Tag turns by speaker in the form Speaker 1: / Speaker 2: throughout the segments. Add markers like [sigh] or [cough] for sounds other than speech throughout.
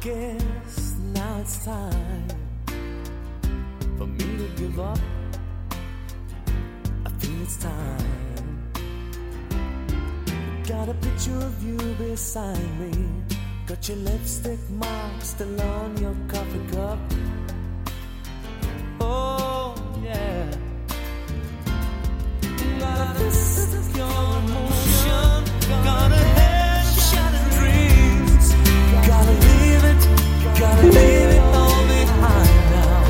Speaker 1: guess now it's time for me to give up. I think it's time. Got a picture of you beside me. Got your lipstick mark still on your coffee cup. Oh, yeah. Gotta fist your emotion. Gotta head shattered dreams. Gotta leave it. Gotta leave it all behind now.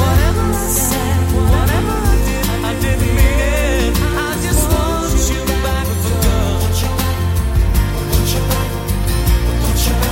Speaker 1: Whatever I said, whatever I did, I didn't mean it. I just want you back for good. Want you back, want you back for good. Oh,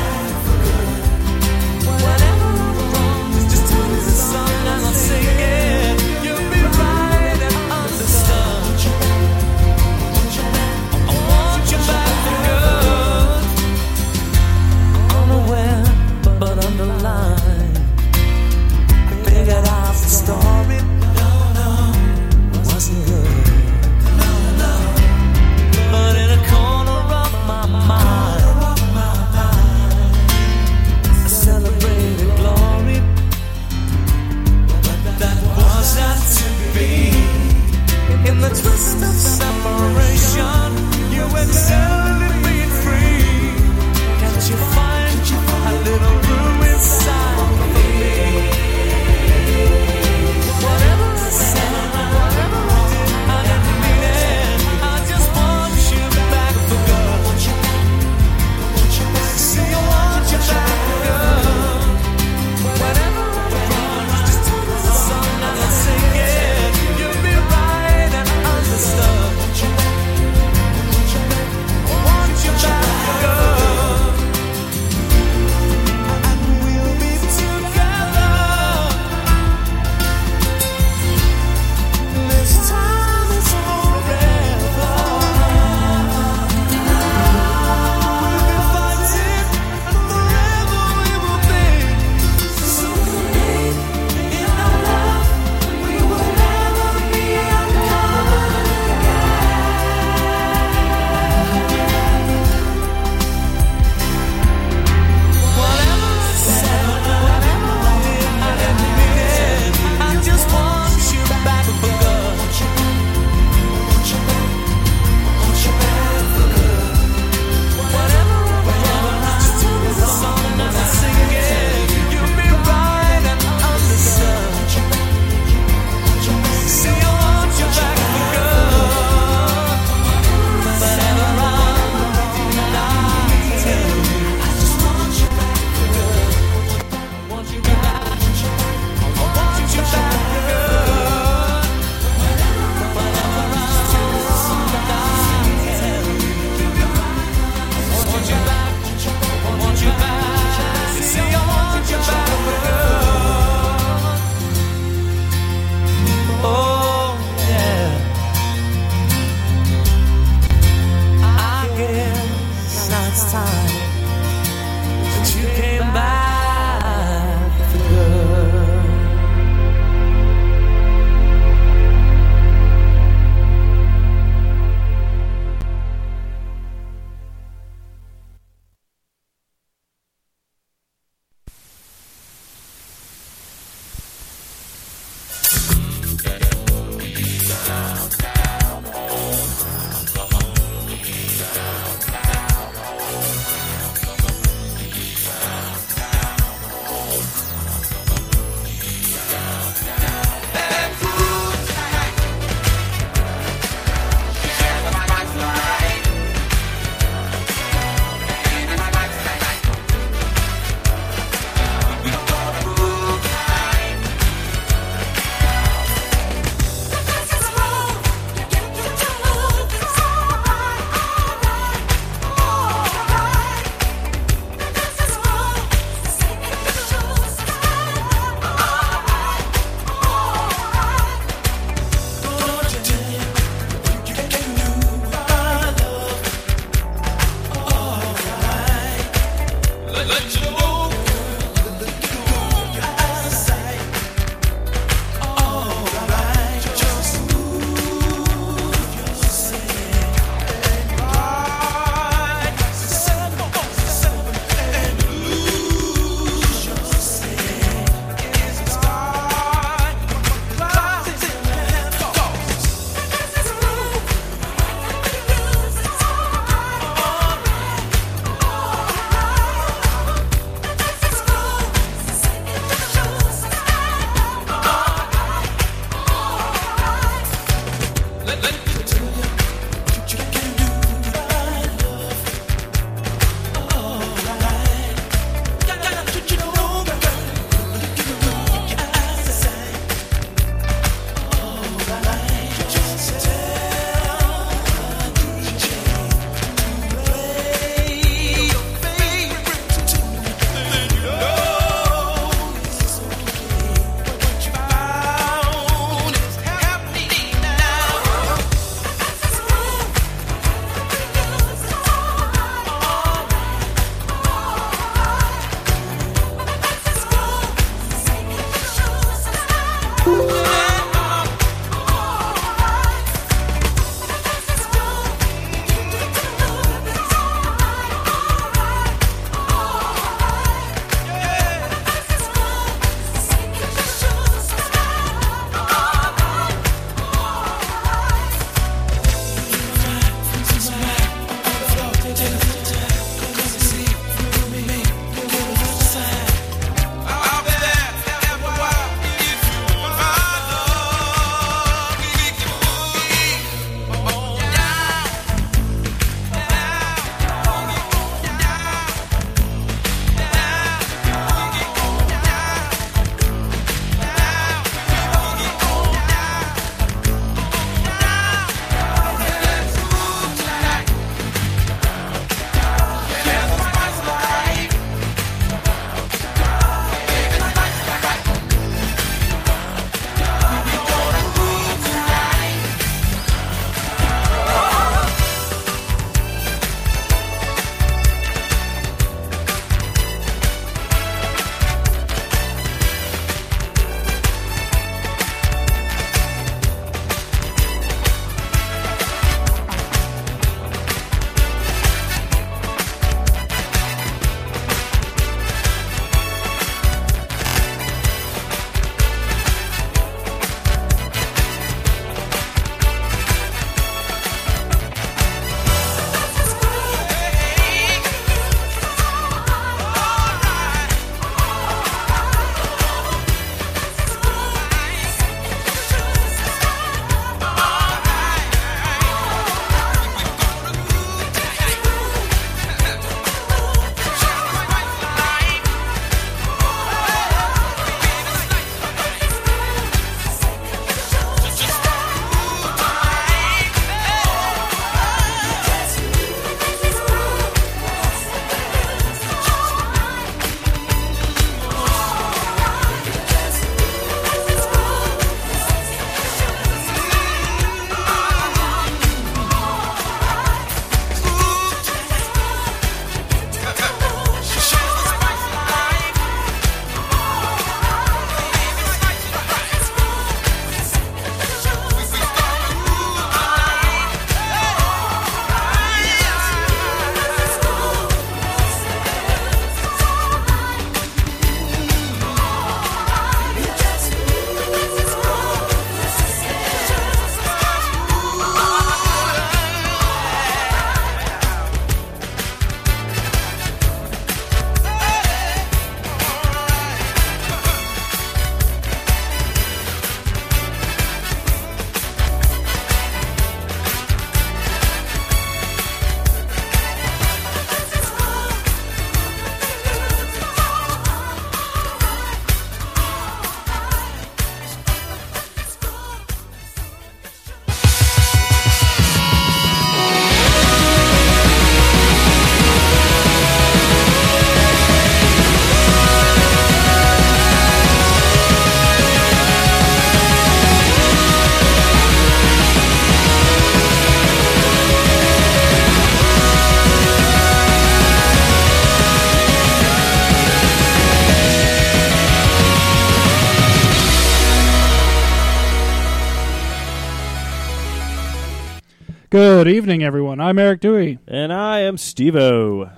Speaker 2: Good evening, everyone. I'm Eric Dewey,
Speaker 3: And I am Steve O.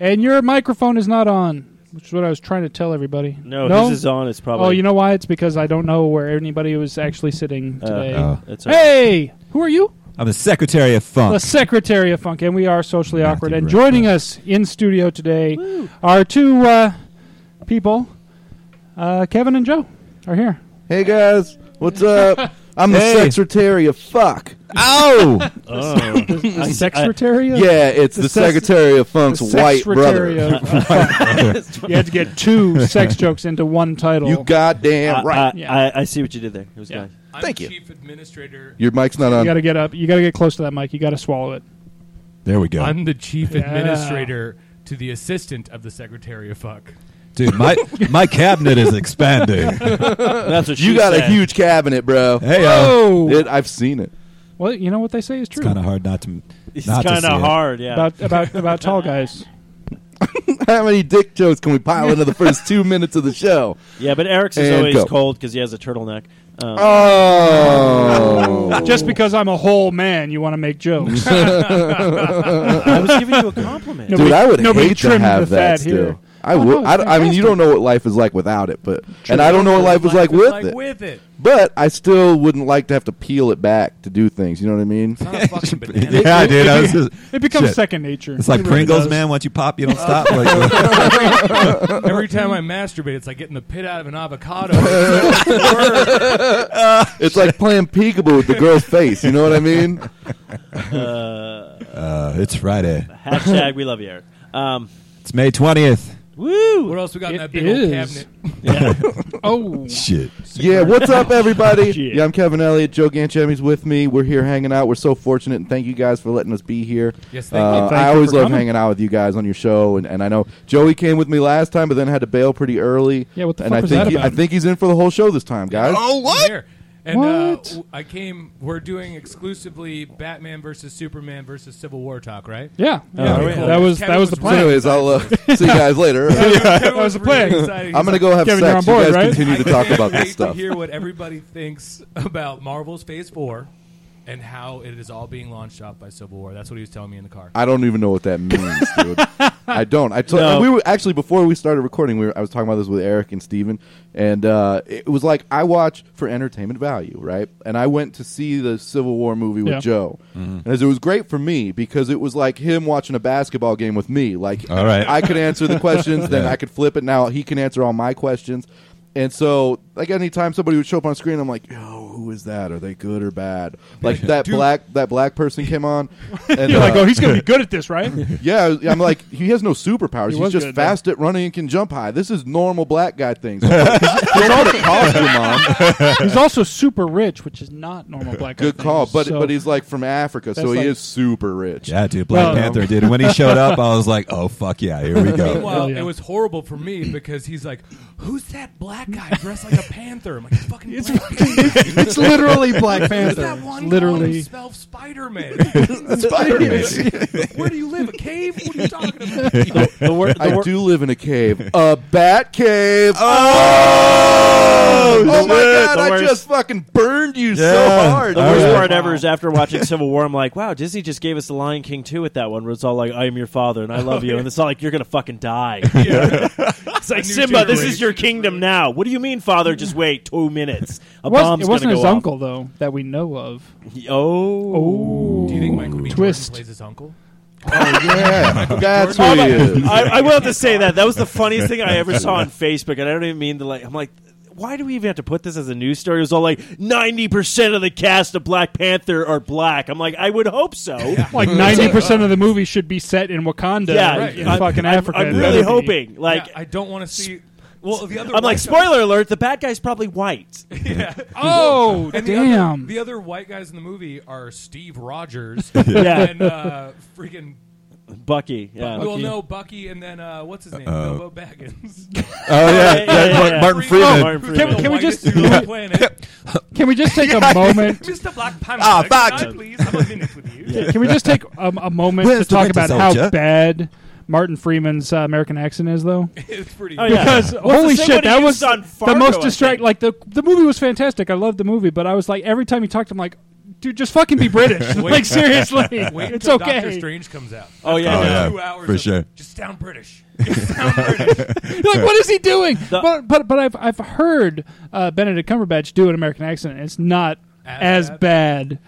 Speaker 2: and your microphone is not on, which is what I was trying to tell everybody.
Speaker 3: No, his is on. It's probably.
Speaker 2: Oh, you know why? It's because I don't know where anybody was actually sitting today.
Speaker 4: oh.
Speaker 3: It's all right.
Speaker 2: hey, who are you?
Speaker 4: I'm the Secretary of Funk.
Speaker 2: The Secretary of Funk, and we are socially
Speaker 4: Matthew
Speaker 2: awkward. And
Speaker 4: Brett.
Speaker 2: joining us in studio today are two uh, people, uh, Kevin and Joe, are here.
Speaker 5: Hey guys,
Speaker 4: [laughs]
Speaker 5: what's up? I'm
Speaker 4: Hey.
Speaker 5: the secretary of fuck.
Speaker 4: Ow!
Speaker 3: Oh.
Speaker 2: The Secretary. of-
Speaker 5: [laughs] Yeah, it's
Speaker 2: The
Speaker 5: the,
Speaker 2: sex-
Speaker 5: secretary of
Speaker 2: the
Speaker 5: funk's white
Speaker 2: Secretary
Speaker 5: brother.
Speaker 2: of Funk. you had to get two sex jokes into one title.
Speaker 5: you goddamn
Speaker 3: I,
Speaker 5: right.
Speaker 3: I,
Speaker 2: Yeah.
Speaker 3: I, I see what you did there. It was
Speaker 2: Yeah.
Speaker 3: good.
Speaker 6: I'm
Speaker 5: Thank
Speaker 6: the
Speaker 5: you.
Speaker 6: chief administrator.
Speaker 5: Your mic's not on.
Speaker 2: got to get up. You got to get close to that mic. You got to swallow it.
Speaker 4: There we go,
Speaker 6: [laughs] I'm the chief
Speaker 2: Yeah.
Speaker 6: administrator to the assistant of the secretary of fuck.
Speaker 4: dude. [laughs] My my cabinet is [laughs] expanding.
Speaker 3: That's what
Speaker 5: [laughs] you
Speaker 3: she
Speaker 5: got a
Speaker 3: said.
Speaker 5: huge cabinet, bro.
Speaker 4: Hey, uh,
Speaker 2: Oh,
Speaker 5: It, I've seen it.
Speaker 2: well, you know what they say is true
Speaker 4: it's kind of hard not to.
Speaker 3: It's
Speaker 4: not to
Speaker 3: kind
Speaker 4: see it.
Speaker 3: of
Speaker 4: [laughs]
Speaker 3: hard, yeah.
Speaker 2: about about about tall guys.
Speaker 5: How many dick jokes can we pile into the first two minutes of the show?
Speaker 3: yeah, but Eric's is
Speaker 5: And
Speaker 3: always
Speaker 5: go.
Speaker 3: cold because he has a turtleneck.
Speaker 5: [laughs]
Speaker 3: Um,
Speaker 5: Oh,
Speaker 2: Just because I'm a whole man, you want to make
Speaker 5: [laughs]
Speaker 2: jokes.
Speaker 3: I was giving you a compliment.
Speaker 2: No,
Speaker 5: dude, I would
Speaker 2: Nobody
Speaker 5: hate to
Speaker 2: trimmed
Speaker 5: have
Speaker 2: the
Speaker 5: that
Speaker 2: fat here.
Speaker 5: still. I
Speaker 2: Oh,
Speaker 5: would.
Speaker 2: no,
Speaker 5: I, d- I mean,
Speaker 2: fantastic.
Speaker 5: you don't know what life is like without it, but and I don't know what life is like with it.
Speaker 6: With it.
Speaker 5: But I still wouldn't like to have to peel it back to do things. You know what I mean?
Speaker 6: Not a fucking banana.
Speaker 4: yeah, dude. I was just,
Speaker 2: it becomes
Speaker 4: Shit.
Speaker 2: second nature.
Speaker 4: it's like
Speaker 2: It really
Speaker 4: Pringles,
Speaker 2: does.
Speaker 4: man. Once you pop, you don't stop. Like, [laughs]
Speaker 6: Every time I masturbate, it's like getting the pit out of an avocado. Word.
Speaker 5: It's like playing peekaboo with the girl's face. You know what I
Speaker 2: [laughs]
Speaker 5: mean?
Speaker 3: Uh,
Speaker 4: uh, it's Friday.
Speaker 3: hashtag we love you, Eric. Um,
Speaker 4: It's May twentieth.
Speaker 3: woo!
Speaker 6: what else we got
Speaker 2: It
Speaker 6: in that big
Speaker 2: is.
Speaker 6: old cabinet?
Speaker 2: Oh,
Speaker 4: Shit.
Speaker 5: Yeah, what's
Speaker 2: [laughs]
Speaker 5: up, everybody?
Speaker 3: Shit.
Speaker 5: yeah, I'm Kevin Elliott. Joe Ganchami's with me. We're here hanging out. We're so fortunate, and thank you guys for letting us be here.
Speaker 6: Yes, thank
Speaker 5: Uh,
Speaker 6: you.
Speaker 2: Thank
Speaker 5: I
Speaker 2: you
Speaker 5: always
Speaker 2: for
Speaker 5: love
Speaker 2: coming.
Speaker 5: hanging out with you guys on your show, and, and I know Joey came with me last time, but then had to bail pretty early.
Speaker 2: Yeah, what the
Speaker 5: and
Speaker 2: fuck
Speaker 5: I
Speaker 2: was
Speaker 5: think
Speaker 2: that
Speaker 5: he-
Speaker 2: about?
Speaker 5: I think he's in for the whole show this time, guys.
Speaker 6: What? Here. And Uh,
Speaker 2: What?
Speaker 6: w- I came. We're doing exclusively Batman versus Superman versus Civil War talk, right?
Speaker 2: yeah, yeah.
Speaker 3: really?
Speaker 2: that was that
Speaker 6: Kevin
Speaker 2: was the
Speaker 6: was
Speaker 5: So
Speaker 2: plan.
Speaker 5: [laughs] anyways,
Speaker 2: [laughs]
Speaker 5: I'll uh, see you guys later.
Speaker 6: That
Speaker 2: was the plan.
Speaker 5: I'm gonna go have
Speaker 2: Kevin, you're on
Speaker 5: sex.
Speaker 2: board,
Speaker 5: you guys
Speaker 2: right?
Speaker 5: continue to talk about
Speaker 6: wait [laughs]
Speaker 5: this stuff.
Speaker 6: To hear what everybody thinks about Marvel's Phase Four and how it is all being launched off by Civil War. That's what he was telling me in the car.
Speaker 5: I don't even know what that means, dude. I don't.
Speaker 2: [laughs]
Speaker 5: I told
Speaker 3: No.
Speaker 5: we were actually before we started recording. We were, I was talking about this with Eric and Steven, and uh, it was like I watch for entertainment value, right? And I went to see the Civil War movie with
Speaker 2: Yeah.
Speaker 5: Joe,
Speaker 4: Mm-hmm.
Speaker 5: and as it was great for me because it was like him watching a basketball game with me. Like,
Speaker 4: All right.
Speaker 5: I could answer the questions, then I could flip it. Now he can answer all my questions. And so, like anytime somebody would show up on screen, I'm like, "Yo, who is that? Are they good or bad?"
Speaker 4: [laughs]
Speaker 5: Like that black that black person
Speaker 2: [laughs]
Speaker 5: came on, and
Speaker 2: You're like,
Speaker 5: uh,
Speaker 2: oh, he's gonna
Speaker 5: [laughs]
Speaker 2: be good at this, right?
Speaker 5: yeah, I'm like, he has no superpowers.
Speaker 2: He was
Speaker 5: He's just
Speaker 2: good, though.
Speaker 5: fast at running and can jump high. This is normal black guy things. [laughs] I'm like, That's all the costume on.
Speaker 2: he's also super rich, which is not normal black.
Speaker 5: Good
Speaker 2: guy
Speaker 5: call,
Speaker 2: things,
Speaker 5: but
Speaker 2: so-
Speaker 5: but he's like from Africa, so
Speaker 2: That's
Speaker 5: he
Speaker 2: like-
Speaker 5: is super rich.
Speaker 4: Yeah, dude. Black
Speaker 2: Well-
Speaker 4: Panther, dude. When he showed up, I was like, oh fuck yeah, here we
Speaker 6: [laughs]
Speaker 4: go.
Speaker 6: Meanwhile,
Speaker 2: Hell yeah.
Speaker 6: it was horrible for me because he's like, "Who's that black guy dressed like a panther?" I'm like, "It's "Fucking black Panther."
Speaker 2: it's literally
Speaker 5: [laughs]
Speaker 2: Black
Speaker 6: Who's
Speaker 2: Panther.
Speaker 6: that
Speaker 2: It's
Speaker 6: one
Speaker 2: literally,
Speaker 6: spell Spider Man? Where do you live? A cave? What are you talking about?
Speaker 5: [laughs]
Speaker 3: The wor- the
Speaker 5: I
Speaker 3: wor-
Speaker 5: do live in a cave, a bat cave. Oh, my
Speaker 3: shit,
Speaker 5: god!
Speaker 3: the
Speaker 5: I
Speaker 3: worst.
Speaker 5: just fucking burned you so
Speaker 4: Yeah.
Speaker 5: hard.
Speaker 3: The
Speaker 4: All
Speaker 3: worst
Speaker 4: right.
Speaker 3: part ever is after watching Civil War, I'm like, wow, Disney just gave us The Lion King 2 with that one where it's all like, I am your father and I love you. And it's all like, you're going to
Speaker 2: [laughs]
Speaker 3: fucking die. it's like,
Speaker 6: new
Speaker 3: Simba, this is
Speaker 6: generation.
Speaker 3: your kingdom now. What do you mean, father? Just wait two minutes. A
Speaker 2: it wasn't,
Speaker 3: bomb's
Speaker 2: it wasn't
Speaker 3: gonna
Speaker 2: his
Speaker 3: go
Speaker 2: uncle though that we know of.
Speaker 3: off. Oh.
Speaker 6: Do you think Michael B.
Speaker 2: Twist.
Speaker 6: Jordan plays his uncle?
Speaker 5: Yeah, [laughs] that's
Speaker 3: Oh
Speaker 5: who
Speaker 3: my-
Speaker 5: he is.
Speaker 3: I, I will have to say that. That was the funniest thing I ever saw on Facebook. And I don't even mean to, like, I'm like, why do we even have to put this as a news story? It was all like 90% of the cast of Black Panther are black. I'm like, I would hope so.
Speaker 6: [laughs]
Speaker 2: Like ninety percent of the movie should be set in Wakanda,
Speaker 3: Yeah,
Speaker 6: right.
Speaker 2: in
Speaker 3: I'm-
Speaker 2: fucking Africa.
Speaker 3: I'm
Speaker 2: That'd
Speaker 3: really
Speaker 2: be-
Speaker 3: hoping. Like,
Speaker 6: yeah, I don't want to see. Well, the other
Speaker 3: I'm like,
Speaker 6: white guy-
Speaker 3: spoiler alert, the bad guy's probably white.
Speaker 2: Oh
Speaker 6: And the other-
Speaker 2: damn!
Speaker 6: the other white guys in the movie are
Speaker 2: [laughs]
Speaker 6: Steve Rogers
Speaker 3: Yeah.
Speaker 6: and uh, freaking
Speaker 3: Bucky. Yeah.
Speaker 6: Well, no, Bucky, and then uh, what's his name? Bilbo Baggins.
Speaker 4: Oh [laughs] yeah,
Speaker 3: Yeah, yeah, yeah,
Speaker 4: Mar-
Speaker 3: yeah.
Speaker 4: Martin
Speaker 6: Oh,
Speaker 4: Freeman.
Speaker 3: Martin Freeman.
Speaker 2: Can we- can we just-
Speaker 6: Whitest
Speaker 2: [laughs]
Speaker 6: dude on the planet.
Speaker 2: Can we just
Speaker 3: [laughs]
Speaker 2: take a moment?
Speaker 6: Mr. Black Panther.
Speaker 4: Ah,
Speaker 6: can
Speaker 4: fuck.
Speaker 6: I please have a minute with
Speaker 4: [laughs]
Speaker 6: you?
Speaker 2: Can we just take a, a moment
Speaker 4: Where's
Speaker 2: to
Speaker 4: the
Speaker 2: talk
Speaker 4: winter
Speaker 2: about how
Speaker 4: soldier?
Speaker 2: bad Martin Freeman's uh, American accent is, though?
Speaker 6: It's pretty.
Speaker 3: Oh, yeah.
Speaker 2: Because
Speaker 3: Well, it's
Speaker 2: holy
Speaker 3: the same
Speaker 2: shit,
Speaker 3: one he
Speaker 2: that
Speaker 3: used
Speaker 2: was
Speaker 3: on
Speaker 2: the
Speaker 3: Fargo,
Speaker 2: most
Speaker 3: I
Speaker 2: distract.
Speaker 3: think.
Speaker 2: Like the the movie was fantastic. I loved the movie, but I was like every time he talked, I'm like, dude, just fucking be
Speaker 3: [laughs]
Speaker 2: British. like seriously,
Speaker 6: Wait
Speaker 2: it's
Speaker 6: until Doctor
Speaker 2: okay.
Speaker 6: Strange comes out.
Speaker 3: Oh yeah,
Speaker 4: Oh,
Speaker 3: no.
Speaker 4: yeah.
Speaker 6: Two hours
Speaker 4: for
Speaker 6: of-
Speaker 4: sure.
Speaker 6: Just sound British. Just sound British.
Speaker 2: You're like, what is he doing? but but but I've I've heard uh, Benedict Cumberbatch do an American accent. and It's not as,
Speaker 6: As
Speaker 2: bad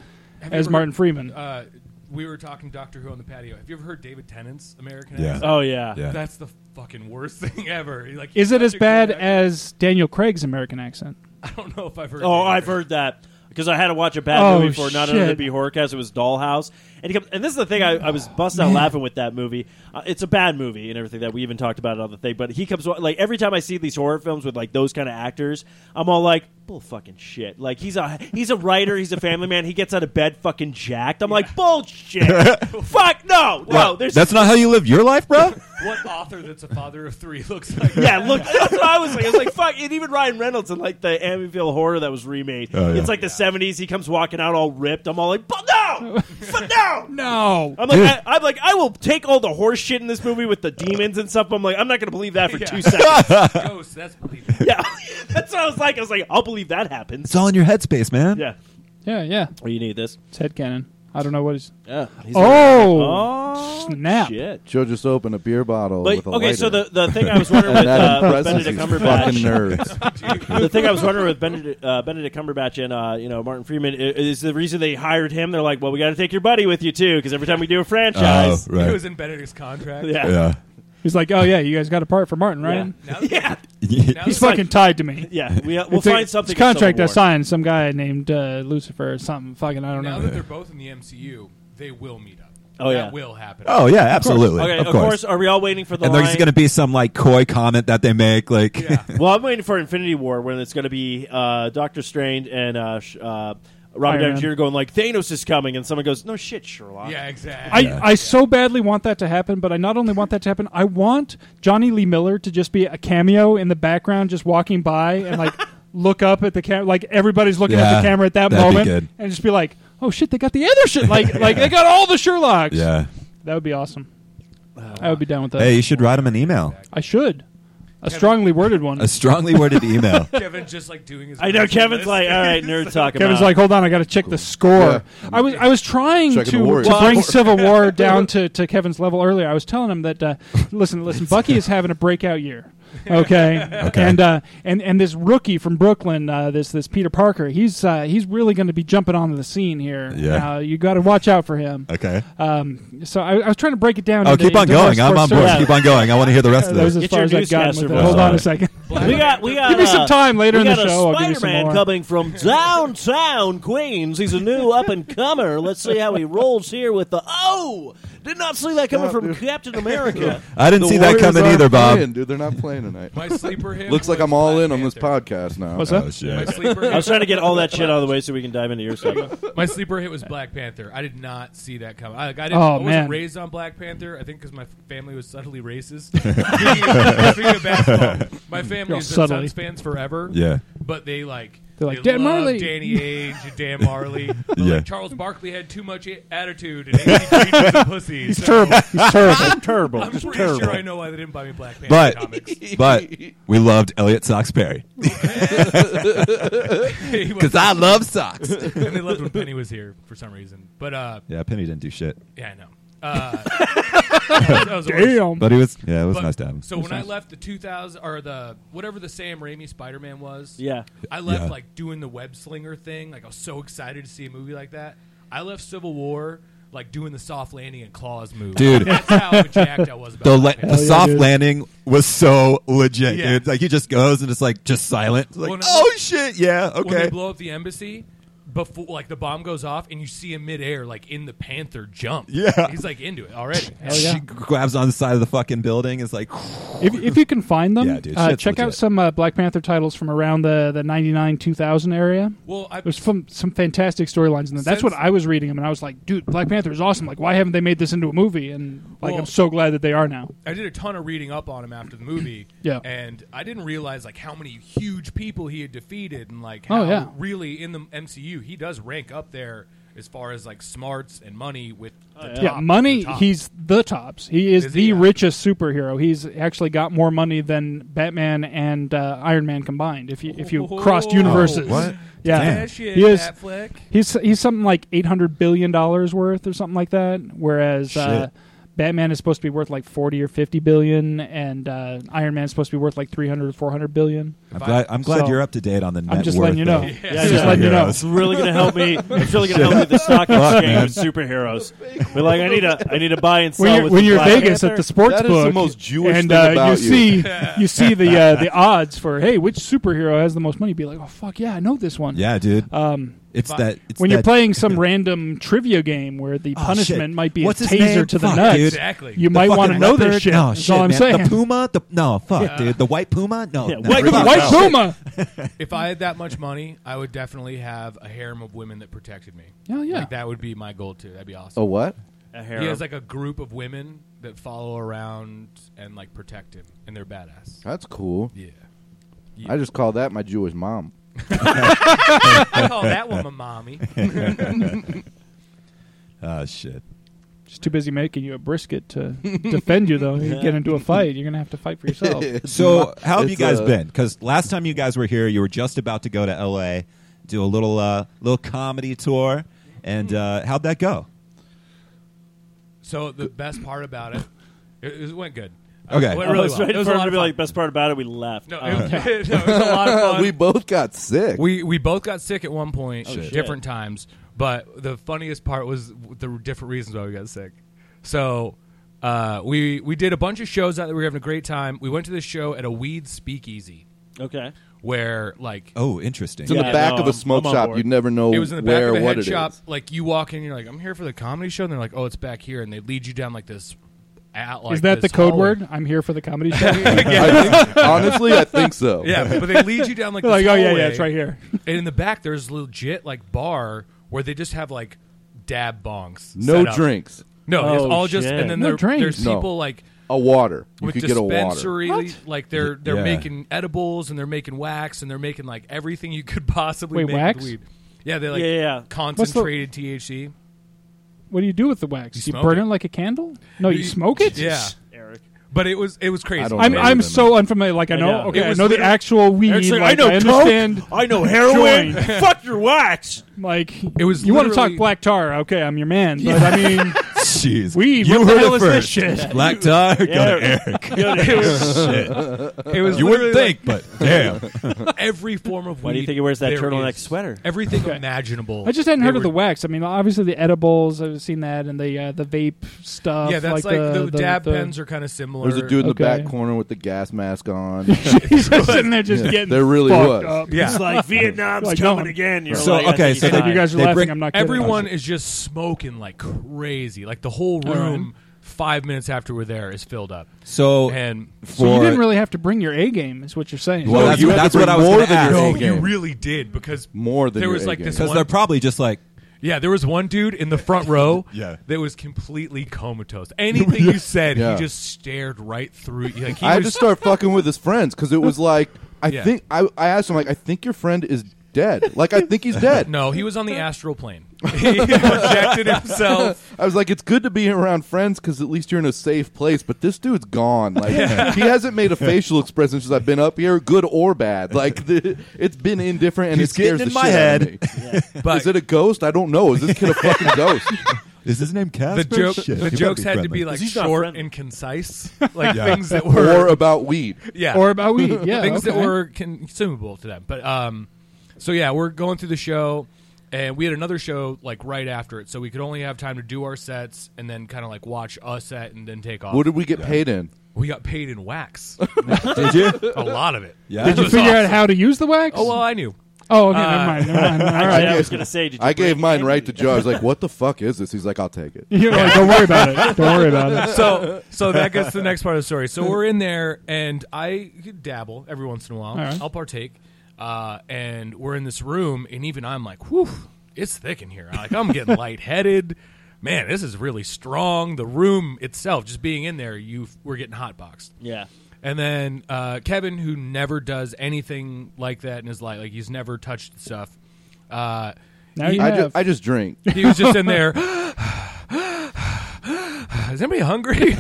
Speaker 6: Have you
Speaker 2: as
Speaker 6: ever
Speaker 2: Martin
Speaker 6: heard-
Speaker 2: Freeman.
Speaker 6: Uh, we were talking Doctor Who on the patio. Have you ever heard David Tennant's American
Speaker 4: Yeah.
Speaker 6: accent?
Speaker 3: Oh yeah.
Speaker 4: Yeah.
Speaker 6: That's the fucking worst [laughs] thing ever. He's Like,
Speaker 2: is
Speaker 6: he's
Speaker 2: it as
Speaker 6: such a
Speaker 2: bad
Speaker 6: good actor.
Speaker 2: as Daniel Craig's American accent?
Speaker 6: I don't know if I've heard.
Speaker 3: Oh,
Speaker 6: David
Speaker 3: I've heard that because I had to watch a bad
Speaker 2: Oh,
Speaker 3: movie for not another
Speaker 2: shit.
Speaker 3: be horrorcast. It was Dollhouse, and he comes, and this is the thing I, I was busting out laughing with that movie. Uh, it's a bad movie and everything that we even talked about it on the thing. But he comes like every time I see these horror films with like those kind of actors, I'm all like. Bull fucking shit! Like he's a he's a writer, he's a family man. He gets out of bed fucking jacked. I'm like bullshit. Fuck no, no. There's
Speaker 4: That's not how you live your life, bro.
Speaker 6: [laughs] What author that's a father of three looks
Speaker 3: [laughs]
Speaker 6: like?
Speaker 3: Yeah, look, that's what I was like. I was like, fuck. And even Ryan Reynolds in like the Amityville Horror that was remade.
Speaker 4: Oh, yeah.
Speaker 3: It's like the '70s. He comes walking out all ripped. I'm all like, but no, but no.
Speaker 2: No.
Speaker 3: I'm like, I, I'm like, I will take all the horse shit in this movie with the demons and stuff. But I'm like, I'm not gonna believe that for
Speaker 6: Yeah.
Speaker 3: two seconds. [laughs]
Speaker 6: Ghost. That's believable.
Speaker 3: yeah, that's what I was like. I was like, I'll believe that happens.
Speaker 4: It's all in your headspace, man.
Speaker 3: Yeah.
Speaker 2: Yeah, yeah.
Speaker 3: Well, you need this.
Speaker 2: It's head cannon. I don't know what he's.
Speaker 3: Yeah. He's
Speaker 2: Oh,
Speaker 3: oh
Speaker 2: snap.
Speaker 3: shit.
Speaker 5: Joe just opened a beer bottle
Speaker 3: But
Speaker 5: with a
Speaker 3: okay,
Speaker 5: lighter.
Speaker 3: so the, the thing I was wondering
Speaker 5: and
Speaker 3: with
Speaker 5: [laughs] that
Speaker 3: uh,
Speaker 5: impresses
Speaker 3: Benedict
Speaker 5: these
Speaker 3: Cumberbatch,
Speaker 5: fucking nerds.
Speaker 3: the thing I was wondering with Benedict, uh, Benedict Cumberbatch and uh, you know Martin Freeman i- is the reason they hired him. They're like, well, we got to take your buddy with you too, because every time we do a
Speaker 4: Oh,
Speaker 3: franchise,
Speaker 6: It
Speaker 4: right.
Speaker 6: was in Benedict's contract.
Speaker 3: yeah,
Speaker 4: Oh. Yeah.
Speaker 2: He's like, oh yeah, you guys got a part for Martin, right?
Speaker 6: Now,
Speaker 3: yeah,
Speaker 6: now
Speaker 2: He's
Speaker 3: It's like-
Speaker 2: fucking tied to me.
Speaker 3: yeah. We, uh, we'll
Speaker 2: It's a-
Speaker 3: find something.
Speaker 2: It's a contract I
Speaker 3: in Civil War.
Speaker 2: signed some guy named uh, Lucifer or something. Fucking I don't
Speaker 6: now
Speaker 2: know.
Speaker 6: that they're both in the MCU, they will meet up.
Speaker 3: Oh,
Speaker 6: that
Speaker 3: yeah.
Speaker 6: will happen.
Speaker 4: [laughs] Oh yeah, absolutely.
Speaker 3: Okay,
Speaker 4: of course.
Speaker 3: Are we all waiting for the
Speaker 4: and
Speaker 3: line?
Speaker 4: there's going to be some like coy comment that they make, like
Speaker 6: Yeah.
Speaker 3: well, I'm waiting for Infinity War when it's going to be uh, Doctor Strange and uh, sh- uh, Robert
Speaker 2: Iron
Speaker 3: Downey
Speaker 2: Man.
Speaker 3: Jr. going like Thanos is coming, and someone goes, "No shit, Sherlock."
Speaker 6: Yeah, exactly.
Speaker 2: I, I so badly want that to happen, but I not only want that to happen, I want Johnny Lee Miller to just be a cameo in the background, just walking by and
Speaker 4: [laughs]
Speaker 2: like look up at the camera, like everybody's looking at
Speaker 4: Yeah,
Speaker 2: the camera at that
Speaker 4: that'd be
Speaker 2: moment,
Speaker 4: good.
Speaker 2: and just be like, "Oh shit, they got the other shit!
Speaker 4: [laughs]
Speaker 2: Like, like they got all the Sherlocks.
Speaker 4: [laughs] yeah.
Speaker 2: that would be awesome. I would be down with that.
Speaker 4: Hey, you should write him an email,
Speaker 2: I should a strongly worded one.
Speaker 4: a strongly worded email.
Speaker 6: Kevin just like doing his.
Speaker 3: I know.
Speaker 6: version
Speaker 3: Kevin's
Speaker 6: list.
Speaker 3: like, uh, "All right, nerd talk."
Speaker 2: Kevin's
Speaker 3: about.
Speaker 2: like, hold on, I got to check the score. I was I was trying
Speaker 5: Checking the
Speaker 2: to,
Speaker 5: Warriors.
Speaker 2: to
Speaker 5: Well,
Speaker 2: bring Civil
Speaker 4: [laughs]
Speaker 2: War down to, to Kevin's level earlier. I was telling him that uh, listen, listen, Bucky
Speaker 4: [laughs]
Speaker 2: is having a breakout year. Okay, and uh, and and this rookie from Brooklyn, uh, this this Peter Parker, he's uh, he's really going to be jumping onto the scene here.
Speaker 4: Yeah.
Speaker 2: Now, you got to watch out for him.
Speaker 4: Okay.
Speaker 2: Um, so I, I was trying to break it down.
Speaker 4: Oh,
Speaker 2: into-
Speaker 4: keep on
Speaker 2: into
Speaker 4: going.
Speaker 2: more
Speaker 4: I'm
Speaker 2: sports
Speaker 4: on board.
Speaker 2: terms.
Speaker 4: Keep on going. I want to hear the rest
Speaker 2: Uh,
Speaker 4: of
Speaker 2: That was
Speaker 4: this.
Speaker 2: as
Speaker 3: Get
Speaker 2: far
Speaker 3: your
Speaker 2: as I've gotten
Speaker 3: newscaster
Speaker 2: with it.
Speaker 3: voice
Speaker 2: Hold on
Speaker 4: on.
Speaker 2: a
Speaker 3: [laughs]
Speaker 2: second.
Speaker 6: Black
Speaker 3: We got, we got.
Speaker 2: Give me some
Speaker 3: uh,
Speaker 2: time later
Speaker 3: we
Speaker 2: in the
Speaker 3: got a
Speaker 2: show. I'll give you some
Speaker 3: Spider-Man
Speaker 2: more.
Speaker 3: coming from
Speaker 2: [laughs]
Speaker 3: downtown Queens. He's a new up and comer. Let's see how he rolls here with the. Oh, did not see that coming
Speaker 5: Stop,
Speaker 3: from
Speaker 5: dude.
Speaker 3: Captain America.
Speaker 4: I
Speaker 3: [laughs]
Speaker 4: didn't
Speaker 5: The
Speaker 4: see that
Speaker 5: Warriors
Speaker 4: coming
Speaker 5: aren't
Speaker 4: either, Bob.
Speaker 5: Playing, dude, they're not playing tonight.
Speaker 6: My sleeper hit
Speaker 5: Looks like
Speaker 6: was
Speaker 5: I'm all
Speaker 6: Black
Speaker 5: in on this
Speaker 6: Panther.
Speaker 5: podcast now.
Speaker 2: What's that?
Speaker 4: [laughs] Oh
Speaker 6: My [laughs]
Speaker 4: shit.
Speaker 6: sleeper hit
Speaker 3: I was trying to get all that shit out of the way so we can dive into your segment.
Speaker 6: My sleeper hit was Black Panther. I did not see that coming. I, like, I didn't.
Speaker 2: Oh,
Speaker 6: I wasn't
Speaker 2: man.
Speaker 6: raised on Black Panther. I think because my family was
Speaker 4: [laughs]
Speaker 6: subtly racist. Speaking- speaking of basketball, my family
Speaker 2: You're
Speaker 6: has been
Speaker 2: subtly.
Speaker 6: Suns fans forever.
Speaker 4: Yeah.
Speaker 6: but they like
Speaker 2: They're like,
Speaker 6: they
Speaker 2: "Dan
Speaker 6: love
Speaker 2: Marley."
Speaker 6: Danny Ainge,
Speaker 4: [laughs]
Speaker 6: and Dan Marley. But, like,
Speaker 4: Yeah.
Speaker 6: Charles Barkley had too much i- attitude, and he
Speaker 4: [laughs]
Speaker 6: treated him pussy.
Speaker 2: He's
Speaker 6: so
Speaker 2: terrible. He's terrible.
Speaker 3: Terrible.
Speaker 6: I'm
Speaker 3: Just
Speaker 6: pretty
Speaker 3: terrible.
Speaker 6: sure I know why they didn't buy me Black Panther
Speaker 4: But-
Speaker 6: comics. [laughs]
Speaker 4: [laughs] But we loved Elliot [laughs] Socksberry [laughs]
Speaker 6: He was-
Speaker 4: because I love socks.
Speaker 6: and they loved when Penny was here for some reason. But uh,
Speaker 4: yeah, Penny didn't do shit,
Speaker 6: yeah, I know. Uh, [laughs] that was- that was the worst.
Speaker 2: Damn.
Speaker 4: but it was yeah, it was
Speaker 6: But-
Speaker 4: nice to have him.
Speaker 6: So when I left the 2000 or the whatever the Sam Raimi Spider Man was,
Speaker 3: Yeah.
Speaker 6: I left
Speaker 4: Yeah.
Speaker 6: like doing the web slinger thing. Like I was so excited to see a movie like that. I left Civil War like doing the soft landing and claws move.
Speaker 4: Dude.
Speaker 6: that's how [laughs] jacked I was about
Speaker 4: the,
Speaker 6: Black
Speaker 4: la-
Speaker 6: Panther.
Speaker 4: the
Speaker 2: yeah,
Speaker 4: soft
Speaker 2: dude.
Speaker 4: landing was so legit,
Speaker 6: Yeah.
Speaker 4: dude. Like he just goes and it's like just silent. It's like,
Speaker 6: When I-
Speaker 4: oh shit, yeah,
Speaker 6: When they
Speaker 4: okay.
Speaker 6: blow up the embassy. Before, like the bomb goes off, and you see him midair, like in the Panther jump.
Speaker 4: Yeah.
Speaker 6: he's like into
Speaker 4: [laughs]
Speaker 6: it already.
Speaker 2: Hell Oh, yeah.
Speaker 4: She grabs on the side of the fucking building. It's like, [sighs]
Speaker 2: if, if you can find them,
Speaker 4: Yeah, dude,
Speaker 2: uh,
Speaker 4: shit's
Speaker 2: check out
Speaker 4: legit.
Speaker 2: some uh, Black Panther titles from around the, the 99 2000 area.
Speaker 6: Well, I,
Speaker 2: There's some, some fantastic storylines in there. That's
Speaker 6: Since-
Speaker 2: what I was reading them, and I was like, dude, Black Panther is awesome. Like, why haven't they made this into a movie? And, like,
Speaker 6: Well-
Speaker 2: I'm so glad that they are now.
Speaker 6: I did a ton of reading up on him after the movie.
Speaker 2: [clears throat] Yeah.
Speaker 6: And I didn't realize like how many huge people he had defeated and like
Speaker 2: Oh,
Speaker 6: how
Speaker 2: yeah.
Speaker 6: really in the MCU he does rank up there as far as like smarts and money with the top,
Speaker 2: yeah, money.
Speaker 6: the top.
Speaker 2: He's the tops. He is,
Speaker 6: Is
Speaker 2: the
Speaker 6: he?
Speaker 2: richest superhero. He's actually got more money than Batman and uh, Iron Man combined. If you if you crossed
Speaker 6: Oh,
Speaker 2: universes,
Speaker 4: what?
Speaker 2: Yeah,
Speaker 4: Damn.
Speaker 6: that shit,
Speaker 2: he is.
Speaker 6: Batfleck.
Speaker 2: He's he's something like eight hundred billion dollars worth or something like that. Whereas uh,
Speaker 4: Shit.
Speaker 2: Batman is supposed to be worth like forty or fifty billion, and uh, Iron Man is supposed to be worth like 300 or 400 billion.
Speaker 4: I'm glad, I'm glad
Speaker 2: So-
Speaker 4: you're up to date on the net
Speaker 2: I'm just
Speaker 4: worth
Speaker 2: letting you know. [laughs]
Speaker 4: of
Speaker 2: Yeah, just letting you know.
Speaker 4: superheroes.
Speaker 3: It's really gonna help
Speaker 2: [laughs]
Speaker 3: me. It's really gonna help me with the stock exchange with superheroes. But like, I need a, I need to buy and sell.
Speaker 2: When you're,
Speaker 3: with
Speaker 2: when
Speaker 3: the
Speaker 2: you're
Speaker 3: Black
Speaker 2: Vegas
Speaker 3: Panther.
Speaker 2: at the sports
Speaker 5: That is
Speaker 2: book,
Speaker 5: the most Jewish
Speaker 2: and
Speaker 5: thing
Speaker 2: uh,
Speaker 5: about
Speaker 4: [laughs]
Speaker 5: you.
Speaker 2: see you see the uh, the odds for hey which superhero has the most money. Be like, oh fuck yeah, I know this one.
Speaker 4: Yeah, dude.
Speaker 2: Um,
Speaker 4: it's that. It's
Speaker 2: when you're
Speaker 4: that-
Speaker 2: playing
Speaker 4: [laughs]
Speaker 2: some random trivia game where the
Speaker 4: Oh,
Speaker 2: punishment
Speaker 4: shit.
Speaker 2: might be
Speaker 4: What's
Speaker 2: a
Speaker 4: his
Speaker 2: taser
Speaker 4: name?
Speaker 2: to the
Speaker 4: Fuck,
Speaker 2: nuts,
Speaker 4: dude.
Speaker 6: Exactly.
Speaker 2: you
Speaker 4: the
Speaker 2: might want to
Speaker 4: fucking
Speaker 2: know this
Speaker 4: leopard?
Speaker 2: shit.
Speaker 4: No,
Speaker 2: That's
Speaker 4: shit,
Speaker 2: all I'm
Speaker 4: man.
Speaker 2: saying.
Speaker 4: The puma. The no, fuck, dude. The white puma. No,
Speaker 3: Yeah,
Speaker 4: no,
Speaker 3: white
Speaker 4: fuck
Speaker 3: puma.
Speaker 4: no.
Speaker 2: White Puma.
Speaker 6: If I had that much money, I would definitely have a harem of women that protected me.
Speaker 2: Hell Oh, yeah.
Speaker 6: Like, that would be my goal too. That'd be awesome.
Speaker 5: Oh, what?
Speaker 3: A
Speaker 6: He
Speaker 3: harem.
Speaker 6: has like a group of women that follow around and like protect him, and they're badass.
Speaker 5: That's cool.
Speaker 6: Yeah,
Speaker 5: I just call that my Jewish mom.
Speaker 6: I call that one my mommy.
Speaker 4: Oh shit.
Speaker 2: [laughs] Just too busy making you a brisket to defend you, though. You get into a fight, you're gonna have to fight for yourself.
Speaker 4: So how have you
Speaker 5: [laughs] It's,
Speaker 4: guys
Speaker 5: uh,
Speaker 4: been? Because last time you guys were here, you were just about to go to L.A. do a little uh, little comedy tour, and uh, how'd that go?
Speaker 6: So the best part about it, it, it went good.
Speaker 4: Okay.
Speaker 6: it went
Speaker 4: I
Speaker 6: really
Speaker 3: I was
Speaker 6: well.
Speaker 3: right
Speaker 6: It was a
Speaker 3: in front
Speaker 6: lot of
Speaker 3: of me,
Speaker 6: fun.
Speaker 3: like best part about it, we left.
Speaker 6: No,
Speaker 3: Uh,
Speaker 6: it,
Speaker 2: oh.
Speaker 6: was, [laughs] no,
Speaker 2: [laughs]
Speaker 6: it was a lot of fun.
Speaker 5: we Oh, both got sick.
Speaker 6: we we both got sick at one point,
Speaker 3: shit.
Speaker 6: different times. But the funniest part was the different reasons why we got sick. So uh, we we did a bunch of shows out there. We were having a great time. We went to this show at a weed speakeasy
Speaker 3: okay.
Speaker 6: where like
Speaker 4: Oh, interesting.
Speaker 5: it's in
Speaker 3: Yeah,
Speaker 5: the back
Speaker 3: no,
Speaker 5: of a
Speaker 3: I'm-
Speaker 5: smoke
Speaker 3: I'm on
Speaker 5: shop.
Speaker 3: board.
Speaker 5: You'd never know
Speaker 6: it was in the
Speaker 5: where
Speaker 6: back of a
Speaker 5: what
Speaker 6: head
Speaker 5: it
Speaker 6: shop.
Speaker 5: is.
Speaker 6: Like you walk in, you're like, I'm here for the comedy show, and they're like, Oh, it's back here, and they lead you down like this. Out, like,
Speaker 2: Is that the
Speaker 6: this
Speaker 2: code
Speaker 6: hallway. [laughs]
Speaker 2: word? I'm here for the comedy show. [laughs]
Speaker 5: I think- [laughs] honestly, I think so.
Speaker 6: Yeah, but they lead you down like
Speaker 2: They're
Speaker 6: this
Speaker 2: like, oh yeah, yeah,
Speaker 6: hallway."
Speaker 2: it's right here.
Speaker 6: And in the back, there's legit like bar where they just have like dab bongs.
Speaker 5: No
Speaker 6: set up.
Speaker 5: drinks.
Speaker 6: No, it's
Speaker 3: Oh,
Speaker 6: all just
Speaker 3: shit.
Speaker 6: and then
Speaker 2: No
Speaker 6: there,
Speaker 2: drinks.
Speaker 6: there's
Speaker 5: No.
Speaker 6: people like
Speaker 5: A water. You
Speaker 6: with
Speaker 5: could get a water.
Speaker 6: dispensary, like they're they're
Speaker 4: Yeah.
Speaker 6: making edibles and they're making wax and they're making like everything you could [laughs] possibly
Speaker 2: Wait,
Speaker 6: make
Speaker 2: wax?
Speaker 6: with weed. Yeah, they like
Speaker 3: Yeah, yeah, yeah.
Speaker 6: concentrated THC.
Speaker 2: What do you do with the wax?
Speaker 6: You
Speaker 2: You,
Speaker 6: smoke
Speaker 2: burn
Speaker 6: it.
Speaker 2: it. like a candle? No, you, smoke it.
Speaker 6: Yeah,
Speaker 3: Eric.
Speaker 6: but it was it was crazy.
Speaker 5: don't
Speaker 2: I'm
Speaker 5: know. [laughs]
Speaker 2: I'm so unfamiliar. Like I know,
Speaker 3: know.
Speaker 2: okay,
Speaker 6: It
Speaker 2: I
Speaker 6: was
Speaker 2: know the
Speaker 6: literally-
Speaker 2: actual weed.
Speaker 3: Eric's like,
Speaker 2: like,
Speaker 3: I know
Speaker 2: understand.
Speaker 3: coke. I know heroin.
Speaker 2: Join.
Speaker 3: Fuck your wax.
Speaker 2: Like
Speaker 6: It was
Speaker 2: You want to talk
Speaker 6: literally-
Speaker 2: black tar? Okay, I'm your man. But I mean,
Speaker 4: [laughs] Jeez,
Speaker 2: Weed,
Speaker 4: You
Speaker 2: what the
Speaker 4: heard
Speaker 2: hell
Speaker 4: it
Speaker 2: is
Speaker 4: first.
Speaker 2: this shit?
Speaker 4: Black Tar, go to
Speaker 3: Yeah.
Speaker 4: Eric. [laughs]
Speaker 6: it was, it was
Speaker 4: You
Speaker 6: literally,
Speaker 4: wouldn't
Speaker 6: like,
Speaker 4: think, but damn.
Speaker 6: every form of weed.
Speaker 3: Why do you think he wears that
Speaker 6: there
Speaker 3: turtleneck
Speaker 6: is.
Speaker 3: sweater?
Speaker 6: Everything imaginable.
Speaker 2: I just hadn't
Speaker 6: They
Speaker 2: heard of the
Speaker 6: were-
Speaker 2: wax. I mean, obviously the edibles. I've seen that, and the uh, the vape stuff.
Speaker 6: Yeah, that's like, the, dab
Speaker 2: uh, the-
Speaker 6: pens are kind of similar.
Speaker 5: There's a dude in the
Speaker 2: Okay.
Speaker 5: back corner with the gas
Speaker 6: [laughs]
Speaker 5: mask on.
Speaker 2: [laughs] He's just sitting there just
Speaker 5: Yeah,
Speaker 2: getting
Speaker 5: there really
Speaker 2: fucked
Speaker 5: was.
Speaker 2: up.
Speaker 6: Yeah.
Speaker 3: It's
Speaker 6: [laughs]
Speaker 3: like Vietnam's
Speaker 2: Like, no,
Speaker 3: coming
Speaker 2: I'm-
Speaker 3: again. You're
Speaker 4: So,
Speaker 3: like, I
Speaker 4: okay,
Speaker 3: think
Speaker 4: so
Speaker 3: he's
Speaker 2: Like,
Speaker 3: hot.
Speaker 2: you guys are
Speaker 4: They
Speaker 2: laughing.
Speaker 4: bring-
Speaker 2: I'm not. Kidding.
Speaker 6: Everyone is just smoking like crazy. Like the whole room, five minutes after we're there, is filled up.
Speaker 4: So,
Speaker 6: And
Speaker 4: for
Speaker 2: So you didn't really have to bring your A game, is what you're saying.
Speaker 4: well,
Speaker 5: No,
Speaker 4: that's,
Speaker 5: you had to
Speaker 4: that's
Speaker 5: bring
Speaker 4: what I was
Speaker 5: more
Speaker 4: going to
Speaker 5: than
Speaker 4: ask.
Speaker 5: your
Speaker 6: no,
Speaker 5: A
Speaker 6: you
Speaker 5: game.
Speaker 6: really did because
Speaker 5: More than
Speaker 6: there
Speaker 5: your
Speaker 6: was
Speaker 5: A
Speaker 6: like
Speaker 5: game.
Speaker 6: this
Speaker 4: because they're
Speaker 6: one.
Speaker 4: probably just like
Speaker 6: yeah, there was one dude in the front
Speaker 5: [laughs]
Speaker 6: row.
Speaker 4: Yeah.
Speaker 6: that was completely comatose. Anything you said,
Speaker 5: Yeah.
Speaker 6: he just stared right through. you. Like he
Speaker 5: I had
Speaker 6: was,
Speaker 5: to start fucking with his friends because it was like I
Speaker 6: Yeah.
Speaker 5: think I, I asked him like I think your friend is dead. Like I think he's dead.
Speaker 6: No, he was
Speaker 5: [laughs]
Speaker 6: on the astral plane. [laughs] He projected himself.
Speaker 5: I was like, it's good to be around friends because at least you're in a safe place. But this dude's gone. Like he hasn't made a facial expression since I've been up here, good or bad. Like the, it's been indifferent and
Speaker 4: He's
Speaker 5: it scares
Speaker 4: getting in
Speaker 5: the
Speaker 4: my
Speaker 5: shit out of
Speaker 4: head.
Speaker 5: me.
Speaker 6: But
Speaker 5: Is it a ghost? I don't know. Is this kid a fucking ghost?
Speaker 6: [laughs]
Speaker 4: Is his name
Speaker 6: the
Speaker 4: Casper?
Speaker 6: joke,
Speaker 4: Shit, he
Speaker 6: the
Speaker 4: might
Speaker 6: jokes had to
Speaker 4: friendly.
Speaker 6: be like
Speaker 3: he's not
Speaker 6: short
Speaker 3: friendly.
Speaker 6: and concise, like
Speaker 4: Yeah.
Speaker 6: things that were
Speaker 5: or about weed?
Speaker 6: yeah,
Speaker 2: or about weed.
Speaker 6: [laughs]
Speaker 2: Yeah,
Speaker 6: things that
Speaker 2: okay.
Speaker 6: were consumable to them. But um, so yeah, we're going through the show, and we had another show like right after it, so we could only have time to do our sets and then kind of like watch a set and then take off.
Speaker 5: What did we get paid in?
Speaker 6: we got paid in wax,
Speaker 4: Did you?
Speaker 6: a lot of it.
Speaker 4: Yeah.
Speaker 2: Did you
Speaker 6: was
Speaker 2: figure out
Speaker 6: awesome.
Speaker 2: how to use the wax?
Speaker 6: Oh well, I knew.
Speaker 2: Oh, okay,
Speaker 6: Uh,
Speaker 2: never mind. Never
Speaker 6: [laughs]
Speaker 2: mind. All
Speaker 3: Actually, I
Speaker 2: right.
Speaker 3: was gonna say, did you
Speaker 5: I gave
Speaker 3: bring
Speaker 5: mine
Speaker 3: any?
Speaker 5: right to Joe. I was like, "What the fuck is this?" He's like, "I'll take it."
Speaker 2: You're like, don't worry about it. Don't worry about it.
Speaker 6: [laughs] So so that gets to the next part of the story. So we're in there, and I dabble every once in a while.
Speaker 2: right.
Speaker 6: I'll partake, uh, and we're in this room, and even I'm like, whew, it's thick in here. Like I'm getting lightheaded. Man, this is really strong. The room itself, just being in there, you we're getting hotboxed.
Speaker 3: Yeah.
Speaker 6: And then uh, Kevin, who never does anything like that in his life, like he's never touched stuff. Uh,
Speaker 2: Now you
Speaker 5: I,
Speaker 2: have.
Speaker 5: just, I just
Speaker 6: [laughs]
Speaker 5: drink.
Speaker 6: He was just in there. [sighs] Is anybody hungry? [laughs] and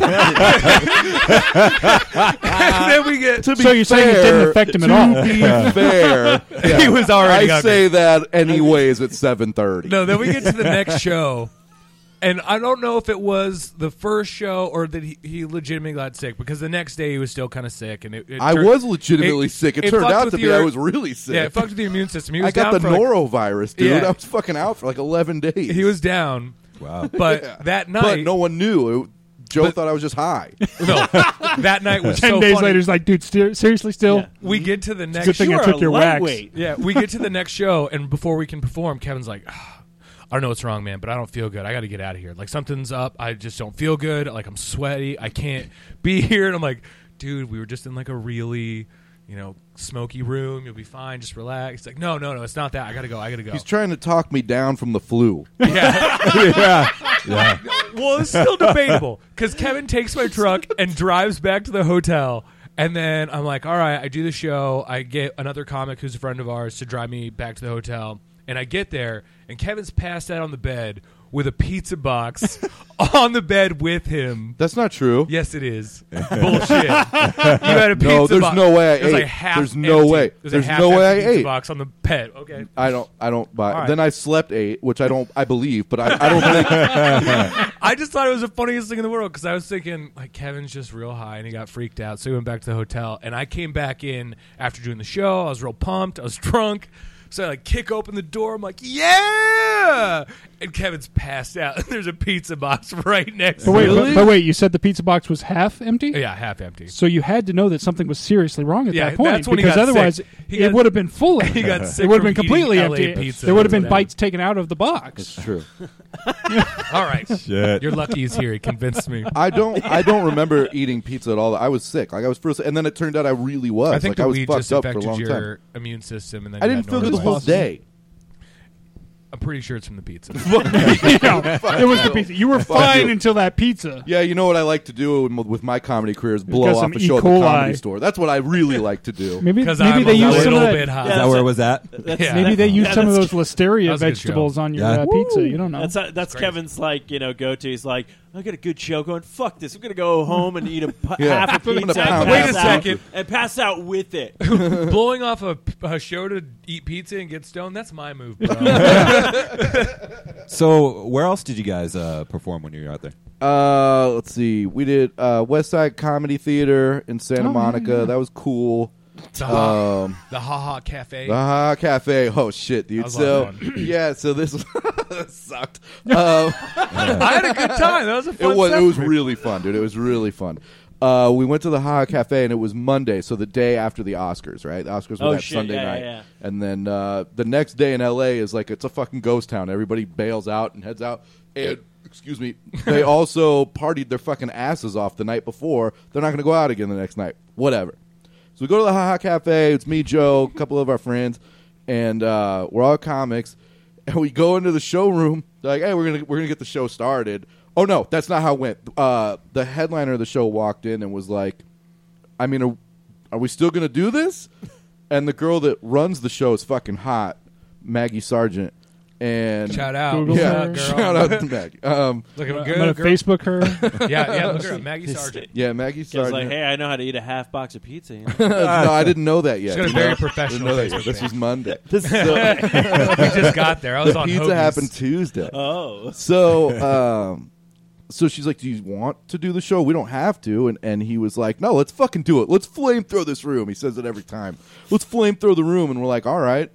Speaker 6: then we get.
Speaker 5: To be
Speaker 2: so you're saying it didn't
Speaker 5: fair-
Speaker 2: affect him at all?
Speaker 5: be fair,
Speaker 6: [laughs] He was already
Speaker 5: I
Speaker 6: hungry.
Speaker 5: say that anyways at seven thirty.
Speaker 6: No, then we get to the next show, and I don't know if it was the first show or that he, he legitimately got sick because the next day he was still kind of sick, and it, it
Speaker 5: I
Speaker 6: turned-
Speaker 5: was legitimately sick. It, turned
Speaker 6: fucked
Speaker 5: out
Speaker 6: with
Speaker 5: to be
Speaker 6: your-
Speaker 5: I was really sick.
Speaker 6: Yeah, it fucked with the immune system. He was
Speaker 5: I got the
Speaker 6: down for like-
Speaker 5: norovirus, dude.
Speaker 6: Yeah.
Speaker 5: I was fucking out for like eleven days.
Speaker 6: he was down.
Speaker 4: Wow.
Speaker 6: But that night,
Speaker 5: but no one knew. It- Joe thought I was just high.
Speaker 6: no,
Speaker 5: [laughs]
Speaker 6: that night
Speaker 2: [laughs]
Speaker 6: was
Speaker 2: Ten
Speaker 6: so
Speaker 2: days
Speaker 6: funny.
Speaker 2: later, he's like, dude, sti- seriously, still.
Speaker 6: we get to the next
Speaker 2: Good thing
Speaker 6: show.
Speaker 2: I
Speaker 3: are
Speaker 2: took
Speaker 3: a
Speaker 2: your wax.
Speaker 3: lightweight.
Speaker 6: Yeah, we get to the next show, and before we can perform, Kevin's like, "Ah, I don't know what's wrong, man, but I don't feel good. I got to get out of here. Like, something's up. I just don't feel good. Like, I'm sweaty. I can't be [laughs] here. And I'm like, dude, we were just in like a really, you know, smoky room. You'll be fine. Just relax. He's like, no, no, no, it's not that. I got to go. I got to go.
Speaker 5: He's trying to talk me down from the flu. I [laughs]
Speaker 4: yeah.
Speaker 6: [laughs] well, it's still debatable because Kevin takes my truck and drives back to the hotel. And then I'm like, all right, I do the show. I get another comic who's a friend of ours to drive me back to the hotel. And I get there, and Kevin's passed out on the bed with a pizza
Speaker 5: [laughs]
Speaker 6: box on the bed with him.
Speaker 5: That's not
Speaker 6: [laughs]
Speaker 5: true.
Speaker 6: Yes, it
Speaker 5: [laughs]
Speaker 6: is. Bullshit. you had a pizza
Speaker 5: No, there's
Speaker 6: box.
Speaker 5: no way I
Speaker 6: It was
Speaker 5: ate.
Speaker 6: Like half
Speaker 5: There's no
Speaker 6: empty.
Speaker 5: way.
Speaker 6: It was a
Speaker 5: There's
Speaker 6: half
Speaker 5: no way
Speaker 6: empty
Speaker 5: I
Speaker 6: pizza
Speaker 5: ate.
Speaker 6: box on the bed. Okay.
Speaker 5: I don't. I don't buy.
Speaker 6: right.
Speaker 5: Then I slept eight, which I don't. I believe, but I, I don't
Speaker 6: [laughs]
Speaker 5: think.
Speaker 6: I just thought it was the funniest thing in the world because I was thinking like Kevin's just real high and he got freaked out, so he went back to the hotel. And I came back in after doing the show. I was real pumped. I was [laughs] drunk, so I like kick open the door. I'm like, yeah! And Kevin's passed out. [laughs] And there's a pizza box [laughs] right next.
Speaker 2: But
Speaker 6: to
Speaker 2: wait,
Speaker 6: him.
Speaker 2: but, but wait, you said the pizza box was half empty?
Speaker 6: yeah, half empty.
Speaker 2: So you had to know that something was seriously wrong at
Speaker 6: Yeah,
Speaker 2: that point
Speaker 6: that's when he
Speaker 2: because
Speaker 6: got
Speaker 2: otherwise
Speaker 6: sick. He
Speaker 2: it
Speaker 6: got-
Speaker 2: would have been full.
Speaker 6: [laughs] He got sick
Speaker 2: it would have been
Speaker 6: from
Speaker 2: completely
Speaker 6: eating LA
Speaker 2: empty.
Speaker 6: pizza.
Speaker 2: there would have been
Speaker 6: Yeah.
Speaker 2: bites taken out of the box.
Speaker 5: true.
Speaker 6: All right,
Speaker 4: Shit.
Speaker 6: you're lucky he's here. He convinced me.
Speaker 5: I don't. I don't remember eating pizza at all. I was sick. Like I was first, and then it turned out I really was.
Speaker 6: I think
Speaker 5: like
Speaker 6: the
Speaker 5: [laughs] I was
Speaker 6: weed
Speaker 5: fucked
Speaker 6: just
Speaker 5: up for a
Speaker 6: affected
Speaker 5: long
Speaker 6: your
Speaker 5: time.
Speaker 6: immune system, and then
Speaker 5: I
Speaker 6: you
Speaker 5: didn't
Speaker 6: had
Speaker 5: feel good
Speaker 6: normal
Speaker 5: the whole
Speaker 6: life.
Speaker 5: day.
Speaker 6: I'm pretty sure it's from
Speaker 2: [laughs]
Speaker 6: the pizza.
Speaker 2: You know, [laughs] it was the pizza. You were fine
Speaker 5: you.
Speaker 2: until that pizza.
Speaker 5: Yeah, you know what I like to do in- with my comedy career is blow
Speaker 2: Got
Speaker 5: off
Speaker 2: some
Speaker 5: a show at the
Speaker 2: E.
Speaker 5: comedy
Speaker 2: coli.
Speaker 5: store. That's what I really like to do.
Speaker 2: Maybe
Speaker 6: Because
Speaker 2: maybe
Speaker 6: I'm
Speaker 2: they
Speaker 6: a
Speaker 2: used some
Speaker 6: little
Speaker 2: of that,
Speaker 6: bit high.
Speaker 4: Is that where it was at?
Speaker 6: Yeah.
Speaker 2: maybe they used
Speaker 3: Yeah,
Speaker 2: some of
Speaker 3: that's-
Speaker 2: those listeria
Speaker 6: was a good
Speaker 2: vegetables
Speaker 6: show.
Speaker 2: on your
Speaker 4: Yeah.
Speaker 2: uh, pizza. You don't know.
Speaker 3: That's that's,
Speaker 6: great.
Speaker 3: Kevin's like you know go to. He's like, I got a good show going. Fuck this. I'm gonna go home and eat a p-
Speaker 5: Yeah.
Speaker 3: half a
Speaker 5: I'm gonna
Speaker 3: pizza. and
Speaker 5: pound
Speaker 3: pass
Speaker 6: Wait a
Speaker 3: out-
Speaker 6: second.
Speaker 3: and pass out with it.
Speaker 6: blowing off a, a show to eat pizza and get stoned that's my move [laughs] bro
Speaker 4: So, where else did you guys uh, perform when you were out there?
Speaker 5: Uh, let's see. We did uh, West Side Comedy Theater in Santa
Speaker 2: Oh,
Speaker 5: Monica.
Speaker 2: yeah, yeah.
Speaker 5: That was cool.
Speaker 6: the, ha,
Speaker 5: Um,
Speaker 6: the ha ha cafe
Speaker 5: the Ha Cafe. Oh shit,
Speaker 6: That
Speaker 5: dude.
Speaker 6: was
Speaker 5: So
Speaker 6: a lot of
Speaker 5: [clears throat] yeah, so this [laughs] sucked. Um,
Speaker 6: i had a good time that was a fun
Speaker 5: it was
Speaker 6: set
Speaker 5: it was
Speaker 6: for me.
Speaker 5: really fun, dude. It was really fun. Uh, we went to the Ha Cafe and it was Monday, so the day after the Oscars, right? The Oscars were
Speaker 3: Oh,
Speaker 5: that
Speaker 3: shit.
Speaker 5: Sunday
Speaker 3: Yeah, yeah,
Speaker 5: night,
Speaker 3: yeah.
Speaker 5: and then uh, the next day in L.A. is like it's a fucking ghost town. Everybody bails out and heads out. And excuse
Speaker 3: [laughs]
Speaker 5: me, they also partied their fucking asses off the night before. They're not going to go out again the next night. Whatever. So we go to the Ha Ha Cafe. It's me, Joe, a couple of our friends, and uh, we're all comics. And we go into the showroom. They're like, hey, we're gonna we're gonna get the show started. Oh no, that's not how it went. Uh, the headliner of the show walked in and was like, I mean, are, are we still gonna do this? And the girl that runs the show is fucking hot, Maggie Sargent. And
Speaker 6: shout out
Speaker 2: Google
Speaker 5: yeah,
Speaker 2: her.
Speaker 5: shout out to Maggie. Um,
Speaker 6: look at
Speaker 2: I'm
Speaker 6: a
Speaker 2: gonna
Speaker 6: good girl.
Speaker 2: Facebook
Speaker 6: [laughs]
Speaker 2: her.
Speaker 6: yeah yeah look at her, [laughs] maggie sargent
Speaker 5: yeah, Maggie
Speaker 3: Kevin's
Speaker 5: Sargent.
Speaker 3: like, hey, I know how to eat a half box of pizza. you know?
Speaker 5: [laughs] no, I didn't know that yet.
Speaker 6: she's got a
Speaker 5: You know?
Speaker 6: very
Speaker 5: Didn't
Speaker 6: professional
Speaker 5: know that yet.
Speaker 6: Facebook
Speaker 5: This was
Speaker 6: page.
Speaker 5: Monday.
Speaker 6: [laughs] we just got there i was
Speaker 5: [laughs] the
Speaker 6: on
Speaker 5: pizza
Speaker 6: Hoagies.
Speaker 5: happened Tuesday.
Speaker 3: Oh,
Speaker 4: [laughs]
Speaker 5: So, um, so she's like, "Do you want to do the show? We don't have to." And and he was like, "No, let's fucking do it. Let's flame throw this room." He says it every time. Let's flame throw the room, and we're like, "All right,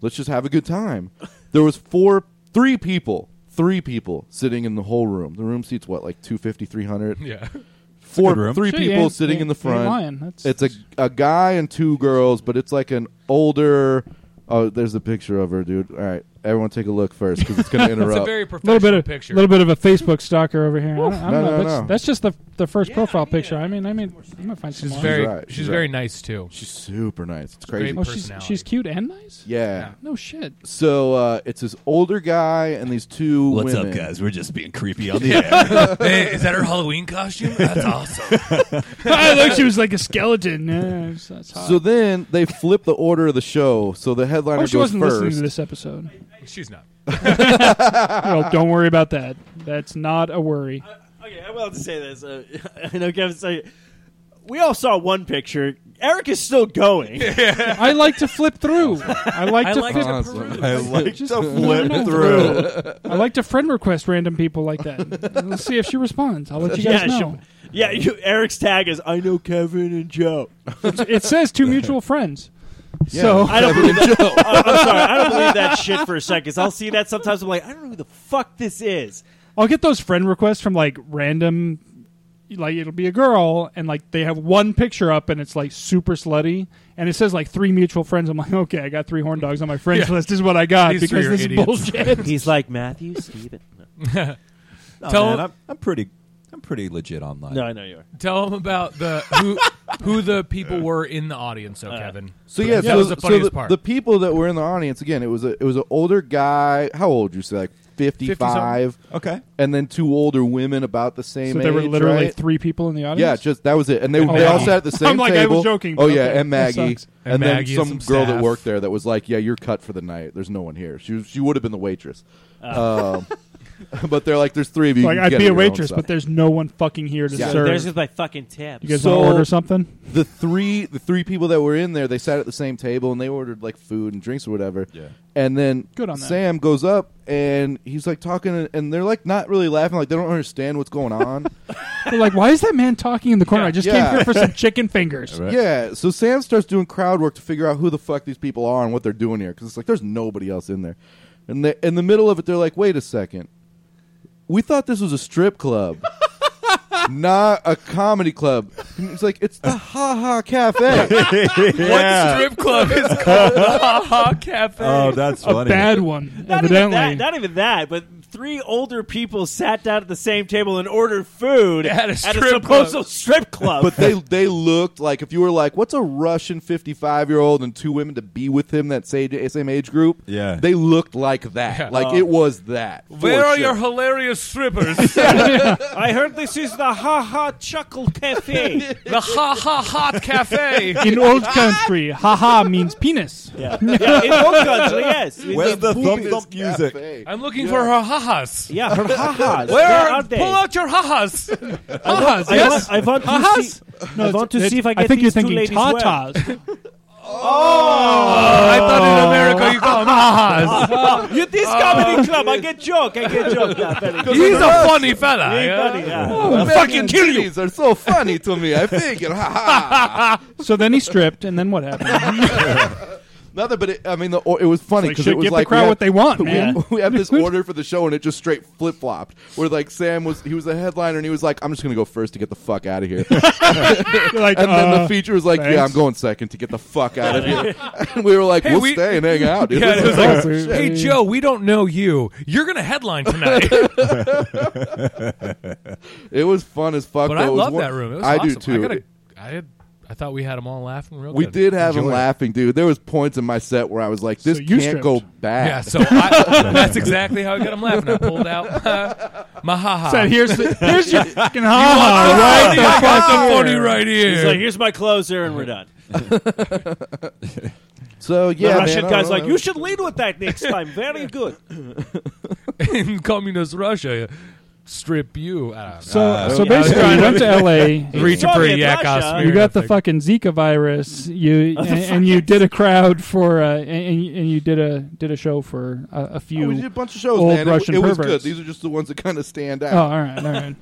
Speaker 5: let's just have a good time." There was four, three people, three people sitting in the whole room. The room seats what, like 250, 300?
Speaker 6: yeah
Speaker 5: Four,
Speaker 4: good room.
Speaker 5: three
Speaker 2: Sure, you
Speaker 5: people
Speaker 2: ain't-
Speaker 5: sitting
Speaker 2: you
Speaker 5: in the
Speaker 2: ain't lying.
Speaker 5: front.
Speaker 2: That's-
Speaker 5: It's a a guy and two girls, but it's like an older. Oh, there's a picture of her, dude. All right, everyone, take a look first because it's going to interrupt.
Speaker 6: it's a very
Speaker 2: A little
Speaker 6: professional
Speaker 2: bit of
Speaker 6: picture
Speaker 2: little bit of a Facebook stalker over here. I don't, I
Speaker 5: No,
Speaker 2: don't know.
Speaker 5: no,
Speaker 2: that's,
Speaker 5: no.
Speaker 2: that's just the the first profile picture. I mean, I mean, I'm gonna find some.
Speaker 6: she's
Speaker 2: more.
Speaker 6: very
Speaker 5: She's right,
Speaker 6: she's,
Speaker 5: she's
Speaker 6: very
Speaker 5: right.
Speaker 6: nice too
Speaker 5: She's super nice. It's crazy.
Speaker 6: great.
Speaker 2: Oh, she's
Speaker 6: personality.
Speaker 2: she's cute and nice.
Speaker 5: Yeah.
Speaker 2: No shit.
Speaker 6: [laughs]
Speaker 2: [laughs]
Speaker 5: So uh, it's this older guy and these two
Speaker 4: What's
Speaker 5: women.
Speaker 4: up, guys? We're just being creepy on the air.
Speaker 6: [laughs] hey is that her halloween costume [laughs] that's awesome
Speaker 2: I thought she was like a skeleton. Yeah, that's- that's hot.
Speaker 5: So then they flip the order of the show. So the headliner
Speaker 2: oh, she
Speaker 5: goes
Speaker 2: wasn't listening
Speaker 5: first.
Speaker 2: to this episode.
Speaker 6: she's not
Speaker 2: No, don't worry about that. That's not a worry.
Speaker 3: Okay, I will have to say this. Uh, [laughs] I know Kevin's saying we all saw one picture. Eric is still going. [laughs]
Speaker 2: I like to flip through. I like
Speaker 6: I
Speaker 2: to
Speaker 6: like
Speaker 2: flip.
Speaker 6: to peruse.
Speaker 4: I like
Speaker 2: Just
Speaker 4: to flip
Speaker 2: through. I like to friend request random people like that. Let's see if she responds. I'll let you guys
Speaker 3: [laughs] yeah,
Speaker 2: know.
Speaker 3: she- yeah. You, Eric's tag is I know Kevin and Joe.
Speaker 2: It says two mutual friends.
Speaker 5: Yeah.
Speaker 2: So
Speaker 3: I don't believe that. I- I'm sorry. I don't believe that shit for a second. 'cause I'll see that sometimes. I'm like, I don't know who the fuck this is.
Speaker 2: I'll get those friend requests from like random, like it'll be a girl, and like they have one picture up, and it's like super slutty, and it says like three mutual friends. I'm like, [laughs] okay, I got three horn dogs on my friends list. Is what I got
Speaker 6: These
Speaker 2: because
Speaker 6: three are
Speaker 2: this
Speaker 6: idiots.
Speaker 2: is
Speaker 5: [laughs]
Speaker 2: bullshit.
Speaker 3: He's like Matthew, Steven.
Speaker 4: No,
Speaker 6: Tell
Speaker 4: man,
Speaker 6: him-
Speaker 4: I'm, I'm pretty. I'm pretty legit online.
Speaker 3: No, I know you are.
Speaker 6: Tell them about the who who the people were in the audience, though, Kevin.
Speaker 5: So yeah,
Speaker 6: that
Speaker 5: so,
Speaker 6: was the
Speaker 5: so
Speaker 6: funniest
Speaker 5: the,
Speaker 6: part. [laughs]
Speaker 5: the people that were in the audience again, it was a it was an older guy. How old would you say? Like fifty five,
Speaker 2: [laughs]
Speaker 4: Okay.
Speaker 5: and then two older women about the same.
Speaker 2: So there were
Speaker 5: age,
Speaker 2: literally
Speaker 5: right?
Speaker 2: three people in the audience.
Speaker 5: Yeah, just that was it, and they,
Speaker 2: Oh,
Speaker 5: they all
Speaker 2: wow.
Speaker 5: sat at the
Speaker 2: [laughs] I'm
Speaker 5: same
Speaker 2: like, I was
Speaker 5: table.
Speaker 2: joking,
Speaker 5: Oh
Speaker 2: but
Speaker 5: yeah,
Speaker 2: okay,
Speaker 5: and
Speaker 2: that
Speaker 5: Maggie,
Speaker 2: sucks.
Speaker 5: and,
Speaker 6: And
Speaker 5: then
Speaker 6: Maggie
Speaker 5: some,
Speaker 6: and some
Speaker 5: girl that
Speaker 6: staff.
Speaker 5: worked there that was like, "Yeah, you're cut for the night. There's no one here." She was- she would have been the waitress, um, [laughs] but they're like, "There's three of you."
Speaker 2: Oh. like
Speaker 5: you
Speaker 2: I'd
Speaker 5: get
Speaker 2: be a
Speaker 5: your own
Speaker 2: waitress,
Speaker 5: stuff.
Speaker 2: but there's no one fucking here to
Speaker 5: Yeah.
Speaker 2: serve.
Speaker 3: There's just my fucking tips.
Speaker 2: you guys
Speaker 5: So-
Speaker 2: want to order something?
Speaker 5: the three the three people that were in there they sat at the same table and they ordered like food and drinks or whatever
Speaker 4: Yeah.
Speaker 5: and then
Speaker 2: Good on that.
Speaker 5: sam goes up and he's like talking and- and they're like not really laughing like they don't understand what's
Speaker 2: [laughs]
Speaker 5: going on
Speaker 2: They're like, why is that man talking in the corner? I just
Speaker 5: Yeah.
Speaker 2: came here for some
Speaker 5: [laughs]
Speaker 2: chicken fingers.
Speaker 5: yeah so sam starts doing crowd work to figure out who the fuck these people are and what they're doing here because it's like there's nobody else in there and they, in the middle of it they're like wait a second we thought this was a strip
Speaker 6: [laughs]
Speaker 5: club not a comedy club And it's like it's the ha ha
Speaker 6: [laughs]
Speaker 5: cafe
Speaker 6: What strip club is called the Ha Ha Cafe?
Speaker 4: Oh, that's
Speaker 2: A
Speaker 4: funny.
Speaker 2: bad one,
Speaker 3: Not even,
Speaker 2: evidently.
Speaker 3: that, not even that, but three older people sat down at the same table and ordered food
Speaker 6: At a strip
Speaker 3: supposed
Speaker 6: club.
Speaker 3: strip club.
Speaker 5: But they they looked like if you were like, what's a Russian fifty five year old and two women to be with him that same same age group?
Speaker 4: Yeah.
Speaker 5: they looked like that.
Speaker 6: Yeah.
Speaker 5: Like it was that. for
Speaker 6: Where are
Speaker 5: sure.
Speaker 6: your hilarious strippers?
Speaker 3: I heard this is the Ha Ha Chuckle Cafe.
Speaker 6: the Ha Ha Hot Cafe.
Speaker 2: in old country, haha means penis.
Speaker 3: yeah. yeah, in both country, yes. In
Speaker 4: Where's the thump
Speaker 5: Boobies
Speaker 4: thump music?
Speaker 5: Cafe.
Speaker 6: I'm looking for her
Speaker 3: the-
Speaker 6: ha-has.
Speaker 3: yeah, from Ha Ha's.
Speaker 6: Where
Speaker 3: are
Speaker 6: are,
Speaker 3: they?
Speaker 6: pull out your ha-has. ha-has,
Speaker 3: I
Speaker 6: yes.
Speaker 3: want, I want to
Speaker 6: Ha-has?
Speaker 3: see, I want to see if I get
Speaker 2: think
Speaker 3: these
Speaker 2: you're
Speaker 3: two
Speaker 2: thinking
Speaker 3: ladies well.
Speaker 2: tatas.
Speaker 6: I thought in America you call them ha-has.
Speaker 3: Oh, you this comedy club, I get joke, I get joke. Yeah, very good.
Speaker 6: He's a funny fella. yeah.
Speaker 3: Funny, yeah.
Speaker 5: I'll
Speaker 6: fucking kill you.
Speaker 5: These are so funny to me. I figure, ha ha.
Speaker 2: so then he stripped, and then what happened?
Speaker 5: Nothing, but it, I mean, the, or- it was funny
Speaker 2: Like,
Speaker 5: because
Speaker 2: shit,
Speaker 5: it was
Speaker 2: give the
Speaker 5: like
Speaker 2: crowd
Speaker 5: we had-
Speaker 2: what they want,
Speaker 5: [laughs] we-
Speaker 2: man.
Speaker 5: We, have this order for the show, and it just straight flip flopped. Where like Sam was, he was the headliner, and he was like, "I'm just gonna go first to get the fuck out of here."
Speaker 2: like,
Speaker 5: And then the
Speaker 2: uh,
Speaker 5: feature was like,
Speaker 2: thanks.
Speaker 5: "Yeah, I'm going second to get the fuck out of here." And we were like,
Speaker 6: Hey,
Speaker 5: "We'll
Speaker 6: we-
Speaker 5: stay and hang out."
Speaker 6: [laughs]
Speaker 5: Dude.
Speaker 6: Yeah,
Speaker 5: This
Speaker 6: it was
Speaker 5: is
Speaker 2: [laughs]
Speaker 6: like,
Speaker 2: oh, Shit.
Speaker 6: hey Joe, we don't know you. You're gonna headline tonight.
Speaker 5: It was fun as fuck.
Speaker 6: but
Speaker 5: though.
Speaker 6: I
Speaker 5: It was
Speaker 6: love
Speaker 5: one-
Speaker 6: that room. It was
Speaker 5: I
Speaker 6: awesome.
Speaker 5: do too.
Speaker 6: I, gotta, I, had, I thought we had them all laughing real
Speaker 5: we
Speaker 6: good.
Speaker 5: did have him
Speaker 6: Enjoy it.
Speaker 5: laughing, dude. There was points in my set where I was like, "This
Speaker 2: you
Speaker 5: can't
Speaker 2: stripped.
Speaker 5: go bad."
Speaker 6: Yeah, so I, that's exactly how I got them laughing. I pulled out my, my ha-ha.
Speaker 2: said, here's, the, here's your fucking haha.
Speaker 6: right I got the funny right here.
Speaker 3: He's like, here's my closer, and we're done.
Speaker 5: So yeah,
Speaker 3: the
Speaker 5: man,
Speaker 3: Russian
Speaker 5: I don't
Speaker 3: guy's
Speaker 5: know.
Speaker 3: like, you should lead with that next time. Very good.
Speaker 6: in [laughs] communist Russia, strip you. Uh,
Speaker 2: So,
Speaker 4: Uh,
Speaker 2: so
Speaker 4: okay.
Speaker 2: basically, you went to L.A.,
Speaker 6: reaching for a
Speaker 3: Soviet
Speaker 6: yak
Speaker 3: Russia.
Speaker 6: ass
Speaker 2: you
Speaker 6: smear,
Speaker 2: got the
Speaker 6: I think.
Speaker 2: fucking Zika virus, you and, and you did a crowd for, uh, and, and and you did a did a show for a, a
Speaker 5: Oh, we did
Speaker 2: few.
Speaker 5: a bunch of shows,
Speaker 2: old
Speaker 5: man. It-
Speaker 2: Russian
Speaker 5: it, was
Speaker 2: perverts.
Speaker 5: good. These are just the ones that kind of stand out.
Speaker 2: Oh, all right, all right.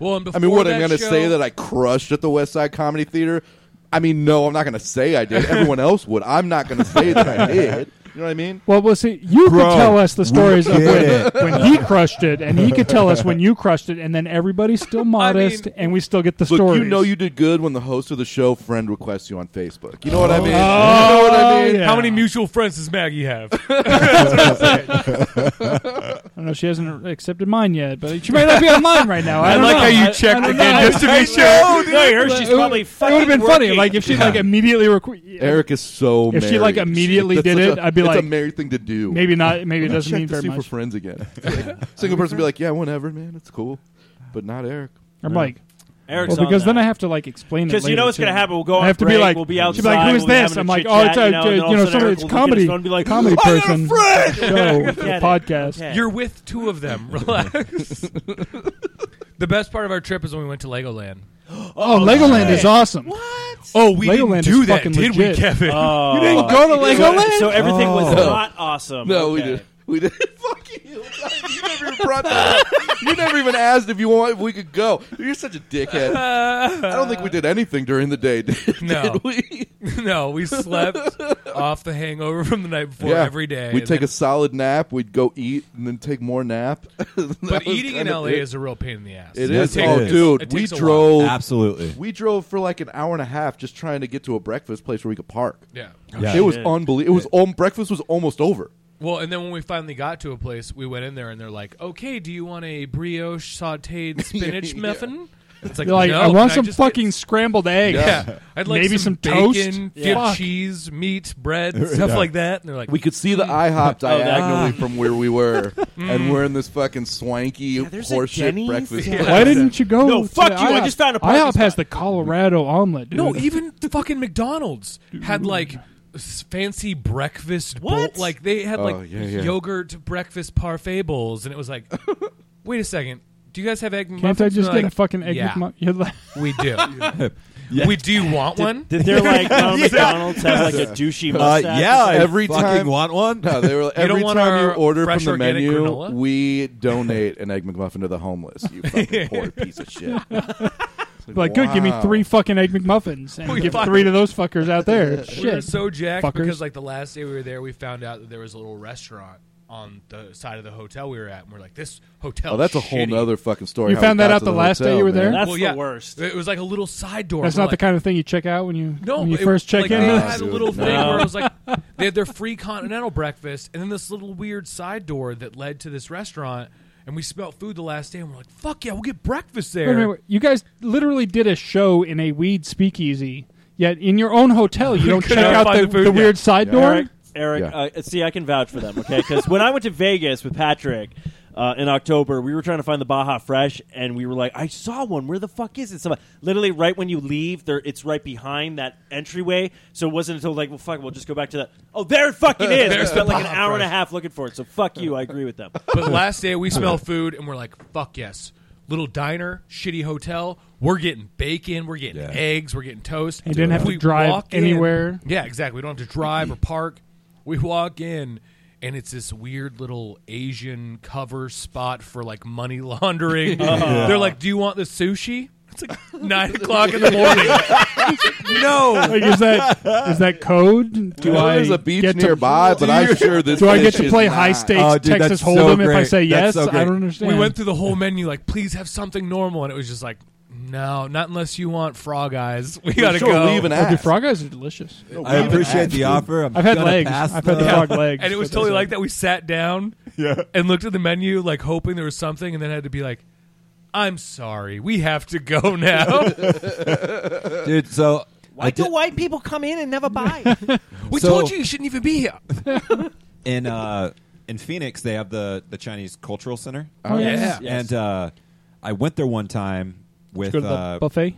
Speaker 6: Well, and
Speaker 2: Oh.
Speaker 5: I mean, what
Speaker 6: before
Speaker 5: I'm gonna
Speaker 6: show-
Speaker 5: say that I crushed at the West Side Comedy Theater? I mean, no, I'm not gonna say I did.
Speaker 2: [laughs]
Speaker 5: Everyone else would. I'm not gonna say that I did. You know what I mean?
Speaker 2: Well, we'll see. You
Speaker 4: Bro,
Speaker 2: could tell us the stories of
Speaker 4: get
Speaker 2: when, when he crushed it, and he could tell us when you crushed it, and then everybody's still modest,
Speaker 6: mean-
Speaker 2: and we still get the
Speaker 5: Look,
Speaker 2: stories.
Speaker 5: you know you did good when the host of the show friend requests you on Facebook. You know what I mean?
Speaker 2: Oh,
Speaker 5: you know what I mean?
Speaker 2: yeah.
Speaker 6: How many mutual friends does Maggie
Speaker 5: [laughs]
Speaker 6: have?
Speaker 2: I don't know. She hasn't accepted mine yet, but she might not be online right now. I,
Speaker 6: I
Speaker 2: don't
Speaker 6: like
Speaker 2: know.
Speaker 6: how
Speaker 2: I-
Speaker 6: you
Speaker 2: I
Speaker 6: checked
Speaker 2: don't
Speaker 6: again
Speaker 2: know.
Speaker 6: just to be sure.
Speaker 3: No, no, her, she's
Speaker 2: It would-
Speaker 3: probably
Speaker 2: it
Speaker 3: fucking
Speaker 2: would have been
Speaker 3: working.
Speaker 2: funny, like if she like immediately requ-
Speaker 5: Eric is so.
Speaker 2: If she,
Speaker 5: married.
Speaker 2: like, immediately
Speaker 5: That's
Speaker 2: did
Speaker 5: such
Speaker 2: it, I'd be
Speaker 5: it's
Speaker 2: like-
Speaker 5: a married thing to do.
Speaker 2: Maybe not. Maybe it
Speaker 5: Let's
Speaker 2: doesn't
Speaker 5: check
Speaker 2: mean
Speaker 5: to
Speaker 2: very
Speaker 5: see if we're
Speaker 2: much. [laughs]
Speaker 5: friends again. Single person be like, yeah, whenever, man, it's cool, but not Eric.
Speaker 2: I'm like,
Speaker 3: Eric's
Speaker 2: Well, because
Speaker 3: on
Speaker 2: then I have to like explain it.
Speaker 3: Because you
Speaker 2: later,
Speaker 3: know what's
Speaker 2: too.
Speaker 3: going to happen. We'll go on
Speaker 2: I have to
Speaker 3: break.
Speaker 2: be like,
Speaker 3: we'll be
Speaker 2: she'll
Speaker 3: outside.
Speaker 2: like, who's
Speaker 3: we'll be
Speaker 2: this?
Speaker 3: having
Speaker 2: I'm
Speaker 3: a
Speaker 2: like, oh, it's
Speaker 3: chit-chat,
Speaker 2: a,
Speaker 3: you know, and then all
Speaker 2: you know,
Speaker 3: of a sudden
Speaker 2: somebody, it's
Speaker 3: Eric will look at his
Speaker 2: comedy,
Speaker 3: phone
Speaker 2: comedy
Speaker 3: and be like,
Speaker 2: person, show,
Speaker 3: get it.
Speaker 2: podcast.
Speaker 3: Okay.
Speaker 6: You're with two of
Speaker 5: [laughs]
Speaker 6: them. Relax. [laughs] the best part of our trip is when we went to Legoland.
Speaker 2: Oh, Legoland is awesome.
Speaker 6: Oh, we
Speaker 2: Legoland
Speaker 6: didn't do
Speaker 2: is
Speaker 6: that,
Speaker 2: fucking
Speaker 6: did we,
Speaker 2: legit.
Speaker 6: Kevin?
Speaker 2: You didn't go to Legoland?
Speaker 3: So everything was
Speaker 5: No.
Speaker 3: not awesome.
Speaker 5: No, we
Speaker 3: Okay.
Speaker 5: did. We did. [laughs] Fuck you. You never even brought that up. You never even asked if you want if we could go. You're such a dickhead. I
Speaker 6: [laughs]
Speaker 5: don't think we did anything during the day, [laughs] did,
Speaker 6: No.
Speaker 5: did we?
Speaker 6: no, we slept
Speaker 5: [laughs]
Speaker 6: off the hangover from the night before every day.
Speaker 5: We'd
Speaker 6: and
Speaker 5: take
Speaker 6: then-
Speaker 5: a solid nap. We'd go eat and then take more nap. [laughs]
Speaker 6: but eating in LA is a real pain in the ass.
Speaker 5: It
Speaker 4: Yes,
Speaker 5: is.
Speaker 4: it
Speaker 5: oh,
Speaker 4: is.
Speaker 5: dude,
Speaker 6: It
Speaker 5: we
Speaker 6: takes a while.
Speaker 5: drove.
Speaker 4: Absolutely.
Speaker 5: We drove for like an hour and a half just trying to get to a breakfast place where we could park.
Speaker 6: Yeah.
Speaker 4: Yeah.
Speaker 5: It was unbelievable. It was um, breakfast was almost over.
Speaker 6: Well, and then when we finally got to a place, we went in there and they're like, "Okay, do you want a brioche
Speaker 2: [laughs]
Speaker 6: sautéed spinach
Speaker 5: Yeah.
Speaker 6: muffin?" It's like,
Speaker 2: You're like,
Speaker 6: "No,
Speaker 2: I
Speaker 6: can
Speaker 2: want some
Speaker 6: just
Speaker 2: fucking
Speaker 6: get-
Speaker 2: scrambled eggs.
Speaker 6: [laughs] yeah. I'd like
Speaker 2: Maybe
Speaker 6: some,
Speaker 2: some toast?
Speaker 6: bacon,
Speaker 2: Yeah. Fuck.
Speaker 6: cheese, meat,
Speaker 2: [laughs]
Speaker 6: bread, stuff like that." And they're like,
Speaker 5: We could see the IHOP
Speaker 2: Oh,
Speaker 3: that-
Speaker 5: diagonally from where we were, [laughs]
Speaker 2: Mm.
Speaker 5: and we're in this fucking swanky
Speaker 3: there's a
Speaker 5: horseshit
Speaker 3: Denny's? [laughs]
Speaker 5: breakfast.
Speaker 3: Yeah.
Speaker 5: place.
Speaker 2: Why
Speaker 5: [laughs]
Speaker 2: didn't you go?
Speaker 3: No,
Speaker 2: to
Speaker 3: fuck
Speaker 2: the
Speaker 3: you, I
Speaker 2: IHOP?
Speaker 3: just found a parking
Speaker 2: IHOP has
Speaker 3: spot.
Speaker 2: the Colorado omelet, dude.
Speaker 6: No, even fucking McDonald's had like s- fancy breakfast bowl.
Speaker 3: What?
Speaker 6: Like they had like
Speaker 5: Oh, yeah, yeah.
Speaker 6: yogurt breakfast parfait bowls, and it was like, [laughs] wait a second, do you guys have egg?
Speaker 2: can't I just get a fucking egg?
Speaker 6: Yeah,
Speaker 2: McMu- [laughs] You're like-
Speaker 6: we do.
Speaker 5: [laughs]
Speaker 6: We do want one.
Speaker 3: Did they're like Ronald McDonald's have like a douchey
Speaker 4: Uh,
Speaker 3: mustache?
Speaker 4: yeah, I
Speaker 5: Every
Speaker 4: fucking
Speaker 5: time-
Speaker 4: want one.
Speaker 5: No, they were like,
Speaker 6: You don't
Speaker 5: every
Speaker 6: want
Speaker 5: time you
Speaker 6: our
Speaker 5: order
Speaker 6: fresh
Speaker 5: from the
Speaker 6: organic
Speaker 5: menu,
Speaker 6: granola?
Speaker 5: we donate an egg McMuffin to the homeless. You
Speaker 2: [laughs]
Speaker 5: fucking poor piece of shit.
Speaker 2: like, good, give me
Speaker 5: Wow.
Speaker 2: three fucking egg McMuffins
Speaker 6: We
Speaker 2: and give
Speaker 6: fucking-
Speaker 2: three to those fuckers out there.
Speaker 6: We were
Speaker 2: Shit.
Speaker 6: so jacked
Speaker 2: Fuckers.
Speaker 6: because like the last day we were there, we found out that there was a little restaurant on the side of the hotel we were at, and we're like, this hotel.
Speaker 5: Oh, that's a
Speaker 6: is
Speaker 5: whole
Speaker 6: shitty.
Speaker 5: nother fucking story.
Speaker 2: You
Speaker 5: how we
Speaker 2: found that
Speaker 5: got
Speaker 2: out
Speaker 5: to
Speaker 2: the last day
Speaker 5: hotel,
Speaker 2: you were
Speaker 5: man.
Speaker 2: there?
Speaker 3: That's
Speaker 6: Well,
Speaker 3: the
Speaker 6: yeah,
Speaker 3: worst.
Speaker 6: It was like a little side door.
Speaker 2: That's
Speaker 6: We're
Speaker 2: not the
Speaker 6: like,
Speaker 2: kind of thing you check out when you
Speaker 6: No,
Speaker 2: when you
Speaker 6: it-
Speaker 2: first check
Speaker 6: like,
Speaker 2: in.
Speaker 6: They
Speaker 2: [laughs]
Speaker 5: No,
Speaker 6: had a
Speaker 5: dude,
Speaker 6: little
Speaker 5: no.
Speaker 6: thing where it was like they had their free continental breakfast, and then this little weird side door that led to this restaurant. And we smelled food the last day, and we're like, "Fuck yeah, we'll get breakfast there."
Speaker 2: Wait, wait, wait. You guys literally did a show in a weed speakeasy, yet in your own hotel you don't check
Speaker 6: couldn't
Speaker 2: out
Speaker 6: find
Speaker 2: the,
Speaker 6: the food,
Speaker 2: the
Speaker 6: yeah.
Speaker 2: weird side door.
Speaker 3: Eric, Eric,
Speaker 5: Yeah.
Speaker 3: uh, see, I can vouch for them, okay? Because when I went to Vegas with Patrick uh, in October, we were trying to find the Baja Fresh, and we were like, "I saw one. Where the fuck is it?" So, literally, right when you leave, there, it's right behind that entryway. So it wasn't until like, "Well, fuck, we'll just go back to that." Oh, there it fucking
Speaker 6: [laughs]
Speaker 3: is. we
Speaker 6: There's
Speaker 3: spent
Speaker 6: the
Speaker 3: like an
Speaker 6: Baja
Speaker 3: hour and a
Speaker 6: Fresh.
Speaker 3: half looking for it. So fuck you. I agree with
Speaker 6: [laughs]
Speaker 3: them.
Speaker 6: But last day, we smelled food, and we're like, "Fuck yes." Little diner, shitty hotel. We're getting bacon. We're getting
Speaker 4: Yeah.
Speaker 6: eggs. We're getting toast.
Speaker 2: You didn't have to drive
Speaker 6: walk in-
Speaker 2: anywhere.
Speaker 6: Yeah, exactly. We don't have to drive or park. We walk in, and it's this weird little Asian cover spot for like money [laughs] laundering. They're like, "Do you want the sushi?" It's like nine o'clock in the morning. no,
Speaker 2: Like, is that is that code? Do
Speaker 5: Well,
Speaker 2: I
Speaker 5: there's a beach
Speaker 2: get to-
Speaker 5: nearby, but I'm sure
Speaker 2: [laughs]
Speaker 5: this.
Speaker 2: do I get
Speaker 5: fish
Speaker 2: to
Speaker 5: is
Speaker 2: play
Speaker 5: not.
Speaker 2: high stakes
Speaker 4: Oh, dude,
Speaker 2: Texas
Speaker 4: that's so
Speaker 2: Hold'em if I
Speaker 4: great.
Speaker 2: say yes?
Speaker 4: That's so
Speaker 2: I
Speaker 4: great.
Speaker 2: don't understand.
Speaker 6: we went through the whole menu. Like, please have something normal, and it was just like. No, not unless you want frog eyes. [laughs] We gotta
Speaker 5: sure,
Speaker 6: go.
Speaker 5: leave and
Speaker 2: Oh, dude,
Speaker 5: ask.
Speaker 2: frog eyes are delicious.
Speaker 4: I appreciate the offer. I'm
Speaker 2: I've had
Speaker 4: gonna
Speaker 2: legs.
Speaker 4: pass
Speaker 2: I've had
Speaker 4: the-
Speaker 2: the
Speaker 4: [laughs]
Speaker 2: frog legs.
Speaker 6: And it was
Speaker 2: That's what
Speaker 6: totally
Speaker 2: I
Speaker 6: like
Speaker 2: said.
Speaker 6: that. We sat down
Speaker 4: Yeah.
Speaker 6: and looked at the menu, like hoping there was something, and then had to be like, I'm sorry, we have to go [laughs] now.
Speaker 4: dude. So I
Speaker 3: Why do [laughs]
Speaker 4: did-
Speaker 3: white people come in and never buy?
Speaker 6: [laughs] we
Speaker 4: So-
Speaker 6: told you you shouldn't even be [laughs] here.
Speaker 4: in uh, in Phoenix they have the the Chinese Cultural Center,
Speaker 2: Oh,
Speaker 6: yeah.
Speaker 4: and uh, I went there one time with
Speaker 2: Go to the
Speaker 4: uh,
Speaker 2: buffet.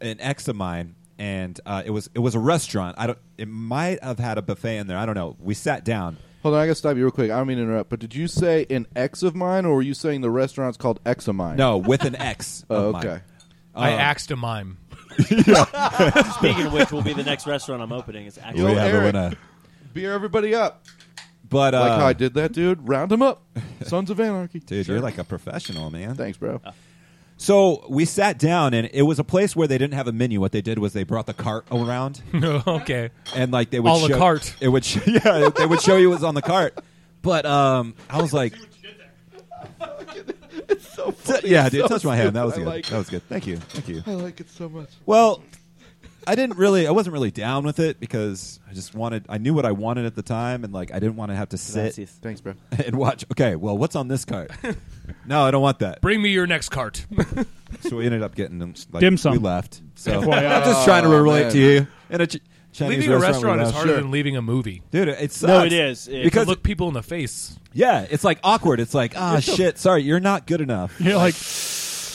Speaker 4: an ex of mine, and uh, it was it was a restaurant. I don't. It might have had a buffet in there. I don't know. We sat down.
Speaker 5: Hold on, I gotta stop you real quick. I don't mean to interrupt, but did you say an ex of mine, or were you saying the restaurant's called Ex of mine?
Speaker 4: No, with an ex.
Speaker 5: [laughs] Oh,
Speaker 4: of mine.
Speaker 5: okay.
Speaker 6: I axed a mime. [laughs]
Speaker 3: Speaking of which, will be the next restaurant I'm opening. It's actually
Speaker 4: We
Speaker 5: Yo,
Speaker 4: have a
Speaker 5: Eric.
Speaker 4: winner.
Speaker 5: Beer everybody up,
Speaker 4: But uh,
Speaker 5: like how I did that, dude. Round them up, Sons of Anarchy.
Speaker 4: dude, you're like a professional, man.
Speaker 5: Thanks, bro.
Speaker 4: So we sat down, and it was a place where they didn't have a menu. What they did was they brought the cart
Speaker 5: [laughs]
Speaker 4: around,
Speaker 6: No, okay.
Speaker 4: and like they would
Speaker 6: A la
Speaker 4: show, [laughs]
Speaker 6: carte.
Speaker 4: It would, sh- yeah, they would show you it was on the cart. But um, I was
Speaker 5: [laughs]
Speaker 4: like, T- yeah, dude, touch my hand. That was
Speaker 5: I
Speaker 4: good.
Speaker 5: like
Speaker 4: that was good. Thank you, thank you.
Speaker 5: I [laughs] like it so much.
Speaker 4: Well, I didn't really. I wasn't really down with it because I just wanted. I knew what I wanted at the time, and like I didn't want to have to sit
Speaker 3: Gracias.
Speaker 5: Thanks, bro.
Speaker 4: [laughs] and watch. Okay, well, what's on this cart? no, I don't want that.
Speaker 6: Bring me your next cart.
Speaker 4: So we ended up getting them. Like,
Speaker 2: Dim sum.
Speaker 4: We left. So
Speaker 2: FYI.
Speaker 4: [laughs] I'm just trying to
Speaker 5: Oh,
Speaker 4: relate
Speaker 5: man.
Speaker 4: to you. In a ch- Chinese
Speaker 6: Leaving a
Speaker 4: restaurant
Speaker 6: restaurant
Speaker 4: we
Speaker 6: is
Speaker 4: left.
Speaker 6: harder
Speaker 5: Sure.
Speaker 6: than leaving a movie.
Speaker 4: Dude, it sucks.
Speaker 3: No, it is. It-
Speaker 4: because
Speaker 6: To look people in the face. [laughs]
Speaker 4: yeah, it's like awkward. It's like ah shit. Sorry, you're not good enough.
Speaker 2: You're like,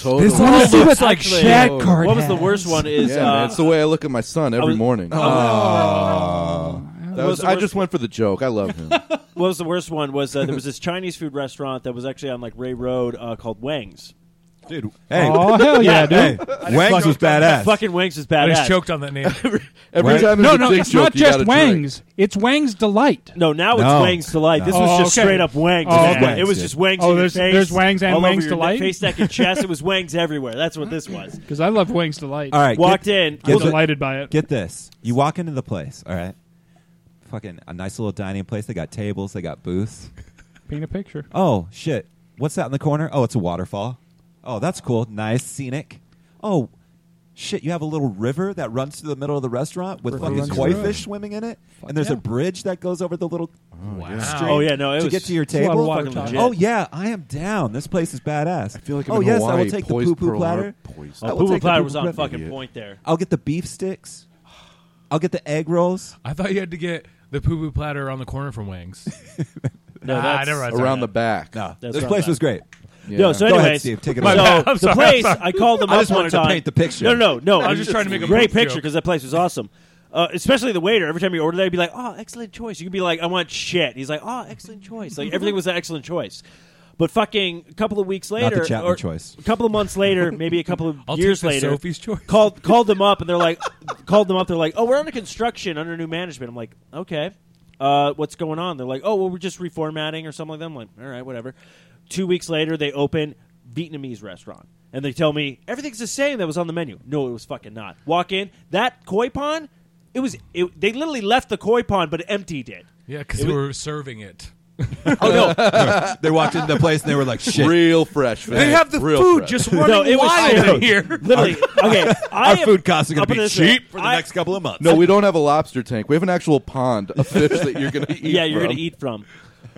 Speaker 5: Totally.
Speaker 2: I want
Speaker 6: This
Speaker 2: to
Speaker 6: all
Speaker 2: see
Speaker 6: looks
Speaker 2: what
Speaker 6: like
Speaker 3: Actually,
Speaker 6: shit.
Speaker 2: that card
Speaker 3: What was the
Speaker 2: has.
Speaker 3: worst one? Is
Speaker 5: yeah,
Speaker 3: uh,
Speaker 5: man, it's the way I look at my son every
Speaker 3: was-
Speaker 5: morning. that
Speaker 3: was
Speaker 5: was,
Speaker 3: the
Speaker 5: I
Speaker 3: worst-
Speaker 5: just went for the joke. I love him.
Speaker 3: what was the worst one? Was uh, there was this Chinese food restaurant that was actually on like Ray Road uh, called Wangs.
Speaker 4: dude. Hey,
Speaker 2: [laughs] Oh
Speaker 3: [laughs]
Speaker 2: hell yeah, dude!
Speaker 4: hey, Wangs was badass.
Speaker 3: Fucking Wangs is
Speaker 6: I
Speaker 4: Oh,
Speaker 6: just
Speaker 3: badass.
Speaker 6: choked on that [laughs] name.
Speaker 5: Every
Speaker 4: Right.
Speaker 5: time
Speaker 2: No,
Speaker 5: there's
Speaker 2: no,
Speaker 5: a dick
Speaker 2: it's
Speaker 5: joke,
Speaker 2: not
Speaker 5: you gotta
Speaker 2: just
Speaker 5: drink.
Speaker 2: Wang's. It's Wang's delight.
Speaker 3: No, now it's
Speaker 4: No.
Speaker 3: Wang's delight. This
Speaker 2: No.
Speaker 3: was
Speaker 2: Oh,
Speaker 3: just
Speaker 2: okay.
Speaker 3: straight up Wangs.
Speaker 2: Oh,
Speaker 3: man.
Speaker 2: okay.
Speaker 3: It was just Wangs.
Speaker 2: Oh,
Speaker 3: in your
Speaker 2: there's-
Speaker 3: face,
Speaker 2: there's Wangs and
Speaker 3: all over
Speaker 2: Wangs
Speaker 3: your
Speaker 2: Delight?
Speaker 3: Face, neck, and chest. It was Wangs everywhere. That's what this was.
Speaker 2: Because I love Wang's delight.
Speaker 4: All right,
Speaker 3: Walked
Speaker 4: get,
Speaker 3: in.
Speaker 2: I'm
Speaker 4: Get, the-
Speaker 2: delighted by it.
Speaker 4: get this. You walk into the place, all right? Fucking a nice little dining place. They got tables, they got booths.
Speaker 2: Paint a picture.
Speaker 4: Oh, shit. What's that in the corner? Oh, it's a waterfall. Oh, that's cool. Nice, scenic. Oh, shit. You have a little river that runs through the middle of the restaurant with
Speaker 2: River
Speaker 4: fucking
Speaker 2: runs
Speaker 4: koi
Speaker 2: through.
Speaker 4: fish swimming in it. And there's a
Speaker 2: yeah.
Speaker 4: bridge that goes over the little
Speaker 6: Wow.
Speaker 4: stream
Speaker 3: Oh, yeah, no, it
Speaker 4: to
Speaker 3: was-
Speaker 4: get to your
Speaker 2: a lot of
Speaker 4: table.
Speaker 2: water
Speaker 4: Fucking
Speaker 2: talk.
Speaker 4: legit. Oh yeah, I am down. This place is badass. I
Speaker 5: feel like I'm
Speaker 4: oh
Speaker 5: in
Speaker 4: yes, I
Speaker 5: Hawaii.
Speaker 4: will take
Speaker 5: Poised
Speaker 4: the poo poo
Speaker 5: Pearl
Speaker 4: platter.
Speaker 5: Harbor. Poised.
Speaker 4: I
Speaker 3: Oh,
Speaker 4: will
Speaker 3: Poo
Speaker 4: take the
Speaker 3: Platter was on
Speaker 4: poo-poo platter.
Speaker 3: fucking point there.
Speaker 4: I'll get the beef sticks. I'll get the egg rolls.
Speaker 6: I thought you had to get the poo poo platter on the corner from Wings.
Speaker 3: No,
Speaker 6: Nah,
Speaker 3: that's-
Speaker 6: never mind. Sorry, [laughs]
Speaker 5: Around
Speaker 6: no.
Speaker 5: the back.
Speaker 3: That's
Speaker 4: Ah. this
Speaker 3: not
Speaker 4: place
Speaker 3: bad.
Speaker 4: was great.
Speaker 3: No, so
Speaker 4: Go ahead,
Speaker 3: anyways,
Speaker 4: Steve, take it
Speaker 6: away.
Speaker 3: so
Speaker 6: My bad. [laughs] I'm
Speaker 3: the
Speaker 6: sorry, I'm
Speaker 3: place
Speaker 6: sorry.
Speaker 3: I called them
Speaker 4: I
Speaker 3: up
Speaker 4: just
Speaker 3: one
Speaker 4: wanted to
Speaker 3: time.
Speaker 4: paint the picture.
Speaker 3: No, no, no.
Speaker 6: I was
Speaker 3: it
Speaker 6: just trying to make a
Speaker 3: great
Speaker 6: poop joke.
Speaker 3: picture because that place was awesome. Uh, especially the waiter. Every time you order that, he'd be like, "Oh, excellent choice." You could be like, "I want shit." He's like, "Oh, excellent choice." Like everything was an excellent choice. But fucking a couple of weeks
Speaker 4: the
Speaker 3: later,
Speaker 4: Chapman
Speaker 3: or
Speaker 4: choice.
Speaker 3: A couple of months later, maybe a couple of
Speaker 6: I'll take
Speaker 3: years
Speaker 6: the
Speaker 3: later,
Speaker 6: Sophie's choice.
Speaker 3: [laughs] called called them up and they're like, [laughs] called them up. They're like, "Oh, we're under construction, under new management." I'm like, "Okay, uh, what's going on?" They're like, "Oh, well, we're just reformatting or something like that." I'm like, "All right, whatever." Two weeks later, they open Vietnamese restaurant. And they tell me everything's the same that was on the menu. No, it was fucking not. Walk in that koi pond. It was. It, they literally left the koi pond, but emptied it.
Speaker 6: Yeah, because
Speaker 3: It
Speaker 6: we
Speaker 3: was-
Speaker 6: were serving it.
Speaker 4: [laughs] Oh
Speaker 3: [laughs]
Speaker 4: no. they walked into the place and they were [laughs] like, "Shit,
Speaker 5: [laughs] Real fresh. Fish.
Speaker 6: They have the
Speaker 5: Real
Speaker 6: food
Speaker 5: fresh.
Speaker 6: just
Speaker 3: No,
Speaker 6: running
Speaker 3: it was [laughs]
Speaker 6: wild
Speaker 3: so-
Speaker 6: in here.
Speaker 3: Literally. [laughs] okay, I
Speaker 4: our
Speaker 3: am-
Speaker 4: food costs are
Speaker 3: I'll
Speaker 4: going
Speaker 3: put
Speaker 4: to
Speaker 3: it
Speaker 4: be
Speaker 3: this way.
Speaker 4: cheap for the
Speaker 3: I-
Speaker 4: next couple of months."
Speaker 5: No, we don't have a lobster tank. We have an actual pond of fish that you're gonna eat.
Speaker 3: yeah, you're
Speaker 5: from.
Speaker 3: gonna eat from.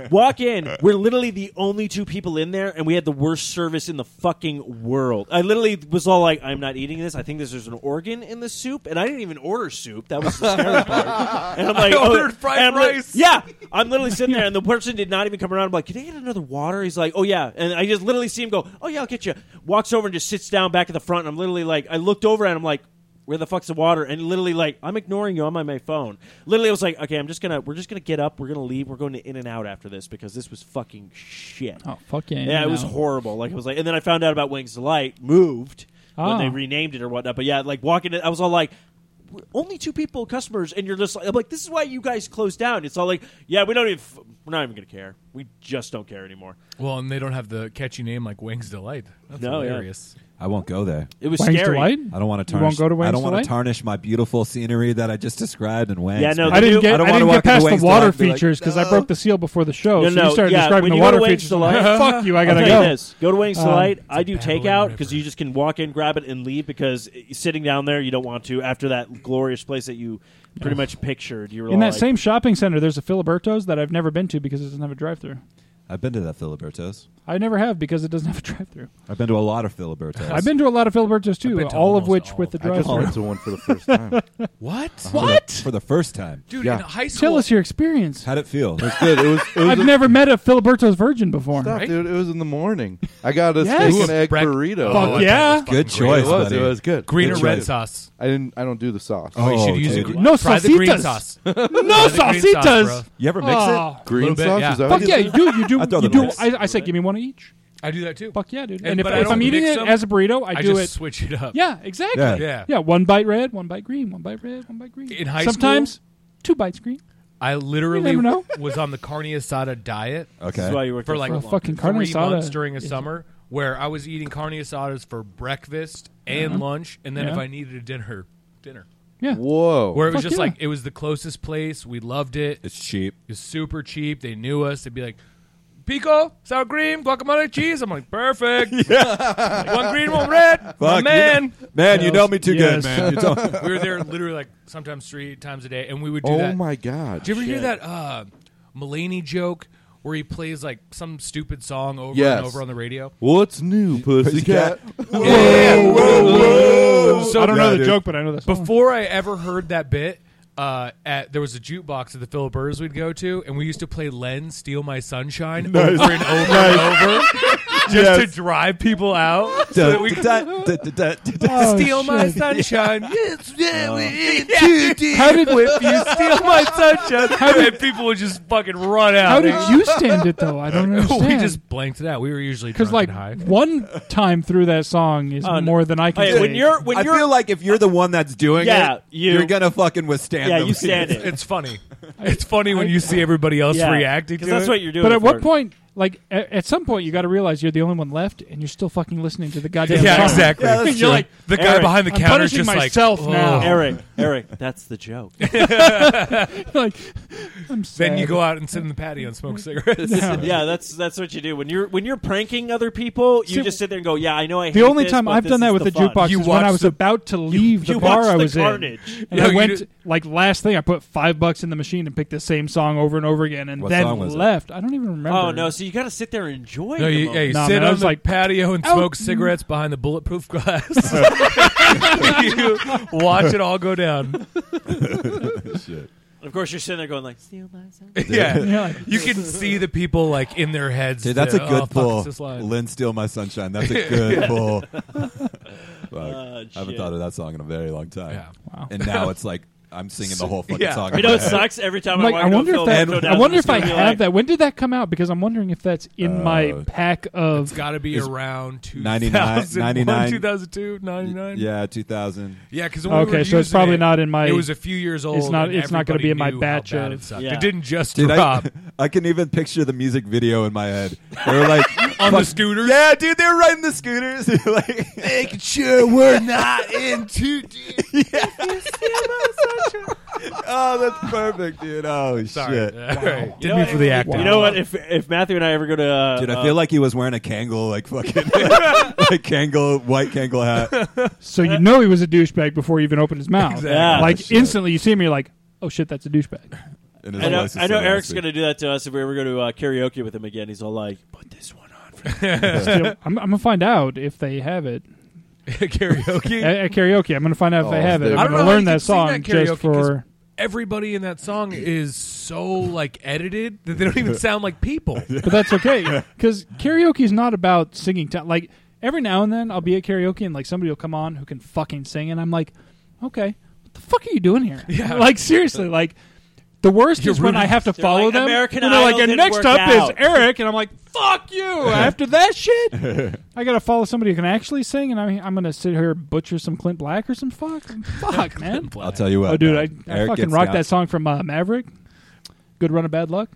Speaker 3: Walk in. We're literally the only two people in there, and we had the worst service in the fucking world. I literally was all like, "I'm not eating this. I think this is an organ in the soup," and I didn't even order soup. That was the scary part. And I'm like,
Speaker 6: [laughs] I
Speaker 3: oh,
Speaker 6: ordered fried
Speaker 3: and I'm li-
Speaker 6: rice. [laughs]
Speaker 3: yeah, I'm literally sitting there, and the person did not even come around. I'm like, "Can I get another water?" He's like, "Oh yeah," and I just literally see him go, "Oh yeah, I'll get you." Walks over and just sits down back at the front. And I'm literally like, I looked over and I'm like. Where the fuck's the water? And literally, like, I'm ignoring you. I'm on my phone. Literally, I was like, okay, I'm just gonna, we're just gonna get up. We're gonna leave. We're going to In and Out after this because this was fucking shit.
Speaker 2: Oh fuck yeah!
Speaker 3: Yeah, it was horrible. Like it was like, and then I found out about Wings Delight moved
Speaker 2: Ah.
Speaker 3: when they renamed it or whatnot. But yeah, like walking, in, I was all like, "We're only two people, customers, and you're just like, I'm like, this is why you guys closed down. It's all like, yeah, we don't even, f- we're not even gonna care. We just don't care anymore.
Speaker 6: Well, and they don't have the catchy name like Wings Delight. That's
Speaker 3: No, yeah.
Speaker 6: hilarious.
Speaker 4: I won't go there.
Speaker 3: It was
Speaker 2: Wang's
Speaker 3: scary.
Speaker 2: delight.
Speaker 4: I don't want to
Speaker 2: You won't
Speaker 4: tarnish.
Speaker 2: go to
Speaker 4: I
Speaker 2: Wang's
Speaker 4: don't want
Speaker 2: Delight?
Speaker 4: to tarnish my beautiful scenery that I just described in Wangs.
Speaker 3: Yeah, no,
Speaker 4: man.
Speaker 2: I didn't
Speaker 3: do-
Speaker 2: get.
Speaker 4: I
Speaker 2: I,
Speaker 4: don't wanna
Speaker 2: didn't
Speaker 4: walk
Speaker 2: get
Speaker 4: into
Speaker 2: past the
Speaker 4: Wang's
Speaker 2: water
Speaker 4: Delight and be like,
Speaker 2: features because I
Speaker 4: "No."
Speaker 2: broke the seal before the show.
Speaker 3: No,
Speaker 2: Oh, so
Speaker 3: no,
Speaker 2: you started
Speaker 3: yeah,
Speaker 2: describing
Speaker 3: when
Speaker 2: the
Speaker 3: you go to
Speaker 2: water
Speaker 3: Wang's
Speaker 2: features. [laughs]
Speaker 3: Delight-
Speaker 2: Fuck you! I
Speaker 3: I'll
Speaker 2: gotta
Speaker 3: tell you
Speaker 2: go.
Speaker 3: this. Go to Wings
Speaker 2: Um,
Speaker 3: Delight. I do
Speaker 6: it's a babbling
Speaker 3: takeout because
Speaker 6: river.
Speaker 3: you just can walk in, grab it, and leave. Because uh, sitting down there, you don't want to. After that glorious place that you pretty much pictured, you were
Speaker 2: In
Speaker 3: all
Speaker 2: that
Speaker 3: like,
Speaker 2: same shopping center, there's a Filiberto's that I've never been to because it doesn't have a drive-through.
Speaker 4: I've been to that Filiberto's.
Speaker 2: I never have because it doesn't have a drive-through.
Speaker 4: I've been to a lot of Filiberto's.
Speaker 2: I've been to a lot of Filiberto's too,
Speaker 6: been to
Speaker 2: all of
Speaker 6: almost
Speaker 2: which
Speaker 6: all
Speaker 2: with the
Speaker 6: of
Speaker 5: I just
Speaker 2: drive-through.
Speaker 5: went to one for the first time.
Speaker 6: What?
Speaker 4: for the first time.
Speaker 6: Uh-huh. Dude,
Speaker 5: Yeah.
Speaker 6: in high school.
Speaker 2: Tell us your experience.
Speaker 4: How'd it feel?
Speaker 5: It's good. It was. It was
Speaker 2: I've
Speaker 5: a-
Speaker 2: never met a Filiberto's virgin before.
Speaker 5: Stop,
Speaker 6: Right?
Speaker 5: dude. It was in the morning. I got a
Speaker 2: Yes.
Speaker 5: steak and egg
Speaker 6: Brec-
Speaker 5: burrito.
Speaker 6: Oh,
Speaker 2: Fuck
Speaker 6: I thought it
Speaker 2: yeah.
Speaker 6: was fucking
Speaker 4: Good
Speaker 6: great.
Speaker 4: choice.
Speaker 5: It was.
Speaker 4: buddy.
Speaker 5: It was good.
Speaker 6: Green
Speaker 5: It
Speaker 6: or
Speaker 5: was
Speaker 6: red
Speaker 5: good.
Speaker 6: sauce?
Speaker 5: I didn't. I don't do the sauce.
Speaker 6: Oh, you
Speaker 4: Oh,
Speaker 6: should use
Speaker 4: dude.
Speaker 6: the,
Speaker 2: No
Speaker 6: try the green
Speaker 2: salsitas.
Speaker 6: sauce.
Speaker 2: No
Speaker 6: Try the green sauce,
Speaker 2: salsitas.
Speaker 6: bro.
Speaker 4: You ever mix
Speaker 2: Oh,
Speaker 4: it?
Speaker 5: Green
Speaker 6: Little bit,
Speaker 5: sauce?
Speaker 6: yeah.
Speaker 5: Is that
Speaker 2: fuck
Speaker 5: what
Speaker 2: yeah,
Speaker 5: you
Speaker 2: you do. You do.
Speaker 4: [laughs] I throw
Speaker 2: you
Speaker 4: them
Speaker 2: do.
Speaker 4: in.
Speaker 2: I, I say, give me one of each.
Speaker 6: I do that too.
Speaker 2: Fuck yeah, dude.
Speaker 6: And-
Speaker 2: And, if,
Speaker 6: but I
Speaker 2: if
Speaker 6: don't
Speaker 2: I'm eating
Speaker 6: mix
Speaker 2: it
Speaker 6: them.
Speaker 2: as a burrito, I,
Speaker 6: I
Speaker 2: do
Speaker 6: just
Speaker 2: it.
Speaker 6: switch it up.
Speaker 2: Yeah, exactly.
Speaker 4: Yeah.
Speaker 6: Yeah.
Speaker 2: one bite red, one bite green, one bite red, one bite green.
Speaker 6: In high
Speaker 2: sometimes
Speaker 6: school?
Speaker 2: two bites green
Speaker 6: I literally
Speaker 2: You never know.
Speaker 6: [laughs] was on the carne asada diet
Speaker 3: This is why
Speaker 4: Oh, Okay.
Speaker 3: you worked
Speaker 6: for like
Speaker 2: For a fucking carne
Speaker 6: three
Speaker 2: asada.
Speaker 6: months during a
Speaker 2: Yeah.
Speaker 6: summer, where I was eating carne asadas for breakfast and lunch, and then if
Speaker 2: Uh-huh. Yeah.
Speaker 6: I needed a dinner, dinner.
Speaker 2: Yeah,
Speaker 5: Whoa.
Speaker 6: Where it was
Speaker 2: Fuck
Speaker 6: just
Speaker 2: yeah.
Speaker 6: like it was the closest place. We loved it. It
Speaker 4: Oh. It's cheap.
Speaker 6: was super cheap. They knew us. They'd be like, "Pico, sour cream, guacamole, cheese." I'm like, "Perfect." Like, one green, one red.
Speaker 4: Fuck,
Speaker 6: My
Speaker 4: you
Speaker 6: man.
Speaker 4: know- man, you know me too
Speaker 2: Yes.
Speaker 4: good, man. You
Speaker 6: [laughs]
Speaker 4: don't-
Speaker 6: we were there literally like sometimes three times a day, and we would do
Speaker 5: oh
Speaker 6: that.
Speaker 5: my god.
Speaker 6: Did you ever hear that uh, Mulaney joke where he plays like some stupid song over
Speaker 5: Yes.
Speaker 6: and over on the radio?
Speaker 5: What's new, pussycat?
Speaker 6: So
Speaker 2: I don't
Speaker 4: Yeah,
Speaker 2: know the
Speaker 4: dude.
Speaker 2: joke, but I know this.
Speaker 6: before I ever heard that bit, uh, at there was a jukebox at the Phil Burrs we'd go to, and we used to play Len Steal My Sunshine over and over and over. just to drive people out so that we can
Speaker 4: How
Speaker 6: steal my
Speaker 2: shit.
Speaker 6: sunshine. [laughs] yes, [laughs] yeah, we're in too deep. How
Speaker 2: did-
Speaker 6: if you steal my sunshine? How [laughs] did people would just fucking run out?
Speaker 2: How
Speaker 6: [laughs]
Speaker 2: did you stand it though? I don't understand.
Speaker 6: we just blanked it out. We were usually
Speaker 2: because
Speaker 6: drunk
Speaker 2: like
Speaker 6: and high.
Speaker 2: one time through that song is
Speaker 3: Oh, no.
Speaker 2: more than I can.
Speaker 3: Hey,
Speaker 2: say.
Speaker 3: when you're when
Speaker 4: I
Speaker 3: you're
Speaker 4: feel like if you're the one that's doing
Speaker 3: Yeah,
Speaker 4: it,
Speaker 3: you-
Speaker 4: are gonna fucking withstand.
Speaker 3: yeah,
Speaker 4: them.
Speaker 3: you stand it.
Speaker 6: It's funny. It's funny when you see everybody else
Speaker 3: yeah.
Speaker 6: reacting
Speaker 3: 'Cause
Speaker 6: to
Speaker 3: that's
Speaker 6: it.
Speaker 3: what you're doing.
Speaker 2: but at
Speaker 3: for
Speaker 2: what
Speaker 3: it.
Speaker 2: point, like at, at some point, you got to realize you're the only one left, and you're still fucking listening to the goddamn
Speaker 6: yeah,
Speaker 2: song.
Speaker 6: exactly.
Speaker 4: Yeah, that's
Speaker 6: you're
Speaker 4: true.
Speaker 6: like the guy
Speaker 3: Eric,
Speaker 6: behind the
Speaker 2: I'm
Speaker 6: counter
Speaker 2: punishing
Speaker 6: just
Speaker 2: myself
Speaker 6: like
Speaker 2: now.
Speaker 6: "Oh."
Speaker 3: Eric, Eric, that's the joke.
Speaker 2: [laughs] like I'm sad.
Speaker 6: Then you go out and sit in the patio
Speaker 4: [laughs]
Speaker 6: and smoke cigarettes.
Speaker 3: yeah, that's that's what you do when you're when you're pranking other people. You
Speaker 2: See,
Speaker 3: just sit there and go, "Yeah, I know I."
Speaker 2: The
Speaker 3: hate
Speaker 2: only
Speaker 3: this,
Speaker 2: time
Speaker 3: but
Speaker 2: I've
Speaker 3: this
Speaker 2: done that
Speaker 3: is
Speaker 2: with the,
Speaker 3: the fun.
Speaker 2: jukebox
Speaker 6: You
Speaker 2: is when I
Speaker 6: watch
Speaker 2: was
Speaker 6: the-
Speaker 2: about to leave
Speaker 3: you
Speaker 2: the bar
Speaker 3: watch
Speaker 2: I
Speaker 3: the
Speaker 2: was
Speaker 3: carnage.
Speaker 2: in, and
Speaker 6: No,
Speaker 2: I
Speaker 6: you
Speaker 2: went
Speaker 6: do-
Speaker 2: like last thing I put five bucks in the machine and picked the same song over and over again, and
Speaker 4: What
Speaker 2: then
Speaker 4: song was it?
Speaker 2: left. I don't even remember.
Speaker 3: Oh no! So you got to sit there and enjoy.
Speaker 6: No,
Speaker 3: the
Speaker 6: you, yeah,
Speaker 3: moment.
Speaker 6: you
Speaker 2: Nah,
Speaker 6: sit
Speaker 2: man, I
Speaker 6: on
Speaker 2: was
Speaker 6: the
Speaker 2: like,
Speaker 6: patio and
Speaker 2: "Out."
Speaker 6: smoke cigarettes behind the bulletproof glass. [laughs] you watch it all go down.
Speaker 3: Of course, you're sitting there going like, "Steal my soul."
Speaker 2: You're
Speaker 6: Yeah.
Speaker 2: like,
Speaker 6: You can see the people like in their heads.
Speaker 4: Dude, that's a
Speaker 6: the,
Speaker 4: good
Speaker 6: "Oh, fuck,
Speaker 4: pull.
Speaker 6: it's this line."
Speaker 4: Lynn Steal My Sunshine. That's
Speaker 6: [laughs]
Speaker 4: a good pull. Fuck.
Speaker 3: Uh,
Speaker 4: I haven't
Speaker 3: shit.
Speaker 4: thought of that song in a very long time.
Speaker 6: Yeah.
Speaker 2: Wow.
Speaker 4: And now it's like I'm singing the whole fucking
Speaker 6: [laughs] Yeah.
Speaker 4: song.
Speaker 3: You
Speaker 4: in
Speaker 3: know
Speaker 4: my
Speaker 3: it
Speaker 4: head.
Speaker 3: sucks every time
Speaker 2: like,
Speaker 3: I
Speaker 2: I
Speaker 3: walk
Speaker 2: wonder
Speaker 3: into
Speaker 2: if
Speaker 3: a
Speaker 2: that.
Speaker 3: film.
Speaker 2: I wonder if I have that. When did that come out? Because I'm wondering if that's in my
Speaker 4: Uh,
Speaker 2: pack of.
Speaker 6: Got to be
Speaker 4: It's
Speaker 6: around
Speaker 4: 99,
Speaker 6: 2001,
Speaker 4: 99.
Speaker 6: 2002, 99.
Speaker 4: Yeah, 2000.
Speaker 6: Yeah, because
Speaker 2: Okay, so it's probably not in my-
Speaker 6: It was a few years old.
Speaker 2: not-
Speaker 6: and
Speaker 2: it's not gonna
Speaker 6: everybody
Speaker 2: be in my
Speaker 6: knew how
Speaker 2: batch
Speaker 6: bad
Speaker 2: of-
Speaker 6: It, sucked.
Speaker 3: Yeah.
Speaker 6: it didn't just
Speaker 4: Dude,
Speaker 6: drop
Speaker 4: I, [laughs] I can even picture the music video in my head. They were
Speaker 6: [laughs]
Speaker 4: like,
Speaker 6: on the scooter.
Speaker 4: yeah, dude, they were riding the scooters. [laughs] like, making sure [laughs] we're not in too deep. oh, that's perfect, dude. Oh,
Speaker 6: Sorry.
Speaker 4: shit.
Speaker 6: [laughs] All right.
Speaker 3: You
Speaker 6: Didn't
Speaker 3: know,
Speaker 6: mean for the
Speaker 3: if- [laughs]
Speaker 6: acting.
Speaker 3: You know what? If if Matthew and I ever go to, uh,
Speaker 4: Dude, I
Speaker 3: uh,
Speaker 4: feel like he was wearing a Kangol, like
Speaker 6: [laughs]
Speaker 4: fucking, [laughs] like Kangol, white Kangol hat.
Speaker 2: So you know he was a douchebag before he even opened his mouth.
Speaker 6: Exactly. Ah,
Speaker 3: Yeah.
Speaker 2: Like instantly, you see him, you're like, "Oh shit, that's a douchebag."
Speaker 4: And his
Speaker 3: I know,
Speaker 4: voice is
Speaker 3: I know
Speaker 4: so
Speaker 3: Eric's
Speaker 4: nasty.
Speaker 3: going to do that to us if we ever go to uh, karaoke with him again. He's all like, "Put this one on." For
Speaker 2: Still, I'm, I'm gonna find out if they have it
Speaker 6: karaoke.
Speaker 2: at, at karaoke. I'm gonna find out if
Speaker 4: Oh,
Speaker 2: they have it.
Speaker 4: dude.
Speaker 2: I'm
Speaker 6: I don't
Speaker 2: gonna
Speaker 6: know how
Speaker 2: learn
Speaker 6: you can
Speaker 2: that
Speaker 6: sing
Speaker 2: song
Speaker 6: that karaoke
Speaker 2: just
Speaker 6: 'cause
Speaker 2: for.
Speaker 6: [laughs] everybody in that song is so like edited that they don't even sound like people.
Speaker 2: But that's
Speaker 3: [laughs]
Speaker 2: okay because karaoke is not about singing. To, like every now and then, I'll be at karaoke and like somebody will come on who can fucking sing, and I'm like, okay, what the fuck are you doing here?
Speaker 6: Yeah.
Speaker 2: [laughs] Like
Speaker 3: [laughs]
Speaker 2: seriously, like. The worst
Speaker 6: You're
Speaker 2: is when I
Speaker 6: ruining-
Speaker 2: have to
Speaker 3: They're
Speaker 2: follow
Speaker 3: like,
Speaker 2: them.
Speaker 3: "American
Speaker 2: and they're like,
Speaker 3: Idol
Speaker 2: and
Speaker 3: didn't
Speaker 2: next
Speaker 3: work
Speaker 2: up
Speaker 3: out." [laughs]
Speaker 2: is Eric, and I'm like, fuck you. After that shit,
Speaker 3: [laughs]
Speaker 2: I gotta follow somebody who can actually sing, and I'm, I'm gonna sit here and butcher some Clint Black or some fuck, fuck
Speaker 3: [laughs]
Speaker 2: man.
Speaker 4: I'll tell you what.
Speaker 2: Oh, dude,
Speaker 4: man.
Speaker 2: I, I
Speaker 4: Eric
Speaker 2: fucking
Speaker 4: gets
Speaker 2: rocked
Speaker 4: down-
Speaker 2: that song from uh, Maverick. Good run of bad luck.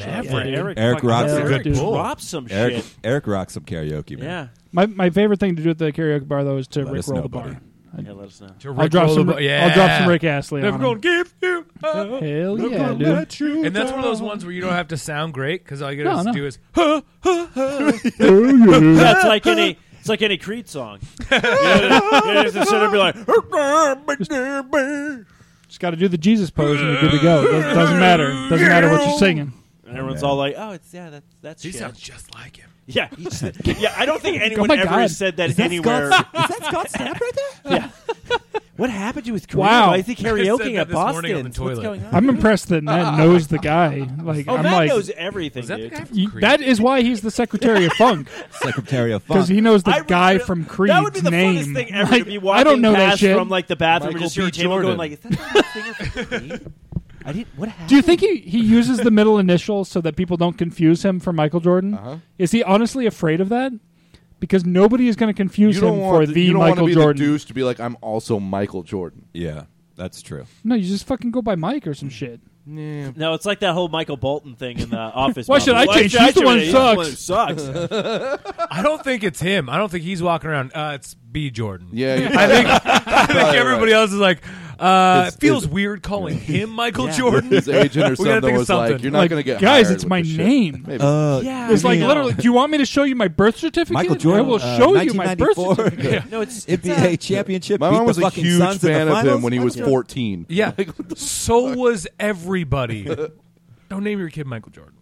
Speaker 3: Maverick. Eric,
Speaker 4: Eric
Speaker 3: fucking
Speaker 4: rocks a
Speaker 3: Eric
Speaker 2: good
Speaker 6: pull.
Speaker 3: drops some
Speaker 4: Eric,
Speaker 3: shit.
Speaker 4: Eric rocks some karaoke, man.
Speaker 3: Yeah.
Speaker 2: My my favorite thing to do at the karaoke bar though is to
Speaker 4: Let
Speaker 2: Rick
Speaker 4: us
Speaker 2: roll
Speaker 4: know,
Speaker 2: the bar.
Speaker 4: buddy.
Speaker 3: Yeah, let [laughs] us know.
Speaker 6: To
Speaker 2: I'll
Speaker 6: Rick
Speaker 2: drop
Speaker 6: roll
Speaker 2: some.
Speaker 6: the bo-
Speaker 2: Rick-
Speaker 6: yeah.
Speaker 2: I'll drop some Rick Astley.
Speaker 6: Never
Speaker 2: On
Speaker 6: gonna
Speaker 2: him.
Speaker 6: give you. up.
Speaker 2: Hell
Speaker 6: Never
Speaker 2: yeah,
Speaker 6: gonna
Speaker 2: dude.
Speaker 6: let you And that's one of those ones where you don't have to sound great because all you gotta
Speaker 2: No, no.
Speaker 6: do is
Speaker 3: [laughs] That's like any. It's like any Creed [laughs] song. you know, you just sit there and be like, and
Speaker 2: Just got to do the Jesus pose and you're good to go. Doesn't, doesn't matter. Doesn't matter what you're singing.
Speaker 3: everyone's all like, "Oh, it's yeah, that's that's
Speaker 6: He
Speaker 3: shit."
Speaker 6: sounds just like him.
Speaker 3: [laughs] yeah, Oh he just- yeah. I don't [laughs] think anyone
Speaker 2: my
Speaker 3: ever
Speaker 2: God.
Speaker 3: has said that anywhere. [laughs]
Speaker 4: Is that Scott Stapp right there?
Speaker 3: What happened to his career?
Speaker 2: Wow.
Speaker 3: Why [laughs] is he
Speaker 6: said
Speaker 3: karaoke
Speaker 6: that
Speaker 3: at
Speaker 6: this morning
Speaker 3: Boston?
Speaker 6: on the
Speaker 3: What's
Speaker 6: toilet.
Speaker 3: going on?
Speaker 2: I'm impressed that Matt knows the guy. Like
Speaker 3: oh,
Speaker 2: I'm
Speaker 3: Matt
Speaker 2: like,
Speaker 3: knows everything,
Speaker 6: Is that the
Speaker 3: dude.
Speaker 6: guy from
Speaker 2: you-
Speaker 6: Creed?
Speaker 2: that is why he's the secretary of funk
Speaker 4: [laughs] Secretary [laughs] of Fun.
Speaker 2: because he knows the
Speaker 3: [laughs] I would
Speaker 2: guy
Speaker 3: re-
Speaker 2: from Creed's
Speaker 3: That would be the
Speaker 2: name.
Speaker 3: funnest thing ever
Speaker 2: Like,
Speaker 3: to be walking
Speaker 2: I don't know
Speaker 3: past
Speaker 2: that shit.
Speaker 3: from like the bathroom
Speaker 4: Michael
Speaker 3: and just hear
Speaker 4: B.
Speaker 3: a table
Speaker 4: Jordan.
Speaker 3: going like, "Is that the
Speaker 2: [laughs]
Speaker 3: singer from Creed? I didn't. What happened?
Speaker 2: Do you think he, he uses the middle initial so that people don't confuse him for Michael Jordan?
Speaker 5: Uh-huh.
Speaker 2: Is he honestly afraid of that? Because nobody is going to confuse
Speaker 5: You don't
Speaker 2: him
Speaker 5: want
Speaker 2: for
Speaker 5: the,
Speaker 2: the
Speaker 5: you don't
Speaker 2: Michael
Speaker 5: want to be
Speaker 2: Jordan.
Speaker 5: the douche to be like I'm also Michael Jordan.
Speaker 4: yeah, that's true.
Speaker 2: no, you just fucking go by Mike or some shit.
Speaker 3: No, it's like that whole Michael Bolton
Speaker 2: [laughs]
Speaker 3: thing in the office.
Speaker 2: Why should
Speaker 3: Mama.
Speaker 2: I change?
Speaker 3: should
Speaker 2: He's the
Speaker 3: change?
Speaker 2: one who
Speaker 3: He's the one who [laughs] sucks.
Speaker 6: I don't think it's him. I don't think he's walking around. Uh, it's B. Jordan.
Speaker 5: [laughs] Yeah,
Speaker 6: I think I think
Speaker 5: right.
Speaker 6: everybody else is like, uh,
Speaker 4: It's-
Speaker 6: it feels
Speaker 4: it's-
Speaker 6: weird calling him Michael
Speaker 3: Yeah.
Speaker 6: Jordan.
Speaker 5: [laughs] his agent or
Speaker 6: We gotta
Speaker 5: something
Speaker 6: think of
Speaker 5: was like,
Speaker 6: something.
Speaker 5: "You're not
Speaker 2: Like,
Speaker 5: going to get
Speaker 2: guys,
Speaker 5: hired
Speaker 2: it's
Speaker 5: with
Speaker 2: my
Speaker 5: this shit."
Speaker 2: name.
Speaker 5: [laughs] Maybe.
Speaker 4: Uh,
Speaker 3: yeah,
Speaker 2: It's like
Speaker 3: no.
Speaker 2: literally. Do you want me to show you my birth certificate?
Speaker 4: Michael Jordan.
Speaker 2: I will
Speaker 4: uh,
Speaker 2: show you my birth
Speaker 4: 1994
Speaker 2: certificate.
Speaker 4: [laughs]
Speaker 3: No, it's, it's
Speaker 4: NBA
Speaker 3: uh,
Speaker 4: championship.
Speaker 5: my
Speaker 4: beat
Speaker 5: mom
Speaker 4: the
Speaker 5: was a
Speaker 4: fucking
Speaker 5: huge
Speaker 4: Suns in the
Speaker 5: fan of him
Speaker 4: finals?
Speaker 5: when he was
Speaker 4: That's-
Speaker 5: 14.
Speaker 6: Yeah. so was everybody. Don't name your kid Michael Jordan.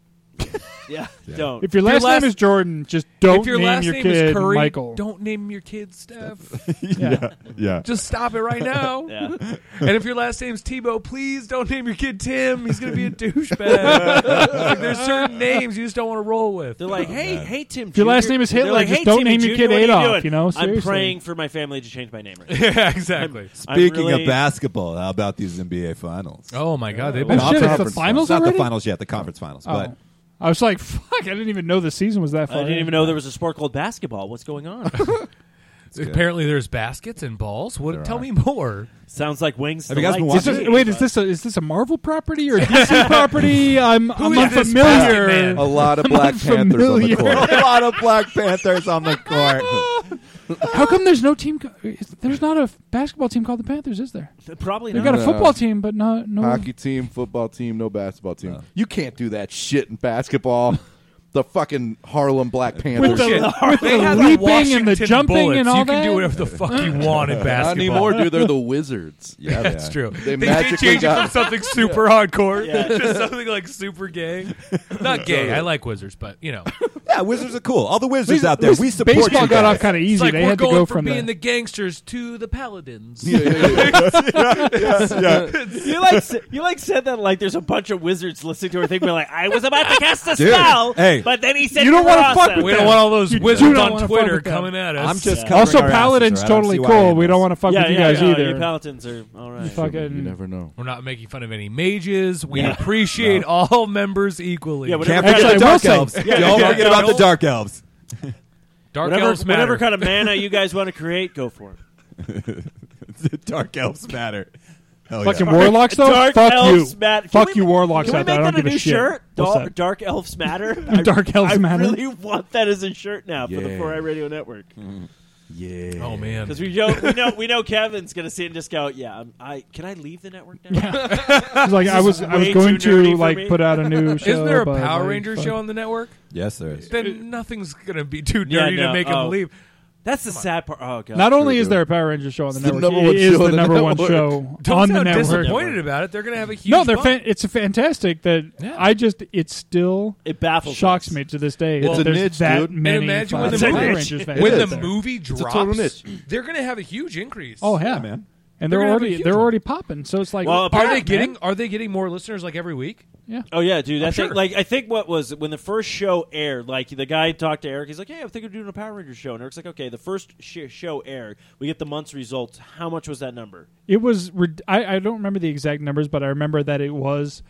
Speaker 3: Yeah, don't.
Speaker 2: If your last,
Speaker 6: last-
Speaker 2: name is Jordan, just don't
Speaker 6: if your
Speaker 2: name
Speaker 6: last
Speaker 2: your
Speaker 6: name
Speaker 2: kid
Speaker 6: is Curry,
Speaker 2: Michael.
Speaker 6: don't name your kid Steph.
Speaker 2: Yeah.
Speaker 7: yeah, yeah.
Speaker 6: Just stop it right now.
Speaker 3: yeah.
Speaker 6: And if your last name's Tebow, please don't name your kid Tim. He's gonna be a douchebag. like, there's certain names you just don't want to roll with.
Speaker 3: They're like, hey, hey, Tim.
Speaker 2: your
Speaker 3: Jr.
Speaker 2: last name is
Speaker 3: They're
Speaker 2: Hitler,
Speaker 3: like,
Speaker 2: just
Speaker 3: hey,
Speaker 2: don't
Speaker 3: Timmy
Speaker 2: name your
Speaker 3: Jr.,
Speaker 2: kid
Speaker 3: what are
Speaker 2: Adolf,
Speaker 3: doing?
Speaker 2: you know,
Speaker 3: I'm
Speaker 2: seriously.
Speaker 3: praying for my family to change my name. Right now.
Speaker 6: [laughs] yeah, exactly.
Speaker 3: I'm
Speaker 4: Speaking
Speaker 3: really-
Speaker 4: of basketball, how about these NBA finals?
Speaker 6: oh my God, they've
Speaker 2: Oh,
Speaker 6: been
Speaker 2: shit, it's the
Speaker 4: Conference
Speaker 2: finals
Speaker 4: Not
Speaker 2: already?
Speaker 4: the finals yet. The conference finals, but
Speaker 2: [laughs] Oh. I was like, fuck, I didn't even know the season was that far.
Speaker 3: I didn't
Speaker 2: in.
Speaker 3: even know there was a sport called basketball. What's going [laughs] on?
Speaker 6: Apparently, there's baskets and balls. What? tell me more.
Speaker 3: Sounds like wings.
Speaker 4: Have you guys been
Speaker 2: Is
Speaker 4: watching
Speaker 2: this, wait, is this a is this a Marvel property or a
Speaker 6: [laughs]
Speaker 2: DC property? I'm I'm
Speaker 6: is this Basket Man?
Speaker 2: unfamiliar.
Speaker 5: A lot of
Speaker 6: [laughs]
Speaker 5: Black Panthers on the
Speaker 2: familiar.
Speaker 5: court.
Speaker 4: a lot of Black Panthers on
Speaker 2: [laughs]
Speaker 4: the court.
Speaker 2: How come there's no team? co- is- There's not a basketball team called the Panthers, is there?
Speaker 3: Probably
Speaker 2: They've
Speaker 3: not.
Speaker 2: got a
Speaker 5: No.
Speaker 2: football team, but not no.
Speaker 5: Hockey team, football team, no basketball team. You can't do that shit in basketball. the fucking Harlem Black Panthers.
Speaker 2: the- with
Speaker 6: They
Speaker 2: the
Speaker 6: had
Speaker 2: leaping
Speaker 6: Washington
Speaker 2: and the jumping
Speaker 6: bullets.
Speaker 2: and all
Speaker 6: you
Speaker 2: that.
Speaker 6: can do whatever the fuck you want in basketball.
Speaker 5: Not anymore, dude. They're the Wizards.
Speaker 4: Yeah,
Speaker 6: That's
Speaker 4: yeah.
Speaker 6: true.
Speaker 5: They
Speaker 6: did
Speaker 5: magically
Speaker 6: change
Speaker 5: got-
Speaker 6: it
Speaker 2: [laughs]
Speaker 6: from something super hardcore [laughs] to something like super gay. Not gay. I like wizards, but you know,
Speaker 4: Yeah, Wizards are cool. All the Wizards out there,
Speaker 2: At least
Speaker 4: we support
Speaker 2: baseball
Speaker 4: you
Speaker 2: got
Speaker 4: guys.
Speaker 2: off kind of easy.
Speaker 6: it's like
Speaker 2: they
Speaker 6: we're
Speaker 2: had
Speaker 6: going
Speaker 2: to go
Speaker 6: from,
Speaker 2: from
Speaker 6: being
Speaker 2: that.
Speaker 6: the gangsters to the paladins.
Speaker 5: Yeah, yeah, yeah.
Speaker 3: you like s- you like said that like there's a bunch of wizards listening to her thing. We're like, I was about to cast a
Speaker 4: Dude,
Speaker 3: spell,
Speaker 4: hey.
Speaker 3: but then he said
Speaker 2: You don't
Speaker 3: want
Speaker 2: wanna
Speaker 3: to
Speaker 2: fuck with
Speaker 6: [laughs] We don't want all those
Speaker 2: You do
Speaker 6: wizards
Speaker 2: not
Speaker 6: on
Speaker 2: wanna fuck
Speaker 6: Twitter
Speaker 2: with that.
Speaker 6: coming at us.
Speaker 4: I'm just covering
Speaker 2: also,
Speaker 4: our asses,
Speaker 2: Paladin's
Speaker 4: or I don't
Speaker 2: totally
Speaker 4: see why
Speaker 2: cool.
Speaker 4: I'm
Speaker 2: We don't
Speaker 4: listening.
Speaker 2: want to fuck
Speaker 3: Yeah,
Speaker 2: with you
Speaker 3: yeah,
Speaker 2: guys
Speaker 3: yeah,
Speaker 2: either.
Speaker 3: Your palatins are all right.
Speaker 5: You
Speaker 2: Fucking
Speaker 5: never know.
Speaker 6: We're not making fun of any mages. We appreciate all members equally.
Speaker 3: Yeah, whatever,
Speaker 4: Can't
Speaker 3: kind
Speaker 4: forget
Speaker 3: of,
Speaker 2: Actually,
Speaker 4: the
Speaker 2: I will
Speaker 4: Dark
Speaker 2: say-
Speaker 4: Elves.
Speaker 3: Yeah, yeah, yeah.
Speaker 4: Don't forget about the Dark Elves.
Speaker 6: dark
Speaker 3: whatever,
Speaker 6: elves matter.
Speaker 3: whatever kind of mana you guys want to create, go for it.
Speaker 4: the [laughs] Dark Elves matter. Hell yeah.
Speaker 2: fucking [laughs] warlocks though.
Speaker 3: Dark
Speaker 2: fuck
Speaker 3: elves
Speaker 2: you.
Speaker 3: matter.
Speaker 2: Fuck you, warlocks
Speaker 3: Can we
Speaker 2: out there. I
Speaker 3: make
Speaker 2: don't
Speaker 3: that
Speaker 2: give
Speaker 3: a new
Speaker 2: shit.
Speaker 3: shirt?
Speaker 2: What's
Speaker 3: Dark,
Speaker 2: that?
Speaker 3: dark elves matter.
Speaker 2: [laughs] Dark elves
Speaker 3: I,
Speaker 2: matter.
Speaker 3: I really want that as a shirt now for the
Speaker 5: Yeah.
Speaker 3: 4i Radio Network
Speaker 2: Hmm.
Speaker 5: Yeah.
Speaker 6: oh man,
Speaker 3: because we know we know we know Kevin's gonna sit and just go, yeah. I'm, I can I leave the network now?
Speaker 2: It's like I was I was
Speaker 3: way
Speaker 2: going
Speaker 3: too nerdy
Speaker 2: to
Speaker 3: for
Speaker 2: like
Speaker 3: me.
Speaker 2: put out a
Speaker 3: [laughs]
Speaker 2: new show.
Speaker 6: isn't there a
Speaker 2: but,
Speaker 6: Power
Speaker 2: like,
Speaker 6: Ranger
Speaker 2: fuck.
Speaker 6: show on the network?
Speaker 4: Yes, there is.
Speaker 6: Then nothing's gonna be too
Speaker 3: Yeah,
Speaker 6: dirty
Speaker 3: no,
Speaker 6: to make
Speaker 3: oh.
Speaker 6: them leave.
Speaker 3: That's the sad part. Oh god.
Speaker 2: Not only is
Speaker 5: dude.
Speaker 2: there a Power Ranger show on the
Speaker 5: It's the
Speaker 2: network,
Speaker 5: number one
Speaker 2: it is
Speaker 5: show
Speaker 2: the
Speaker 5: on the
Speaker 2: number one
Speaker 5: network.
Speaker 2: show
Speaker 6: Don't
Speaker 2: on the
Speaker 6: sound
Speaker 2: network.
Speaker 6: disappointed about it. They're gonna have a huge.
Speaker 2: No, they're
Speaker 6: bump.
Speaker 2: fan- it's a fantastic that
Speaker 6: Yeah.
Speaker 2: I just it still
Speaker 3: it baffles.
Speaker 2: shocks
Speaker 3: us.
Speaker 2: me to this day.
Speaker 5: It's
Speaker 2: that
Speaker 5: a
Speaker 2: there's
Speaker 5: niche,
Speaker 2: that
Speaker 5: dude. And
Speaker 2: many
Speaker 6: and imagine when
Speaker 2: fucking
Speaker 6: the,
Speaker 2: [laughs] Power
Speaker 5: It's a
Speaker 6: movie,
Speaker 2: Rangers fans.
Speaker 5: It
Speaker 6: when
Speaker 5: is.
Speaker 6: the movie drops,
Speaker 5: a total niche.
Speaker 6: they're going to have a huge increase.
Speaker 2: Oh yeah,
Speaker 4: man.
Speaker 2: And
Speaker 6: They're
Speaker 2: they're,
Speaker 6: gonna have a
Speaker 2: already
Speaker 6: huge
Speaker 2: they're
Speaker 6: one.
Speaker 2: already popping. So it's like,
Speaker 3: Well,
Speaker 2: what the
Speaker 6: are
Speaker 2: fuck,
Speaker 6: they
Speaker 2: man?
Speaker 6: getting are they getting more listeners like every week?
Speaker 2: Yeah,
Speaker 3: Oh yeah, dude. I
Speaker 6: I'm
Speaker 3: think
Speaker 6: sure.
Speaker 3: like I think what was when the first show aired, like the guy talked to Eric. He's like, "Hey, I'm thinking of doing a Power Rangers show." And Eric's like, "Okay, the first sh- show aired. We get the month's results. How much was that number?"
Speaker 2: it was. rid- I I don't remember the exact numbers, but I remember that it was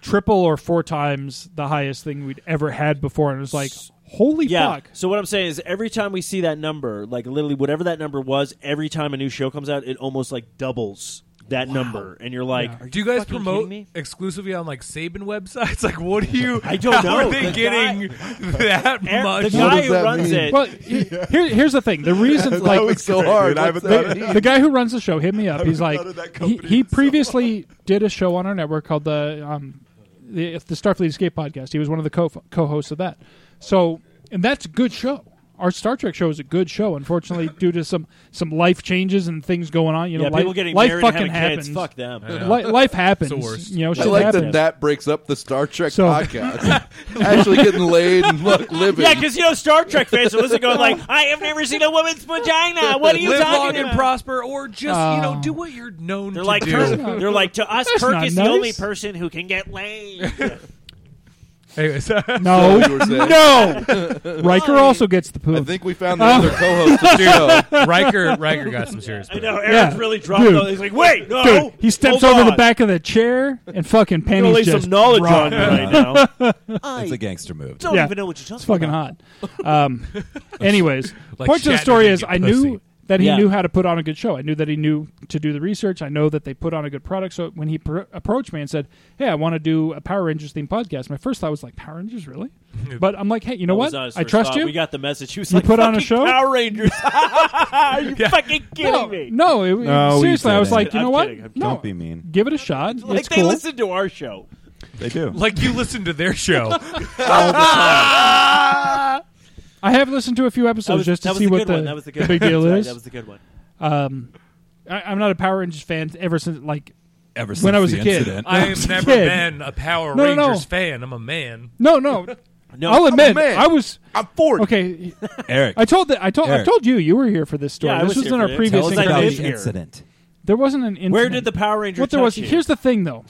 Speaker 2: triple or four times the highest thing we'd ever had before, and it was like, holy
Speaker 3: Yeah.
Speaker 2: fuck!
Speaker 3: So what I'm saying is, every time we see that number, like literally whatever that number was, every time a new show comes out, it almost like doubles that number, and you're like,
Speaker 2: Yeah.
Speaker 3: Are
Speaker 6: Do you guys
Speaker 3: fucking
Speaker 6: promote
Speaker 3: kidding me?
Speaker 6: exclusively on like Saban websites? [laughs] Like, what do you?
Speaker 3: [laughs] I don't
Speaker 6: [laughs] how
Speaker 3: know.
Speaker 6: Are they
Speaker 3: The
Speaker 6: getting [laughs] that
Speaker 3: Eric-
Speaker 6: much?
Speaker 3: the
Speaker 5: What
Speaker 3: guy
Speaker 5: does
Speaker 3: who
Speaker 5: that
Speaker 3: runs
Speaker 5: mean?
Speaker 3: it.
Speaker 2: Well, he- here, here's the thing. The reason,
Speaker 5: That
Speaker 2: like,
Speaker 5: was so hard.
Speaker 4: I haven't
Speaker 5: What's
Speaker 4: thought
Speaker 5: that
Speaker 4: of
Speaker 5: mean?
Speaker 2: the guy who runs the show hit me up. He's like,
Speaker 4: thought of that
Speaker 2: he,
Speaker 4: company
Speaker 2: he
Speaker 3: [laughs]
Speaker 4: in so
Speaker 2: previously did a show on our network called the um, the, the Starfleet Escape podcast. He was one of the co co-hosts of that. So, and that's a good show. Our Star Trek show is a good show.
Speaker 3: [laughs]
Speaker 2: Unfortunately, due to some some life changes and things going on, you know,
Speaker 3: yeah,
Speaker 2: life,
Speaker 3: people getting
Speaker 2: life
Speaker 3: married
Speaker 2: fucking
Speaker 3: and having
Speaker 2: happens.
Speaker 3: kids. Fuck them.
Speaker 2: Li- life happens.
Speaker 6: It's the worst.
Speaker 2: You know,
Speaker 5: I
Speaker 2: shit
Speaker 5: like
Speaker 2: happens.
Speaker 5: that that breaks up the Star Trek
Speaker 2: So-
Speaker 5: podcast. Actually getting laid and look, living.
Speaker 3: Yeah, because you know Star Trek fans are listening, going like, "I have never seen a woman's vagina. What are you
Speaker 6: Live long
Speaker 3: talking
Speaker 6: and
Speaker 3: about?"
Speaker 6: prosper, or just you know
Speaker 2: Oh.
Speaker 6: do what you're known
Speaker 3: They're
Speaker 6: to
Speaker 3: like,
Speaker 6: do.
Speaker 3: Kirk, they're like, to us,
Speaker 2: That's
Speaker 3: Kirk
Speaker 2: not
Speaker 3: is
Speaker 2: nice.
Speaker 3: the only person who can
Speaker 2: [laughs]
Speaker 3: get laid.
Speaker 6: [laughs]
Speaker 3: [laughs]
Speaker 6: Anyways,
Speaker 2: No,
Speaker 5: you were
Speaker 2: [laughs]
Speaker 5: saying. [laughs]
Speaker 2: no. Riker also gets the
Speaker 5: I
Speaker 2: poop.
Speaker 5: think we found the other co-host of the show.
Speaker 6: Riker, Riker got some serious.
Speaker 3: [laughs] I know,
Speaker 2: Yeah.
Speaker 3: Eric's really dropped
Speaker 2: Dude.
Speaker 3: though. He's like, wait, no.
Speaker 2: Dude, he steps
Speaker 3: hold
Speaker 2: over
Speaker 3: on.
Speaker 2: the back of the chair and fucking
Speaker 3: I'm gonna
Speaker 2: panties
Speaker 3: lay
Speaker 2: just
Speaker 3: some knowledge
Speaker 2: drop.
Speaker 3: on you right
Speaker 2: [laughs]
Speaker 3: now.
Speaker 4: It's a gangster move.
Speaker 3: don't
Speaker 2: Yeah.
Speaker 3: even know what you're talking
Speaker 2: It's fucking
Speaker 3: about.
Speaker 2: hot.
Speaker 4: [laughs]
Speaker 2: Um, anyways,
Speaker 6: Like
Speaker 2: point to the
Speaker 6: Shatner
Speaker 2: story
Speaker 6: did
Speaker 2: is
Speaker 6: get
Speaker 2: I knew
Speaker 6: pussy.
Speaker 2: that he
Speaker 3: Yeah.
Speaker 2: knew how to put on a good show. I knew that he knew to do the research. I know that they put on a good product. So when he pr- approached me and said, "Hey, I want to do a Power Rangers themed podcast," my first thought was like, "Power Rangers,
Speaker 4: [laughs]
Speaker 2: really?" But I'm like, "Hey, you know
Speaker 3: That was
Speaker 2: what?
Speaker 3: not his
Speaker 2: I
Speaker 3: first
Speaker 2: trust
Speaker 3: thought.
Speaker 2: you."
Speaker 3: We got the message. He was
Speaker 2: You
Speaker 3: like,
Speaker 2: put on a
Speaker 3: "Fucking
Speaker 2: show?"
Speaker 3: Power
Speaker 2: [laughs]
Speaker 3: Rangers. Are you fucking kidding
Speaker 2: no,
Speaker 3: me?
Speaker 2: no, it,
Speaker 4: No, we
Speaker 2: seriously, I was
Speaker 4: didn't.
Speaker 2: like, you
Speaker 3: I'm
Speaker 2: know what?
Speaker 3: kidding. I'm
Speaker 2: no,
Speaker 4: Don't be mean.
Speaker 2: Give it a shot.
Speaker 3: Like
Speaker 2: it's
Speaker 3: they
Speaker 2: cool.
Speaker 3: listen to our show.
Speaker 4: They do.
Speaker 6: Like you listen to their
Speaker 3: [laughs]
Speaker 6: show.
Speaker 2: I have listened to a few episodes just to
Speaker 3: that was
Speaker 2: see
Speaker 3: the
Speaker 2: what
Speaker 3: good
Speaker 2: the,
Speaker 3: one. That was the, good
Speaker 2: the big
Speaker 3: one.
Speaker 2: deal
Speaker 3: That's right,
Speaker 2: is.
Speaker 3: That was the good one.
Speaker 2: um, I, I'm not a Power Rangers fan ever since like
Speaker 4: ever since
Speaker 2: When I was
Speaker 4: the
Speaker 2: a kid.
Speaker 4: incident.
Speaker 6: I have
Speaker 2: was a
Speaker 6: never
Speaker 2: kid.
Speaker 6: been a Power
Speaker 2: No, no,
Speaker 6: Rangers
Speaker 2: no.
Speaker 6: fan. I'm a man.
Speaker 2: No, no.
Speaker 3: No,
Speaker 2: I'll
Speaker 3: I'm
Speaker 2: admit,
Speaker 5: man.
Speaker 2: I was
Speaker 5: I'm 40.
Speaker 2: okay.
Speaker 4: Eric,
Speaker 2: I told that I told I
Speaker 4: Eric.
Speaker 2: told you you were here for this story.
Speaker 3: Yeah, I
Speaker 2: this
Speaker 3: was
Speaker 2: was,
Speaker 3: here
Speaker 2: in
Speaker 3: for
Speaker 2: our
Speaker 3: it.
Speaker 2: previous
Speaker 4: tell us
Speaker 3: Because I
Speaker 4: about
Speaker 2: incarnation.
Speaker 3: live
Speaker 4: the
Speaker 3: here.
Speaker 4: incident.
Speaker 2: There wasn't an incident.
Speaker 3: Where did the Power Ranger
Speaker 2: what there was?
Speaker 3: touch you?
Speaker 2: Here's the thing, though.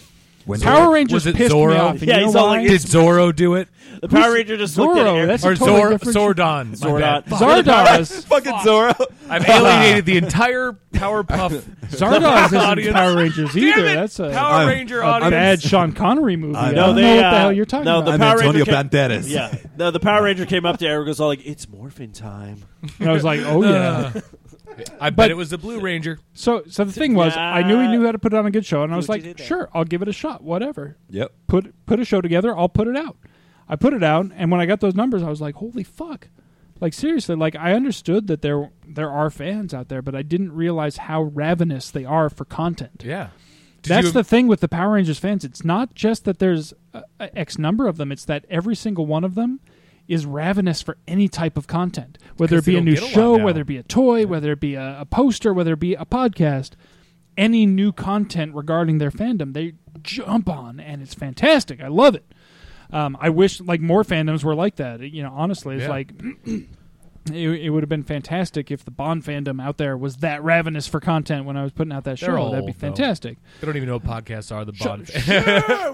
Speaker 4: When
Speaker 2: Power Rangers
Speaker 6: Was it
Speaker 2: pissed me
Speaker 6: Zorro?
Speaker 2: off. And
Speaker 3: Yeah,
Speaker 2: you know
Speaker 3: he's all
Speaker 2: why?
Speaker 3: like,
Speaker 6: Did Zorro do it?
Speaker 3: the Power Ranger just looked at
Speaker 2: Zorro,
Speaker 3: Eric.
Speaker 2: that's
Speaker 6: Or
Speaker 2: a totally
Speaker 6: Zor-
Speaker 2: different-
Speaker 6: Zordon? my bad.
Speaker 3: Zordon.
Speaker 2: [laughs] Zardoz is
Speaker 4: fucking Zorro.
Speaker 6: I've alienated
Speaker 2: uh,
Speaker 6: the entire
Speaker 2: [laughs]
Speaker 6: Powerpuff
Speaker 2: Zardoz isn't
Speaker 6: Audience.
Speaker 2: Power
Speaker 3: [laughs]
Speaker 2: Rangers
Speaker 6: Damn
Speaker 2: either.
Speaker 6: it!
Speaker 2: That's a,
Speaker 6: Power
Speaker 4: I'm-
Speaker 6: Ranger
Speaker 2: a
Speaker 6: audience.
Speaker 2: bad Sean Connery movie. I
Speaker 4: know.
Speaker 2: don't
Speaker 3: they,
Speaker 2: know what the
Speaker 3: uh,
Speaker 2: hell you're talking
Speaker 3: no,
Speaker 2: about.
Speaker 4: I'm
Speaker 3: Power
Speaker 4: Antonio
Speaker 3: Ranger came-
Speaker 4: Banderas.
Speaker 3: Yeah. No, the Power Ranger came up to Eric was all like, "It's morphin' [laughs] time."
Speaker 2: And [laughs] I was like, oh yeah.
Speaker 6: I bet
Speaker 2: But-
Speaker 6: it was the Blue Ranger.
Speaker 2: So, so the thing was, I knew he knew how to put on a good show, and I was
Speaker 3: what you
Speaker 2: like,
Speaker 3: did there.
Speaker 2: sure, I'll give it a shot. Whatever.
Speaker 4: Yep.
Speaker 2: Put put a show together. I'll put it out. I put it out, and when I got those numbers, I was like, holy fuck. Like seriously, like I understood that there there are fans out there, but I didn't realize how ravenous they are for content.
Speaker 6: Yeah. Did
Speaker 2: That's
Speaker 6: you-
Speaker 2: the thing with the Power Rangers fans. It's not just that there's uh, X number of them, it's that every single one of them is ravenous for any type of content, whether
Speaker 6: 'Cause
Speaker 2: it
Speaker 6: they
Speaker 2: be a
Speaker 6: don't
Speaker 2: new
Speaker 6: get a lot
Speaker 2: show,
Speaker 6: now.
Speaker 2: whether it be a toy, whether it be a, a poster, whether it be a podcast. Any new content regarding their fandom, they jump on, and it's fantastic. I love it. Um, I wish like more fandoms were like that. You know, honestly, it's
Speaker 6: Yeah.
Speaker 2: like [clears throat] it, it would have been fantastic if the Bond fandom out there was that ravenous for content when I was putting out that
Speaker 6: They're
Speaker 2: show. That'd be
Speaker 6: old, though.
Speaker 2: fantastic.
Speaker 6: I don't even know what podcasts are. The Bond.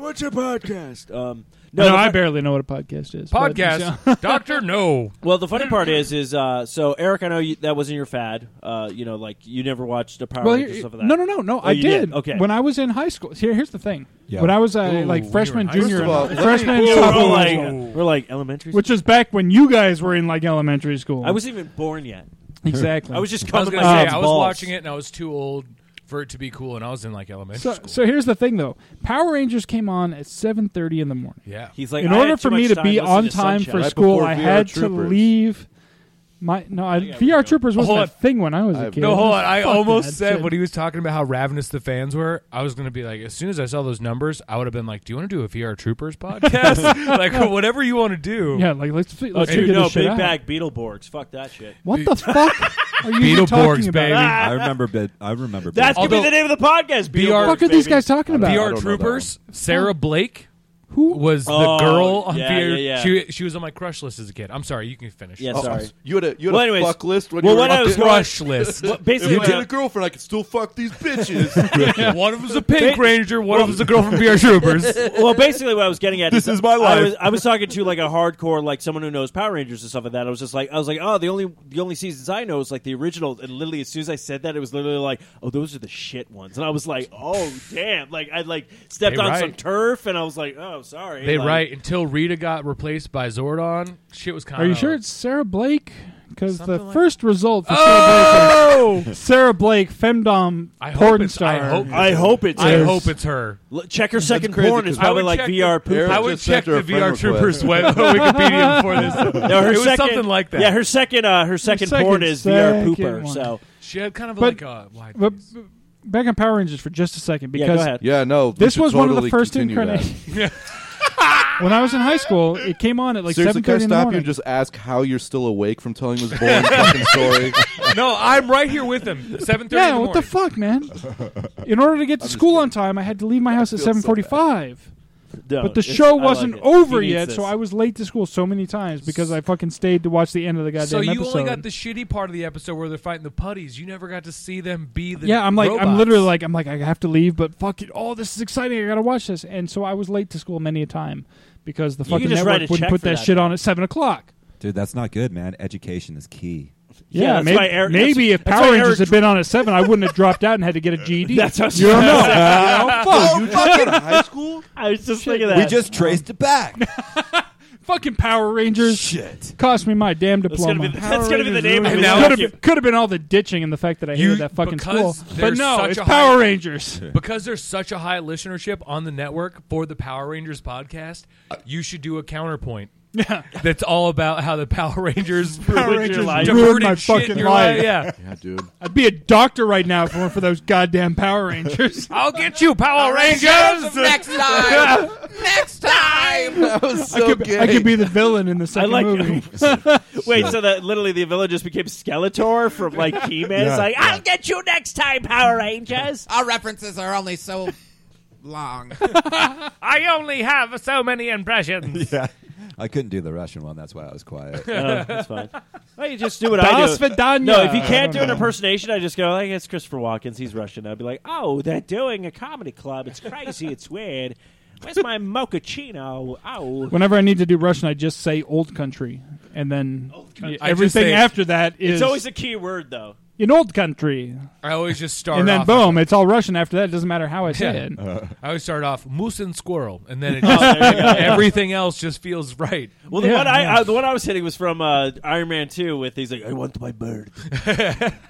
Speaker 3: what's your podcast? Um,
Speaker 2: No,
Speaker 3: the
Speaker 2: I
Speaker 3: fu-
Speaker 2: barely know what a podcast is. but-
Speaker 6: [laughs] [laughs] podcast.
Speaker 3: [laughs]
Speaker 6: Doctor No.
Speaker 3: Well, the funny part is, is uh, so Eric, I know you, that wasn't your fad. Uh, you know, like you never watched the Power
Speaker 2: Well,
Speaker 3: Rangers
Speaker 2: here-
Speaker 3: stuff of that.
Speaker 2: no, no, no, no.
Speaker 3: Oh,
Speaker 2: I
Speaker 3: you
Speaker 2: did.
Speaker 3: did. Okay.
Speaker 2: When I was in high school, here, here's the thing.
Speaker 4: Yeah.
Speaker 2: When I was uh,
Speaker 6: Ooh,
Speaker 2: like
Speaker 6: when
Speaker 2: freshman,
Speaker 6: you were in high
Speaker 2: junior,
Speaker 5: school. First of
Speaker 2: and- freshman,
Speaker 5: all, let me-
Speaker 2: and
Speaker 3: We were, all
Speaker 2: sophomore,
Speaker 3: oh, like, uh,
Speaker 2: year,
Speaker 6: school.
Speaker 3: we're like elementary.
Speaker 2: Oh. which was back when you guys were in like elementary school.
Speaker 3: I wasn't even born yet.
Speaker 2: exactly.
Speaker 3: I was just
Speaker 6: I was
Speaker 3: coming.
Speaker 6: gonna say
Speaker 3: dad's
Speaker 6: I was
Speaker 3: balls.
Speaker 6: watching it and I was too old for it to be cool, and I was in like
Speaker 2: [laughs]
Speaker 6: elementary
Speaker 2: So,
Speaker 6: school.
Speaker 2: so here's the thing, though. Power Rangers came on at 7:30 in the morning.
Speaker 6: yeah.
Speaker 3: He's like,
Speaker 2: in
Speaker 3: I
Speaker 2: order
Speaker 3: had
Speaker 2: for
Speaker 3: too
Speaker 2: me
Speaker 3: much
Speaker 2: to
Speaker 3: time
Speaker 2: be
Speaker 3: listening
Speaker 2: on
Speaker 3: to
Speaker 2: time
Speaker 3: Sunshine.
Speaker 2: for
Speaker 5: Right
Speaker 2: school,
Speaker 5: before
Speaker 2: I
Speaker 5: VR
Speaker 2: had to
Speaker 5: Troopers.
Speaker 2: leave. My no, I, VR Troopers was
Speaker 6: Hold
Speaker 2: a
Speaker 6: on.
Speaker 2: thing when I was
Speaker 5: I-
Speaker 2: a kid.
Speaker 6: No, hold on.
Speaker 2: Fuck
Speaker 6: I
Speaker 2: that
Speaker 6: almost said
Speaker 2: shit.
Speaker 6: when he was talking about how ravenous the fans were, I was going to be like, as soon as I saw those numbers, I would have been like, do you want to do a VR Troopers [laughs] podcast? like, whatever you want to do.
Speaker 2: Yeah, like let's fi- let's
Speaker 3: Dude,
Speaker 2: figure
Speaker 3: no,
Speaker 2: this shit
Speaker 3: big
Speaker 2: out.
Speaker 3: bag Beetleborgs. Fuck that shit.
Speaker 2: What the fuck are you
Speaker 6: Beetleborgs,
Speaker 2: talking about?
Speaker 6: baby.
Speaker 4: I remember. Bit, I remember. Bit.
Speaker 3: That's
Speaker 6: Although-
Speaker 3: gonna be the name of the podcast.
Speaker 6: VR
Speaker 2: What the fuck are these guys talking about?
Speaker 5: I don't
Speaker 6: VR
Speaker 5: know that
Speaker 6: Troopers, Sarah Blake
Speaker 2: Who?
Speaker 6: was the
Speaker 3: Oh,
Speaker 6: girl on
Speaker 3: yeah,
Speaker 6: VR.
Speaker 3: yeah, yeah.
Speaker 6: She, she was on my crush list as a kid. I'm sorry, you can finish.
Speaker 3: Yeah,
Speaker 5: Oh,
Speaker 3: sorry.
Speaker 5: You had a you had
Speaker 3: Well,
Speaker 5: a
Speaker 3: anyways.
Speaker 5: fuck list when
Speaker 3: Well,
Speaker 5: you were
Speaker 3: what I was
Speaker 5: fucking-
Speaker 6: Crush
Speaker 5: [laughs]
Speaker 6: list.
Speaker 3: But basically,
Speaker 5: If I
Speaker 3: what I-
Speaker 5: had a girlfriend, I could still fuck these bitches.
Speaker 6: one of them's a Pink Ranger, one of them's a girl from [laughs] VR Troopers.
Speaker 3: well, basically, what I was getting at.
Speaker 4: This is my life.
Speaker 3: I was, I was talking to like a hardcore, like someone who knows Power Rangers and stuff like that. I was just like, I was like, oh, the only the only seasons I know is like the original. And literally, as soon as I said that, it was literally like, oh, those are the shit ones. And I was like, oh, damn! Like I like stepped
Speaker 6: They
Speaker 3: on
Speaker 6: right.
Speaker 3: some turf, and I was like, oh, sorry.
Speaker 6: They
Speaker 3: like,
Speaker 6: right until Rita got replaced by Zordon. Shit was kind
Speaker 2: Are
Speaker 6: of.
Speaker 2: you sure it's Sarah Blake? Because the
Speaker 6: Something like-
Speaker 2: first result for Sarah Blake
Speaker 6: Oh!
Speaker 2: was Sarah Blake, femdom,
Speaker 6: I hope
Speaker 2: porn
Speaker 6: it's-
Speaker 2: star.
Speaker 6: I hope-
Speaker 3: I hope it's.
Speaker 6: I
Speaker 2: Yes.
Speaker 6: hope it's her.
Speaker 3: L- Check her second
Speaker 5: crazy
Speaker 3: porn. It's
Speaker 5: 'cause
Speaker 3: probably
Speaker 6: I would
Speaker 3: like
Speaker 6: check
Speaker 3: VR poop.
Speaker 5: Eric
Speaker 6: I would
Speaker 5: just
Speaker 6: check
Speaker 5: sent her
Speaker 6: the
Speaker 5: a friend
Speaker 6: VR Troopers
Speaker 5: request.
Speaker 6: web, [laughs] Wikipedia before this.
Speaker 3: No, her
Speaker 6: it was
Speaker 3: second,
Speaker 6: something like that.
Speaker 3: Yeah, her second, uh, her second
Speaker 2: second-
Speaker 3: porn is VR
Speaker 2: second
Speaker 3: pooper.
Speaker 2: one.
Speaker 3: So
Speaker 6: She had kind of
Speaker 2: But-
Speaker 6: like a wide
Speaker 2: But
Speaker 6: face.
Speaker 2: b- back on Power Rangers for just a second
Speaker 3: yeah,
Speaker 2: because
Speaker 3: go ahead.
Speaker 5: yeah, no. we
Speaker 2: this
Speaker 5: should
Speaker 2: was one of
Speaker 5: totally
Speaker 2: the first
Speaker 5: continue that.
Speaker 2: incarnations.
Speaker 6: [laughs]
Speaker 2: when I was in high school, it came on at like seven
Speaker 5: Seriously, can I
Speaker 2: thirty in the
Speaker 5: stop you
Speaker 2: morning.
Speaker 5: and just ask how you're still awake from telling this
Speaker 2: [laughs]
Speaker 5: boring fucking story?
Speaker 6: no, I'm right here with him. Seven thirty.
Speaker 2: yeah, what the fuck, man?
Speaker 5: [laughs]
Speaker 2: In order to get to school on time, I had to leave my house at
Speaker 5: feel so
Speaker 2: seven forty-five.
Speaker 3: No,
Speaker 2: But the
Speaker 3: it's-
Speaker 2: show
Speaker 3: I like
Speaker 2: wasn't
Speaker 3: it.
Speaker 2: over
Speaker 3: He needs
Speaker 2: yet,
Speaker 3: this.
Speaker 2: so I was late to school so many times because I fucking stayed to watch the end of the goddamn
Speaker 6: So you
Speaker 2: episode.
Speaker 6: only got the shitty part of the episode where they're fighting the putties. You never got to see them be the.
Speaker 2: yeah, I'm like, I'm
Speaker 6: robots.
Speaker 2: literally like, I'm like, I have to leave, but fuck it, oh, this is exciting, I gotta watch this, and so I was late to school many a time because the
Speaker 3: You
Speaker 2: fucking
Speaker 3: can just write
Speaker 2: network
Speaker 3: a
Speaker 2: wouldn't
Speaker 3: check
Speaker 2: put
Speaker 3: for
Speaker 2: that,
Speaker 3: that.
Speaker 2: shit on at seven o'clock.
Speaker 4: Dude, that's not good, man. Education is key.
Speaker 3: Yeah,
Speaker 2: Yeah,
Speaker 3: that's
Speaker 2: maybe,
Speaker 3: why Eric-
Speaker 2: maybe
Speaker 3: that's-
Speaker 2: if
Speaker 3: that's
Speaker 2: Power
Speaker 3: why
Speaker 2: Rangers
Speaker 3: Eric-
Speaker 2: had been on at seven, I wouldn't have dropped out and had to
Speaker 3: [laughs]
Speaker 2: get a GED.
Speaker 3: That's what I was
Speaker 2: you don't know.
Speaker 3: gonna say.
Speaker 2: You know? [laughs] Fuck.
Speaker 5: you fucking high school?
Speaker 3: I was just thinking that.
Speaker 4: We just traced it back.
Speaker 2: Fucking Power Rangers
Speaker 4: Shit.
Speaker 2: cost me my damn
Speaker 3: That's gonna
Speaker 2: diploma.
Speaker 3: be the, that's gonna be the name of
Speaker 6: And
Speaker 3: it.
Speaker 6: now-
Speaker 2: could have could have been all the ditching and the fact that I hated
Speaker 6: You-
Speaker 2: that fucking school,
Speaker 6: because
Speaker 2: but
Speaker 6: there's
Speaker 2: no,
Speaker 6: such
Speaker 2: it's
Speaker 6: a
Speaker 2: Power
Speaker 6: high-
Speaker 2: Rangers.
Speaker 6: because there's such a high listenership on the network for the Power Rangers podcast. You should do a counterpoint.
Speaker 2: [laughs] Yeah.
Speaker 6: That's all about how the Power
Speaker 2: [laughs]
Speaker 6: Rangers
Speaker 3: Power Rangers life.
Speaker 6: diverted
Speaker 2: ruined my
Speaker 6: shit in
Speaker 2: fucking
Speaker 6: your
Speaker 2: life.
Speaker 6: Yeah,
Speaker 5: Yeah, dude.
Speaker 2: I'd be a doctor right now if it weren't for those goddamn Power Rangers.
Speaker 6: I'll get you, Power Rangers. [laughs] Next time. Next time.
Speaker 5: That was so
Speaker 2: I, could,
Speaker 5: gay.
Speaker 2: I could be the villain in the second [laughs]
Speaker 3: like-
Speaker 2: movie.
Speaker 3: [laughs] Wait, so that literally the villain just became Skeletor from like He Man? it's like, I'll get you next time, Power Rangers.
Speaker 7: Our references are only so long.
Speaker 6: I only have so many impressions.
Speaker 4: Yeah. I couldn't do the Russian one. That's why I was quiet.
Speaker 3: No, that's fine. Well, you just do what I do.
Speaker 2: Das Vidania.
Speaker 3: No, if you
Speaker 2: I don't
Speaker 3: can't do an
Speaker 2: know.
Speaker 3: impersonation, I just go, like, it's Christopher Watkins. He's Russian. I'd be like, oh, they're doing a comedy club. It's crazy. it's weird. Where's my mochaccino? Oh.
Speaker 2: Whenever I need to do Russian, I just say old country, and then
Speaker 6: I
Speaker 2: [laughs]
Speaker 6: just
Speaker 2: everything
Speaker 6: say-
Speaker 2: after that is
Speaker 3: It's always a key word, though.
Speaker 2: in old country,
Speaker 6: I always just start
Speaker 2: and then
Speaker 6: off
Speaker 2: boom, it's all Russian after that. It doesn't matter how I say
Speaker 6: Yeah.
Speaker 2: it.
Speaker 6: I always start off moose and squirrel,
Speaker 2: [laughs]
Speaker 6: and then it
Speaker 3: Oh,
Speaker 6: just,
Speaker 3: there you [laughs] go.
Speaker 6: everything else just feels right.
Speaker 3: Well, the
Speaker 2: Yeah,
Speaker 3: one I,
Speaker 2: yeah.
Speaker 3: uh, the one I was hitting was from uh, Iron Man Two with he's like, I want my bird.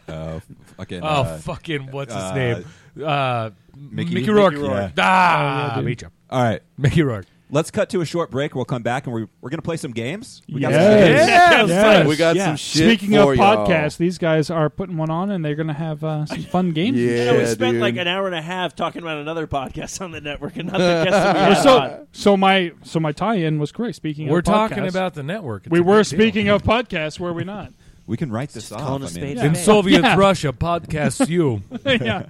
Speaker 4: Oh, fucking.
Speaker 6: Oh,
Speaker 4: uh,
Speaker 6: fucking what's his
Speaker 4: uh,
Speaker 6: name? Uh, Mickey,
Speaker 4: Mickey
Speaker 6: Rourke.
Speaker 3: Oh,
Speaker 4: Rourke.
Speaker 6: Ah,
Speaker 2: dude.
Speaker 6: beat ya.
Speaker 4: all right.
Speaker 6: Mickey Rourke.
Speaker 4: Let's cut to a short break. We'll come back and we're, we're going to play some games. We got some games.
Speaker 2: Yes.
Speaker 3: Yeah,
Speaker 2: Yes.
Speaker 5: We got
Speaker 3: Yeah.
Speaker 5: some shit.
Speaker 2: Speaking of
Speaker 5: for y'all.
Speaker 2: podcasts, these guys are putting one on, and they're going to have uh, some fun games.
Speaker 5: [laughs] [laughs] Yeah,
Speaker 3: we spent
Speaker 5: dude.
Speaker 3: like an hour and a half talking about another podcast on the network and not the
Speaker 2: [laughs]
Speaker 3: guest that we
Speaker 2: We're
Speaker 3: had
Speaker 2: so
Speaker 3: on.
Speaker 2: Uh, so my so my tie-in was correct. Speaking,
Speaker 6: We're
Speaker 2: of
Speaker 6: talking
Speaker 2: podcasts.
Speaker 6: about the network. It's
Speaker 2: we
Speaker 6: a
Speaker 2: were
Speaker 6: big deal.
Speaker 2: speaking of podcasts, were we not?
Speaker 4: We can write this off.
Speaker 3: calling
Speaker 4: I
Speaker 3: a
Speaker 4: mean,
Speaker 3: spade a
Speaker 6: in
Speaker 3: Yeah.
Speaker 6: Soviet
Speaker 2: Yeah.
Speaker 6: Russia.
Speaker 3: [laughs]
Speaker 6: Podcasts you.
Speaker 2: yeah,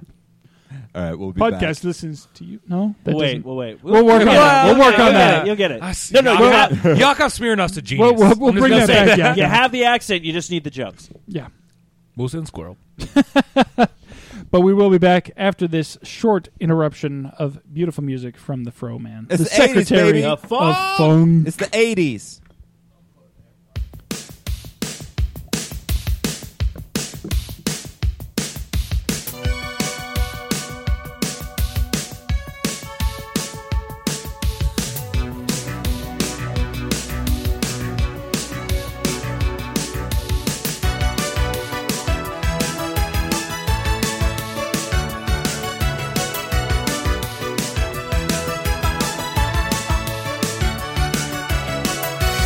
Speaker 4: All right. We'll be
Speaker 2: podcast
Speaker 4: back.
Speaker 2: listens to you. No, that
Speaker 3: Well, wait,
Speaker 2: doesn't-
Speaker 3: well, wait.
Speaker 2: We'll work on that. We'll work on that.
Speaker 3: You'll get it.
Speaker 6: I see.
Speaker 3: No, no, you
Speaker 6: Yakov-
Speaker 3: have,
Speaker 6: Yakov Smirnov's a genius.
Speaker 2: We'll- we'll- we'll
Speaker 6: I'm just
Speaker 2: bring
Speaker 6: gonna
Speaker 2: that
Speaker 6: say
Speaker 2: back, yeah.
Speaker 3: you have the accent. You just need the jokes.
Speaker 2: yeah.
Speaker 6: Moose and squirrel.
Speaker 2: But we will be back after this short interruption of beautiful music from the Fro Man,
Speaker 4: It's
Speaker 2: the
Speaker 4: the 80s,
Speaker 2: Secretary
Speaker 4: baby.
Speaker 2: of
Speaker 4: The
Speaker 2: Fun.
Speaker 4: It's the 80s.
Speaker 1: Thank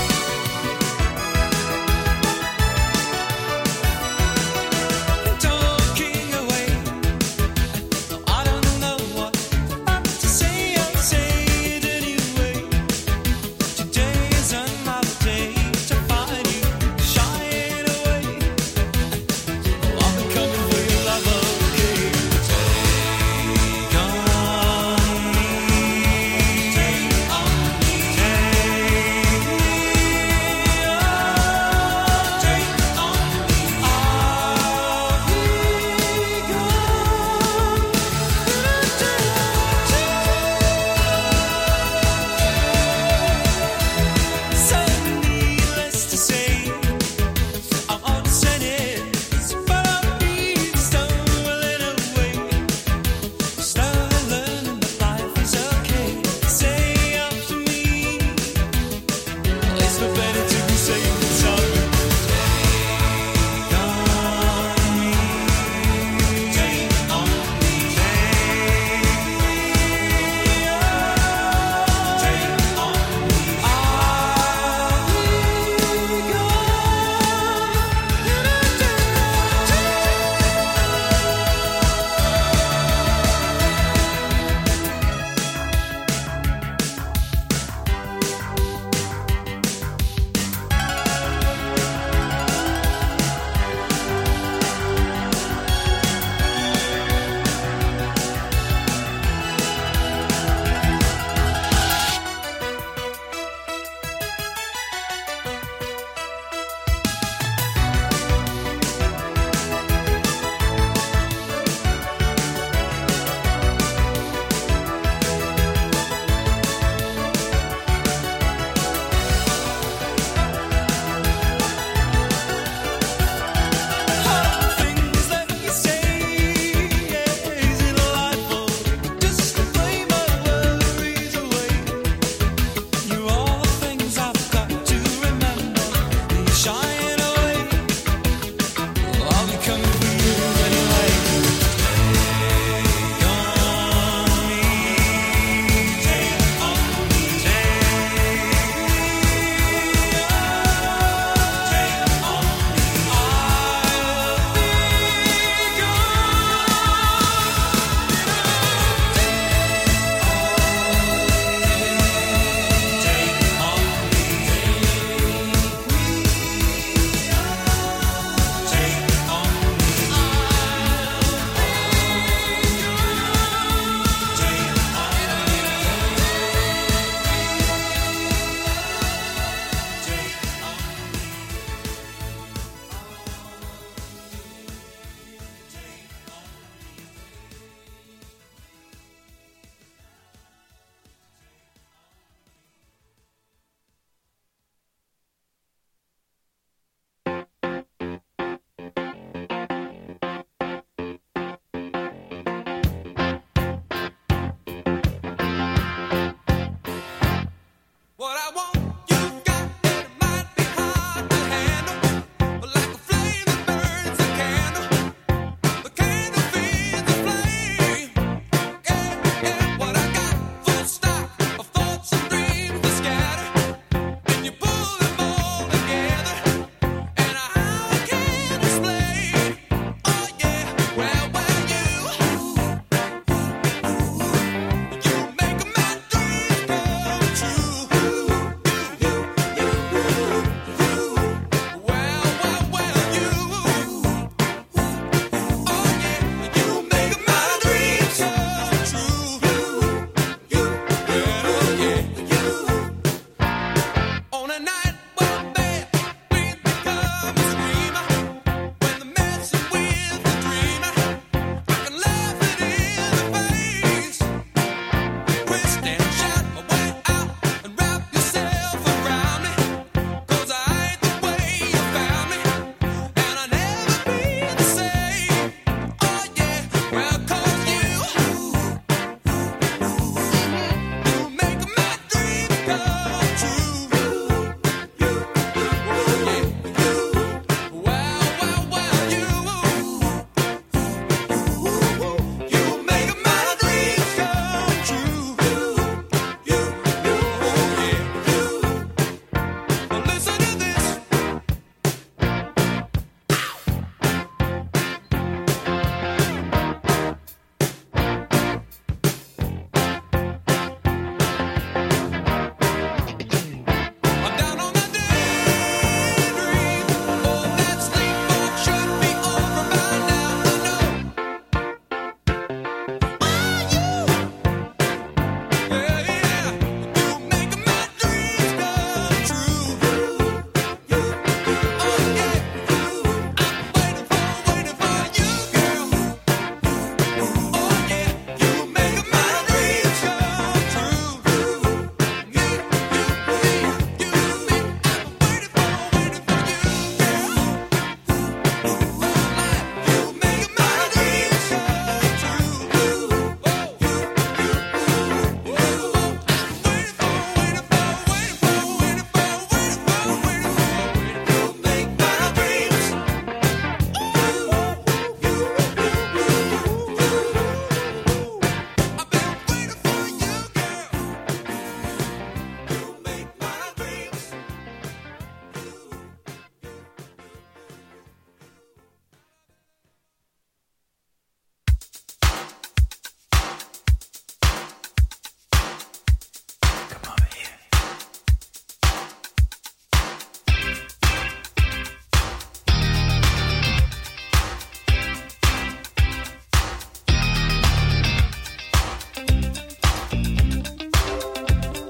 Speaker 8: Oh,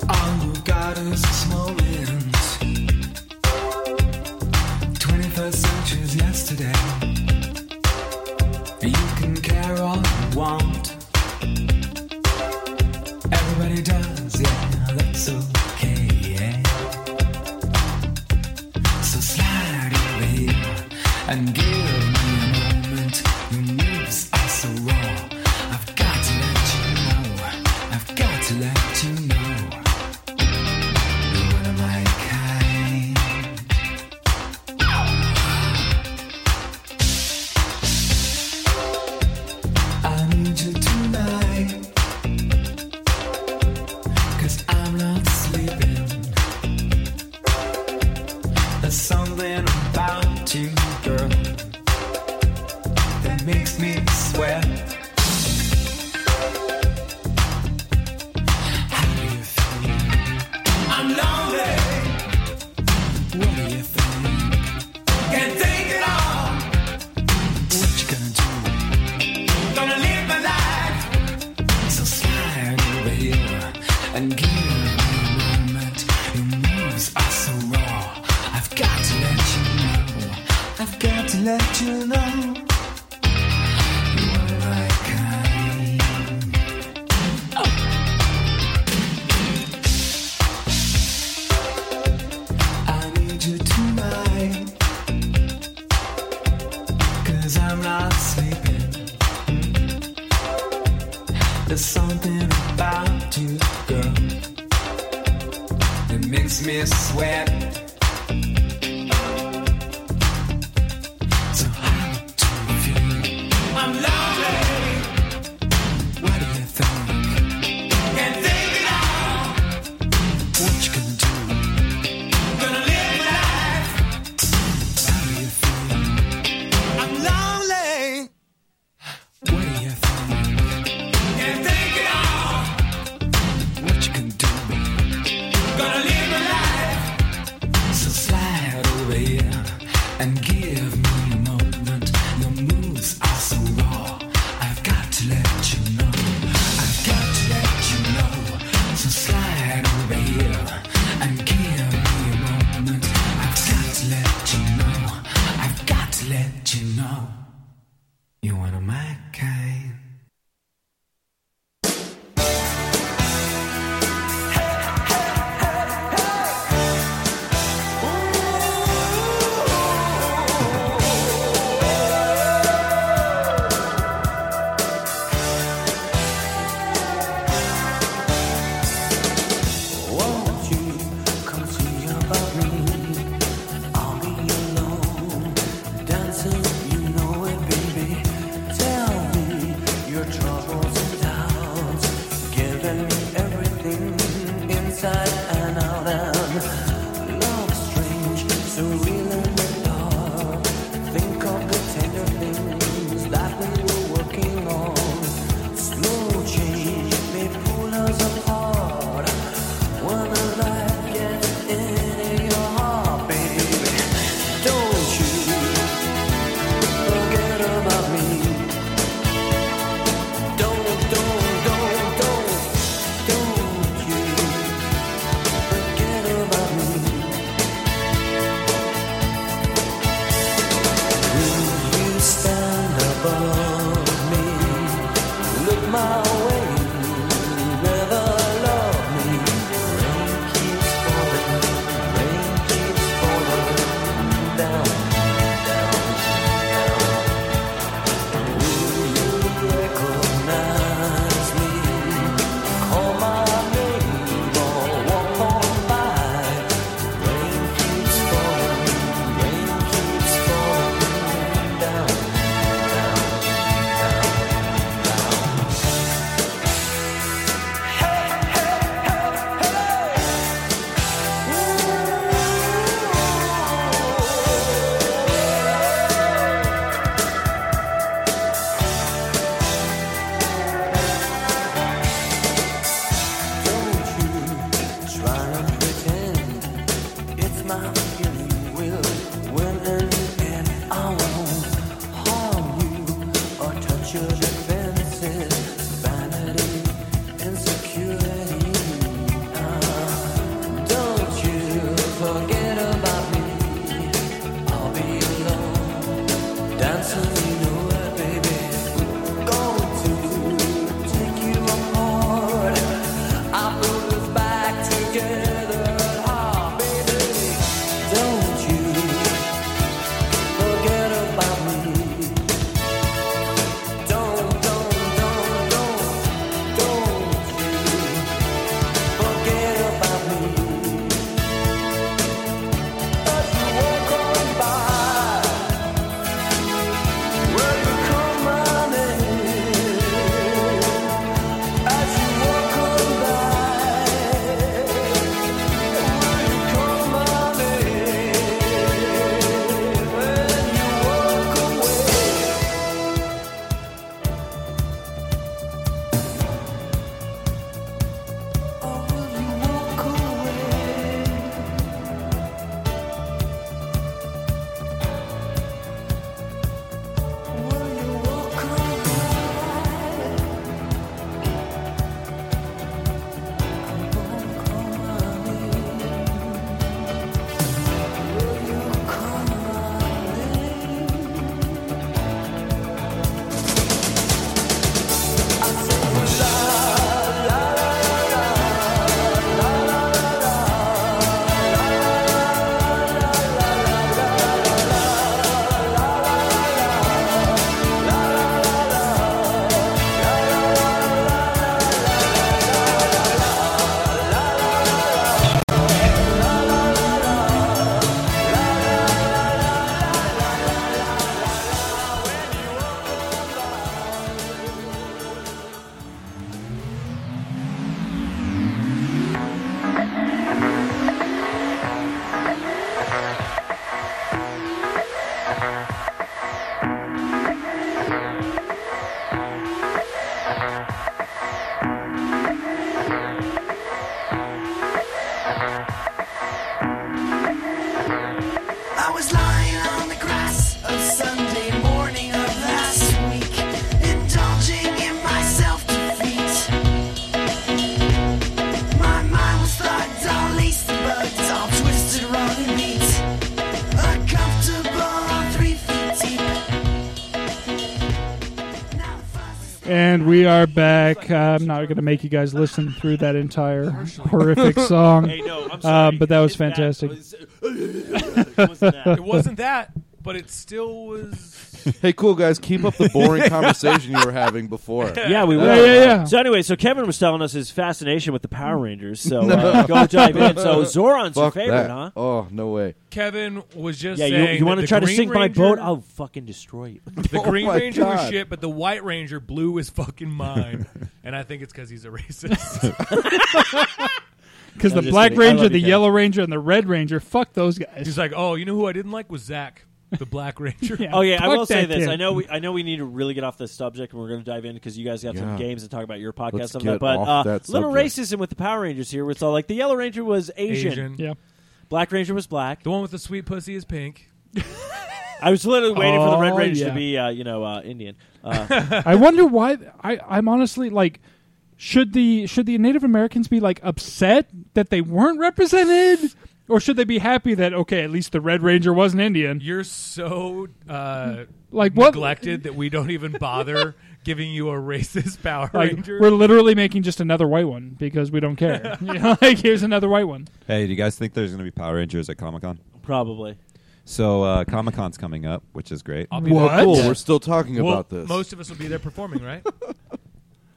Speaker 8: Oh,
Speaker 1: shadows of Smolensk. 21st century's yesterday. You can care all you want. Everybody does, yeah, that's okay, yeah. So slide over here and give me a moment. Your moves are so raw. I've got to let you know. I've got to let you know. You're one of my kind. I need you tonight. Cause I'm not sleeping. There's something about you, girl, that makes me sweat. How do you feel? I'm lonely. What do you think? Can't take it all. What you gonna do? Gonna live my life. So slide over here and give me a moment. Your moves are so raw. I've got to let you know. I've got to let you know. You're my kind. I need you tonight. Cause I'm not sleeping. There's something about you, girl, that makes me sweat. So how do you feel? I'm lonely. What do you think? Can't think it all. What you gonna do? Gonna live my life. How do you feel? I'm lonely. What do you think? Can't think it all. What you can do? Gonna live my life. So slide over here and give me a moment. Your moves are so raw. I've got to let you know. I've got to let you know. So slide over here and give me a moment. I've got to let you know. I've got to let you know. You're one of my kind. Won't you come see about me? I'll be alone, dancing. You know it, baby. Tell me your troubles and doubts. Giving me everything inside and out. And love strange, so real in the dark. Think of the tender things that we were working on. Slow change may pull us apart. When the light gets into your heart, baby, don't you forget about me. Don't, don't, don't, don't, don't you Ah,
Speaker 2: We are back. I'm not going to make you guys listen through that entire horrific song.
Speaker 3: Hey, no, I'm
Speaker 2: Uh,
Speaker 3: sorry.
Speaker 2: but that was
Speaker 3: It's that.
Speaker 2: fantastic.
Speaker 3: It was- it wasn't that.
Speaker 6: It wasn't that, but it still was.
Speaker 5: Hey, cool guys, keep up the
Speaker 3: [laughs]
Speaker 5: boring conversation you were having before.
Speaker 3: [laughs] Yeah, we will.
Speaker 2: Yeah, yeah, yeah.
Speaker 3: So anyway, so Kevin was telling us his fascination with the Power Rangers.
Speaker 5: [laughs]
Speaker 3: So uh, go dive in. So Zoran's your
Speaker 5: Fuck
Speaker 3: favorite,
Speaker 5: that.
Speaker 3: huh?
Speaker 5: Oh no way.
Speaker 6: Kevin was just
Speaker 3: Yeah,
Speaker 6: saying
Speaker 3: you, you
Speaker 6: want to
Speaker 3: try to
Speaker 6: Green
Speaker 3: sink my
Speaker 6: Ranger-
Speaker 3: boat? I'll fucking destroy you. [laughs]
Speaker 6: The
Speaker 3: Oh
Speaker 6: Green
Speaker 5: my
Speaker 6: Ranger was
Speaker 5: God.
Speaker 6: shit, but the White Ranger blew his fucking
Speaker 3: [laughs]
Speaker 6: mind, and I think it's because he's a racist.
Speaker 2: Because
Speaker 3: I'm
Speaker 2: the
Speaker 3: just
Speaker 2: Black
Speaker 3: kidding. I
Speaker 2: Ranger,
Speaker 3: love
Speaker 2: the
Speaker 3: you, Ken.
Speaker 2: Yellow Ranger, and the Red Ranger, fuck those guys.
Speaker 6: he's like, "Oh, you know who I didn't like was Zach, the Black Ranger."
Speaker 2: [laughs] Yeah.
Speaker 3: Oh yeah, I
Speaker 2: Fuck
Speaker 3: will say
Speaker 2: that
Speaker 3: this.
Speaker 2: kid.
Speaker 3: I know we I know we need to really get off this subject, and we're going to dive in because you guys got some
Speaker 5: Yeah.
Speaker 3: games to talk about your podcast.
Speaker 5: Let's
Speaker 3: stuff
Speaker 5: get
Speaker 3: like that.
Speaker 5: off
Speaker 3: but uh,
Speaker 5: that
Speaker 3: little
Speaker 5: subject.
Speaker 3: racism with the Power Rangers here. where It's all like the Yellow Ranger was Asian,
Speaker 6: Asian.
Speaker 2: Yeah.
Speaker 3: Black Ranger was black.
Speaker 6: The one with the sweet pussy is pink.
Speaker 3: I was literally waiting for the Red
Speaker 2: Oh,
Speaker 3: Ranger
Speaker 2: yeah.
Speaker 3: to be uh, you know uh, Indian. Uh,
Speaker 2: I wonder why. I, I'm honestly like, should the should the Native Americans be like upset that they weren't represented, or should they be happy that okay, at least the Red Ranger was an Indian?
Speaker 6: You're so uh,
Speaker 2: Like what?
Speaker 6: neglected that we don't even
Speaker 2: [laughs]
Speaker 6: bother giving you a racist Power
Speaker 2: Like
Speaker 6: Ranger.
Speaker 2: we're literally making just another white one because we don't
Speaker 6: [laughs]
Speaker 2: care. You know, like here's another white one.
Speaker 4: Hey, do you guys think there's going to be Power Rangers at Comic Con?
Speaker 3: probably.
Speaker 4: So uh, Comic Con's coming up, which is great.
Speaker 6: I'll be
Speaker 5: Well,
Speaker 2: What?
Speaker 5: cool. We're still talking
Speaker 6: there. Well,
Speaker 5: about this.
Speaker 6: Most of us will be there
Speaker 4: [laughs]
Speaker 6: performing, right?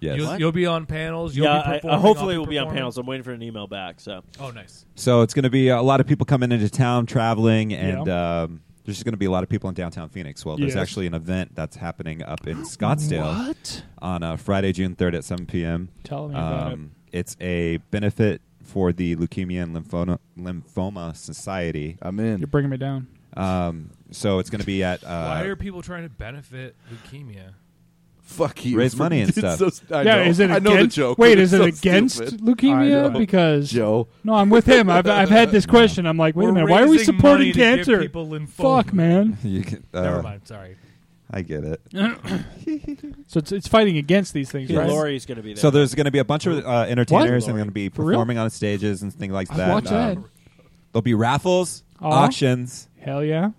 Speaker 4: Yes.
Speaker 6: You'll, you'll be on panels. You'll be
Speaker 3: yeah, I,
Speaker 6: performing,
Speaker 3: I, hopefully
Speaker 6: I'll
Speaker 3: we'll be on
Speaker 6: performing.
Speaker 3: panels. I'm waiting for an email back. So
Speaker 6: Oh, nice.
Speaker 4: So it's going to be uh, a lot of people coming into town traveling, and um, there's just going to be a lot of people in downtown Phoenix. Well, there's
Speaker 2: Yes.
Speaker 4: actually an event that's happening up in Scottsdale
Speaker 2: What?
Speaker 4: on uh, Friday, June 3rd at 7 p.m.
Speaker 2: Tell me about
Speaker 5: Um,
Speaker 4: Um, It's a benefit for the Leukemia and Lymphoma, Lymphoma Society.
Speaker 5: I'm in.
Speaker 2: You're bringing me down.
Speaker 4: Um, so it's going to be at. Uh,
Speaker 6: Why are people trying to benefit leukemia?
Speaker 5: Fuck you.
Speaker 4: Raise money
Speaker 5: [laughs]
Speaker 4: and
Speaker 5: It's
Speaker 4: stuff.
Speaker 5: so st- I
Speaker 2: yeah,
Speaker 5: know.
Speaker 2: is it
Speaker 5: I
Speaker 2: against?
Speaker 5: know the joke.
Speaker 2: Wait,
Speaker 5: but
Speaker 2: is
Speaker 5: it's
Speaker 2: it
Speaker 5: so
Speaker 2: against
Speaker 5: stupid. I
Speaker 2: leukemia?
Speaker 5: know.
Speaker 2: Because
Speaker 5: Joe?
Speaker 2: no, I'm with him. I've, I've had
Speaker 5: [laughs]
Speaker 2: this question. I'm like, wait
Speaker 6: We're
Speaker 2: a minute, why are we
Speaker 6: raising money
Speaker 2: supporting
Speaker 6: to give
Speaker 2: cancer?
Speaker 6: people lymphoma.
Speaker 2: Fuck, man.
Speaker 4: [laughs] you can, uh,
Speaker 6: Never mind. Sorry.
Speaker 4: I get it.
Speaker 2: So it's, it's fighting against these things,
Speaker 3: yeah,
Speaker 2: right?
Speaker 3: Lori's going to be there.
Speaker 4: So there's going to be a bunch of uh, entertainers
Speaker 2: What?
Speaker 4: and going to be
Speaker 2: For real?
Speaker 4: performing on stages and things like
Speaker 2: I'd
Speaker 4: that.
Speaker 2: watch that.
Speaker 4: Um, there'll be raffles,
Speaker 2: Aw.
Speaker 4: auctions,
Speaker 2: Hell yeah.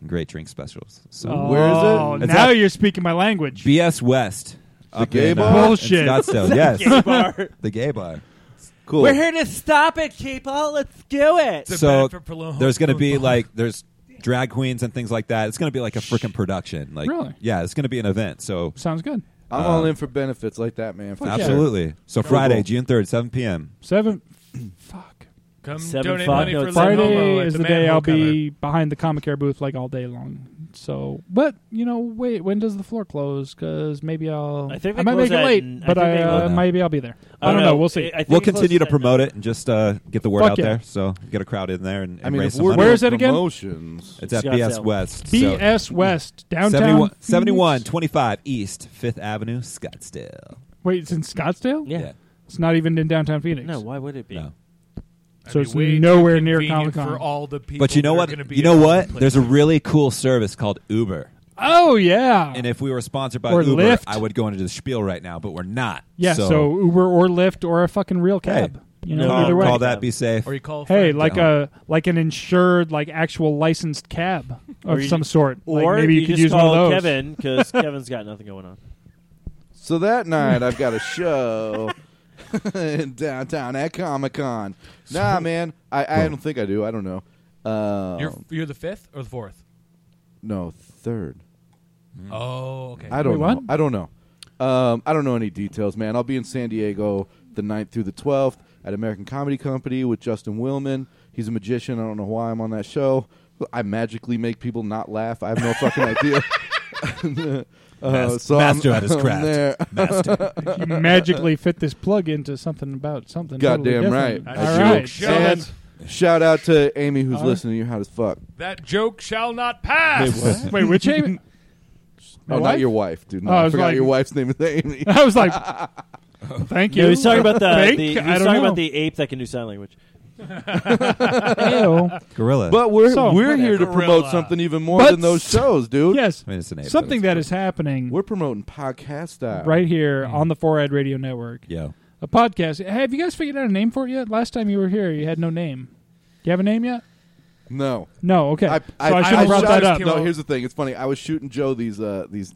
Speaker 4: and great drink specials. So
Speaker 5: where is it?
Speaker 2: Oh,
Speaker 4: It's
Speaker 2: Now
Speaker 4: at-
Speaker 2: you're speaking my language.
Speaker 4: BS West, the
Speaker 5: gay bar?
Speaker 2: Bullshit. [laughs]
Speaker 4: Scottsdale, yes,
Speaker 3: Gay bar.
Speaker 4: [laughs] the gay bar.
Speaker 5: Cool.
Speaker 3: We're here to stop it, people. Let's do it.
Speaker 6: It's a
Speaker 4: so
Speaker 6: benefit for lo-
Speaker 4: there's going to be
Speaker 6: lymphoma.
Speaker 4: like there's drag queens and things like that. It's going to be like a freaking production. Like,
Speaker 2: Really?
Speaker 4: yeah, it's going to be an event. So
Speaker 2: Sounds good.
Speaker 5: I'm all in for benefits like that, man. For
Speaker 2: yeah.
Speaker 4: absolutely. So Friday, June third, seven p.m.
Speaker 2: Seven. [clears throat] Fuck.
Speaker 6: Come
Speaker 3: Seven
Speaker 6: donate
Speaker 3: five
Speaker 6: money
Speaker 3: notes.
Speaker 6: for
Speaker 2: Friday
Speaker 6: lymphoma at
Speaker 2: is the,
Speaker 6: the
Speaker 2: day
Speaker 6: manhole
Speaker 2: I'll be behind the Comic Care booth like all day long. So, but you know, wait, when does the floor close? Because maybe I'll.
Speaker 3: I think they
Speaker 2: I might
Speaker 3: close
Speaker 2: make it
Speaker 3: at-
Speaker 2: late,
Speaker 3: I
Speaker 2: but
Speaker 3: think
Speaker 2: I,
Speaker 3: they
Speaker 2: uh,
Speaker 4: close-
Speaker 2: maybe I'll be there. I don't know. We'll see.
Speaker 3: I- I think
Speaker 4: We'll
Speaker 3: it's close
Speaker 4: continue to
Speaker 3: at
Speaker 4: promote it and just uh, get the word
Speaker 2: Fuck
Speaker 4: out
Speaker 2: yeah.
Speaker 4: there. So get a crowd in there and, and
Speaker 5: I mean,
Speaker 4: raise
Speaker 5: if
Speaker 4: some
Speaker 5: we're
Speaker 4: money.
Speaker 2: Where is it again?
Speaker 5: Promotions.
Speaker 4: It's at
Speaker 3: Scottsdale.
Speaker 4: BS West. so-
Speaker 2: BS West downtown.
Speaker 4: 71,
Speaker 2: Phoenix.
Speaker 4: 25 East, 5th Avenue, Scottsdale.
Speaker 2: Wait, it's in Scottsdale.
Speaker 3: Yeah.
Speaker 2: It's not even in downtown Phoenix.
Speaker 3: No, why would it be?
Speaker 4: No.
Speaker 6: That'd
Speaker 2: So
Speaker 6: be
Speaker 2: it's
Speaker 6: way too
Speaker 2: nowhere near
Speaker 6: convenient
Speaker 2: Comic-Con.
Speaker 6: for all the people.
Speaker 4: But you know
Speaker 6: that are
Speaker 4: what?
Speaker 6: gonna be
Speaker 4: You know
Speaker 6: at
Speaker 4: what?
Speaker 6: that place.
Speaker 4: There's a really cool service called Uber.
Speaker 2: Oh yeah.
Speaker 4: And if we were sponsored by
Speaker 2: Or
Speaker 4: Uber,
Speaker 2: Lyft.
Speaker 4: I would go into the spiel right now, but we're not.
Speaker 2: yeah. So, Uber or Lyft or a fucking real
Speaker 4: Hey.
Speaker 2: cab. you know,
Speaker 4: call,
Speaker 2: either way.
Speaker 4: um, call that, be safe.
Speaker 6: or you call. a
Speaker 2: Hey,
Speaker 6: friend.
Speaker 2: like a like an insured, like actual licensed cab
Speaker 3: Or
Speaker 2: of
Speaker 3: you-
Speaker 2: some sort. Like,
Speaker 3: Or
Speaker 2: maybe you, could
Speaker 3: just
Speaker 2: use
Speaker 3: call
Speaker 2: one of those. [laughs]
Speaker 3: Kevin because Kevin's got nothing going on.
Speaker 5: So that night, I've got a show [laughs] in downtown at Comic Con. Nah, man, I, I don't think I do. I don't know. Uh,
Speaker 6: You're you're the fifth or the fourth.
Speaker 5: no, third.
Speaker 4: Mm-hmm.
Speaker 6: Oh, okay.
Speaker 5: I don't
Speaker 2: Wait,
Speaker 5: know.
Speaker 2: what?
Speaker 5: I don't know. Um, I don't know any details, man. I'll be in San Diego the 9th through the 12th at American Comedy Company with Justin Willman. He's a magician. I don't know why I'm on that show. I magically make people not laugh. I have no fucking idea. Uh,
Speaker 4: Mas-
Speaker 5: so I'm-
Speaker 4: master at his
Speaker 5: [laughs] I'm
Speaker 4: craft.
Speaker 5: there.
Speaker 4: Master.
Speaker 2: You magically fit this plug into something about something. totally
Speaker 5: Goddamn right.
Speaker 2: different.
Speaker 5: I
Speaker 2: All
Speaker 5: do.
Speaker 2: right.
Speaker 6: Show
Speaker 5: And
Speaker 6: us.
Speaker 5: shout out to Amy, who's
Speaker 2: All right.
Speaker 5: listening to you. How as fuck?
Speaker 6: That joke shall not pass.
Speaker 2: Wait, which Amy? [laughs] My
Speaker 5: oh,
Speaker 2: wife?
Speaker 5: not your wife, dude. No,
Speaker 2: Oh, I
Speaker 5: I,
Speaker 2: was
Speaker 5: forgot
Speaker 2: like-
Speaker 5: your wife's name is Amy.
Speaker 2: I was like, thank you.
Speaker 3: Yeah, he was
Speaker 2: [laughs]
Speaker 3: talking about the,
Speaker 2: Thank-
Speaker 3: the he
Speaker 2: I
Speaker 3: was
Speaker 2: don't
Speaker 3: talking
Speaker 2: know.
Speaker 3: about the ape that can do sign language.
Speaker 2: Ew.
Speaker 4: Gorilla.
Speaker 5: [laughs] But we're
Speaker 2: So-
Speaker 5: we're here to promote
Speaker 6: Gorilla.
Speaker 5: something even more
Speaker 2: But-
Speaker 5: than those shows, [laughs] dude.
Speaker 2: Yes,
Speaker 4: I mean, it's an ape, but
Speaker 2: something
Speaker 4: it's
Speaker 2: that is happening
Speaker 5: We're promoting podcast style.
Speaker 2: right here on the Forehead Radio Network.
Speaker 4: Yo.
Speaker 2: A podcast. Have you guys figured out a name for it yet? Last time you were here, you had no name. Do you have a name yet?
Speaker 5: No.
Speaker 2: No. Okay. so I, should
Speaker 6: I
Speaker 2: have brought
Speaker 5: shot-
Speaker 2: that up.
Speaker 6: came
Speaker 5: No,
Speaker 6: up.
Speaker 5: here's the thing. It's funny. I was shooting Joe these uh, these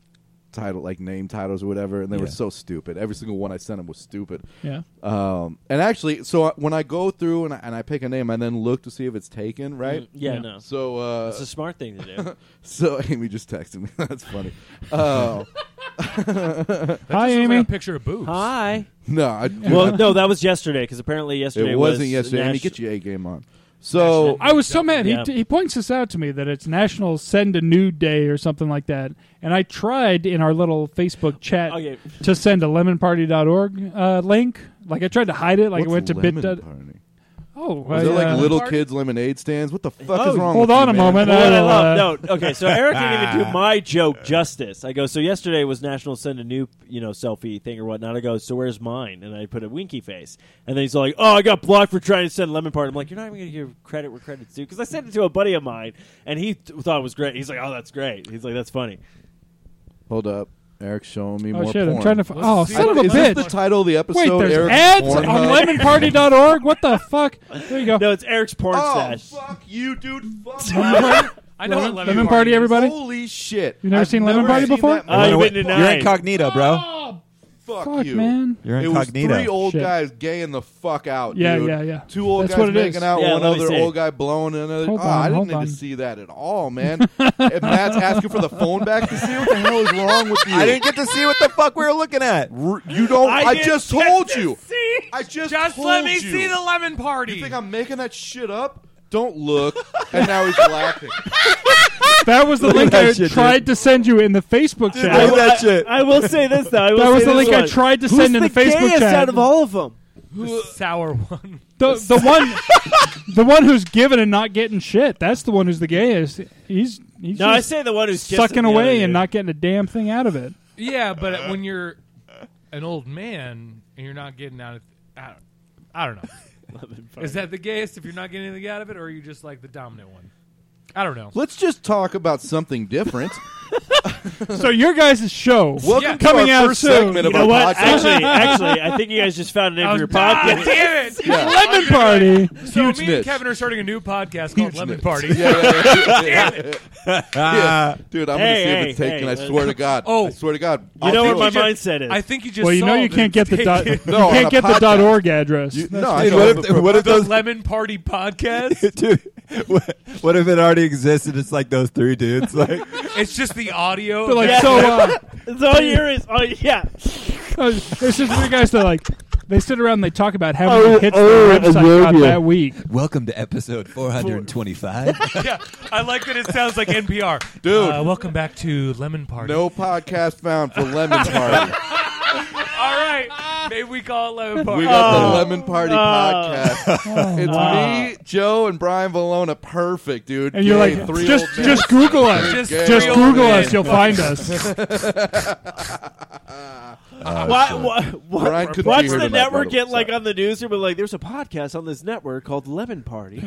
Speaker 5: title like name titles or whatever, and they were
Speaker 4: Yeah.
Speaker 5: so stupid. Every single one I sent them was stupid.
Speaker 2: Yeah.
Speaker 5: Um, and actually, so I- when I go through and I, and I pick a name, I then look to see if it's taken, right?
Speaker 2: Yeah.
Speaker 3: Mm, Yeah, no.
Speaker 5: So, uh,
Speaker 3: It's a smart thing to
Speaker 2: [laughs]
Speaker 3: do.
Speaker 5: so [laughs] Amy just texted me. That's funny. Uh,
Speaker 2: Hi,
Speaker 6: Just looks like
Speaker 2: Amy.
Speaker 6: a picture of boobs.
Speaker 3: Hi.
Speaker 5: no, I,
Speaker 3: Well, no, that was yesterday because apparently yesterday
Speaker 5: it wasn't
Speaker 3: was
Speaker 5: yesterday. Amy,
Speaker 3: nat-
Speaker 5: get Oh. your A game on. So,
Speaker 2: I was so mad.
Speaker 3: Yeah.
Speaker 2: He, he points this out to me that it's National Send a Nude Day or something like that. And I tried in our little Facebook chat
Speaker 3: Okay.
Speaker 2: to send a lemonparty.org uh, link. Like I tried to hide it. Like I went
Speaker 5: What's
Speaker 2: to bit.
Speaker 5: lemon
Speaker 2: dot-
Speaker 5: party?
Speaker 2: Oh,
Speaker 5: Is
Speaker 2: I,
Speaker 5: there
Speaker 2: uh,
Speaker 5: like little
Speaker 6: Party?
Speaker 5: kids lemonade stands? What the fuck
Speaker 3: Oh,
Speaker 5: is wrong?
Speaker 2: hold
Speaker 5: with you,
Speaker 2: on a
Speaker 5: man?
Speaker 2: moment. uh,
Speaker 3: Well, what I
Speaker 2: I'll,
Speaker 3: love, no, okay. So Eric
Speaker 2: [laughs]
Speaker 3: didn't even do my joke justice. I go, so yesterday was National Send a New, you know, selfie thing or whatnot. I go, so where's mine? And I put a winky face, and then he's like, oh, I got blocked for trying to send lemon part. I'm like, you're not even gonna give credit where credit's due because I sent it to a buddy of mine, and he th- thought it was great. He's like, oh, that's great. He's like, that's funny.
Speaker 5: Hold up, Eric's showing me
Speaker 2: Oh
Speaker 5: more
Speaker 2: shit!
Speaker 5: porn.
Speaker 2: I'm trying to. F- oh,
Speaker 6: see.
Speaker 2: son of a
Speaker 5: is this
Speaker 2: bitch!
Speaker 5: the title of the
Speaker 2: Wait,
Speaker 5: episode?
Speaker 2: there's
Speaker 5: Eric's
Speaker 2: ads
Speaker 5: Pornhub?
Speaker 2: on lemonparty.org. What the fuck? There you go.
Speaker 3: No, it's Eric's porn
Speaker 5: Oh,
Speaker 3: stash.
Speaker 5: fuck you, dude.
Speaker 2: [laughs]
Speaker 5: Fuck
Speaker 6: I know what
Speaker 2: Lemon, Lemon Party,
Speaker 6: is.
Speaker 2: everybody.
Speaker 5: Holy shit!
Speaker 2: You never
Speaker 5: I've
Speaker 2: seen Lemon Party
Speaker 5: seen
Speaker 2: before?
Speaker 5: that
Speaker 3: Uh,
Speaker 5: movie.
Speaker 3: you've
Speaker 4: Wait,
Speaker 3: been
Speaker 4: You're
Speaker 3: denied.
Speaker 4: incognito, bro.
Speaker 5: fuck,
Speaker 2: Fuck,
Speaker 5: you,
Speaker 2: man.
Speaker 4: You're
Speaker 5: It was
Speaker 4: incognito.
Speaker 5: three old
Speaker 2: Shit.
Speaker 5: guys gaying the fuck out.
Speaker 2: Yeah,
Speaker 5: dude.
Speaker 2: yeah, yeah.
Speaker 5: Two old
Speaker 2: That's
Speaker 5: guys
Speaker 2: what it
Speaker 5: making
Speaker 2: is.
Speaker 5: out,
Speaker 3: Yeah,
Speaker 5: one
Speaker 3: let me
Speaker 5: other
Speaker 3: see.
Speaker 5: old guy blowing another.
Speaker 2: Hold
Speaker 5: oh, I
Speaker 2: on,
Speaker 5: didn't
Speaker 2: hold
Speaker 5: need
Speaker 2: on.
Speaker 5: to see that
Speaker 2: [laughs]
Speaker 5: at all, man. if Matt's asking for the phone back to see what the hell is
Speaker 3: [laughs]
Speaker 5: wrong with you,
Speaker 4: I didn't get to see what the fuck we were looking at.
Speaker 5: R- You don't. I,
Speaker 3: didn't
Speaker 5: just
Speaker 3: get
Speaker 5: told
Speaker 3: to
Speaker 5: you.
Speaker 6: See?
Speaker 5: I just
Speaker 6: Just
Speaker 5: told
Speaker 6: let me
Speaker 5: you.
Speaker 6: see the lemon party.
Speaker 5: You think I'm making that shit up? Don't [laughs] look. and now he's laughing.
Speaker 2: That was the link
Speaker 4: that
Speaker 2: I
Speaker 4: shit,
Speaker 2: tried to send you in the Facebook
Speaker 4: Look at
Speaker 2: chat.
Speaker 4: that shit.
Speaker 3: I will say this though. I will
Speaker 2: That
Speaker 3: say
Speaker 2: was the
Speaker 3: this
Speaker 2: link I
Speaker 3: one.
Speaker 2: tried to
Speaker 3: Who's
Speaker 2: send in the Facebook
Speaker 3: gayest
Speaker 2: chat.
Speaker 3: out of all of them.
Speaker 6: [laughs] the sour one.
Speaker 2: The, the one, the one who's giving and not getting shit. That's the one who's the gayest. He's he's
Speaker 3: No, I
Speaker 2: just
Speaker 3: say the one who's kissing
Speaker 2: sucking
Speaker 3: the other
Speaker 2: away and
Speaker 3: dude.
Speaker 2: not getting a damn thing out of it.
Speaker 6: Yeah, but when you're an old man and you're not getting out of, out, I [laughs] don't know. Is that the gayest if you're not getting anything out of it, or are you just like the dominant one? I don't know.
Speaker 5: Let's just talk about something different.
Speaker 2: So your guys' show
Speaker 5: Welcome
Speaker 6: Yeah.
Speaker 5: to
Speaker 2: coming
Speaker 5: our
Speaker 2: out
Speaker 5: first
Speaker 2: soon.
Speaker 5: segment of
Speaker 2: You
Speaker 5: our
Speaker 2: know
Speaker 3: What?
Speaker 2: [laughs]
Speaker 5: podcast.
Speaker 3: Actually, actually, I think you guys just found a name for your
Speaker 6: [laughs] God
Speaker 3: podcast.
Speaker 6: damn it!
Speaker 2: lemon party.
Speaker 6: So me and
Speaker 5: niche.
Speaker 6: Kevin are starting a new podcast called Lemon Party.
Speaker 5: [laughs] Yeah, yeah, yeah. Yeah. Dude,
Speaker 3: Hey,
Speaker 5: I'm gonna see if
Speaker 3: hey,
Speaker 5: it's taken.
Speaker 3: hey.
Speaker 5: I swear to God.
Speaker 6: Oh.
Speaker 5: I swear to God.
Speaker 3: You know
Speaker 5: I'll
Speaker 3: where my
Speaker 5: do it.
Speaker 3: mindset is.
Speaker 6: [laughs] I think you just
Speaker 2: Well, you know
Speaker 6: saw
Speaker 2: you
Speaker 6: that
Speaker 2: can't get the
Speaker 6: [laughs] they
Speaker 2: dot,
Speaker 6: did
Speaker 5: No,
Speaker 2: you
Speaker 5: on a
Speaker 2: can't get the dot
Speaker 5: podcast.
Speaker 2: org address.
Speaker 5: You-
Speaker 2: That's
Speaker 5: no, I
Speaker 4: Dude,
Speaker 5: know.
Speaker 4: what if, what
Speaker 2: [laughs]
Speaker 4: if
Speaker 6: the
Speaker 4: those
Speaker 6: Lemon Party
Speaker 4: [laughs]
Speaker 6: podcast.
Speaker 4: dude, what, what if it already exists and it's like those three dudes? Like,
Speaker 6: it's just the audio.
Speaker 2: They're like,
Speaker 3: Yeah.
Speaker 2: so uh,
Speaker 3: It's all year is. Oh yeah.
Speaker 2: uh, [laughs] it's just three guys that like they sit around and they talk about how many
Speaker 4: Oh,
Speaker 2: hits their website got that week.
Speaker 4: [laughs] welcome to episode 425.
Speaker 6: [laughs] yeah, I like that. It sounds like NPR.
Speaker 5: Dude.
Speaker 6: uh, welcome back to Lemon Party.
Speaker 5: No podcast found for Lemon Party.
Speaker 6: All right, maybe we call it Lemon Party.
Speaker 5: We got the Lemon Party podcast. It's me, Joe, and Brian Valona. Perfect, dude.
Speaker 2: And you're
Speaker 5: Yay,
Speaker 2: like,
Speaker 5: three
Speaker 2: just
Speaker 5: old men.
Speaker 2: just Google us.
Speaker 6: Just
Speaker 2: Just,
Speaker 5: three
Speaker 6: old
Speaker 2: Google
Speaker 6: men.
Speaker 2: us. You'll find
Speaker 5: [laughs]
Speaker 2: us.
Speaker 3: Why, why, why,
Speaker 5: Brian couldn't be
Speaker 3: what's
Speaker 5: here
Speaker 3: the
Speaker 5: tonight,
Speaker 3: network
Speaker 5: brother.
Speaker 3: get like on the news? They're like, there's a podcast on this network called Lemon [laughs] Party.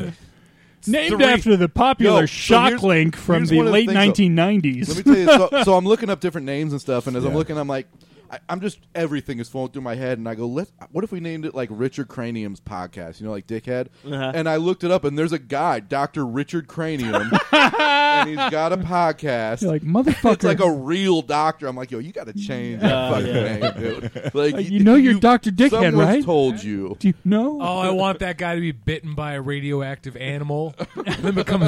Speaker 2: Named
Speaker 6: Three.
Speaker 2: after the popular
Speaker 5: Yo, so
Speaker 2: shock
Speaker 5: here's-
Speaker 2: link from
Speaker 5: here's
Speaker 2: the
Speaker 5: one of the
Speaker 2: late
Speaker 5: things, though. Let
Speaker 2: 1990s.
Speaker 5: me tell you. So, so I'm looking up different names and stuff, and as I'm
Speaker 4: Yeah.
Speaker 5: looking, I'm like, I, I'm just everything is flowing through my head, and I go, let What if we named it like Richard Cranium's podcast? You know, like Dickhead.
Speaker 3: Uh-huh.
Speaker 5: And I looked it up, and there's a guy, Doctor
Speaker 2: [laughs]
Speaker 5: Richard Cranium, and he's got a podcast.
Speaker 2: You're like motherfucker.
Speaker 5: it's like a real doctor. I'm like, yo, you got to change that
Speaker 3: Uh,
Speaker 5: fucking
Speaker 3: yeah.
Speaker 2: [laughs]
Speaker 5: name, dude. Like,
Speaker 2: Oh, you know you're Dr. Dickhead,
Speaker 5: someone's
Speaker 2: right?
Speaker 5: Told you.
Speaker 2: Do you know?
Speaker 6: Oh, I want that guy to be bitten by a radioactive animal, then become a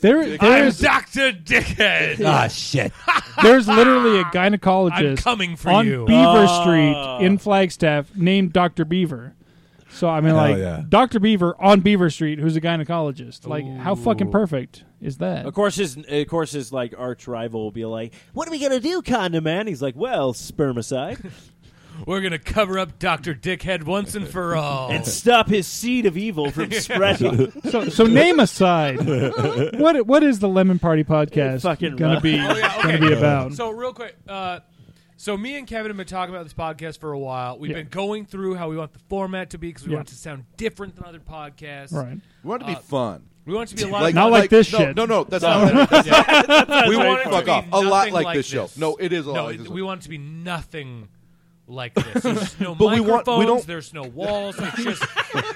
Speaker 2: [laughs] there, there
Speaker 6: I'm
Speaker 2: is,
Speaker 6: Doctor Dickhead.
Speaker 4: ah, shit.
Speaker 2: there's literally a
Speaker 6: I'm
Speaker 2: gynecologist
Speaker 6: coming for
Speaker 2: on
Speaker 6: you.
Speaker 2: Beaver
Speaker 5: Ah.
Speaker 3: Oh.
Speaker 2: Street in Flagstaff named Dr. Beaver. So I mean,
Speaker 4: Hell
Speaker 2: like
Speaker 4: yeah.
Speaker 2: Dr. Beaver on Beaver Street, who's a gynecologist. Like, how fucking perfect is that?
Speaker 3: Of course, his of course his like arch rival will be like, "What are we gonna do, Condom Man?" He's like, "Well, spermicide
Speaker 6: We're gonna cover up Doctor Dickhead once and for
Speaker 2: Oh.
Speaker 6: all.
Speaker 3: and stop his seed of
Speaker 2: [laughs]
Speaker 3: evil from spreading."
Speaker 2: So, so name aside, what what is the Lemon Party podcast
Speaker 3: Fucking
Speaker 2: gonna
Speaker 3: right.
Speaker 2: be
Speaker 6: Oh, yeah,
Speaker 2: gonna
Speaker 6: okay.
Speaker 2: be about?
Speaker 6: So real quick, uh, so me and Kevin have been talking about this podcast for a while. We've
Speaker 2: Yeah.
Speaker 6: been going through how we want the format to be because we
Speaker 2: Yeah.
Speaker 6: want it to sound different than other podcasts.
Speaker 2: right.
Speaker 5: We want it to be fun.
Speaker 6: We want it to be a lot.
Speaker 2: Like-
Speaker 6: of
Speaker 2: Not
Speaker 6: fun.
Speaker 2: like this
Speaker 5: no,
Speaker 2: shit.
Speaker 5: No, no, that's not what it is. [laughs] We
Speaker 6: want
Speaker 5: want
Speaker 6: it to
Speaker 5: fuck
Speaker 6: be
Speaker 5: off. A lot
Speaker 6: nothing
Speaker 5: like this show. No, it is a lot
Speaker 6: No,
Speaker 5: like this
Speaker 6: we
Speaker 5: show.
Speaker 6: want it to be nothing like this. There's
Speaker 2: [laughs]
Speaker 6: no
Speaker 5: But we want- we
Speaker 6: microphones.
Speaker 5: don't-
Speaker 6: there's no walls. It's just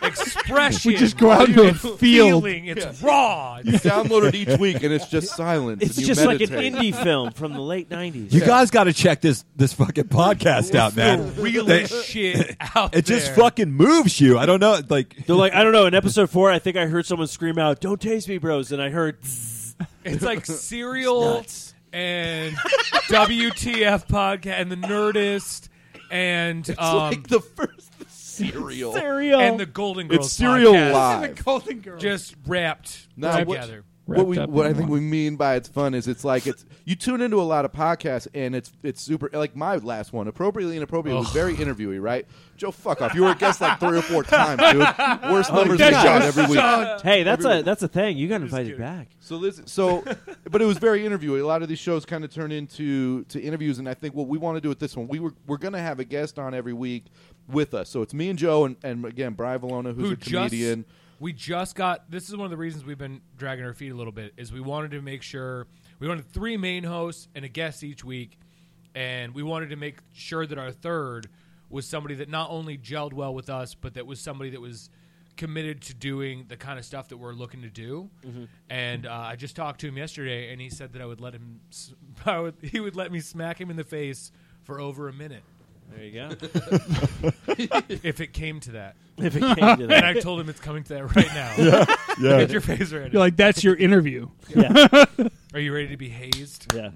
Speaker 6: expression.
Speaker 2: We just go out
Speaker 6: What
Speaker 2: into
Speaker 6: are
Speaker 2: a
Speaker 6: you
Speaker 2: field.
Speaker 6: feeling? It's raw.
Speaker 5: You download it each week, and it's just silence.
Speaker 3: It's
Speaker 5: and you
Speaker 3: just like an
Speaker 5: meditate.
Speaker 3: indie film from the late '90s.
Speaker 4: You guys got to check this this fucking podcast out, man.
Speaker 6: The
Speaker 4: They-
Speaker 6: realest shit out
Speaker 4: it just
Speaker 6: there.
Speaker 4: fucking moves you. I don't know, like
Speaker 3: They're like, I don't know. In episode four, I think I heard someone scream out, "Don't taste me, bros!" And I [laughs] heard,
Speaker 6: It's
Speaker 5: [laughs]
Speaker 6: like cereal and WTF podcast and the Nerdist and
Speaker 5: It's
Speaker 6: um,
Speaker 5: like the first cereal.
Speaker 6: and the Golden Girls.
Speaker 5: It's cereal
Speaker 6: podcast.
Speaker 5: live.
Speaker 2: Golden Girl.
Speaker 6: Just wrapped
Speaker 5: Now, what-
Speaker 6: together.
Speaker 5: What, we,
Speaker 2: Wrapped up
Speaker 5: what
Speaker 2: in
Speaker 5: I think
Speaker 2: one.
Speaker 5: we mean by it's fun is it's like it's you tune into a lot of podcasts and it's it's super like my last one appropriately inappropriate was very interviewy right Joe fuck off you were a guest like three or four times dude worst numbers we
Speaker 2: that shit
Speaker 5: got every week
Speaker 3: "Hey, that's a that's a thing. You got invited back."
Speaker 5: so listen so but it was very interviewy a lot of these shows kind of turn into to interviews and I think what we want to do with this one we were we're gonna have a guest on every week with us so it's me and Joe and, and again Brian Valona who's
Speaker 6: Who
Speaker 5: a comedian.
Speaker 6: [laughs] just we just got. This is one of the reasons we've been dragging our feet a little bit. Is we wanted to make sure we wanted three main hosts and a guest each week, and we wanted to make sure that our third was somebody that not only gelled well with us, but that was somebody that was committed to doing the kind of stuff that we're looking to do.
Speaker 5: Mm-hmm.
Speaker 6: And uh, I just talked to him yesterday, and he said that I would let him. s- [laughs] I would, he would let me smack him in the face for over a
Speaker 5: [laughs]
Speaker 6: minute
Speaker 3: There you go.
Speaker 6: if it came to that.
Speaker 3: [laughs] if it came to [laughs]
Speaker 6: And
Speaker 3: that,
Speaker 6: I told him it's coming to that right now. [laughs] Get your face ready.
Speaker 2: You're like, that's your interview.
Speaker 3: yeah,
Speaker 6: Are you ready to be hazed?
Speaker 3: yeah.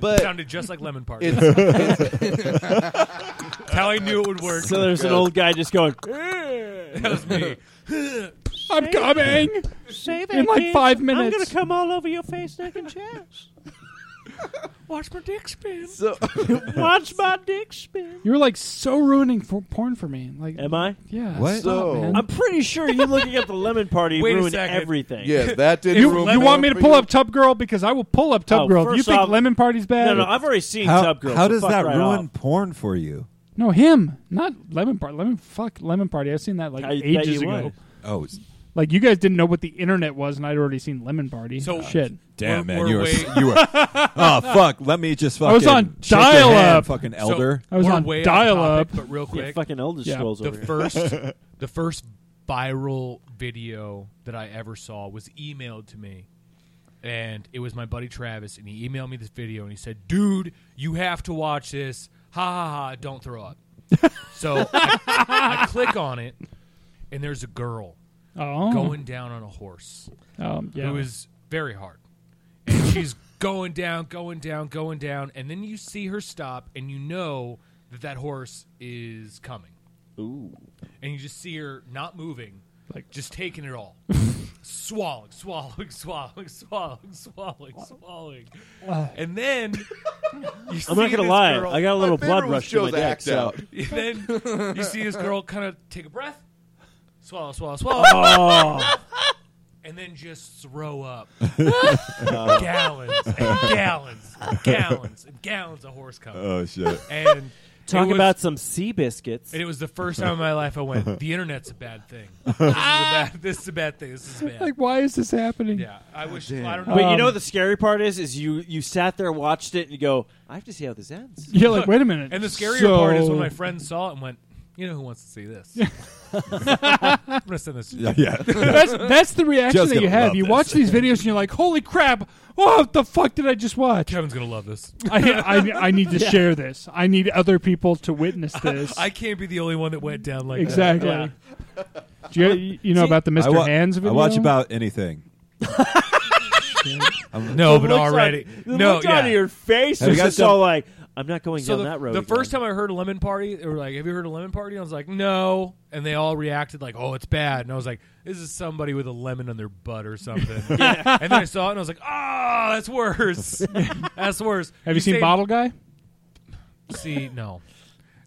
Speaker 5: but
Speaker 6: Sounded just like Lemon Party.
Speaker 5: It's-
Speaker 6: That's [laughs] how I knew it would work.
Speaker 3: So there's an old guy just [laughs] going,
Speaker 6: that was me.
Speaker 2: I'm coming.
Speaker 3: "Say
Speaker 2: In like five minutes.
Speaker 3: come all over your face, neck, and [laughs] chest.
Speaker 6: Watch my dick spin.
Speaker 5: so
Speaker 3: Watch my dick spin."
Speaker 2: You're like so ruining for porn for me. Like,
Speaker 3: Am I?
Speaker 2: yeah.
Speaker 4: What?
Speaker 2: stop,
Speaker 5: So-
Speaker 2: man.
Speaker 3: I'm pretty sure you looking at the lemon [laughs] party
Speaker 6: Wait a
Speaker 3: ruined
Speaker 6: second.
Speaker 3: everything.
Speaker 5: [laughs] yeah that did
Speaker 6: You-
Speaker 5: ruin
Speaker 2: you
Speaker 5: it
Speaker 2: want me to
Speaker 5: for
Speaker 2: pull
Speaker 5: you. [laughs]
Speaker 2: up Tub Girl because I will pull up Tub
Speaker 3: Oh,
Speaker 2: Girl. If you
Speaker 3: first
Speaker 2: think
Speaker 3: off-
Speaker 2: Lemon Party's
Speaker 3: No,
Speaker 2: bad,
Speaker 3: no, I've already seen
Speaker 4: how,
Speaker 3: Tub Girl.
Speaker 4: how
Speaker 3: so
Speaker 4: does
Speaker 3: fuck
Speaker 4: that
Speaker 3: right
Speaker 4: ruin
Speaker 3: off.
Speaker 4: porn for you?
Speaker 2: No, him, not Lemon Party. Lemon, fuck Lemon Party. I've seen that like
Speaker 3: I bet
Speaker 2: ages
Speaker 3: you
Speaker 2: ago.
Speaker 3: would.
Speaker 4: Oh, s-
Speaker 2: Like you guys didn't know what the internet was, and I'd already seen Lemon Party.
Speaker 6: So-
Speaker 2: shit.
Speaker 4: damn
Speaker 6: We're-
Speaker 4: man, you
Speaker 6: we're
Speaker 4: were
Speaker 6: way-
Speaker 2: [laughs]
Speaker 4: you were. Oh fuck, let me just fucking.
Speaker 2: was on
Speaker 4: shake your hand,
Speaker 2: dial-up.
Speaker 4: fucking
Speaker 6: So, [laughs]
Speaker 4: elder.
Speaker 2: I was
Speaker 6: we're
Speaker 2: on
Speaker 6: way off
Speaker 2: dial-up.
Speaker 6: topic, But real
Speaker 3: Yeah,
Speaker 6: quick,
Speaker 3: fucking Elder
Speaker 2: Yeah.
Speaker 3: Scrolls
Speaker 6: the
Speaker 3: over here.
Speaker 6: first, the first viral video that I ever saw was emailed to me, and it was my buddy Travis, and he emailed me this video, and he said, "Dude, you have to watch this. Ha ha ha! Don't throw up." so I, I click on it, and there's a girl
Speaker 2: Oh,
Speaker 6: going down on a horse
Speaker 2: um, yeah.
Speaker 6: who is very hard. And [laughs] she's going down, going down, going down, and then you see her stop, and you know that that horse is coming. Ooh! And you just see her not moving, like
Speaker 2: Like-
Speaker 6: just taking
Speaker 2: [laughs]
Speaker 6: it all, swallowing, swallowing, swallowing, swallowing, swallowing, swallowing,
Speaker 2: [laughs]
Speaker 6: and then you see
Speaker 3: I'm not gonna
Speaker 6: this
Speaker 3: lie.
Speaker 6: girl-
Speaker 3: I got a little
Speaker 5: favorite
Speaker 3: blood
Speaker 5: was
Speaker 3: rush to my
Speaker 5: Joe's
Speaker 3: dick.
Speaker 5: act
Speaker 3: So.
Speaker 5: out.
Speaker 6: and then you see this girl kind of take a breath, swallow, swallow, swallow, and then just throw up gallons, and gallons, and gallons, and gallons of horse cum.
Speaker 4: Oh shit. [laughs]
Speaker 6: and
Speaker 3: Talk
Speaker 6: it was,
Speaker 3: about some sea biscuits.
Speaker 6: And it was the first time in my life I went. The internet's a bad thing. This is a bad, this is a bad thing. This is bad.
Speaker 2: like, why is this happening?
Speaker 6: Yeah, I wish. I don't know.
Speaker 3: But you
Speaker 2: Um,
Speaker 3: know what the scary part is? Is you you sat there, watched it, and you go, "I have to see how this ends."
Speaker 2: Yeah, like wait a minute.
Speaker 6: And the scarier
Speaker 2: So-
Speaker 6: part is when my friends saw it and went, "You know who wants to see this?" [laughs] I'm gonna send this. to
Speaker 4: Yeah, yeah.
Speaker 2: that's that's the reaction
Speaker 4: Joe's
Speaker 2: that you
Speaker 4: gonna
Speaker 2: have.
Speaker 4: love
Speaker 2: You
Speaker 4: this.
Speaker 2: watch these videos and you're like, "Holy crap! Oh, what the fuck did I just
Speaker 6: [laughs]
Speaker 2: watch?
Speaker 6: Kevin's gonna love this.
Speaker 2: I, I, I need to share this. I need other people to
Speaker 6: [laughs]
Speaker 2: witness this."
Speaker 6: I can't be the only one that went down like that.
Speaker 2: exactly. Do you, you know about the
Speaker 4: I
Speaker 2: Mr.
Speaker 4: wa-
Speaker 2: Hands video?
Speaker 4: I watch about anything.
Speaker 6: No,
Speaker 3: The
Speaker 6: but
Speaker 3: looks on-
Speaker 6: already,
Speaker 3: the
Speaker 6: no,
Speaker 3: look
Speaker 6: yeah.
Speaker 3: on your face
Speaker 4: Have
Speaker 3: was
Speaker 4: you guys
Speaker 3: just all
Speaker 4: done-
Speaker 3: like, "I'm not going
Speaker 6: so
Speaker 3: down
Speaker 6: the,
Speaker 3: that road."
Speaker 6: the
Speaker 3: again."
Speaker 6: first time I heard a lemon party, they were like, "Have you heard a lemon party?" I was like, "No," and they all reacted like, "Oh, it's bad," and I was like, "This is somebody with a lemon on their butt
Speaker 2: [laughs]
Speaker 6: or something." And then I saw it, and I was like, "Oh, that's worse.
Speaker 2: [laughs]
Speaker 6: that's worse."
Speaker 2: Have you seen
Speaker 6: say-
Speaker 2: Bottle Guy?
Speaker 6: See, no.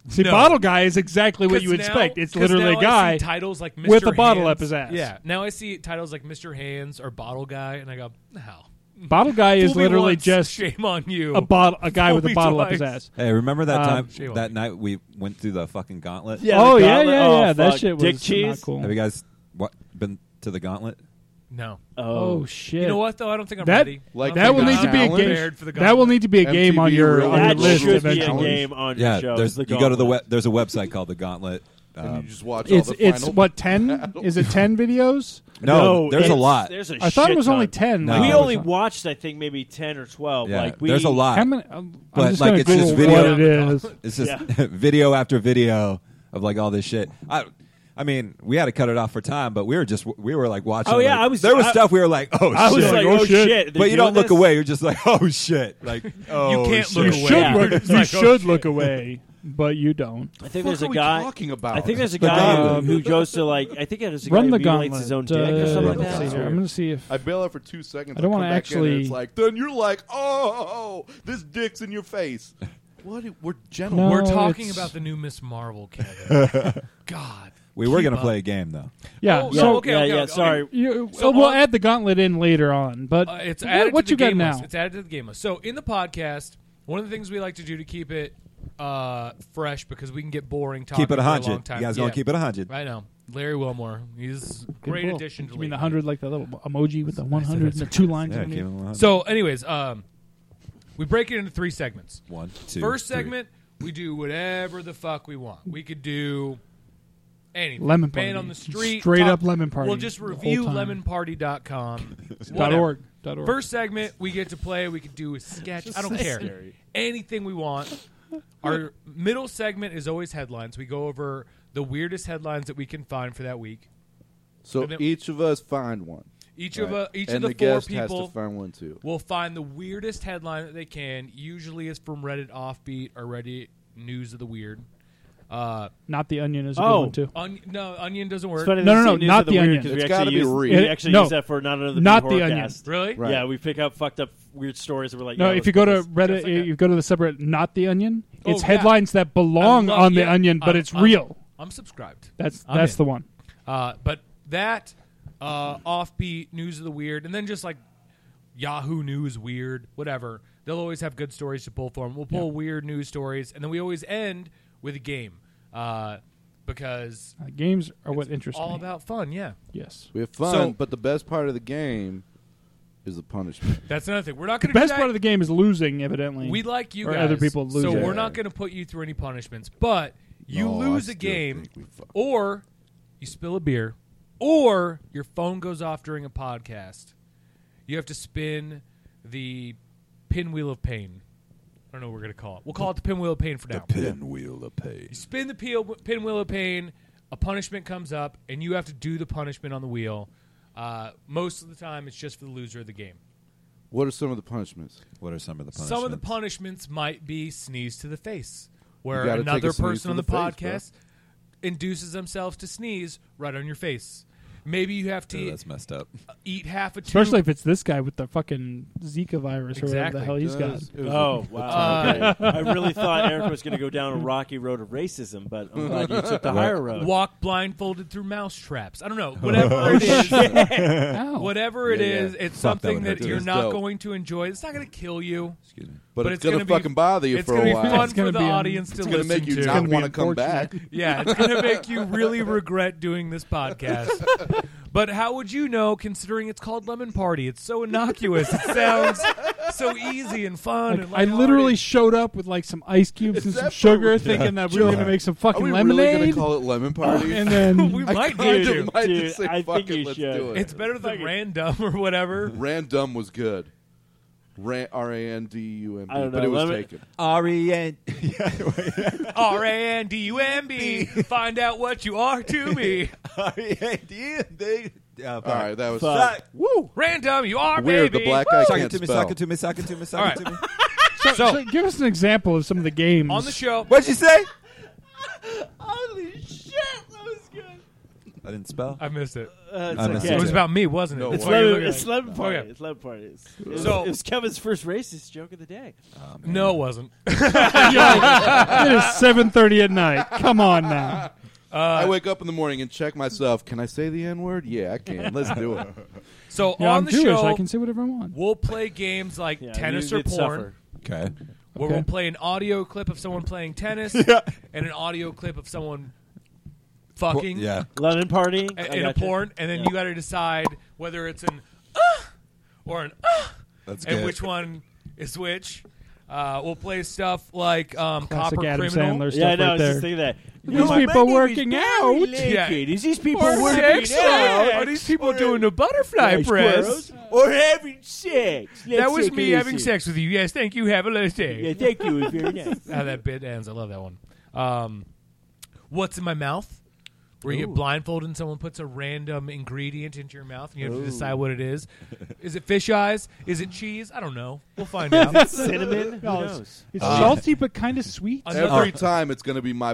Speaker 2: See,
Speaker 6: No.
Speaker 2: Bottle Guy is exactly what
Speaker 6: 'Cause
Speaker 2: you
Speaker 6: now-
Speaker 2: expect. It's
Speaker 6: 'cause
Speaker 2: literally a
Speaker 6: now I
Speaker 2: guy.
Speaker 6: see titles like Mr.
Speaker 2: with a bottle
Speaker 6: Hands.
Speaker 2: up his ass.
Speaker 6: Yeah. Now I see titles like Mr. Hands or Bottle Guy, and I go, "How?"
Speaker 2: Bottle Guy is literally just
Speaker 6: shame on you.
Speaker 2: a bottle, a guy
Speaker 6: Fool
Speaker 2: with
Speaker 6: me
Speaker 2: a bottle up his
Speaker 6: twice.
Speaker 2: ass.
Speaker 4: Hey, remember that
Speaker 2: Um,
Speaker 6: she
Speaker 4: time
Speaker 6: won't
Speaker 4: that
Speaker 6: be.
Speaker 4: night we went through the fucking gauntlet?
Speaker 3: Yeah,
Speaker 2: oh
Speaker 3: the
Speaker 2: yeah,
Speaker 3: goblet-
Speaker 2: yeah,
Speaker 3: oh,
Speaker 2: yeah. That
Speaker 3: fuck.
Speaker 2: shit was
Speaker 3: Dick
Speaker 2: not
Speaker 3: cheese.
Speaker 2: cool.
Speaker 4: Have you guys what, been to the gauntlet?
Speaker 6: no.
Speaker 2: Oh shit!
Speaker 6: You know what though? I don't think I'm
Speaker 2: That-
Speaker 6: ready.
Speaker 5: like
Speaker 6: I
Speaker 2: That
Speaker 6: don't
Speaker 2: will
Speaker 6: think
Speaker 2: need to
Speaker 6: I'm
Speaker 2: be a
Speaker 5: Challenge?
Speaker 6: prepared
Speaker 2: game.
Speaker 6: for the
Speaker 2: That will
Speaker 6: gauntlet.
Speaker 2: need to be a game
Speaker 5: MTV
Speaker 2: on your
Speaker 5: Real
Speaker 2: on your
Speaker 3: that
Speaker 5: Challenge
Speaker 2: list
Speaker 3: should be a
Speaker 2: eventually.
Speaker 5: Challenge?
Speaker 3: game on your
Speaker 4: yeah,
Speaker 3: show.
Speaker 4: there's
Speaker 3: the
Speaker 4: you go to the
Speaker 3: gauntlet. [laughs]
Speaker 4: web. There's a website called the Gauntlet,
Speaker 5: and you just watch
Speaker 2: It's
Speaker 5: all the final.
Speaker 2: it's what
Speaker 6: [laughs]
Speaker 2: ten?
Speaker 5: battle.
Speaker 2: Is it ten videos?
Speaker 4: No, there's a
Speaker 3: it's-
Speaker 4: lot.
Speaker 3: There's a
Speaker 2: I thought it
Speaker 3: shit
Speaker 2: was only 10,
Speaker 3: ton.
Speaker 4: like,
Speaker 3: we
Speaker 4: it
Speaker 2: was
Speaker 3: only
Speaker 2: on-
Speaker 3: watched, I think, maybe ten or twelve.
Speaker 4: Yeah,
Speaker 3: like we,
Speaker 4: there's a lot.
Speaker 2: How many? I'm
Speaker 4: But,
Speaker 2: just
Speaker 4: like,
Speaker 2: gonna
Speaker 4: it's
Speaker 2: Google
Speaker 4: just video-
Speaker 2: what it
Speaker 6: [laughs]
Speaker 2: is.
Speaker 4: It's just
Speaker 3: Yeah.
Speaker 4: [laughs] video after video of like all this shit. I, I mean, we had to cut it off for time, but we were just we were like watching.
Speaker 3: Oh, yeah,
Speaker 4: like-
Speaker 3: I was-
Speaker 4: There was
Speaker 3: I-
Speaker 4: stuff we were like, oh,
Speaker 3: I was
Speaker 4: shit.
Speaker 3: like, oh shit! they're
Speaker 4: but
Speaker 3: doing
Speaker 4: you don't look
Speaker 3: this?
Speaker 4: away. You're just like, [laughs] oh shit! Like, oh,
Speaker 6: can't
Speaker 4: shit.
Speaker 6: look
Speaker 2: You
Speaker 6: away.
Speaker 2: should
Speaker 3: Yeah.
Speaker 2: look.
Speaker 6: It's
Speaker 2: You
Speaker 6: like, oh,
Speaker 2: should
Speaker 6: [laughs]
Speaker 2: look away, but you don't.
Speaker 3: I think
Speaker 5: What
Speaker 3: there's
Speaker 5: are
Speaker 3: a
Speaker 5: we
Speaker 3: guy.
Speaker 5: talking about?
Speaker 3: I think there's a
Speaker 4: The
Speaker 3: guy who,
Speaker 4: gauntlet.
Speaker 3: who goes to like. I think there's a guy
Speaker 2: Run
Speaker 3: who
Speaker 2: the
Speaker 3: mutilates
Speaker 2: gauntlet.
Speaker 3: his own dick
Speaker 2: Uh,
Speaker 3: or something
Speaker 2: let's
Speaker 3: like
Speaker 2: see
Speaker 3: that.
Speaker 2: here. I'm gonna see if
Speaker 5: I bail out for two seconds.
Speaker 2: I don't
Speaker 5: want
Speaker 2: wanna
Speaker 5: to
Speaker 2: actually-
Speaker 5: It's like then you're like, oh, this dick's in your face. What? i- We're gentle.
Speaker 2: No.
Speaker 6: We're talking
Speaker 2: it's-
Speaker 6: about the new Miss Marvel, Kevin.
Speaker 2: [laughs]
Speaker 6: God.
Speaker 4: We were
Speaker 6: keep
Speaker 4: gonna
Speaker 6: up.
Speaker 4: play a game though.
Speaker 2: yeah.
Speaker 6: Oh,
Speaker 2: so
Speaker 6: yeah, okay,
Speaker 3: yeah,
Speaker 6: okay,
Speaker 3: yeah.
Speaker 6: okay.
Speaker 3: Sorry,
Speaker 2: You,
Speaker 6: So
Speaker 2: we'll
Speaker 6: on-
Speaker 2: add the gauntlet in later on, but
Speaker 6: Uh, it's
Speaker 2: what,
Speaker 6: added
Speaker 2: what
Speaker 6: to
Speaker 2: you
Speaker 6: the
Speaker 2: got
Speaker 6: game
Speaker 2: now?
Speaker 6: list. It's added to the game list. So in the podcast, one of the things we like to do to keep it uh, fresh because we can get boring talking
Speaker 4: Keep it
Speaker 6: for
Speaker 4: a
Speaker 6: a long
Speaker 4: hundred.
Speaker 6: time.
Speaker 4: You guys gonna
Speaker 6: Yeah.
Speaker 4: keep it a hundred?
Speaker 6: I know. Larry Wilmore. He's a
Speaker 2: Good
Speaker 6: great
Speaker 2: pull.
Speaker 6: addition to
Speaker 2: You mean the
Speaker 6: League.
Speaker 2: hundred, like the little emoji with the one hundred and the two lines.
Speaker 4: Yeah, keep
Speaker 2: underneath?
Speaker 4: it a hundred.
Speaker 6: So, anyways, um, we break it into three segments.
Speaker 4: one, two,
Speaker 6: First
Speaker 4: three.
Speaker 6: segment, we do whatever the fuck we want. We could do anything.
Speaker 2: Lemon
Speaker 6: Man
Speaker 2: party.
Speaker 6: on the street.
Speaker 2: Straight up lemon party
Speaker 6: We'll just
Speaker 2: the whole
Speaker 6: review
Speaker 2: time.
Speaker 6: lemonparty.com.
Speaker 2: [laughs] dot
Speaker 6: whatever.
Speaker 2: org. Dot org.
Speaker 6: First segment, we get to play. We could do a sketch. I don't care. Anything we want. Our middle segment is always headlines. We go over the weirdest headlines that we can find for that week.
Speaker 5: So
Speaker 6: And it-
Speaker 5: each of us find one.
Speaker 6: Each
Speaker 5: right?
Speaker 6: of uh, each
Speaker 5: and
Speaker 6: of the, four
Speaker 5: guest has
Speaker 6: people
Speaker 5: to find one too.
Speaker 6: will find the weirdest headline that they can. Usually, it's from Reddit Offbeat or Reddit News of the Weird. Uh,
Speaker 2: Not the onion is a
Speaker 3: Oh.
Speaker 2: good one too.
Speaker 6: on, no, Onion doesn't
Speaker 3: It's
Speaker 6: work.
Speaker 3: funny
Speaker 2: No,
Speaker 3: they
Speaker 2: no,
Speaker 3: say
Speaker 2: no,
Speaker 3: news
Speaker 2: not
Speaker 3: of the
Speaker 2: the
Speaker 3: weird
Speaker 2: onion.
Speaker 3: 'cause
Speaker 5: It's
Speaker 3: We
Speaker 5: gotta
Speaker 3: actually,
Speaker 5: be
Speaker 3: use,
Speaker 5: real.
Speaker 3: we
Speaker 2: It-
Speaker 3: actually
Speaker 2: no.
Speaker 3: use that for not another
Speaker 2: Not the onion.
Speaker 6: Really?
Speaker 5: Right.
Speaker 3: Yeah, we pick out fucked up weird stories. And we're like,
Speaker 2: No,
Speaker 3: yeah,
Speaker 2: if
Speaker 3: let's
Speaker 2: you go
Speaker 3: do
Speaker 2: to
Speaker 3: this.
Speaker 2: Reddit,
Speaker 6: like
Speaker 2: you go to the separate "Not the Onion."
Speaker 6: Oh,
Speaker 2: It's
Speaker 6: yeah.
Speaker 2: headlines that belong
Speaker 6: I love-
Speaker 2: on the
Speaker 6: yeah,
Speaker 2: Onion, but
Speaker 6: I'm-
Speaker 2: it's
Speaker 6: I'm-
Speaker 2: real.
Speaker 6: I'm subscribed.
Speaker 2: That's
Speaker 6: I'm
Speaker 2: that's
Speaker 6: in.
Speaker 2: the one.
Speaker 6: Uh, but that uh, offbeat news of the weird, and then just like Yahoo News weird, whatever. They'll always have good stories to pull from. We'll pull weird news stories, and then we always end with a game uh, because
Speaker 2: Uh, games are what interest
Speaker 6: all
Speaker 2: me.
Speaker 6: about fun. Yeah,
Speaker 2: yes.
Speaker 5: We have fun,
Speaker 6: So-
Speaker 5: but the best part of the game is the punishment.
Speaker 6: that's another thing. We're not going to
Speaker 2: Best part of the game is losing, evidently.
Speaker 6: We like you
Speaker 2: or
Speaker 6: guys,
Speaker 2: other people lose
Speaker 6: so
Speaker 2: it.
Speaker 6: we're not going to put you through any punishments. But you
Speaker 5: No, I
Speaker 6: lose a
Speaker 5: still
Speaker 6: game,
Speaker 5: think we fucked.
Speaker 6: or you spill a beer, or your phone goes off during a podcast. You have to spin the pinwheel of pain. I don't know what we're going to call it. We'll call it the pinwheel of pain for now.
Speaker 4: Pinwheel of
Speaker 6: You
Speaker 4: pace.
Speaker 6: spin the peel, pinwheel of pain. A punishment comes up, and you have to do the punishment on the wheel. Uh, most of the time, it's just for the loser of the game.
Speaker 5: what are some of the punishments?
Speaker 4: What are some of the punishments?
Speaker 6: Some of the punishments might be sneeze to the face, where
Speaker 5: You gotta take
Speaker 6: another
Speaker 5: a sneeze
Speaker 6: person
Speaker 5: to
Speaker 6: on the,
Speaker 5: the face, bro.
Speaker 6: podcast induces themselves to sneeze right on your face. Maybe you have to
Speaker 4: Dude, that's messed up.
Speaker 6: eat half a tube.
Speaker 2: especially if it's this guy with the fucking Zika virus or whatever
Speaker 6: Exactly.
Speaker 2: the hell he's
Speaker 5: That
Speaker 2: got.
Speaker 5: is- it was
Speaker 3: Oh
Speaker 5: a- [laughs]
Speaker 3: wow! [laughs] I really thought Eric was going to go down a rocky road of racism, but I'm glad you took the higher road.
Speaker 6: walk blindfolded through mouse traps. I don't
Speaker 5: [laughs]
Speaker 6: know. Whatever it is,
Speaker 2: Ow.
Speaker 6: whatever it
Speaker 5: Oh, Yeah, yeah.
Speaker 6: is, it's
Speaker 4: Fuck, that
Speaker 6: something
Speaker 4: would
Speaker 6: that,
Speaker 4: hurt.
Speaker 6: you're
Speaker 5: It's
Speaker 6: not
Speaker 5: dope.
Speaker 6: going to enjoy. It's not going to kill you.
Speaker 4: Excuse me.
Speaker 5: but,
Speaker 6: but
Speaker 5: it's,
Speaker 6: it's
Speaker 5: gonna,
Speaker 6: gonna be-
Speaker 5: fucking bother you
Speaker 6: it's
Speaker 5: for
Speaker 6: gonna
Speaker 5: a
Speaker 6: be
Speaker 5: while.
Speaker 6: fun
Speaker 2: It's
Speaker 6: for
Speaker 2: gonna
Speaker 6: the
Speaker 2: be un-
Speaker 6: audience to
Speaker 5: It's gonna
Speaker 6: listen
Speaker 5: make you
Speaker 6: to.
Speaker 5: not
Speaker 2: gonna be
Speaker 5: want to come back.
Speaker 2: unfortunate.
Speaker 6: Yeah, it's going to make you really regret doing this podcast. But how would you know, considering it's called Lemon Party? It's so innocuous. It sounds so easy and fun.
Speaker 2: Like,
Speaker 6: and
Speaker 2: I literally
Speaker 6: lighthearted.
Speaker 2: showed up with like some ice cubes and
Speaker 5: Is
Speaker 2: some
Speaker 5: that
Speaker 2: sugar,
Speaker 5: for-
Speaker 2: thinking that we were gonna make some
Speaker 5: Are
Speaker 2: fucking
Speaker 5: we really
Speaker 2: lemonade,
Speaker 5: gonna call it lemon party?
Speaker 2: and [laughs] then
Speaker 6: [laughs] we
Speaker 5: [laughs] I
Speaker 6: might
Speaker 5: kinda
Speaker 6: need to.
Speaker 5: might
Speaker 3: Dude,
Speaker 5: just say,
Speaker 3: I
Speaker 5: fuck
Speaker 3: think
Speaker 5: it,
Speaker 3: you
Speaker 5: let's
Speaker 3: should.
Speaker 5: do it.
Speaker 6: It's better than random or whatever.
Speaker 5: Random was good. Ran, R-A-N-D-U-M-B,
Speaker 3: I don't
Speaker 5: but
Speaker 3: know,
Speaker 5: it was
Speaker 3: lemon-
Speaker 5: taken.
Speaker 4: R E [laughs] N. Yeah.
Speaker 6: R A N D U M B. Find out what you are to me.
Speaker 4: R E N D. All
Speaker 5: All right, that was
Speaker 3: Fuck.
Speaker 4: Woo.
Speaker 6: Random, you are
Speaker 5: weird.
Speaker 6: baby.
Speaker 5: The black guy
Speaker 4: Suck
Speaker 5: can't
Speaker 4: it to me.
Speaker 5: spell.
Speaker 4: Suck it to me. Suck it to me. Suck it to
Speaker 6: All
Speaker 4: me.
Speaker 2: so,
Speaker 6: So-
Speaker 2: so give us an example of some of the games
Speaker 6: on the show.
Speaker 4: [laughs] What'd you say?
Speaker 3: Holy shit, that was good.
Speaker 4: I didn't spell.
Speaker 6: I missed it.
Speaker 3: Uh,
Speaker 4: I'm
Speaker 3: it's
Speaker 4: not
Speaker 3: Uh, okay.
Speaker 6: It was about me, wasn't it?
Speaker 5: No
Speaker 6: That's
Speaker 3: It's
Speaker 5: way.
Speaker 6: why you're
Speaker 3: lemon,
Speaker 6: looking at
Speaker 3: it's
Speaker 6: me.
Speaker 3: lemon party.
Speaker 6: Okay.
Speaker 3: It's lemon party. It's, it, was,
Speaker 6: So-
Speaker 3: it was Kevin's first racist joke of the day.
Speaker 6: No, it wasn't.
Speaker 2: [laughs] it is seven thirty at night. Come on
Speaker 6: [laughs]
Speaker 2: now,
Speaker 5: I wake up in the morning and check myself. Can I say the N word? Yeah, I can. Let's do
Speaker 3: [laughs]
Speaker 5: it.
Speaker 6: So
Speaker 2: yeah,
Speaker 6: on
Speaker 2: I'm
Speaker 6: the
Speaker 2: Jewish.
Speaker 6: show,
Speaker 2: I can say whatever I want.
Speaker 6: we'll play games like
Speaker 3: Yeah,
Speaker 6: tennis
Speaker 3: you
Speaker 6: or
Speaker 3: did
Speaker 6: porn.
Speaker 3: suffer.
Speaker 4: Okay.
Speaker 6: where
Speaker 2: Okay.
Speaker 6: we'll play an audio clip of someone playing tennis and an audio clip of someone fucking
Speaker 4: Yeah.
Speaker 3: Lemon party
Speaker 6: a-
Speaker 3: I
Speaker 6: in a
Speaker 3: gotcha.
Speaker 6: porn, and then you got to decide whether it's an uh, or an uh,
Speaker 4: That's
Speaker 6: and
Speaker 4: good.
Speaker 6: which one is which. Uh, we'll play stuff like um,
Speaker 2: Classic
Speaker 6: Copper
Speaker 2: Adam
Speaker 6: Criminal.
Speaker 2: Sandler
Speaker 3: Yeah, I
Speaker 2: stuff
Speaker 3: know. I
Speaker 2: right
Speaker 3: was just
Speaker 2: there.
Speaker 3: thinking that.
Speaker 2: These people working out.
Speaker 6: Yeah.
Speaker 3: Is these people
Speaker 6: Or
Speaker 3: working
Speaker 6: sex?
Speaker 3: out?
Speaker 6: Are these people doing the butterfly
Speaker 3: Nice
Speaker 6: press?
Speaker 3: girls. Or having sex? Let's
Speaker 6: That was
Speaker 3: take
Speaker 6: me
Speaker 3: it
Speaker 6: having
Speaker 3: easy.
Speaker 6: sex with you. Yes, thank you. Have a nice day.
Speaker 3: Yeah, thank you. It was
Speaker 6: [laughs]
Speaker 3: very nice.
Speaker 6: how that bit ends. I love that one. Um, What's in my mouth? Where you get blindfolded and someone puts a random ingredient into your mouth and you have to decide what
Speaker 3: [laughs]
Speaker 6: it is. Is it fish eyes? Is it cheese? I don't know.
Speaker 3: [laughs]
Speaker 6: We'll find [laughs]
Speaker 2: [laughs]
Speaker 6: out.
Speaker 3: Cinnamon? Who knows?
Speaker 2: It's salty but kind of sweet.
Speaker 6: Another,
Speaker 5: Every time it's going to be my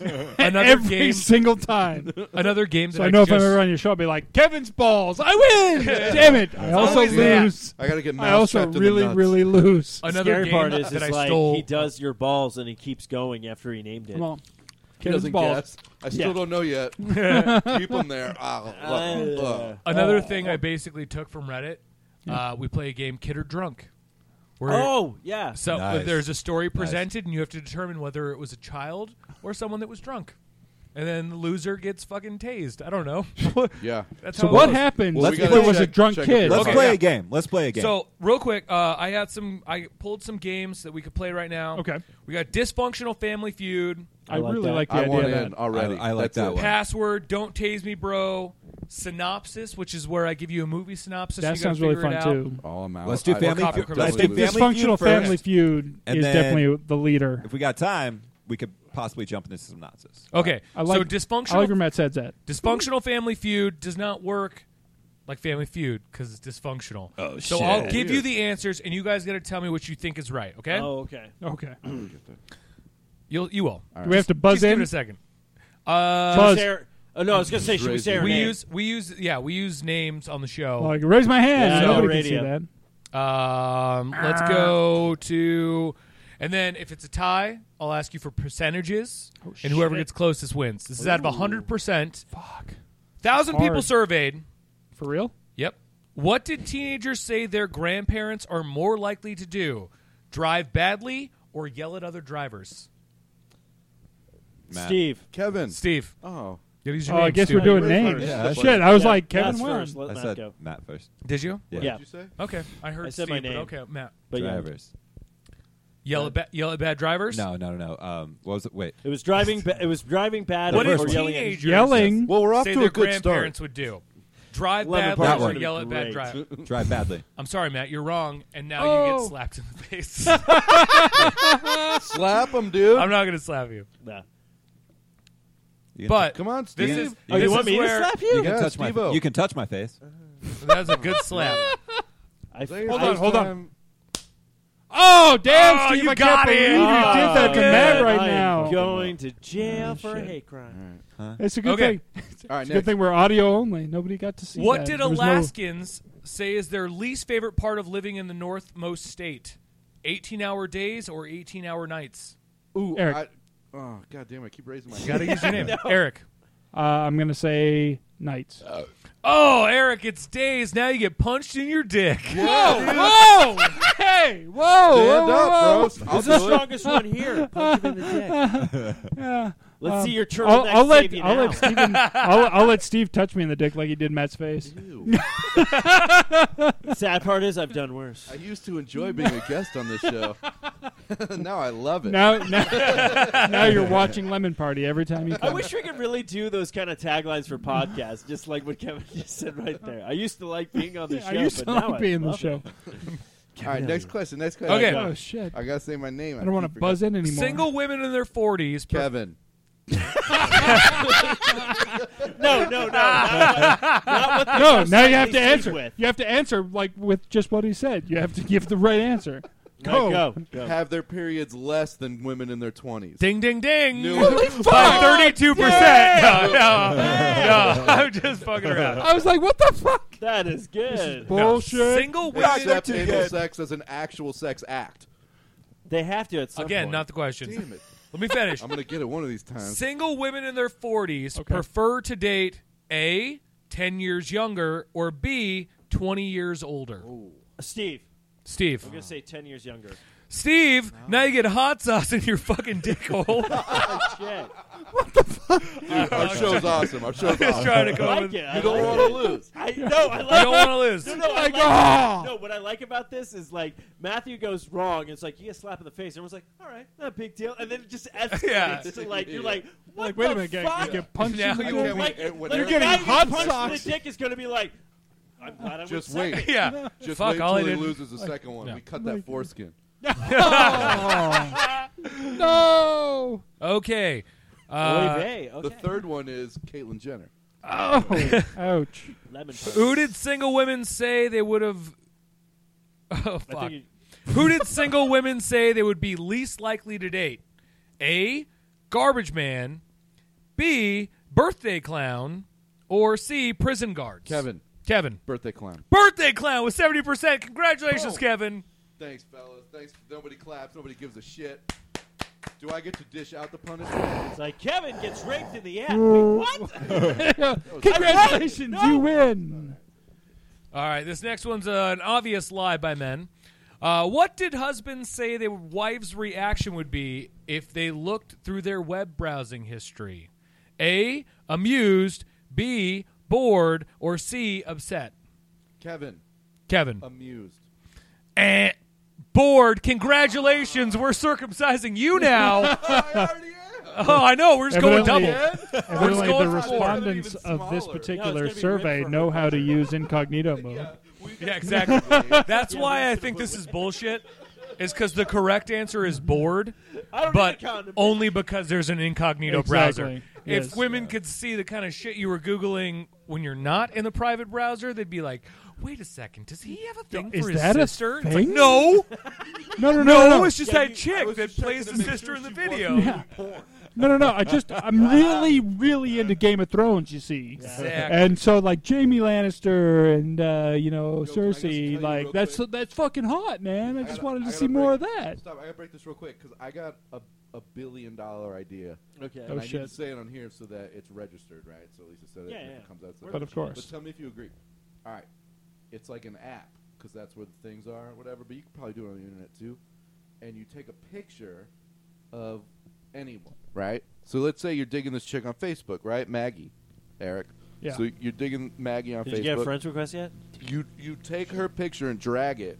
Speaker 6: [laughs] another
Speaker 2: Every
Speaker 6: game.
Speaker 2: single
Speaker 6: [laughs]
Speaker 2: time.
Speaker 6: Another game. That
Speaker 2: So I know if
Speaker 6: just,
Speaker 2: I'm ever on your show, I'll be like, Kevin's balls. I win. Damn it. I also
Speaker 5: always that.
Speaker 2: lose.
Speaker 5: I got to get mouse
Speaker 2: I also
Speaker 5: trapped in the
Speaker 2: really,
Speaker 5: nuts.
Speaker 2: really lose.
Speaker 6: [laughs] another
Speaker 3: Scary
Speaker 6: game
Speaker 3: part is,
Speaker 6: that
Speaker 3: is
Speaker 6: I
Speaker 3: like
Speaker 6: stole.
Speaker 3: he does your balls and he keeps going after he named it.
Speaker 2: Come on.
Speaker 5: He
Speaker 2: Kevin's
Speaker 5: doesn't
Speaker 2: balls.
Speaker 5: guess. I still
Speaker 3: Yeah.
Speaker 5: don't
Speaker 2: [laughs]
Speaker 5: know yet. Keep them there. Oh, look,
Speaker 3: Uh,
Speaker 5: look.
Speaker 6: Another thing I basically took from Reddit. Uh, we play a game, Kid or Drunk. Where
Speaker 3: oh, yeah.
Speaker 6: So
Speaker 4: Nice.
Speaker 6: there's a story presented, and you have to determine whether it was a child or someone that was drunk. And then the loser gets fucking tased. I don't know.
Speaker 5: Yeah.
Speaker 6: That's
Speaker 2: So
Speaker 6: how it
Speaker 2: what
Speaker 6: goes.
Speaker 2: happened
Speaker 5: Well,
Speaker 4: we
Speaker 2: if
Speaker 4: gotta
Speaker 2: it was a
Speaker 5: check-
Speaker 2: drunk
Speaker 5: check
Speaker 2: kid?
Speaker 5: it
Speaker 4: Let's
Speaker 6: Okay.
Speaker 4: play
Speaker 6: Yeah.
Speaker 4: a game. Let's play a game.
Speaker 6: So real quick, uh, I had some. I pulled some games that we could play right now.
Speaker 2: Okay.
Speaker 6: We got dysfunctional family feud,
Speaker 2: I,
Speaker 3: like
Speaker 2: really
Speaker 3: that.
Speaker 2: like the
Speaker 5: I
Speaker 2: idea
Speaker 5: want
Speaker 2: of that.
Speaker 5: in already.
Speaker 4: I- I like
Speaker 5: That's
Speaker 4: that
Speaker 5: it.
Speaker 4: one.
Speaker 6: password, don't tase me, bro. Synopsis, which is where I give you a movie synopsis.
Speaker 2: That
Speaker 6: you gotta
Speaker 2: sounds really
Speaker 6: figure
Speaker 2: fun,
Speaker 6: it out.
Speaker 2: too.
Speaker 5: All I'm out.
Speaker 4: Let's do
Speaker 5: I
Speaker 4: family.
Speaker 5: like-
Speaker 6: Feud.
Speaker 4: Let's do
Speaker 5: Totally.
Speaker 4: family
Speaker 2: Dysfunctional
Speaker 4: feud first.
Speaker 2: Family Feud
Speaker 4: And
Speaker 2: is
Speaker 4: then-
Speaker 2: definitely the leader.
Speaker 4: If we got time, we could possibly jump into some nonsense.
Speaker 6: Okay.
Speaker 2: I like,
Speaker 6: so dysfunctional
Speaker 2: I like where Matt said that.
Speaker 6: dysfunctional family feud does not work like family feud because it's dysfunctional. Oh, so I'll give you the answers, and you guys got to tell me what you think is right. Okay.
Speaker 3: Oh, okay.
Speaker 2: Okay. Do
Speaker 6: You'll you will.
Speaker 2: we have to buzz
Speaker 6: Just give it
Speaker 2: in?
Speaker 6: a second. Uh,
Speaker 2: Buzz.
Speaker 3: Sarah- oh, no, I was going to say, should we say her
Speaker 6: we
Speaker 3: name?
Speaker 6: use we use yeah we use names on the show.
Speaker 2: Like, raise my hand.
Speaker 3: Yeah,
Speaker 2: Nobody
Speaker 3: radio.
Speaker 2: can see that.
Speaker 6: Um, let's go to, and then if it's a tie, I'll ask you for percentages, and whoever
Speaker 2: Oh, shit.
Speaker 6: gets closest wins. This is out of hundred percent.
Speaker 2: Fuck.
Speaker 6: Thousand people
Speaker 2: Hard.
Speaker 6: surveyed.
Speaker 2: For real?
Speaker 6: Yep. What did teenagers say their grandparents are more likely to do? Drive badly or yell at other drivers?
Speaker 4: Matt.
Speaker 3: Steve.
Speaker 5: Kevin.
Speaker 6: Steve.
Speaker 5: Oh.
Speaker 6: gotta use
Speaker 2: Oh,
Speaker 6: your name,
Speaker 2: I guess
Speaker 6: Steve.
Speaker 2: we're doing
Speaker 3: Yeah,
Speaker 2: names.
Speaker 5: yeah, that's
Speaker 2: Shit, I was like,
Speaker 3: Yeah,
Speaker 2: Kevin
Speaker 3: that's
Speaker 2: won.
Speaker 3: first. Let
Speaker 4: I
Speaker 3: Matt
Speaker 4: said
Speaker 3: go.
Speaker 4: Matt first.
Speaker 6: Did you?
Speaker 3: Yeah.
Speaker 5: Did you say?
Speaker 6: Okay, I heard
Speaker 3: I said
Speaker 6: Steve,
Speaker 3: my
Speaker 6: but
Speaker 3: name.
Speaker 6: okay, Matt.
Speaker 3: But yeah,
Speaker 4: Drivers.
Speaker 6: Yell at ba- yell at bad drivers?
Speaker 4: No, no, no. Um, what was it? Wait.
Speaker 3: it was driving. Ba- it was driving bad.
Speaker 6: What
Speaker 3: or
Speaker 6: did
Speaker 4: first one.
Speaker 3: yelling at-
Speaker 6: teenagers
Speaker 2: Yelling.
Speaker 5: Well, we're off
Speaker 6: say
Speaker 5: to
Speaker 6: their
Speaker 5: a good
Speaker 6: grandparents
Speaker 5: start.
Speaker 6: would do? Drive
Speaker 3: Lemon
Speaker 4: That
Speaker 6: badly or
Speaker 4: one.
Speaker 6: yell at bad
Speaker 3: Great.
Speaker 6: drivers?
Speaker 4: Drive badly.
Speaker 6: I'm sorry, Matt, you're wrong, and now you
Speaker 2: Oh.
Speaker 6: get slapped in the face. [laughs]
Speaker 5: Slap him, dude.
Speaker 6: I'm not going to slap you.
Speaker 3: Nah.
Speaker 4: You can-
Speaker 6: But
Speaker 5: Come on,
Speaker 6: this
Speaker 5: Steve.
Speaker 6: is,
Speaker 3: Oh,
Speaker 6: this
Speaker 3: you want
Speaker 6: is
Speaker 3: me to
Speaker 6: where,
Speaker 3: slap
Speaker 4: you
Speaker 3: you?
Speaker 4: can
Speaker 5: Yeah,
Speaker 4: touch my.
Speaker 5: Steve-o.
Speaker 4: You can touch my face.
Speaker 6: That's a good slap.
Speaker 3: I,
Speaker 5: Hold
Speaker 2: on, hold on. Oh, damn,
Speaker 6: Oh,
Speaker 2: Steve,
Speaker 6: you
Speaker 2: I
Speaker 6: got
Speaker 2: can't believe
Speaker 6: it.
Speaker 2: you did that to
Speaker 6: Oh,
Speaker 2: Matt
Speaker 6: good.
Speaker 2: right
Speaker 3: I am
Speaker 2: now.
Speaker 3: going to jail for a hate crime.
Speaker 2: It's a good
Speaker 6: Okay.
Speaker 2: thing.
Speaker 5: All right,
Speaker 2: It's a good
Speaker 5: Nick.
Speaker 2: thing we're audio only. Nobody got to see
Speaker 6: What
Speaker 2: that.
Speaker 6: did
Speaker 2: There was no-
Speaker 6: Alaskans say is their least favorite part of living in the northmost state? 18 hour days or 18 hour nights?
Speaker 5: Ooh,
Speaker 2: Eric.
Speaker 5: I, oh, God damn, I keep raising my hand.
Speaker 6: Gotta use your [laughs] name. Eric.
Speaker 2: Uh, I'm going to say Knights.
Speaker 6: Oh, Eric, it's days. Now you get punched in your [laughs] dick.
Speaker 2: whoa! hey, whoa!
Speaker 5: Stand
Speaker 2: whoa,
Speaker 5: up,
Speaker 2: whoa.
Speaker 5: bro. I'll
Speaker 3: Who's the
Speaker 5: do it.
Speaker 3: strongest one here? [laughs] Punch him in the dick.
Speaker 2: [laughs]
Speaker 3: Let's see your turn.
Speaker 2: Um, I'll, I'll let
Speaker 3: you
Speaker 2: I'll
Speaker 3: now.
Speaker 2: let
Speaker 3: [laughs]
Speaker 2: Steven, I'll, I'll let Steve touch me in the dick like he did Matt's face. [laughs]
Speaker 3: Sad part is I've done worse.
Speaker 5: I used to enjoy being a guest on this show. [laughs] now I love it.
Speaker 2: Now, now, now you're watching Lemon Party every time you.
Speaker 3: I
Speaker 2: Come.
Speaker 3: wish we could really do those kind of taglines for podcasts, just like what Kevin [laughs] just said right there. I used to like being on the show,
Speaker 2: I used to
Speaker 3: but now
Speaker 2: like
Speaker 3: I
Speaker 2: being the
Speaker 3: love it.
Speaker 2: show.
Speaker 5: All right, next question. Next question.
Speaker 6: Okay.
Speaker 2: Oh shit!
Speaker 5: I gotta say my name.
Speaker 2: I don't want to buzz in anymore.
Speaker 6: Single women in their 40s. per-
Speaker 5: Kevin.
Speaker 3: No, no, no.
Speaker 2: [laughs]
Speaker 3: Not what, not what the
Speaker 2: No,
Speaker 3: first
Speaker 2: now
Speaker 3: thing
Speaker 2: you have to
Speaker 3: they sleep
Speaker 2: answer.
Speaker 3: With.
Speaker 2: You have to answer like with just what he said. You have to give the right
Speaker 3: [laughs]
Speaker 2: answer.
Speaker 3: Go.
Speaker 2: Go.
Speaker 3: go, go.
Speaker 5: Have their periods less than women in their twenties.
Speaker 6: Ding, ding, ding.
Speaker 5: Knew [laughs]
Speaker 6: By
Speaker 5: it.
Speaker 6: 32%. No, no, no.
Speaker 3: [laughs]
Speaker 6: I'm just fucking around.
Speaker 2: I was like, what the fuck?
Speaker 3: That is good.
Speaker 2: Bullshit.
Speaker 6: Single women.
Speaker 5: Except
Speaker 4: too
Speaker 5: anal
Speaker 4: good.
Speaker 5: sex as an actual sex act.
Speaker 3: They have to at some
Speaker 6: Again,
Speaker 3: point.
Speaker 6: not the question.
Speaker 5: Damn it!
Speaker 6: Let me finish.
Speaker 5: I'm gonna get it one of these times.
Speaker 6: Single women in their 40s prefer to date A, 10 years younger, or B, 20 years older.
Speaker 3: Steve.
Speaker 6: Steve. [laughs]
Speaker 3: I'm gonna say ten years younger.
Speaker 6: Steve, now you get hot sauce in your fucking dick
Speaker 3: [laughs]
Speaker 6: hole.
Speaker 5: Our show's awesome. Our
Speaker 6: [laughs] [laughs]
Speaker 5: show's
Speaker 6: Just
Speaker 5: awesome.
Speaker 6: trying to come
Speaker 3: I like
Speaker 6: up with-
Speaker 3: it. I
Speaker 5: You don't
Speaker 3: like
Speaker 5: want to lose.
Speaker 3: it. I, no, I
Speaker 6: You
Speaker 3: like
Speaker 6: don't want to
Speaker 3: [laughs]
Speaker 6: lose.
Speaker 3: No, no, I like,
Speaker 2: "Ah!"
Speaker 3: no, what I like about this is like Matthew goes wrong. It's like you get slapped in the face. Everyone's like, "All right, not a big deal," and then it
Speaker 6: [laughs]
Speaker 3: just escalates
Speaker 6: Yeah.
Speaker 3: to like you're like, "What
Speaker 2: Like, wait
Speaker 3: the
Speaker 2: a minute,
Speaker 3: fuck?"
Speaker 2: get, get punched.
Speaker 6: Now
Speaker 2: in the
Speaker 6: you
Speaker 2: dick.
Speaker 6: won't
Speaker 3: Like,
Speaker 5: It-
Speaker 3: like,
Speaker 5: you're
Speaker 3: the
Speaker 2: getting
Speaker 3: guy who
Speaker 2: hot
Speaker 3: punched
Speaker 2: sauce.
Speaker 3: In the dick is going to be like, "I'm glad I was
Speaker 5: Just
Speaker 3: second."
Speaker 5: wait.
Speaker 6: Yeah.
Speaker 5: Just
Speaker 6: Fuck,
Speaker 5: wait till
Speaker 6: all I
Speaker 5: he
Speaker 6: did-
Speaker 5: loses the second one. We cut that foreskin.
Speaker 2: No.
Speaker 6: Okay.
Speaker 3: Oy
Speaker 6: Uh,
Speaker 3: vey, okay.
Speaker 5: The third one is Caitlyn Jenner.
Speaker 2: Oh, ouch.
Speaker 3: Lemon
Speaker 6: who did single women say they would have? [laughs] Oh
Speaker 3: I
Speaker 6: fuck!
Speaker 3: think you-
Speaker 6: Who did single women say they would be least likely to date? A. Garbage man. B. Birthday clown. Or C. Prison guards.
Speaker 5: Kevin,
Speaker 6: Kevin.
Speaker 5: birthday clown.
Speaker 6: Birthday clown with seventy percent.
Speaker 3: Oh.
Speaker 6: Congratulations, Kevin.
Speaker 5: Thanks, fellas. Thanks. Nobody claps. Nobody gives a shit. Do I get to dish out the punishment?
Speaker 3: It's like Kevin gets raped in the ass. Wait,
Speaker 5: [laughs]
Speaker 3: what?
Speaker 2: Congratulations, you win.
Speaker 6: All right, this next one's uh, an obvious lie by men. Uh, what did husbands say their wives' reaction would be if they looked through their web browsing history? A. Amused. B. Bored. Or C. Upset.
Speaker 5: Kevin,
Speaker 6: Kevin. [laughs]
Speaker 5: Um, amused.
Speaker 6: Eh. Bored. Congratulations, we're circumcising you
Speaker 5: [laughs]
Speaker 6: now.
Speaker 5: I already am.
Speaker 6: oh, I know. We're just going double.
Speaker 2: Evidently- Evidently,
Speaker 6: going
Speaker 2: the
Speaker 6: for four.
Speaker 2: respondents
Speaker 5: It's gonna be even
Speaker 2: of this
Speaker 5: smaller.
Speaker 3: No,
Speaker 2: particular
Speaker 3: it's gonna be
Speaker 2: survey
Speaker 3: ripped from
Speaker 2: know how to use incognito mode.
Speaker 5: We got-
Speaker 6: Yeah, [laughs] exactly. That's why I think this is bullshit. Is because the correct answer is bored,
Speaker 3: I don't
Speaker 6: but
Speaker 3: need a condom.
Speaker 6: only because there's an incognito browser.
Speaker 2: Exactly.
Speaker 6: If
Speaker 2: Yes.
Speaker 6: women could see the kind of shit you were googling when you're not in the private browser, they'd be like, "Wait a second, does he have a thing
Speaker 2: Is
Speaker 6: for his
Speaker 2: that a
Speaker 6: sister?" It's like,
Speaker 2: thing?
Speaker 6: no,
Speaker 2: [laughs] No, no, no, no, no.
Speaker 6: it's just
Speaker 3: Yeah,
Speaker 6: that
Speaker 3: you-
Speaker 5: I
Speaker 6: chick
Speaker 5: was
Speaker 6: that
Speaker 5: just checking
Speaker 6: plays
Speaker 5: to
Speaker 6: the
Speaker 5: make
Speaker 6: sister
Speaker 5: sure
Speaker 6: in the
Speaker 5: she wasn't
Speaker 6: video.
Speaker 5: doing
Speaker 2: Yeah.
Speaker 5: porn.
Speaker 2: No, no, no. I just I'm really, really into Game of Thrones. You see,
Speaker 6: Exactly.
Speaker 2: and so like Jamie Lannister and uh, you know
Speaker 5: can I just tell you
Speaker 2: Cersei, like
Speaker 5: real
Speaker 2: that's
Speaker 5: quick?
Speaker 2: that's fucking hot, man. I,
Speaker 5: I
Speaker 2: just
Speaker 5: gotta-
Speaker 2: wanted to
Speaker 5: I
Speaker 2: see
Speaker 5: gotta
Speaker 2: more of
Speaker 5: break-
Speaker 2: that.
Speaker 5: Stop! I gotta break this real quick because I got a, a billion dollar idea,
Speaker 3: Okay.
Speaker 5: and I
Speaker 2: Oh, shit.
Speaker 5: need to say it on here so that it's registered, right? So at least it said it,
Speaker 3: Yeah,
Speaker 5: and if
Speaker 3: yeah.
Speaker 5: it comes out. so-
Speaker 2: But of
Speaker 5: But
Speaker 2: course,
Speaker 5: tell me if you agree. All right, it's like an app because that's where the things are, or whatever. But you can probably do it on the internet too, and you take a picture of anyone, right? So let's say you're digging this chick on Facebook, right, Maggie, Eric.
Speaker 2: Yeah.
Speaker 5: So you're digging Maggie on
Speaker 3: Did you
Speaker 5: Facebook
Speaker 3: get a friend's request yet?
Speaker 5: you you take her picture and drag it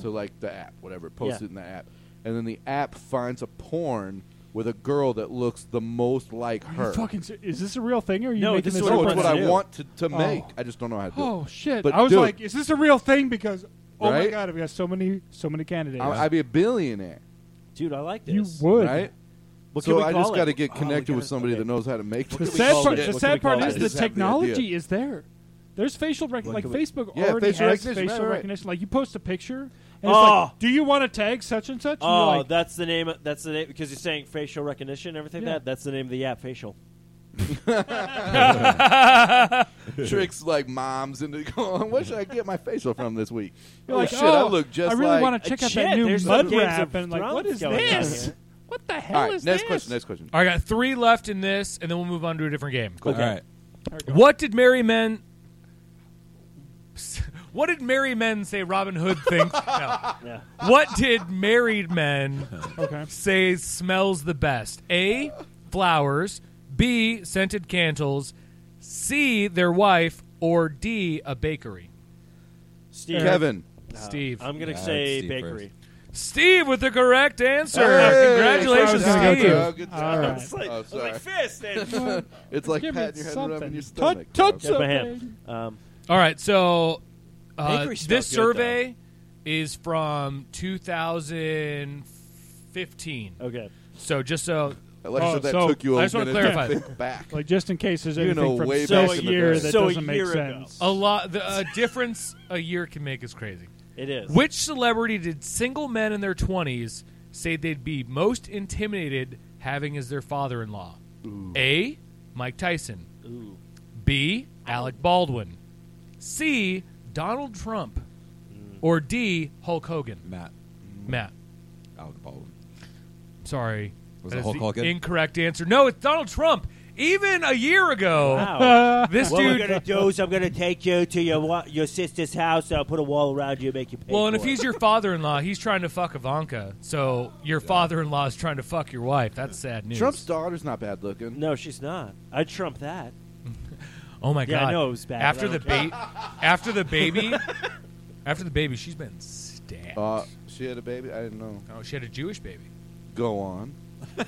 Speaker 5: to like the app, whatever, post
Speaker 3: Yeah.
Speaker 5: it in the app, and then the app finds a porn with a girl that looks the most like her.
Speaker 2: fucking ser- is this a real thing or are you
Speaker 3: No,
Speaker 2: making
Speaker 3: this
Speaker 2: this
Speaker 3: is
Speaker 5: no,
Speaker 2: up?
Speaker 5: it's
Speaker 3: Porn
Speaker 5: what
Speaker 3: to
Speaker 5: I
Speaker 3: do.
Speaker 5: want to, to make. I just don't know how to do
Speaker 2: Oh
Speaker 5: it.
Speaker 2: shit!
Speaker 5: But
Speaker 2: I was
Speaker 5: dude-
Speaker 2: like, is this a real thing? Because oh my
Speaker 5: Right?
Speaker 2: god, I've got so many, so many candidates.
Speaker 5: I, I'd be a billionaire,
Speaker 3: Dude, I like this.
Speaker 2: you would.
Speaker 5: right?
Speaker 3: What can
Speaker 5: so
Speaker 3: we
Speaker 5: I
Speaker 3: call
Speaker 5: just
Speaker 3: it?
Speaker 5: got to get
Speaker 3: Oh, we
Speaker 5: connected with
Speaker 3: gotta-
Speaker 5: somebody
Speaker 3: okay.
Speaker 5: that knows how to make
Speaker 2: The
Speaker 5: this.
Speaker 2: sad
Speaker 3: call
Speaker 2: part,
Speaker 3: it?
Speaker 2: the
Speaker 3: What
Speaker 2: sad
Speaker 3: can we
Speaker 2: part
Speaker 3: call
Speaker 2: is
Speaker 3: it?
Speaker 2: the
Speaker 5: Just have the
Speaker 2: technology
Speaker 5: idea.
Speaker 2: is there. There's facial rec- like
Speaker 5: can we-
Speaker 2: Facebook
Speaker 5: Yeah,
Speaker 2: already
Speaker 5: facial
Speaker 2: has
Speaker 5: recognition,
Speaker 2: facial
Speaker 5: right, right.
Speaker 2: recognition. Like you post a picture, and
Speaker 3: Oh.
Speaker 2: it's like, do you want to tag such and such? And you're
Speaker 3: Oh,
Speaker 2: like,
Speaker 3: that's the name. Of, that's the name because you're saying facial recognition and everything.
Speaker 2: Yeah.
Speaker 3: That that's the name of the app, facial.
Speaker 5: [laughs] tricks like moms into [laughs] going. What should I get my facial from this week?
Speaker 2: you're
Speaker 5: oh
Speaker 2: like,
Speaker 5: shit,
Speaker 2: oh,
Speaker 5: I look just
Speaker 2: I really
Speaker 5: like.
Speaker 2: want to check out
Speaker 3: Shit,
Speaker 2: that new
Speaker 3: there's some
Speaker 2: mud
Speaker 3: Games
Speaker 2: wrap,
Speaker 3: of
Speaker 2: and like, what
Speaker 3: Thrones
Speaker 2: is
Speaker 3: going on
Speaker 2: this?
Speaker 3: here.
Speaker 2: What the hell
Speaker 5: All right,
Speaker 2: is
Speaker 5: next
Speaker 2: this?
Speaker 5: question. Next question.
Speaker 6: I got three left in this, and then we'll move on to a different game.
Speaker 4: All right.
Speaker 6: What did merry men? [laughs] What did merry men say Robin Hood thinks? no.
Speaker 3: Yeah.
Speaker 6: What did married men
Speaker 2: Okay.
Speaker 6: say smells the best? A. Flowers. B. Scented candles. C. Their wife. Or D. A bakery.
Speaker 3: Steve,
Speaker 5: Kevin,
Speaker 6: Steve.
Speaker 3: I'm gonna
Speaker 4: Yeah,
Speaker 3: say
Speaker 4: it's Steve
Speaker 3: bakery.
Speaker 6: Steve with the correct answer.
Speaker 5: Hey!
Speaker 6: Congratulations,
Speaker 2: That's what I was
Speaker 6: Steve.
Speaker 2: gonna
Speaker 5: Oh, good
Speaker 2: All
Speaker 5: job.
Speaker 2: right.
Speaker 3: [laughs] It's like,
Speaker 5: Oh,
Speaker 3: it's like
Speaker 5: sorry.
Speaker 3: fist and
Speaker 5: It's like
Speaker 2: Give me
Speaker 5: patting your head and rubbing
Speaker 2: something.
Speaker 5: your
Speaker 2: Touch,
Speaker 5: stomach.
Speaker 2: touch
Speaker 3: Get my
Speaker 2: something.
Speaker 3: hand. Um,
Speaker 6: All right, so uh,
Speaker 3: Bakery smells
Speaker 6: this
Speaker 3: good,
Speaker 6: survey is from 2015.
Speaker 3: okay.
Speaker 6: So just so
Speaker 5: Alexa,
Speaker 2: Oh,
Speaker 5: that
Speaker 2: so,
Speaker 5: took you a
Speaker 6: I just wanna
Speaker 5: minute
Speaker 6: clarify.
Speaker 5: to
Speaker 6: [laughs]
Speaker 5: think back.
Speaker 2: Like just in case there's
Speaker 5: You
Speaker 2: anything
Speaker 5: know,
Speaker 2: from
Speaker 5: way
Speaker 2: so
Speaker 5: back
Speaker 2: a
Speaker 5: in the
Speaker 2: year
Speaker 5: day.
Speaker 2: that
Speaker 3: So a
Speaker 2: doesn't make
Speaker 3: year ago.
Speaker 2: sense.
Speaker 6: a lot the a difference a year can make is crazy.
Speaker 3: It is.
Speaker 6: Which celebrity did single men in their 20s say they'd be most intimidated having as their father-in-law? A. Mike Tyson.
Speaker 3: Ooh.
Speaker 6: B. Alec Baldwin. C. Donald Trump.
Speaker 4: Mm.
Speaker 6: Or D. Hulk Hogan.
Speaker 4: Matt Mm.
Speaker 6: Matt.
Speaker 4: Alec Baldwin.
Speaker 6: Sorry.
Speaker 4: Was
Speaker 6: That
Speaker 4: it
Speaker 6: is
Speaker 4: Hulk
Speaker 6: the
Speaker 4: Hogan?
Speaker 6: Incorrect answer. No, it's Donald Trump. Even a year ago,
Speaker 3: Wow.
Speaker 6: this
Speaker 3: what we're
Speaker 6: dude.
Speaker 3: gonna do is I'm gonna take you to your wa- your sister's house. I'll put a wall around you, and make you pay.
Speaker 6: Well, and
Speaker 3: for
Speaker 6: if
Speaker 3: it.
Speaker 6: he's your father-in-law, he's trying to fuck Ivanka. So your father-in-law is trying to fuck your wife. That's sad news.
Speaker 5: Trump's daughter's not bad looking.
Speaker 3: no, she's not. I would trump that.
Speaker 6: Oh my
Speaker 3: Yeah, I
Speaker 6: god!
Speaker 3: know it was bad,
Speaker 6: After
Speaker 3: but
Speaker 6: the
Speaker 3: I
Speaker 6: ba- after
Speaker 3: [laughs]
Speaker 6: the baby, after the baby, she's been stabbed.
Speaker 5: Uh, she had a baby. I didn't know.
Speaker 6: oh, she had a Jewish baby.
Speaker 5: Go on.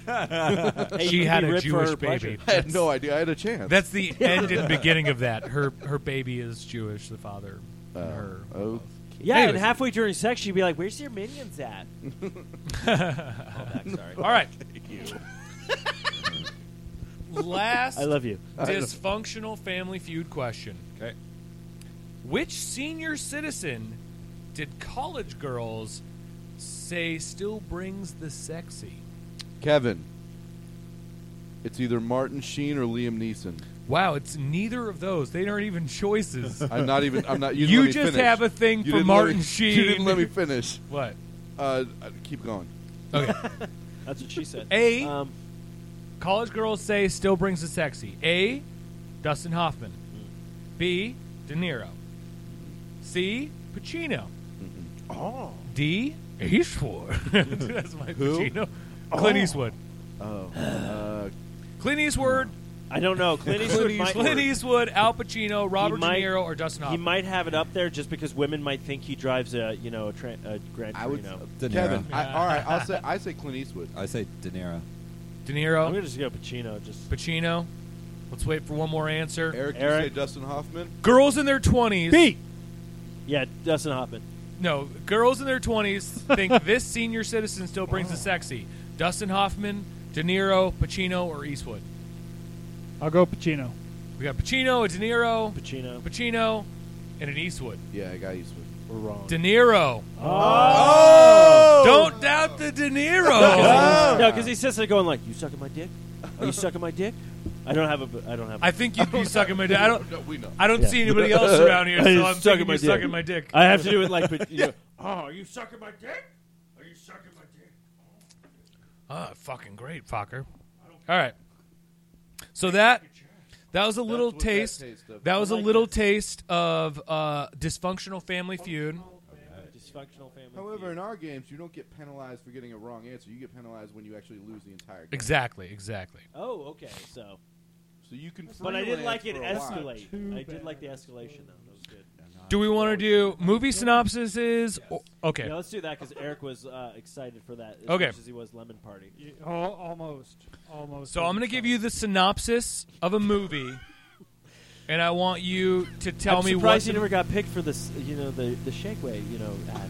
Speaker 3: Hey,
Speaker 6: she
Speaker 3: you can
Speaker 6: had
Speaker 3: be
Speaker 6: a
Speaker 3: ripped for
Speaker 6: Jewish
Speaker 3: her pleasure.
Speaker 6: baby.
Speaker 3: [laughs]
Speaker 5: I had no idea. I had a chance.
Speaker 6: That's the end and beginning of that. Her her baby is Jewish. The father, and her.
Speaker 5: oh,
Speaker 3: Yeah, and [laughs]
Speaker 6: Anyways.
Speaker 3: halfway during sex, she'd be like, "Where's your minions at?"
Speaker 6: [laughs] All right. Last
Speaker 3: I love you.
Speaker 6: dysfunctional family feud question. Okay. Which senior citizen did college girls say still brings the sexy?
Speaker 5: Kevin. It's either Martin Sheen or Liam Neeson.
Speaker 6: Wow, it's neither of those. They aren't even choices.
Speaker 5: I'm not even. I'm not. You, didn't
Speaker 6: You
Speaker 5: let me
Speaker 6: just
Speaker 5: finish.
Speaker 6: have a thing
Speaker 5: You
Speaker 6: for
Speaker 5: didn't let
Speaker 6: Martin
Speaker 5: me-
Speaker 6: Sheen.
Speaker 5: You didn't let me finish.
Speaker 6: what?
Speaker 5: Uh, uh, keep going.
Speaker 6: Okay.
Speaker 3: That's what she said.
Speaker 6: A.
Speaker 3: Um,
Speaker 6: College girls say still brings the sexy. A. Dustin Hoffman. B. De Niro. C. Pacino.
Speaker 5: Oh.
Speaker 6: D. Eastwood. [laughs] That's my
Speaker 5: Who?
Speaker 6: Pacino. Clint Eastwood.
Speaker 5: [sighs] Uh,
Speaker 6: Clint Eastwood.
Speaker 3: I don't know. Clint Eastwood. might,
Speaker 6: Clint Eastwood. Al Pacino. Robert
Speaker 3: might-
Speaker 6: De Niro. Or Dustin
Speaker 3: He
Speaker 6: Hoffman.
Speaker 3: might have it up there just because women might think he drives a you know a, tra- a Grand
Speaker 4: I would.
Speaker 3: Torino.
Speaker 4: De Niro.
Speaker 5: Kevin. I,
Speaker 6: Yeah.
Speaker 5: all right. I'll say. I say Clint Eastwood.
Speaker 4: I say De Niro.
Speaker 6: De
Speaker 3: I'm gonna
Speaker 6: Niro.
Speaker 3: just go Pacino. Just
Speaker 6: Pacino. Let's wait for one more answer.
Speaker 5: Eric, you
Speaker 3: Eric.
Speaker 5: say Dustin Hoffman.
Speaker 6: Girls in their twenties.
Speaker 2: B.
Speaker 3: yeah, Dustin Hoffman.
Speaker 6: No, girls in their 20s think [laughs] this senior citizen still brings the sexy. Dustin Hoffman, De Niro, Pacino, or Eastwood.
Speaker 2: I'll go Pacino.
Speaker 6: We got Pacino, a De Niro,
Speaker 3: Pacino.
Speaker 6: Pacino, and an Eastwood.
Speaker 5: Yeah, I got Eastwood.
Speaker 3: We're wrong.
Speaker 6: De Niro.
Speaker 5: Oh.
Speaker 6: Don't doubt the De
Speaker 3: Oh! [laughs]
Speaker 6: Niro.
Speaker 3: No, because he sits there going like, "You sucking my dick? Are you sucking my dick?" I don't have a. I don't have. A,
Speaker 6: I think you'd be sucking my dick. I don't,
Speaker 5: No, we know.
Speaker 6: I don't see anybody else
Speaker 3: [laughs]
Speaker 6: around here, so I'm
Speaker 3: Sucking
Speaker 6: thinking
Speaker 3: my
Speaker 6: you're
Speaker 3: dick.
Speaker 6: sucking my dick.
Speaker 3: I have to do it like. But, [laughs] Oh, you know,
Speaker 6: Ah, fucking great, fucker. All right. So that that was a little
Speaker 5: that
Speaker 6: taste.
Speaker 5: taste of.
Speaker 6: That was a little taste of uh, dysfunctional family feud.
Speaker 3: dysfunctional family.
Speaker 5: However, in our games, you don't get penalized for getting a wrong answer. You get penalized when you actually lose the entire game.
Speaker 6: Exactly, exactly.
Speaker 3: oh, okay. So,
Speaker 5: So you can.
Speaker 3: but I did
Speaker 5: freelance
Speaker 3: like it
Speaker 5: for a while.
Speaker 3: escalate. I did like the escalation though. That was good.
Speaker 5: Uh,
Speaker 6: Do we want to do movie synopsis? Or, okay.
Speaker 3: Yeah, let's do that because Eric was uh, excited for that. As
Speaker 6: Okay.
Speaker 3: much as he was Lemon Party.
Speaker 2: almost, almost.
Speaker 6: So I'm going to give you the synopsis of a movie, and I want you to tell
Speaker 3: I'm
Speaker 6: me what.
Speaker 3: surprised you never got picked for this. You know the the Shake Way. You know
Speaker 6: [laughs]
Speaker 3: ad.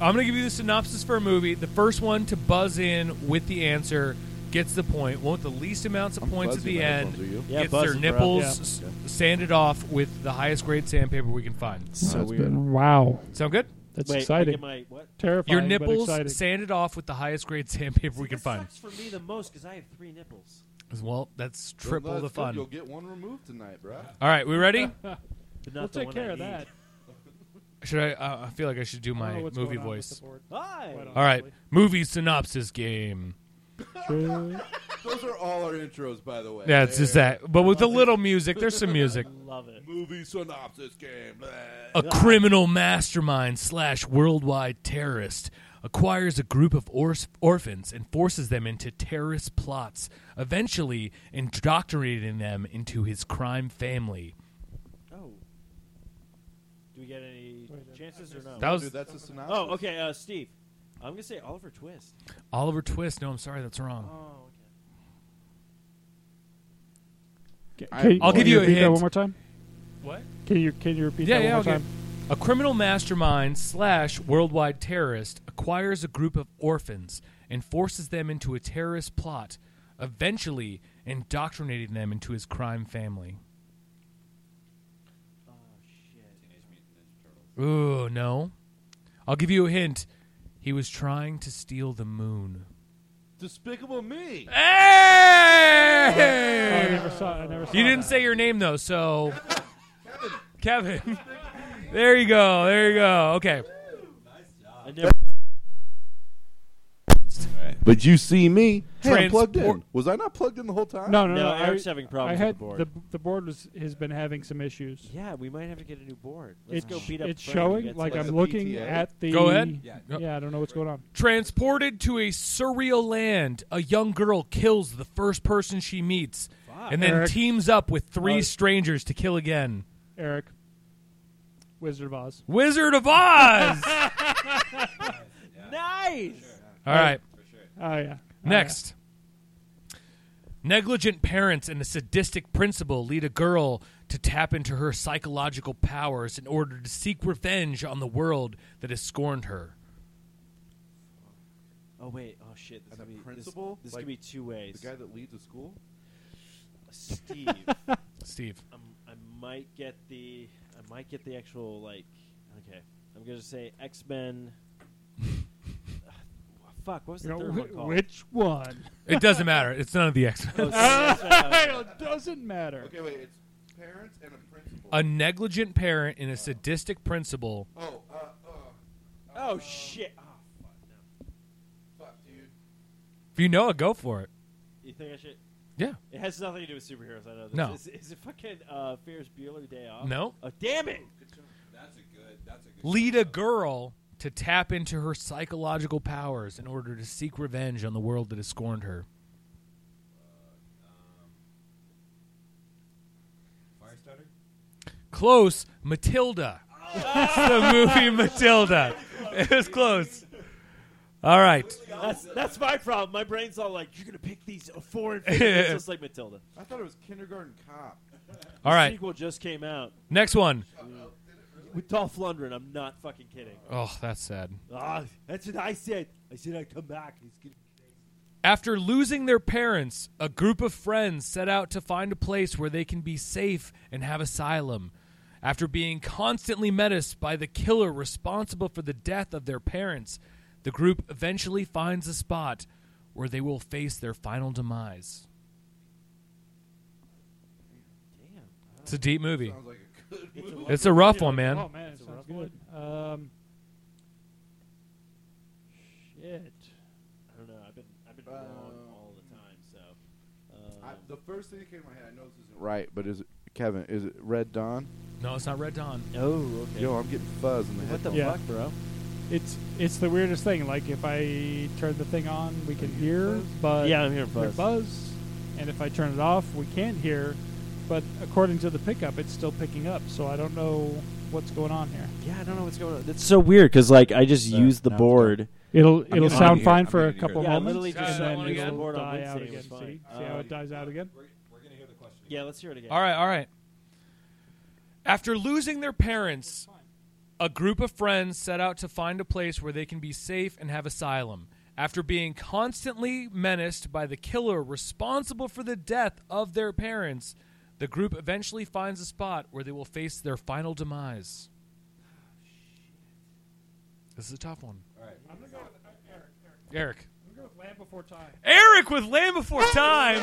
Speaker 6: I'm going to give you the synopsis for a movie. The first one to buzz in with the answer gets the point. Won't the least amounts of points at
Speaker 5: buzzing
Speaker 6: the
Speaker 5: my
Speaker 6: end.
Speaker 5: headphones, are you?
Speaker 3: Yeah,
Speaker 6: gets
Speaker 3: buzzing,
Speaker 6: their
Speaker 3: bro.
Speaker 6: nipples
Speaker 2: Yeah.
Speaker 6: s- sanded off with the highest grade sandpaper we can find.
Speaker 3: so
Speaker 5: that's
Speaker 3: weird.
Speaker 5: better.
Speaker 2: Wow,
Speaker 6: Sound good?
Speaker 2: that's
Speaker 3: Wait, I
Speaker 2: exciting.
Speaker 3: get my what?
Speaker 2: Terrifying.
Speaker 6: Your
Speaker 2: but
Speaker 6: nipples
Speaker 2: exciting.
Speaker 6: sanded off with the highest grade sandpaper we can
Speaker 3: This
Speaker 6: find.
Speaker 3: sucks for me the most because I have three nipples.
Speaker 6: Well, that's
Speaker 5: Well,
Speaker 6: triple
Speaker 5: that's
Speaker 6: the
Speaker 5: good.
Speaker 6: fun.
Speaker 5: You'll get one removed tonight, bro.
Speaker 6: All right, we ready?
Speaker 5: [laughs]
Speaker 3: But not
Speaker 2: We'll
Speaker 3: the
Speaker 2: take
Speaker 3: one
Speaker 2: care
Speaker 3: I
Speaker 2: of
Speaker 3: need.
Speaker 2: that.
Speaker 6: Should I? Uh, I feel like I should do
Speaker 2: I don't
Speaker 6: my
Speaker 2: know what's
Speaker 6: movie
Speaker 2: going on with
Speaker 6: voice.
Speaker 2: the board.
Speaker 3: Hi.
Speaker 2: Right on.
Speaker 6: All right, movie synopsis game.
Speaker 5: Those are all our intros, by the way.
Speaker 6: Yeah, it's just that, but with a little music. There's some
Speaker 5: [laughs]
Speaker 6: music.
Speaker 3: Love it.
Speaker 5: movie synopsis game. Blah.
Speaker 6: A criminal mastermind slash worldwide terrorist acquires a group of orph orphans and forces them into terrorist plots, eventually indoctrinating them into his crime family.
Speaker 3: Oh. Do we get any chances or no?
Speaker 6: That was
Speaker 5: Dude, that's a synopsis.
Speaker 3: oh, okay, uh, Steve. I'm going to say Oliver Twist.
Speaker 6: Oliver Twist. No, I'm sorry, that's wrong.
Speaker 3: Oh, okay.
Speaker 2: Can-
Speaker 5: I-
Speaker 2: can-
Speaker 5: I'll
Speaker 2: can
Speaker 6: give you a
Speaker 2: repeat that
Speaker 6: hint.
Speaker 2: one more time.
Speaker 6: What?
Speaker 2: Can you can you repeat
Speaker 6: Yeah,
Speaker 2: that
Speaker 6: yeah,
Speaker 2: one more
Speaker 6: okay.
Speaker 2: time?
Speaker 6: A criminal mastermind slash worldwide terrorist acquires a group of orphans and forces them into a terrorist plot, eventually indoctrinating them into his crime family.
Speaker 5: Oh,
Speaker 6: Ooh, no. I'll give you a hint. He was trying to steal the moon.
Speaker 5: Despicable Me.
Speaker 2: Oh,
Speaker 6: Hey!
Speaker 2: I never saw. I never saw.
Speaker 6: You didn't
Speaker 2: that.
Speaker 6: say your name though, so Kevin. there you go. There you go. Okay.
Speaker 3: I never,
Speaker 4: All right.
Speaker 5: But you see me, hey, I'm plugged in.
Speaker 6: Transport-
Speaker 5: Was I not plugged in the whole time?
Speaker 2: No, no,
Speaker 3: No,
Speaker 2: no. I-
Speaker 3: Eric's having problems
Speaker 2: I
Speaker 3: with
Speaker 2: had
Speaker 3: the board.
Speaker 2: The, the board was has been having some issues.
Speaker 3: Yeah, we might have to get a new board. Let's
Speaker 2: It's,
Speaker 3: go beat up.
Speaker 2: it's
Speaker 3: Frank and
Speaker 2: showing
Speaker 3: get
Speaker 2: like
Speaker 3: some-
Speaker 2: I'm
Speaker 5: the
Speaker 2: looking
Speaker 5: PTA.
Speaker 2: at the.
Speaker 6: Go ahead.
Speaker 2: Yeah.
Speaker 6: Yeah.
Speaker 2: I don't know what's going on.
Speaker 6: Transported to a surreal land, a young girl kills the first person she meets, and then
Speaker 2: Eric.
Speaker 6: teams up with three
Speaker 2: Well-
Speaker 6: strangers to kill again.
Speaker 2: Eric, Wizard of Oz.
Speaker 6: Wizard [laughs] of Oz.
Speaker 3: nice.
Speaker 6: All right,
Speaker 2: Oh yeah.
Speaker 6: next. Negligent parents and a sadistic principal lead a girl to tap into her psychological powers in order to seek revenge on the world that has scorned her.
Speaker 3: Oh wait. Oh shit. This could
Speaker 5: And the
Speaker 3: be,
Speaker 5: principal,
Speaker 3: This, this
Speaker 5: like,
Speaker 3: could be two ways.
Speaker 5: The guy that leads the school?
Speaker 3: Steve, [laughs]
Speaker 6: Steve.
Speaker 3: I'm, I might get the. I might get the actual like. Okay, I'm gonna say X Men. [sighs] Fuck. What was the
Speaker 2: You know,
Speaker 3: third one
Speaker 2: wh-
Speaker 3: called?
Speaker 2: which one?
Speaker 6: It doesn't matter. It's none of the X Men.
Speaker 3: Oh,
Speaker 2: [laughs]
Speaker 3: sorry, sorry.
Speaker 2: it doesn't matter.
Speaker 5: Okay, wait, it's parents and a principal.
Speaker 6: A negligent parent and a sadistic principal.
Speaker 5: oh, uh, uh,
Speaker 3: [laughs]
Speaker 6: [laughs]
Speaker 3: Oh, shit. Oh, fuck, no.
Speaker 5: fuck, dude.
Speaker 6: If you know it, go for it.
Speaker 3: You think I should?
Speaker 6: Yeah.
Speaker 3: It has nothing to do with superheroes. I know this.
Speaker 6: No.
Speaker 3: Is, is it fucking uh, Ferris Bueller Day Off?
Speaker 6: No.
Speaker 3: Oh, damn it!
Speaker 4: That's a good. That's a good.
Speaker 6: Lead a girl to tap into her psychological powers in order to seek revenge on the world that has scorned her.
Speaker 4: Firestarter.
Speaker 6: Close, Matilda. it's the movie Matilda. It was close. All right.
Speaker 3: That's that's my problem. My brain's all like, you're gonna pick these uh,
Speaker 6: [laughs]
Speaker 3: foreign figures just like Matilda.
Speaker 5: I thought it was kindergarten cop.
Speaker 6: All right.
Speaker 3: Sequel just came out
Speaker 6: Next one.
Speaker 3: with Dolph Lundgren. I'm not fucking kidding.
Speaker 6: Oh, that's sad.
Speaker 3: Ah, that's what I said. I said I'd come back. He's gonna
Speaker 6: After losing their parents, a group of friends set out to find a place where they can be safe and have asylum. After being constantly menaced by the killer responsible for the death of their parents, the group eventually finds a spot where they will face their final demise. It's a deep movie.
Speaker 5: Sounds like a good movie.
Speaker 6: It's a rough one,
Speaker 2: Oh
Speaker 6: man.
Speaker 2: man, it sounds good. Um, shit.
Speaker 3: I don't know. I've been I've been wrong all the time. So um,
Speaker 5: I, the first thing that came to my head, I know this isn't right, but is it, Kevin, is it Red Dawn?
Speaker 6: No, it's not Red Dawn.
Speaker 3: oh okay.
Speaker 5: Yo, I'm getting fuzz in the head.
Speaker 3: what the
Speaker 2: Yeah.
Speaker 3: fuck, bro?
Speaker 2: It's it's the weirdest thing. Like if I turn the thing on, we can hear, but
Speaker 3: Yeah, I'm hearing
Speaker 2: their
Speaker 3: fuzz.
Speaker 2: buzz. And if I turn it off, we can't hear. But according to the pickup, it's still picking up. So I don't know what's going on here.
Speaker 3: Yeah, I don't know what's going on. It's so weird because like I just
Speaker 5: Uh,
Speaker 3: used the
Speaker 5: now it's
Speaker 3: board.
Speaker 2: It'll it'll
Speaker 4: gonna
Speaker 2: sound
Speaker 4: hear-
Speaker 2: fine
Speaker 4: I'm
Speaker 2: for
Speaker 4: gonna
Speaker 2: a
Speaker 4: hear
Speaker 2: couple
Speaker 4: it.
Speaker 3: Yeah, I
Speaker 2: moments,
Speaker 3: literally
Speaker 6: just
Speaker 2: and then
Speaker 6: want to get
Speaker 2: it'll
Speaker 6: on
Speaker 3: board on
Speaker 2: die out
Speaker 3: Wednesday,
Speaker 2: again.
Speaker 3: it was
Speaker 2: See,
Speaker 3: fine.
Speaker 2: see how
Speaker 3: Uh,
Speaker 2: it dies out again.
Speaker 4: We're, we're gonna hear the question.
Speaker 3: Yeah, let's hear it again.
Speaker 6: All right, all right. After losing their parents, a group of friends set out to find a place where they can be safe and have asylum. After being constantly menaced by the killer responsible for the death of their parents, the group eventually finds a spot where they will face their final demise. This is a tough one.
Speaker 2: I'm gonna go with uh, Eric. I'm
Speaker 6: Eric.
Speaker 2: gonna go with Land Before Time.
Speaker 6: Eric with Land Before Time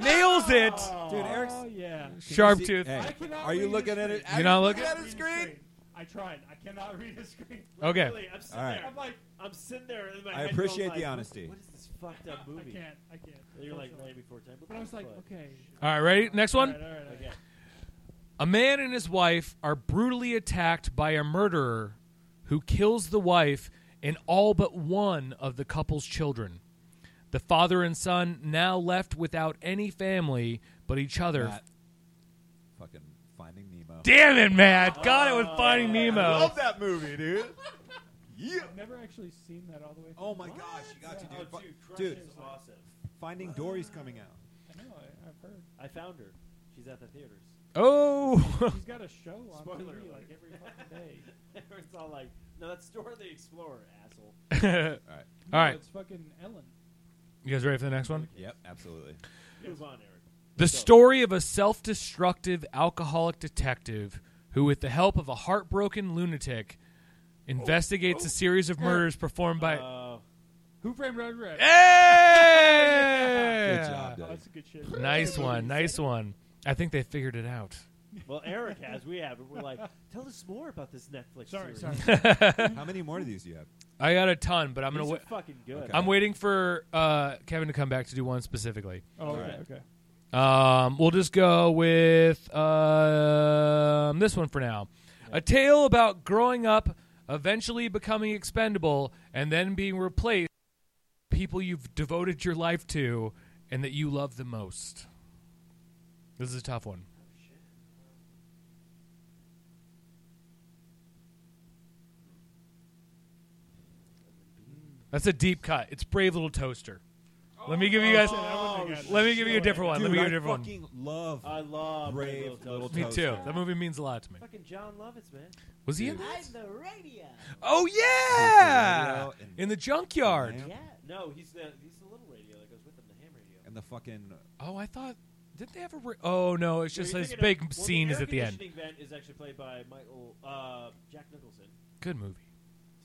Speaker 6: nails it.
Speaker 4: Dude, Eric's
Speaker 2: Oh yeah.
Speaker 6: Sharp tooth.
Speaker 4: Hey,
Speaker 2: cannot
Speaker 4: are you
Speaker 2: read
Speaker 4: looking
Speaker 2: his
Speaker 4: at it?
Speaker 2: face.
Speaker 4: Are
Speaker 6: You're
Speaker 4: you
Speaker 6: not looking?
Speaker 4: at his screen.
Speaker 2: I tried. I cannot read the screen.
Speaker 6: Okay.
Speaker 3: Really, I'm sitting
Speaker 4: All right.
Speaker 3: there. I'm like, I'm sitting there. In my head
Speaker 4: I
Speaker 3: going
Speaker 4: appreciate
Speaker 3: like,
Speaker 4: the honesty.
Speaker 3: What is this fucked up
Speaker 2: I
Speaker 3: movie?
Speaker 2: can't. I can't.
Speaker 3: And You're like Land Before Time.
Speaker 2: But I was like,
Speaker 3: what?
Speaker 2: okay.
Speaker 6: All right, ready? Next
Speaker 2: All
Speaker 6: one.
Speaker 2: right, all right, all right.
Speaker 3: Okay.
Speaker 6: A man and his wife are brutally attacked by a murderer who kills the wife and all but one of the couple's children. The father and son now left without any family but each other.
Speaker 4: Matt. Fucking Finding Nemo.
Speaker 6: Damn it, Matt! God, it was Finding Nemo.
Speaker 4: Love that movie, dude. yeah.
Speaker 2: I've never actually seen that all the way. Through.
Speaker 4: Oh my gosh, you got to, dude.
Speaker 3: Oh,
Speaker 4: Fu-
Speaker 3: dude, Crush
Speaker 4: dude,
Speaker 3: is awesome.
Speaker 4: Finding Dory's coming out.
Speaker 2: I know. I, I've heard.
Speaker 3: I found her. She's at the theaters. [laughs]
Speaker 6: Oh, [laughs]
Speaker 2: He's got a show on
Speaker 3: Spoiler
Speaker 2: TV
Speaker 3: alert.
Speaker 2: like every fucking day.
Speaker 3: it's all like, no, that's Dora the Explorer, asshole.
Speaker 6: all right.
Speaker 2: It's fucking Ellen.
Speaker 6: You guys ready for the next one?
Speaker 4: Yep, absolutely.
Speaker 3: Move on, Eric.
Speaker 6: The story of a self destructive alcoholic detective who, with the help of a heartbroken lunatic, investigates a series of murders performed by.
Speaker 3: Uh,
Speaker 2: Who framed Roger Rabbit?
Speaker 6: Hey!
Speaker 4: Good job,
Speaker 2: Oh,
Speaker 4: dude.
Speaker 2: that's a good shit.
Speaker 6: Nice one, nice one. I think they figured it out.
Speaker 3: well, Eric has. We have. We're like, tell us more about this Netflix
Speaker 2: Sorry,
Speaker 3: series.
Speaker 2: sorry.
Speaker 4: How many more of these do you have?
Speaker 6: I got a ton, but I'm gonna.
Speaker 3: These are
Speaker 6: Wa-
Speaker 3: fucking good.
Speaker 6: I'm waiting for uh, Kevin to come back to do one specifically.
Speaker 2: Oh, okay, okay.
Speaker 6: Um, we'll just go with um this one for now. A tale about growing up, eventually becoming expendable, and then being replaced by people you've devoted your life to and that you love the most. This is a tough one. That's a deep cut. It's Brave Little Toaster. Let me give you
Speaker 3: Oh,
Speaker 6: guys. let me give you a different one. let me give you a different one.
Speaker 4: love
Speaker 3: I love
Speaker 4: Brave
Speaker 3: Brave
Speaker 4: Little
Speaker 3: Little
Speaker 6: Me
Speaker 4: Toaster.
Speaker 6: too. That movie means a lot to me.
Speaker 3: Fucking John Lovitz, man.
Speaker 6: Was he in that?
Speaker 7: I'm the radio.
Speaker 6: Oh yeah,
Speaker 4: Radio and-
Speaker 6: in the junkyard.
Speaker 7: Yeah.
Speaker 3: No, he's the he's the little radio that goes with him, the ham radio.
Speaker 4: and the fucking
Speaker 6: Oh, I thought. Did they ever? Re- oh no, it's just
Speaker 3: You're
Speaker 6: this
Speaker 3: thinking of-
Speaker 6: big
Speaker 3: well, the
Speaker 6: scene is
Speaker 3: air
Speaker 6: at the end.
Speaker 3: conditioning vent is actually played by Michael uh, Jack
Speaker 6: [laughs]
Speaker 3: Nicholson.
Speaker 6: Good movie.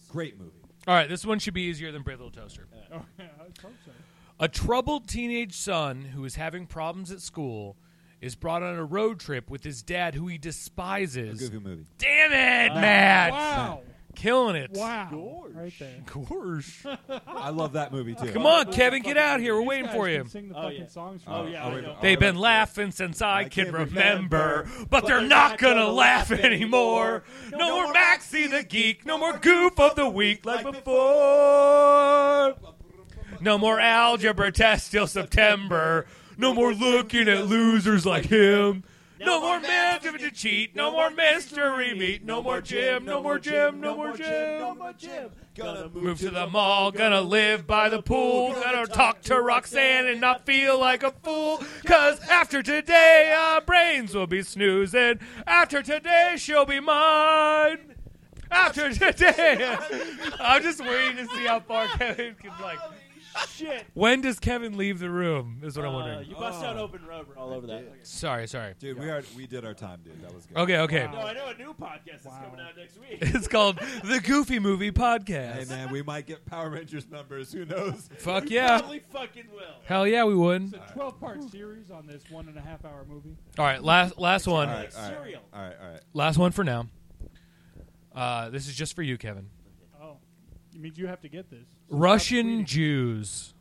Speaker 4: great movie.
Speaker 6: All right, this one should be easier than Brave Little Toaster.
Speaker 2: Oh, yeah, [laughs] I hope so.
Speaker 6: A troubled teenage son who is having problems at school is brought on a road trip with his dad, who he
Speaker 4: A
Speaker 6: despises.
Speaker 4: goofy
Speaker 3: [laughs]
Speaker 4: movie.
Speaker 6: Damn it, Matt!
Speaker 2: Wow.
Speaker 6: Killing it!
Speaker 2: Wow. Right there. [laughs]
Speaker 6: Gorsh.
Speaker 4: I love that movie too.
Speaker 6: Come on, Kevin, get out here. We're waiting
Speaker 2: Guys
Speaker 6: for
Speaker 2: can
Speaker 6: you.
Speaker 2: Sing the
Speaker 3: Oh,
Speaker 2: fucking
Speaker 3: yeah.
Speaker 2: songs for
Speaker 3: Oh,
Speaker 2: us.
Speaker 3: yeah,
Speaker 4: I'll
Speaker 3: I
Speaker 4: re-
Speaker 3: know.
Speaker 4: I'll
Speaker 6: They've been
Speaker 4: remember.
Speaker 6: laughing since I,
Speaker 4: I
Speaker 6: can
Speaker 4: can
Speaker 6: remember,
Speaker 4: remember.
Speaker 6: but they're not gonna laugh anymore. No more Maxie the geek, no more goof of the week like before. No more algebra test till September. No more looking at losers like him. No more men giving to cheat. No more mystery meat. No more gym. No more gym. No more gym.
Speaker 3: Jim, gonna
Speaker 6: Move to the mall, gonna live by the pool, gonna talk to Roxanne and not feel like a fool. Cause after today, our brains will be snoozing. After today, she'll be mine. After today, [laughs] I'm just waiting to see how far Kevin can like.
Speaker 3: shit.
Speaker 6: When does Kevin leave the room? Is what I'm
Speaker 3: Uh,
Speaker 6: wondering.
Speaker 3: you bust out open road all over that.
Speaker 6: Sorry, sorry.
Speaker 4: Dude, we are we did our time, dude. That was good.
Speaker 6: Okay, okay.
Speaker 3: No, I know a new podcast is coming out next week.
Speaker 6: It's called the Goofy Movie
Speaker 4: Hey
Speaker 6: Podcast.
Speaker 4: man, we might get Power Rangers numbers. Who knows?
Speaker 6: Fuck [laughs] yeah.
Speaker 3: Probably fucking will.
Speaker 6: Hell yeah, we would.
Speaker 2: It's a 12 part series on this one and a half hour movie.
Speaker 6: All right, last last one.
Speaker 4: All right, all right,
Speaker 3: Cereal.
Speaker 4: all right, all right.
Speaker 6: Last one for now. Uh, this is just for you, Kevin.
Speaker 2: Oh. You mean you have to get this?
Speaker 6: Russian Jews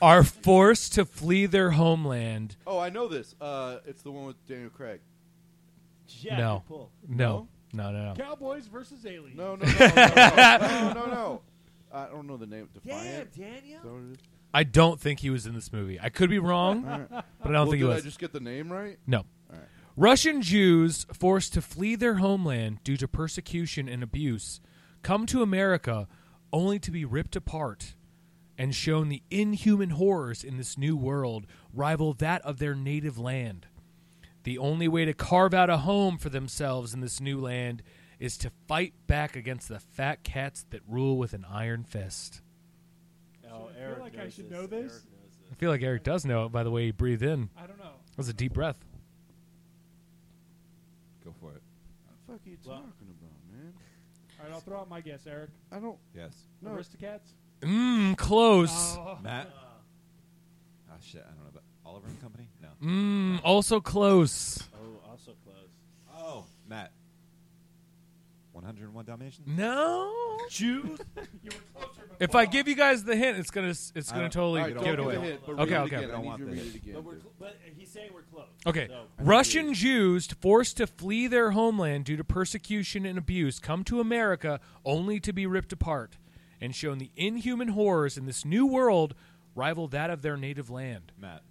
Speaker 6: are forced to flee their homeland.
Speaker 5: Oh, I know this. Uh, it's the one with Daniel Craig.
Speaker 3: Yeah,
Speaker 6: No.
Speaker 3: good pull.
Speaker 6: No, no, no, no.
Speaker 2: Cowboys versus aliens.
Speaker 5: No, no, no, no, no, no, no, no. I don't know the name.
Speaker 7: Damn,
Speaker 5: Defiant.
Speaker 7: Daniel.
Speaker 5: Is that what it is?
Speaker 6: I don't think he was in this movie. I could be wrong, but I don't
Speaker 5: Well,
Speaker 6: think he
Speaker 5: did I
Speaker 6: was.
Speaker 5: just get the name right?
Speaker 6: No. Russian Jews forced to flee their homeland due to persecution and abuse come to America only to be ripped apart and shown the inhuman horrors in this new world rival that of their native land. The only way to carve out a home for themselves in this new land is to fight back against the fat cats that rule with an iron fist.
Speaker 3: No,
Speaker 2: I
Speaker 3: Eric
Speaker 2: feel like I
Speaker 3: knows
Speaker 2: should
Speaker 3: this.
Speaker 2: know this.
Speaker 3: Eric knows this.
Speaker 6: I feel like Eric does know it by the way he breathed in.
Speaker 2: I don't know.
Speaker 6: That was a deep breath.
Speaker 4: Go for it.
Speaker 5: The fuck are you
Speaker 3: Well-
Speaker 5: talking about, man?
Speaker 2: All right, I'll throw out my guess, Eric.
Speaker 5: I don't.
Speaker 4: Yes,
Speaker 5: No.
Speaker 2: Aristocats?
Speaker 6: Mmm, close.
Speaker 2: Oh.
Speaker 4: Matt.
Speaker 6: Uh.
Speaker 4: Ah shit, I don't know. But Oliver and Company? No.
Speaker 6: Mmm, also close.
Speaker 3: Oh, also close.
Speaker 4: Oh, Matt. 101 Dalmatians.
Speaker 6: No.
Speaker 3: Jews.
Speaker 6: [laughs] If I give you guys the hint, it's gonna it's gonna
Speaker 4: don't-
Speaker 6: totally
Speaker 5: All right,
Speaker 4: you
Speaker 5: don't
Speaker 6: give it
Speaker 5: give
Speaker 6: away.
Speaker 5: the hint, but
Speaker 6: Okay,
Speaker 5: read it
Speaker 6: okay.
Speaker 4: I
Speaker 5: again. I
Speaker 4: don't
Speaker 5: need
Speaker 4: want
Speaker 5: you to
Speaker 4: this.
Speaker 5: read it again,
Speaker 3: but we're
Speaker 5: dude.
Speaker 3: cl- but he's saying we're close.
Speaker 6: Okay.
Speaker 3: So,
Speaker 6: Russian Jews forced to flee their homeland due to persecution and abuse come to America only to be ripped apart and shown the inhuman horrors in this new world rival that of their native land.
Speaker 4: Matt.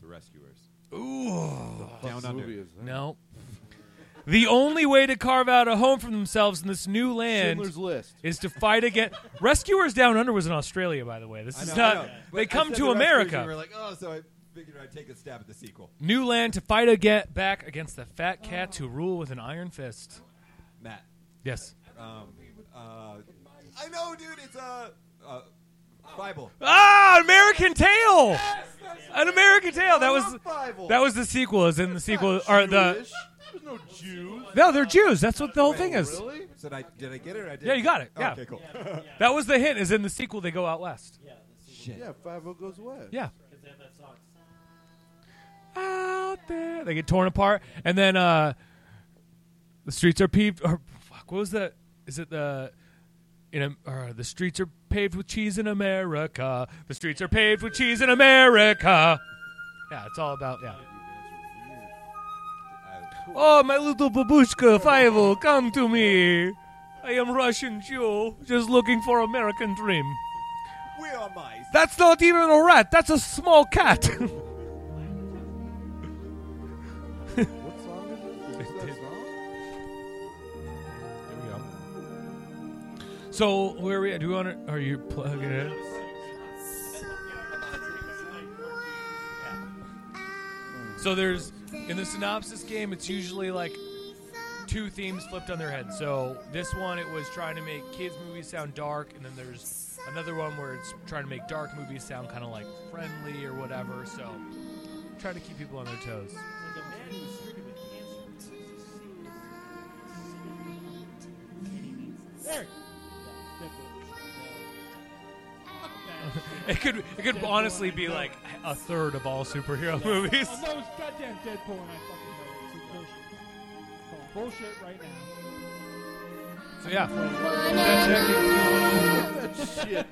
Speaker 4: The Rescuers.
Speaker 5: What
Speaker 4: Down
Speaker 5: movie
Speaker 4: under.
Speaker 5: is that?
Speaker 6: No. The only way to carve out a home for themselves in this new land
Speaker 5: Schindler's List.
Speaker 6: is to fight against Rescuers Down Under was in Australia, by the way. This
Speaker 4: I
Speaker 6: is
Speaker 4: know, I
Speaker 6: not.
Speaker 4: know. But
Speaker 6: They
Speaker 4: I
Speaker 6: come
Speaker 4: said
Speaker 6: to
Speaker 4: The Rescuers,
Speaker 6: America.
Speaker 4: and we We're like, oh, so I figured I'd take a stab at the sequel.
Speaker 6: New land to fight again back against the fat cats who rule with an iron fist.
Speaker 4: Matt.
Speaker 6: Yes.
Speaker 4: Uh, I know, dude. It's uh, uh, Bible.
Speaker 6: Ah, American Tale. An American Tale. That was
Speaker 5: Bible.
Speaker 6: that was the sequel. Is in the sequel or the
Speaker 5: Jewish. There's no Jews.
Speaker 6: no, they're Jews. That's what the whole thing is.
Speaker 5: Really?
Speaker 4: So did I, did I get it? Or I did
Speaker 6: Yeah, you got it. Yeah.
Speaker 4: Okay, cool.
Speaker 6: That was the hint. Is in the sequel they go out west.
Speaker 3: yeah, let's see
Speaker 4: Shit.
Speaker 5: Yeah, Five O goes away.
Speaker 6: Yeah.
Speaker 3: because they have that song.
Speaker 6: Out there, they get torn apart, and then uh, the streets are peeved. Or fuck, what was that? is it the in Am- uh, the streets are paved with cheese in America. The streets are paved with cheese in America. Yeah, it's all about yeah. Oh, my little babushka, Fievel, come to me. I am Russian Jew, just looking for American dream.
Speaker 4: Where are mice?
Speaker 6: That's not even a rat. That's a small cat. [laughs]
Speaker 5: What song is this? Is that song?
Speaker 6: There we go. So where are we at? Do we want to? Are you plugging it? So there's in the synopsis game, it's usually like two themes flipped on their head. So this one, it was trying to make kids movies sound dark, and then there's another one where it's trying to make dark movies sound kind of like friendly or whatever. So trying to keep people on their toes. It could it could honestly be like a third of all superhero
Speaker 2: [laughs]
Speaker 6: movies.
Speaker 2: Oh, that was goddamn Deadpool, and I fucking know it. It's bullshit. It's called bullshit right now.
Speaker 6: So yeah. That's it.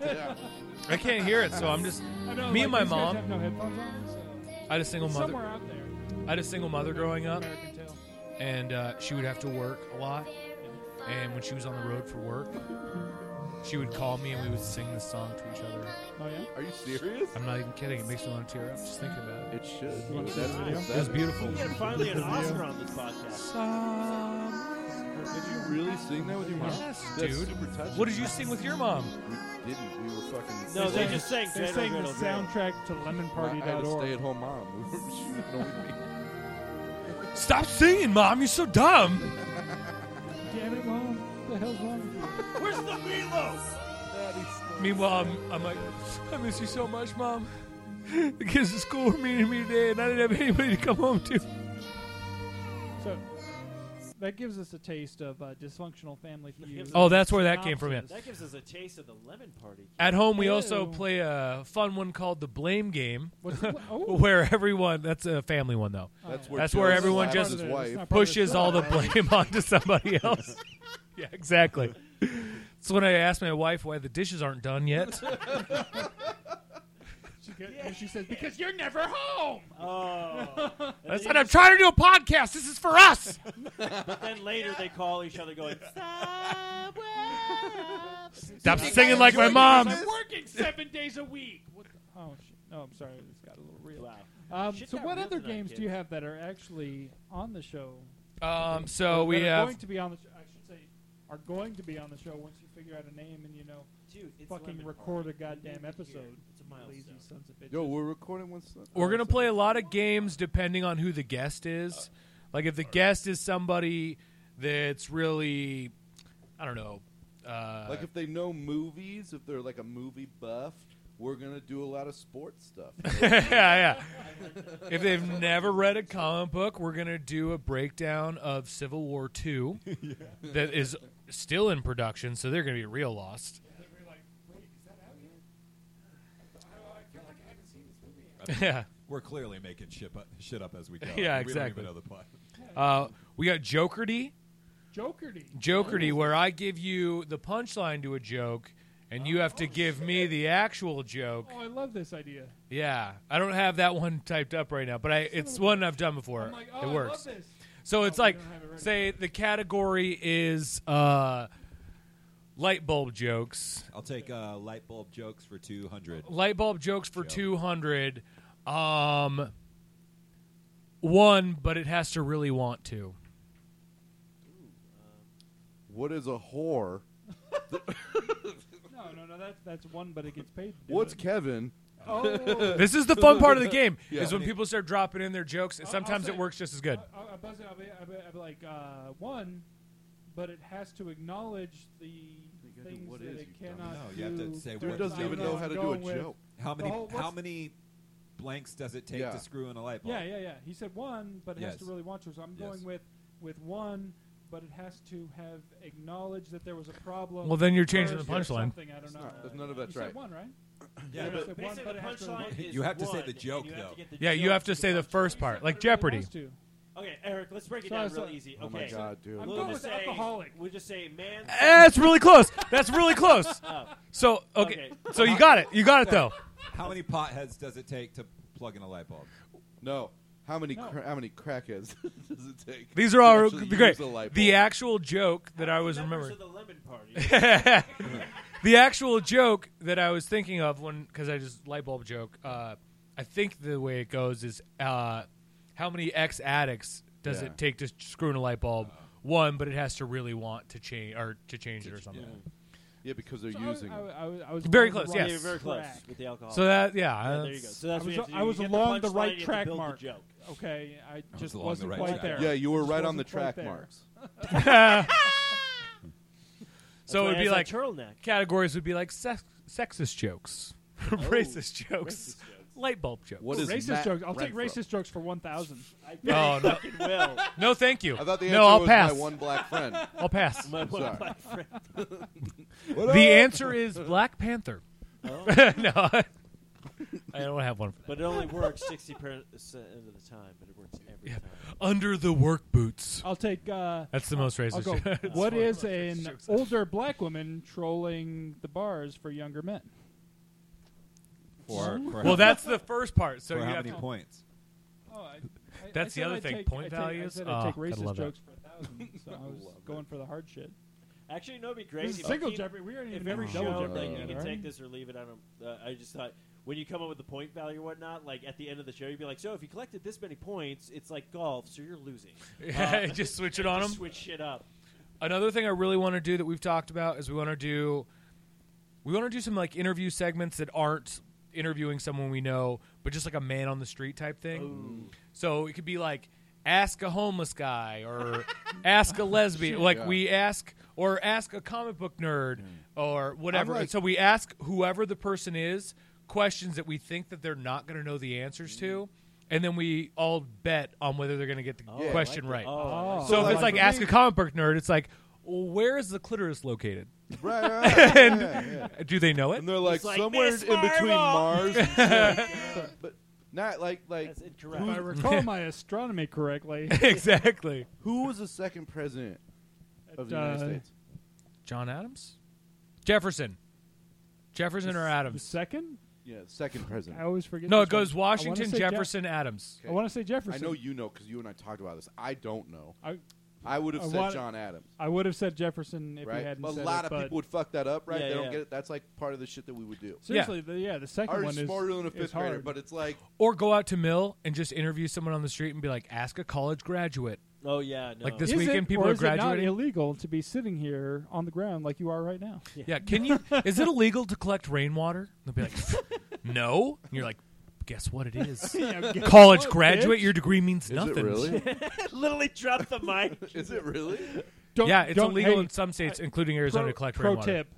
Speaker 6: I can't hear it, so I'm just.
Speaker 2: I know, like,
Speaker 6: Me and my
Speaker 2: these guys
Speaker 6: mom-
Speaker 2: have no headphones on, so-
Speaker 6: I had a single
Speaker 2: Somewhere
Speaker 6: mother.
Speaker 2: out there.
Speaker 6: I had a single mother growing up,
Speaker 2: American Tail.
Speaker 6: and uh, she would have to work a lot. And when she was on the road for work, she would call me, and we would sing this song to each other.
Speaker 2: Oh yeah.
Speaker 5: Are you serious?
Speaker 6: I'm not even kidding. It makes me want to tear up just thinking about it.
Speaker 5: It should.
Speaker 2: wanna
Speaker 5: That's
Speaker 2: see the video?
Speaker 5: what
Speaker 6: It was
Speaker 5: that-
Speaker 6: beautiful.
Speaker 3: get finally an Oscar on this podcast.
Speaker 5: Did you really sing that with your mom?
Speaker 6: Yes,
Speaker 5: That's
Speaker 6: dude.
Speaker 5: super touching.
Speaker 6: What did you sing with your mom?
Speaker 5: We didn't. We were fucking.
Speaker 3: No, they
Speaker 5: I-
Speaker 3: just sang.
Speaker 2: They're
Speaker 3: Dreidel,
Speaker 2: saying the
Speaker 3: Dreidel, Dreidel.
Speaker 2: soundtrack to
Speaker 5: I had a
Speaker 2: lemonparty.org.
Speaker 5: stay-at-home mom. [laughs] she didn't know me.
Speaker 6: Stop singing, mom. You're so dumb.
Speaker 2: Damn it, Mom. What the hell's wrong with you?
Speaker 3: Where's the meatloaf?
Speaker 6: Meanwhile, I'm, I'm like, I miss you so much, mom. The kids at school were mean to me today, and I didn't have anybody to come home to.
Speaker 2: So that gives us a taste of uh, dysfunctional family feud.
Speaker 6: Oh, that's where that came from, yeah.
Speaker 2: Synopsis.
Speaker 3: That gives us a taste of the lemon party.
Speaker 6: At home, we also
Speaker 2: Ew.
Speaker 6: play a fun one called the Blame Game,
Speaker 2: What's- what- oh.
Speaker 6: [laughs] where everyone, that's a family one though,
Speaker 5: That's where,
Speaker 6: That's where
Speaker 5: Joe
Speaker 6: everyone
Speaker 5: slapped
Speaker 6: just-
Speaker 5: his
Speaker 2: It's
Speaker 5: wife.
Speaker 2: not part of
Speaker 6: pushes
Speaker 2: show.
Speaker 6: all the blame [laughs] onto somebody else. [laughs] yeah, exactly. So when I asked my wife why the dishes aren't done yet,
Speaker 2: She, get- and she says, "Because you're never home."
Speaker 3: Oh.
Speaker 6: I said, I'm trying to do a podcast. This is for us.
Speaker 3: then later they call each other going,
Speaker 6: Stop singing like my mom.
Speaker 2: I'm working seven days a week. What the- oh, shit. no, I'm sorry. This got a little real.
Speaker 3: wow.
Speaker 2: Um,
Speaker 3: Shit
Speaker 2: so,
Speaker 3: got
Speaker 2: what
Speaker 3: real
Speaker 2: other
Speaker 3: tonight,
Speaker 2: games do
Speaker 3: kid.
Speaker 2: you have that are actually on the show?
Speaker 6: Um, so we
Speaker 2: that are
Speaker 6: have
Speaker 2: going to be on the. Sh- I should say, are going to be on the show once you figure out a name and you know
Speaker 3: Dude, it's
Speaker 2: fucking
Speaker 3: lemon
Speaker 2: record a
Speaker 3: party.
Speaker 2: goddamn episode.
Speaker 3: It's a milestone.
Speaker 2: Lazy sons of bitches.
Speaker 5: Yo, we're recording with. Son-
Speaker 6: We're gonna play a lot of games depending on who the guest is. Like if the guest is somebody that's really, I don't know, uh,
Speaker 5: Like if they know movies, if they're like a movie buff, we're gonna do a lot of sports stuff.
Speaker 6: [laughs] yeah, yeah. If they've never read a comic book, we're gonna do a breakdown of Civil War Two that is still in production, so they're gonna be real lost. [laughs] Yeah.
Speaker 4: We're clearly making shit up, shit up as we go.
Speaker 6: [laughs] Yeah,
Speaker 4: We don't
Speaker 6: exactly.
Speaker 4: even know the plot.
Speaker 6: Uh, we got Jokerty.
Speaker 2: Jokerty.
Speaker 6: Jokerty, where I give you the punchline to a joke, and you have to give me the actual joke.
Speaker 2: Oh, I love this idea.
Speaker 6: Yeah, I don't have that one typed up right now, but I
Speaker 2: [laughs]
Speaker 6: it's one I've done before.
Speaker 2: I'm like, oh,
Speaker 6: it
Speaker 2: I
Speaker 6: works.
Speaker 2: love this.
Speaker 6: So it's
Speaker 2: Oh, we
Speaker 6: like,
Speaker 2: don't have it ready.
Speaker 6: say the category is uh, light bulb jokes.
Speaker 4: I'll take uh, light bulb jokes for two hundred.
Speaker 2: Oh,
Speaker 6: Light bulb jokes for
Speaker 4: Yeah.
Speaker 6: two hundred. Um, one, but it has to really want to.
Speaker 5: what is a whore?
Speaker 2: No, no, no. That's that's one, but it gets paid. to do
Speaker 5: What's
Speaker 2: it.
Speaker 5: Kevin?
Speaker 2: oh, I'll,
Speaker 6: This is the fun part of the game.
Speaker 5: Yeah.
Speaker 6: Is when people start dropping in their jokes. and
Speaker 2: I'll
Speaker 6: sometimes
Speaker 2: say-
Speaker 6: it works just as good.
Speaker 2: I'll buzz it. I'll be, I'll be, I'll be like uh, one, but it has to acknowledge the
Speaker 5: gotta do
Speaker 2: things
Speaker 5: what
Speaker 2: that
Speaker 5: is,
Speaker 2: it
Speaker 5: you dumb.
Speaker 2: cannot.
Speaker 4: No,
Speaker 2: do
Speaker 4: you have to say
Speaker 2: through
Speaker 4: what
Speaker 5: Dude
Speaker 2: the
Speaker 5: doesn't even
Speaker 2: time
Speaker 5: know
Speaker 2: that
Speaker 5: how
Speaker 2: I'm
Speaker 5: to do a
Speaker 2: going with.
Speaker 5: joke.
Speaker 4: How many?
Speaker 2: whole- Oh,
Speaker 4: how
Speaker 2: what's-
Speaker 4: many blanks does it take
Speaker 5: Yeah.
Speaker 4: to screw in a light bulb?
Speaker 2: Yeah, yeah, yeah. He said one, but it has to
Speaker 4: Yes.
Speaker 2: really want to. So I'm
Speaker 4: Yes.
Speaker 2: going with with one, but it has to have acknowledged that there was a problem.
Speaker 6: Well, then you're changing the
Speaker 2: first or
Speaker 6: punchline.
Speaker 2: Something I don't know.
Speaker 5: not- none of
Speaker 2: You
Speaker 5: that's
Speaker 2: said
Speaker 5: right.
Speaker 2: one, right?
Speaker 4: Yeah,
Speaker 2: You
Speaker 4: but-
Speaker 2: said one,
Speaker 3: Basically,
Speaker 2: but
Speaker 3: the
Speaker 2: it has to-
Speaker 3: punchline is
Speaker 4: You have to say
Speaker 3: one,
Speaker 4: the
Speaker 3: and
Speaker 4: joke,
Speaker 3: you have to
Speaker 4: though.
Speaker 3: get the
Speaker 6: Yeah, you
Speaker 3: joke
Speaker 6: have to
Speaker 3: the
Speaker 6: say the
Speaker 3: punchline.
Speaker 6: first part, like Jeopardy.
Speaker 2: Wants to.
Speaker 3: Okay, Eric, let's break it
Speaker 2: So I
Speaker 3: down
Speaker 2: was
Speaker 3: real
Speaker 2: like-
Speaker 3: easy.
Speaker 5: Oh
Speaker 3: okay.
Speaker 5: my God, dude. I'm
Speaker 3: We'll
Speaker 2: going
Speaker 3: just
Speaker 2: with
Speaker 3: say,
Speaker 2: alcoholic.
Speaker 3: We'll just say man.
Speaker 6: That's Eh, really close. That's really close. So okay,
Speaker 3: Okay.
Speaker 6: so you got it. You got it though.
Speaker 4: How many potheads does it take to plug in a light bulb?
Speaker 5: No. How many cra- how many crackheads [laughs] does it take?
Speaker 6: These are all
Speaker 5: to actually
Speaker 6: great.
Speaker 5: use a light
Speaker 6: The
Speaker 5: bulb?
Speaker 6: actual joke that I was
Speaker 3: Members
Speaker 6: remembering.
Speaker 3: of the lemon party.
Speaker 6: The actual joke that I was thinking of when, because I just light bulb joke. Uh, I think the way it goes is, uh, how many ex addicts does
Speaker 4: Yeah.
Speaker 6: it take to screw in a light bulb? One, but it has to really want to change or to change it or something.
Speaker 5: yeah, because they're
Speaker 2: So I was-
Speaker 5: using.
Speaker 2: I, was- I was- I was
Speaker 6: Very
Speaker 2: along the
Speaker 6: close,
Speaker 2: right
Speaker 3: Yeah, very close
Speaker 2: track.
Speaker 3: with the alcohol.
Speaker 6: So that yeah,
Speaker 3: there you go. So
Speaker 2: I
Speaker 3: that's what
Speaker 2: was,
Speaker 3: you have to do.
Speaker 2: I was
Speaker 3: You get
Speaker 2: along the
Speaker 3: punchline, you
Speaker 2: right
Speaker 3: have to
Speaker 2: track
Speaker 3: build the
Speaker 2: mark.
Speaker 3: joke.
Speaker 2: Okay, I
Speaker 4: was
Speaker 2: just
Speaker 4: along the
Speaker 2: was not
Speaker 4: right
Speaker 2: quite
Speaker 4: track.
Speaker 2: there.
Speaker 5: yeah, you were
Speaker 2: Just
Speaker 5: right on the
Speaker 2: wasn't quite
Speaker 5: track
Speaker 2: there.
Speaker 5: marks.
Speaker 6: [laughs] so it would
Speaker 3: That's
Speaker 6: be
Speaker 3: why
Speaker 6: like
Speaker 3: it's a turtleneck.
Speaker 6: categories would be like sex, sexist jokes, [laughs] racist jokes, [laughs] light bulb jokes.
Speaker 5: Oh, What is
Speaker 2: Racist
Speaker 5: Matt
Speaker 2: jokes. I'll take
Speaker 5: Renfro?
Speaker 2: racist jokes for one thousand.
Speaker 3: I bet
Speaker 6: Oh
Speaker 5: [laughs]
Speaker 6: no,
Speaker 3: you will.
Speaker 6: no, thank you.
Speaker 5: I thought the answer
Speaker 6: no, I'll
Speaker 5: was
Speaker 6: pass.
Speaker 5: my one black friend.
Speaker 6: I'll
Speaker 5: [laughs]
Speaker 6: pass.
Speaker 3: My one
Speaker 5: sorry.
Speaker 3: black friend.
Speaker 6: The answer is Black Panther.
Speaker 5: Oh.
Speaker 6: [laughs] no, I don't have one for
Speaker 3: [laughs]
Speaker 6: that.
Speaker 3: But it only works 60% of the time, but it works every time.
Speaker 6: Under the work boots.
Speaker 2: I'll take. Uh,
Speaker 6: That's the most
Speaker 2: I'll
Speaker 6: racist. [laughs]
Speaker 2: go.
Speaker 6: joke.
Speaker 2: what is
Speaker 6: Racist
Speaker 2: an
Speaker 6: jokes.
Speaker 2: older black woman trolling the bars for younger men?
Speaker 4: Or for
Speaker 6: well,
Speaker 4: how,
Speaker 6: that's the first part. So
Speaker 4: for
Speaker 6: you
Speaker 4: how
Speaker 6: have
Speaker 4: many
Speaker 6: to-
Speaker 4: points?
Speaker 2: Oh, I, I,
Speaker 6: That's
Speaker 2: I
Speaker 6: the
Speaker 2: said
Speaker 6: other
Speaker 2: I'd
Speaker 6: thing,
Speaker 2: take-
Speaker 6: point
Speaker 2: I take-
Speaker 6: values?
Speaker 2: I said I'd take
Speaker 6: Oh, gotta
Speaker 2: racist
Speaker 6: love that.
Speaker 2: jokes for a
Speaker 5: [laughs]
Speaker 2: thousand, so I was going for the hard shit.
Speaker 3: Actually, no, it'd be
Speaker 2: This
Speaker 3: great.
Speaker 2: is
Speaker 3: if
Speaker 2: single
Speaker 3: you-
Speaker 2: Jeopardy. We aren't
Speaker 3: If
Speaker 2: even
Speaker 3: every
Speaker 2: doing double
Speaker 3: show,
Speaker 2: Jeopardy.
Speaker 3: like, you
Speaker 2: yet,
Speaker 3: can
Speaker 2: all right?
Speaker 3: take this or leave it. I don't. Uh, I just thought when you come up with the point value or whatnot, like at the end of the show, you'd be like, "So if you collected this many points, it's like golf, so you're losing."
Speaker 5: [laughs]
Speaker 6: [laughs]
Speaker 5: Uh,
Speaker 6: just switch it on
Speaker 3: Just
Speaker 6: them.
Speaker 3: switch shit up.
Speaker 6: Another thing I really want to do that we've talked about is we want to do we want to do some like interview segments that aren't interviewing someone we know, but just like a man on the street type thing. So it could be like ask a homeless guy
Speaker 3: [laughs]
Speaker 6: or ask a lesbian, like
Speaker 5: Yeah.
Speaker 6: we ask or ask a comic book nerd or whatever.
Speaker 5: like-
Speaker 6: and so we ask whoever the person is questions that we think that they're not going to know the answers to. And then we all bet on whether they're going to get the
Speaker 3: I like
Speaker 6: question
Speaker 3: that.
Speaker 6: right.
Speaker 3: Mm. Oh, I like
Speaker 6: So if
Speaker 5: like
Speaker 6: it's like
Speaker 5: for
Speaker 6: ask
Speaker 5: me-
Speaker 6: a comic book nerd, it's like, well, where is the clitoris located?
Speaker 5: [laughs] Right, right, right.
Speaker 6: And
Speaker 5: Yeah, yeah.
Speaker 6: do they know it?
Speaker 5: And they're like,
Speaker 3: It's like
Speaker 5: somewhere in
Speaker 3: Miss
Speaker 5: between
Speaker 3: Marvel.
Speaker 5: Mars, but not like like
Speaker 3: That's incorrect.
Speaker 2: If
Speaker 6: [laughs]
Speaker 2: I recall my astronomy correctly,
Speaker 6: [laughs] exactly.
Speaker 5: who was the second president of the United
Speaker 2: Uh,
Speaker 5: States?
Speaker 6: John Adams, Jefferson, Jefferson or
Speaker 2: the
Speaker 6: Adams?
Speaker 2: second.
Speaker 5: Yeah, second
Speaker 2: I
Speaker 5: president.
Speaker 2: always forget.
Speaker 6: No,
Speaker 2: which
Speaker 6: it goes
Speaker 2: one. I wanna
Speaker 6: Washington,
Speaker 2: say Jeff-
Speaker 6: Jefferson, Adams.
Speaker 2: I want to say
Speaker 5: I
Speaker 2: Jefferson.
Speaker 5: know you know because you and I talked about this. I don't know.
Speaker 2: I,
Speaker 5: I would have
Speaker 2: I
Speaker 5: said
Speaker 2: want-
Speaker 5: John Adams.
Speaker 2: I would have said Jefferson if you
Speaker 5: Right,
Speaker 2: hadn't
Speaker 5: a
Speaker 2: said
Speaker 5: lot
Speaker 2: it,
Speaker 5: of
Speaker 2: but
Speaker 5: people would fuck that up, right?
Speaker 3: Yeah,
Speaker 5: they don't
Speaker 3: yeah.
Speaker 5: get it. That's like part of the shit that we would do.
Speaker 2: seriously, the, yeah, the second
Speaker 5: Are
Speaker 2: one is
Speaker 5: smarter than a
Speaker 2: is
Speaker 5: fifth
Speaker 2: hard.
Speaker 5: grader, but it's like
Speaker 6: Or go out to Mill and just interview someone on the street and be like, ask a college graduate.
Speaker 3: oh yeah, no.
Speaker 6: Like this
Speaker 2: is
Speaker 6: weekend
Speaker 2: it,
Speaker 6: people
Speaker 2: or
Speaker 6: are
Speaker 2: is It
Speaker 6: graduating.
Speaker 2: not illegal to be sitting here on the ground like you are right now.
Speaker 6: Yeah. can
Speaker 2: [laughs]
Speaker 6: you? Is it illegal to collect rainwater? They'll be like, [laughs] no. And you're like, guess what?
Speaker 2: [laughs]
Speaker 6: It is. College graduate, your degree means nothing.
Speaker 5: is it really?
Speaker 3: [laughs]
Speaker 5: [laughs]
Speaker 3: literally dropped the mic.
Speaker 5: is it
Speaker 2: [laughs]
Speaker 5: really?
Speaker 2: Don't,
Speaker 6: Yeah, it's
Speaker 2: don't,
Speaker 6: illegal
Speaker 2: hey,
Speaker 6: in some states, including Arizona,
Speaker 2: pro,
Speaker 6: to collect
Speaker 2: pro
Speaker 6: rainwater.
Speaker 2: tip: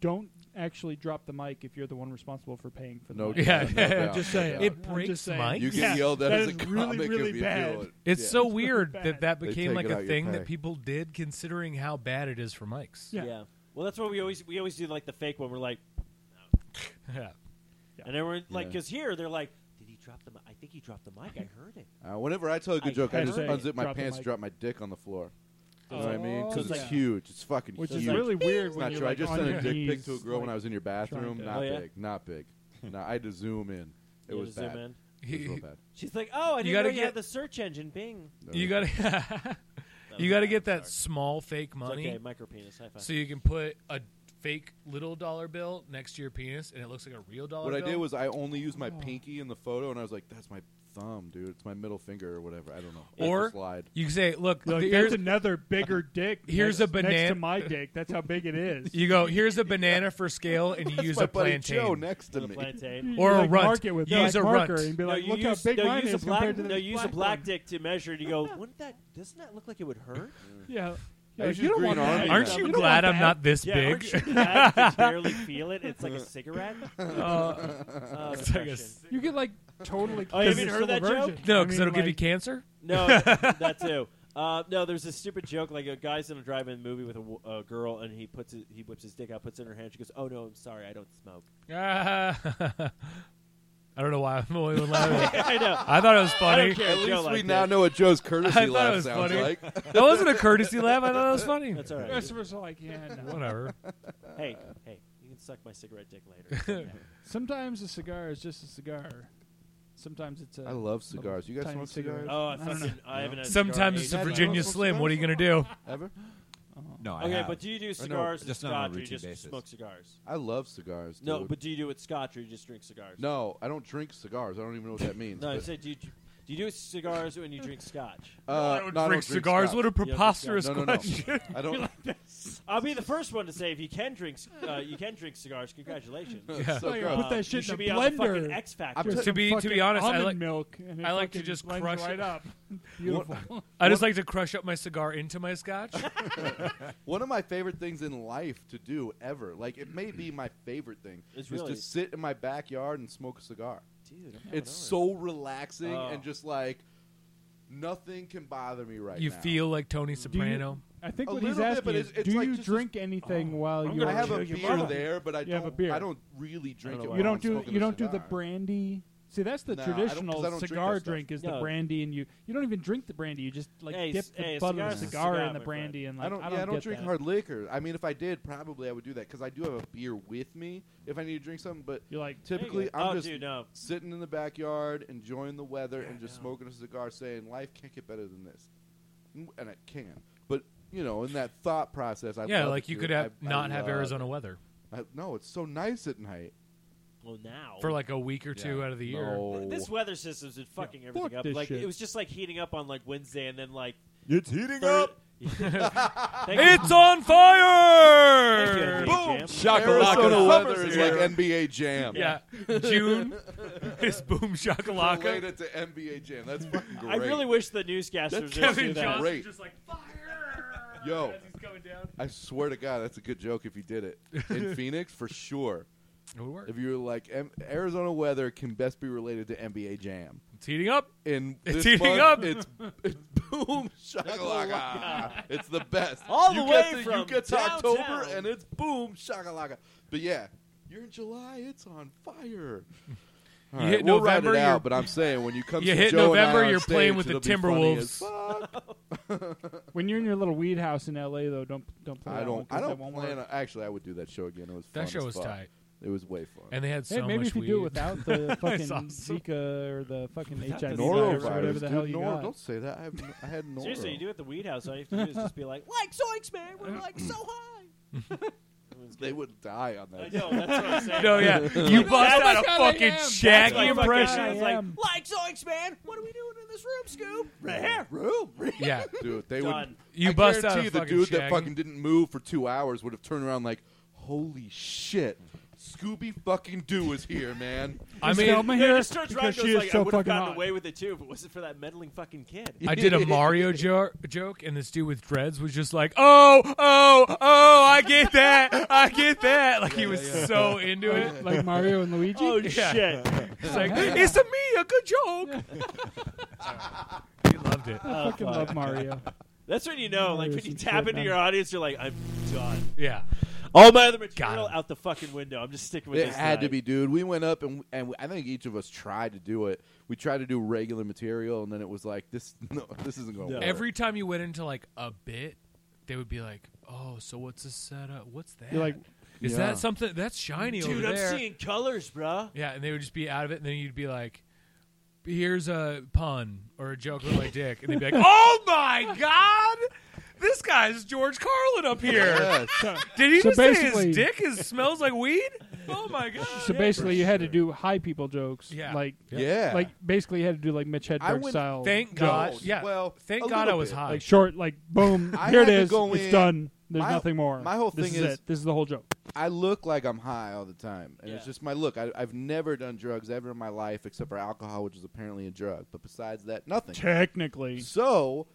Speaker 2: don't actually drop the mic if you're the one responsible for paying for the
Speaker 5: No,
Speaker 2: mic.
Speaker 6: [laughs] Yeah.
Speaker 5: doubt, no doubt,
Speaker 2: just
Speaker 5: no
Speaker 2: saying.
Speaker 5: doubt.
Speaker 6: It
Speaker 2: I'm
Speaker 6: breaks
Speaker 2: just saying.
Speaker 6: mic?
Speaker 5: You get
Speaker 2: Yeah,
Speaker 5: yelled at
Speaker 2: that
Speaker 5: as a
Speaker 2: is really,
Speaker 5: comic
Speaker 2: really
Speaker 5: if you
Speaker 2: bad.
Speaker 5: do it.
Speaker 6: It's
Speaker 5: Yeah.
Speaker 6: so weird that
Speaker 2: bad.
Speaker 6: that
Speaker 5: They
Speaker 6: became
Speaker 5: take
Speaker 6: like
Speaker 5: it out
Speaker 6: a
Speaker 5: your
Speaker 6: thing
Speaker 5: pay.
Speaker 6: that people did, considering how bad it is for mics.
Speaker 2: Yeah.
Speaker 3: yeah. Well, that's what we always we always do like the fake one. We're like,
Speaker 6: Yeah.
Speaker 3: and everyone like
Speaker 5: Yeah.
Speaker 3: because here they're like, did he drop the? mic? I think he dropped the mic. I heard it.
Speaker 5: Uh, whenever I tell a good
Speaker 3: I
Speaker 5: joke, I
Speaker 3: had
Speaker 5: just
Speaker 3: to
Speaker 5: unzip my
Speaker 2: drop the
Speaker 5: pants,
Speaker 2: mic.
Speaker 5: drop my dick on the floor. You know what I mean?
Speaker 2: Oh,
Speaker 5: Because it's
Speaker 3: yeah.
Speaker 5: huge. It's fucking
Speaker 2: Which
Speaker 5: huge.
Speaker 2: is really weird
Speaker 5: It's
Speaker 2: when
Speaker 5: not
Speaker 2: you're
Speaker 5: true. I
Speaker 2: like
Speaker 5: just
Speaker 2: on
Speaker 5: sent
Speaker 2: your
Speaker 5: a dick pic
Speaker 2: knees,
Speaker 5: to a girl when I
Speaker 2: like-
Speaker 5: was in your bathroom.
Speaker 2: to-
Speaker 5: Not
Speaker 3: Oh, yeah?
Speaker 5: big. Not big. No, I had to zoom in. It
Speaker 3: You
Speaker 5: was
Speaker 3: zoom
Speaker 5: bad.
Speaker 3: in.
Speaker 5: It was real bad.
Speaker 3: She's like, oh, I didn't
Speaker 6: gotta
Speaker 3: know you
Speaker 6: get-
Speaker 3: had the search engine Bing.
Speaker 6: You gotta, [laughs] you gotta get that small fake
Speaker 3: It's
Speaker 6: money
Speaker 3: okay, micro penis. High five.
Speaker 6: so you can put a fake little dollar bill next to your penis, and it looks like a real dollar.
Speaker 5: What I
Speaker 6: bill.
Speaker 5: did was I only used my pinky in the photo, and I was like, "That's my thumb, dude. It's my middle finger or whatever. I don't know." I
Speaker 6: or
Speaker 5: just lied.
Speaker 6: you can say,
Speaker 2: Look,
Speaker 6: "Look, the-
Speaker 2: that's
Speaker 6: here's,
Speaker 2: another
Speaker 5: [laughs]
Speaker 2: bigger dick.
Speaker 6: here's
Speaker 2: next-
Speaker 6: a banana-
Speaker 2: next to my dick. That's how big it
Speaker 6: [laughs]
Speaker 2: is.
Speaker 6: you go. Here's a banana for scale, and you
Speaker 5: [laughs] That's
Speaker 6: use
Speaker 5: my
Speaker 6: a
Speaker 5: buddy
Speaker 6: plantain.
Speaker 5: Joe next to
Speaker 3: The
Speaker 5: me.
Speaker 3: plantain.
Speaker 6: Or
Speaker 2: You,
Speaker 6: a
Speaker 2: like,
Speaker 6: runt.
Speaker 2: Mark it with
Speaker 6: You
Speaker 2: like
Speaker 6: use a
Speaker 2: marker
Speaker 6: runt.
Speaker 2: and be like,
Speaker 3: you
Speaker 2: look
Speaker 3: use-
Speaker 2: how big
Speaker 3: no,
Speaker 2: mine
Speaker 3: use
Speaker 2: is
Speaker 3: a black,
Speaker 2: compared to
Speaker 3: no,
Speaker 2: this
Speaker 3: use
Speaker 2: black
Speaker 3: a black
Speaker 2: one."
Speaker 3: dick to measure, and you go, wouldn't that? Doesn't that look like it would hurt?
Speaker 2: Yeah.
Speaker 5: I
Speaker 2: Yeah,
Speaker 5: was
Speaker 2: you don't
Speaker 5: just
Speaker 2: want
Speaker 5: Green
Speaker 2: that.
Speaker 5: Army
Speaker 2: don't
Speaker 6: Aren't
Speaker 5: Yeah.
Speaker 2: want
Speaker 6: you
Speaker 5: You
Speaker 6: glad I'm
Speaker 2: that.
Speaker 6: not this
Speaker 3: yeah,
Speaker 6: big? [laughs]
Speaker 3: aren't you glad you can barely feel it? It's like a cigarette. Oh,
Speaker 6: Uh, [laughs] It's like a
Speaker 3: depression.
Speaker 6: s-
Speaker 2: You get like totally.
Speaker 3: Oh, you
Speaker 2: because
Speaker 3: haven't
Speaker 2: you're
Speaker 3: heard
Speaker 2: still a
Speaker 3: that joke?
Speaker 2: virgin.
Speaker 6: no,
Speaker 2: I
Speaker 6: because
Speaker 2: mean,
Speaker 6: it'll give you
Speaker 2: like,
Speaker 6: cancer. [laughs]
Speaker 3: No, that too. Uh, no, there's this stupid joke like a guy's in a drive-in movie with a, w- a girl, and he puts it, he whips his dick out, puts it in her hand. She goes, "Oh no, I'm sorry, I don't smoke."
Speaker 6: Ah. [laughs] I I don't know why I'm the only one
Speaker 5: [laughs]
Speaker 6: laughing.
Speaker 3: [laughs] I
Speaker 6: [laughs]
Speaker 3: know.
Speaker 6: I thought it was funny.
Speaker 3: I don't care.
Speaker 5: At
Speaker 3: Joe
Speaker 5: least we
Speaker 3: liked
Speaker 5: now
Speaker 3: it.
Speaker 5: know what
Speaker 6: [laughs]
Speaker 5: Joe's courtesy
Speaker 6: I thought it
Speaker 5: laugh
Speaker 6: was
Speaker 5: sounds
Speaker 6: funny. [laughs]
Speaker 5: like.
Speaker 6: That wasn't a courtesy laugh. I thought that was funny.
Speaker 3: That's all
Speaker 2: The
Speaker 3: right.
Speaker 2: rest of us are like, yeah, no.
Speaker 5: [laughs]
Speaker 6: Whatever.
Speaker 3: hey, hey, you can suck my cigarette dick later. It's
Speaker 6: [laughs]
Speaker 3: okay.
Speaker 2: Sometimes a cigar is just a cigar. Sometimes it's a.
Speaker 5: I love cigars. You guys
Speaker 2: Tiny
Speaker 5: want
Speaker 2: cigarette.
Speaker 5: cigars?
Speaker 3: oh, I
Speaker 2: I don't
Speaker 3: fucking, I
Speaker 6: [laughs]
Speaker 3: haven't. had a cigar in
Speaker 6: Sometimes it's
Speaker 3: ages.
Speaker 6: a
Speaker 5: Had
Speaker 6: Virginia
Speaker 5: multiple
Speaker 6: Slim. What are you gonna
Speaker 5: cigars?
Speaker 6: do?
Speaker 5: Ever?
Speaker 4: No, I
Speaker 3: Okay,
Speaker 4: have.
Speaker 3: but do you do cigars and
Speaker 4: just not on a
Speaker 3: scotch, or you
Speaker 4: routine
Speaker 3: just
Speaker 4: basis.
Speaker 3: smoke cigars?
Speaker 5: I love cigars. Dude.
Speaker 3: No, but do you do it scotch, or you just drink cigars?
Speaker 5: no, I don't drink cigars. I don't even know what that means.
Speaker 3: no. I
Speaker 5: but-
Speaker 3: said, do you do you do it cigars when you drink scotch?
Speaker 6: I
Speaker 5: uh, no, [laughs]
Speaker 6: don't
Speaker 5: I
Speaker 6: drink
Speaker 5: drink
Speaker 6: cigars.
Speaker 5: scotch.
Speaker 6: What a preposterous
Speaker 5: no, no, no.
Speaker 6: question. [laughs]
Speaker 5: I don't.
Speaker 3: I'll be the first one to say if you can drink, uh, you can drink cigars.
Speaker 5: [laughs]
Speaker 3: Congratulations.
Speaker 5: [laughs] It's so
Speaker 2: Put
Speaker 5: gross.
Speaker 2: that
Speaker 3: Uh,
Speaker 2: shit
Speaker 3: you
Speaker 2: in
Speaker 3: should
Speaker 2: a
Speaker 3: be on the
Speaker 2: blender.
Speaker 3: fucking X Factor.
Speaker 5: I'm
Speaker 2: Just
Speaker 5: To
Speaker 2: some
Speaker 6: be- to be
Speaker 2: fucking
Speaker 6: honest, I
Speaker 2: almond
Speaker 6: like-
Speaker 2: milk. And it
Speaker 6: I like to
Speaker 2: fucking
Speaker 6: just
Speaker 2: blends
Speaker 6: crush
Speaker 2: right
Speaker 6: it. [laughs]
Speaker 2: up. Beautiful.
Speaker 6: I just like to crush up my cigar into my scotch.
Speaker 5: [laughs] One of my favorite things in life to do ever, like it may be my favorite thing,
Speaker 3: It's
Speaker 5: is
Speaker 3: really-
Speaker 5: to sit in my backyard and smoke a cigar.
Speaker 3: Dude, I'm
Speaker 5: It's
Speaker 3: not
Speaker 5: so relaxing
Speaker 3: Oh.
Speaker 5: and just like nothing can bother me right
Speaker 6: you
Speaker 5: now.
Speaker 6: feel like Tony Soprano.
Speaker 2: I think
Speaker 5: A
Speaker 2: what he's
Speaker 5: little bit,
Speaker 2: asking
Speaker 5: but
Speaker 2: is,
Speaker 5: it's- it's
Speaker 2: do
Speaker 5: like
Speaker 2: you
Speaker 5: just
Speaker 2: drink
Speaker 6: Oh.
Speaker 2: anything while
Speaker 3: I'm
Speaker 2: you're?
Speaker 5: I
Speaker 3: gonna
Speaker 5: have a
Speaker 3: Kill your
Speaker 5: beer
Speaker 3: mom.
Speaker 5: there, but I
Speaker 2: You
Speaker 5: don't.
Speaker 2: have a beer.
Speaker 5: I don't really drink
Speaker 3: don't
Speaker 5: it.
Speaker 3: know
Speaker 5: while
Speaker 2: you don't
Speaker 5: I'm
Speaker 2: do
Speaker 5: smoking
Speaker 2: you
Speaker 5: a
Speaker 2: don't do the
Speaker 5: cigar.
Speaker 2: brandy. See, that's the
Speaker 5: No, I don't- 'cause I
Speaker 2: traditional
Speaker 5: don't drink
Speaker 2: cigar
Speaker 5: that stuff.
Speaker 2: drink is the
Speaker 3: No.
Speaker 2: brandy, and you you don't even drink the brandy. You just like
Speaker 3: Hey,
Speaker 2: dip
Speaker 3: c-
Speaker 2: the
Speaker 3: hey, a
Speaker 2: butt of the
Speaker 3: cigar's a
Speaker 2: cigar
Speaker 3: cigar,
Speaker 2: in the
Speaker 3: my
Speaker 2: brandy, and like
Speaker 5: I don't.
Speaker 2: I don't,
Speaker 5: yeah, I don't
Speaker 2: get
Speaker 5: drink
Speaker 2: that.
Speaker 5: hard liquor. I mean, if I did, probably I would do that because I do have a beer with me if I need to drink something. But
Speaker 2: You're like,
Speaker 3: There
Speaker 5: typically,
Speaker 3: you go.
Speaker 5: I'm
Speaker 3: Oh,
Speaker 5: just
Speaker 3: dude, no.
Speaker 5: sitting in the backyard, enjoying the weather, and just smoking a cigar, saying life can't get better than this, Mm, and it can. But you know, in that thought process, I
Speaker 6: yeah,
Speaker 5: love
Speaker 6: like
Speaker 5: it,
Speaker 6: you
Speaker 5: dude.
Speaker 6: could have
Speaker 5: I- I
Speaker 6: not have
Speaker 5: love
Speaker 6: Arizona weather
Speaker 5: it. I- no, it's so nice at night.
Speaker 3: Well, now
Speaker 6: for like a week or two
Speaker 5: Yeah.
Speaker 6: out of the year.
Speaker 5: No.
Speaker 3: this weather system's been fucking everything
Speaker 2: Fuck
Speaker 3: up.
Speaker 2: this
Speaker 3: Like
Speaker 2: shit.
Speaker 3: it was just like heating up on like Wednesday, and then like
Speaker 4: it's heating
Speaker 3: thir- [laughs]
Speaker 4: up.
Speaker 3: Thank you.
Speaker 5: [laughs]
Speaker 6: It's on fire!
Speaker 3: Thank you, NBA Jam.
Speaker 5: Arizona
Speaker 4: Shakalaka.
Speaker 6: Oh,
Speaker 5: weather is
Speaker 4: Yeah.
Speaker 5: like NBA Jam.
Speaker 6: Yeah,
Speaker 5: [laughs]
Speaker 6: June is boom shakalaka.
Speaker 5: Related to NBA Jam. That's fucking
Speaker 3: [laughs]
Speaker 5: great.
Speaker 3: I really wish the newscasters would do
Speaker 6: Kevin
Speaker 3: that.
Speaker 6: Johnson
Speaker 5: Great.
Speaker 6: just like fire.
Speaker 5: Yo.
Speaker 6: as he's going down.
Speaker 5: I swear to God, that's a good joke if you did it. In Phoenix, for sure.
Speaker 6: It would work.
Speaker 5: If you were like, "Em- Arizona weather can best be related to NBA Jam.
Speaker 6: It's heating up.
Speaker 5: In
Speaker 6: It's
Speaker 5: this
Speaker 6: heating
Speaker 5: month,
Speaker 6: up.
Speaker 5: It's, it's boom, [laughs] shakalaka. it's the best.
Speaker 3: All
Speaker 5: you
Speaker 3: the
Speaker 5: get
Speaker 3: way
Speaker 5: to, You
Speaker 3: from
Speaker 5: get to
Speaker 3: downtown.
Speaker 5: October and it's boom, shakalaka. But yeah, you're in July, it's on fire. All
Speaker 6: You
Speaker 5: right,
Speaker 6: hit
Speaker 5: we'll
Speaker 6: November,
Speaker 5: write it
Speaker 6: you're-
Speaker 5: out, but I'm saying when you come
Speaker 6: You
Speaker 5: see
Speaker 6: hit
Speaker 5: Joe
Speaker 6: November,
Speaker 5: and I on
Speaker 6: you're playing
Speaker 5: stage,
Speaker 6: with the
Speaker 5: it'll be funny as
Speaker 6: Timberwolves.
Speaker 5: fuck.
Speaker 3: [laughs]
Speaker 2: When you're in your little weed house in L.A., though, don't don't play
Speaker 5: I
Speaker 2: that one
Speaker 5: don't.
Speaker 2: 'cause
Speaker 5: I
Speaker 2: that
Speaker 5: don't
Speaker 2: won't
Speaker 5: plan.
Speaker 2: work.
Speaker 5: On, actually, I would do that show again. It was
Speaker 6: That
Speaker 5: fun
Speaker 6: show
Speaker 5: as
Speaker 6: was
Speaker 5: fuck.
Speaker 6: tight.
Speaker 5: It was way fun.
Speaker 6: And they had so
Speaker 2: Hey, maybe
Speaker 6: much
Speaker 2: if you
Speaker 6: weed.
Speaker 2: do it without the fucking
Speaker 6: saw some-
Speaker 2: Zika or the fucking HIV
Speaker 3: the
Speaker 2: virus or
Speaker 5: Norovirus,
Speaker 2: whatever the hell
Speaker 5: dude,
Speaker 2: you
Speaker 5: Nor-
Speaker 2: got.
Speaker 5: Don't say that. I, have, n- I had Noro.
Speaker 3: Seriously, you do it at the weed house. All you have to do is just be like, like Zoinks, man. We're like so high.
Speaker 5: They would die on
Speaker 3: I
Speaker 5: that.
Speaker 3: know. That's what I'm [laughs] saying.
Speaker 6: [laughs]
Speaker 2: [laughs]
Speaker 6: No, yeah, you bust
Speaker 3: that's
Speaker 6: out a
Speaker 2: how they
Speaker 6: fucking
Speaker 2: am. That's
Speaker 3: That's
Speaker 6: shaggy
Speaker 3: my fucking-
Speaker 6: impression.
Speaker 3: I was
Speaker 2: am.
Speaker 3: like, like Zoinks, man. What are we doing in this room, Scoop? Right here, room.
Speaker 6: Yeah,
Speaker 5: Dude, they
Speaker 3: Done.
Speaker 5: would.
Speaker 6: You
Speaker 5: I
Speaker 6: bust out
Speaker 5: guarantee
Speaker 6: a
Speaker 5: the
Speaker 6: fucking
Speaker 5: dude that
Speaker 6: shaggy.
Speaker 5: fucking didn't move for two hours would have turned around like, "Holy shit, Scooby fucking Doo is here, man!"
Speaker 6: I
Speaker 2: Just help
Speaker 6: mean,
Speaker 2: my
Speaker 3: Yeah,
Speaker 2: hair
Speaker 3: just starts
Speaker 2: because
Speaker 3: Ryan
Speaker 2: she
Speaker 3: goes
Speaker 2: is
Speaker 3: like, I
Speaker 2: so
Speaker 3: would have
Speaker 2: fucking
Speaker 3: gotten
Speaker 2: hot.
Speaker 3: away with it too if it wasn't for that meddling fucking kid.
Speaker 2: [laughs]
Speaker 6: I
Speaker 5: [laughs]
Speaker 6: did a Mario jo- joke, and this dude with dreads was just like, "Oh, oh, oh! I get that! I get that!" Like he was so into it.
Speaker 2: like Mario and Luigi.
Speaker 3: Oh
Speaker 6: Yeah.
Speaker 3: shit!
Speaker 6: It's like, "It's a me, a good
Speaker 2: [laughs]
Speaker 6: joke." he loved it.
Speaker 2: I fucking love Mario.
Speaker 3: That's when you know, like when
Speaker 2: There's
Speaker 3: you
Speaker 2: some
Speaker 3: tap
Speaker 2: shit,
Speaker 3: into
Speaker 2: man.
Speaker 3: your audience, you're like, I'm done.
Speaker 6: Yeah,
Speaker 3: All my other
Speaker 6: Got
Speaker 3: material
Speaker 6: him.
Speaker 3: out the fucking window. I'm just sticking with
Speaker 5: It
Speaker 3: this.
Speaker 5: had to
Speaker 3: tonight.
Speaker 5: be, dude. We went up and and I think each of us tried to do it. We tried to do regular material, and then it was like, "This, [laughs] no, this isn't going to
Speaker 3: No.
Speaker 5: work." [laughs]
Speaker 6: every time you went into like a bit, they would be like, "Oh, so what's the setup? What's that?
Speaker 2: You're like,
Speaker 6: Is
Speaker 5: Yeah.
Speaker 6: that something that's shiny
Speaker 3: Dude,
Speaker 6: over
Speaker 3: I'm
Speaker 6: there?"
Speaker 3: seeing colors, bruh.
Speaker 6: Yeah, and they would just be out of it, and then you'd be like, "Here's a pun or a joke with my dick," and they'd be like, "Oh my god, this guy's George Carlin up here.
Speaker 5: Yes.
Speaker 6: Did he
Speaker 2: So
Speaker 6: just say
Speaker 2: basically-
Speaker 6: his dick is smells like weed? Oh my god."
Speaker 2: So basically, you had to do high people jokes.
Speaker 6: Yeah.
Speaker 2: Like,
Speaker 5: Yeah.
Speaker 2: like basically, you had to do like Mitch
Speaker 5: I
Speaker 2: Hedberg
Speaker 5: went-
Speaker 2: style.
Speaker 6: thank
Speaker 2: jokes.
Speaker 6: God. Yeah.
Speaker 5: well,
Speaker 6: thank
Speaker 5: a
Speaker 6: God I
Speaker 5: little
Speaker 6: was
Speaker 5: bit.
Speaker 6: high.
Speaker 2: Like short, like boom.
Speaker 5: [laughs] I
Speaker 2: here it
Speaker 5: had to
Speaker 2: is.
Speaker 5: go
Speaker 2: It's
Speaker 5: in-
Speaker 2: done. There's
Speaker 5: my-
Speaker 2: nothing more.
Speaker 5: my whole
Speaker 2: This
Speaker 5: thing is-
Speaker 2: it. this is the whole joke.
Speaker 5: I look like I'm high all the time, and
Speaker 3: Yeah.
Speaker 5: it's just my look. I, I've never done drugs ever in my life, except for alcohol, which is apparently a drug. But besides that, nothing.
Speaker 2: Technically,
Speaker 5: So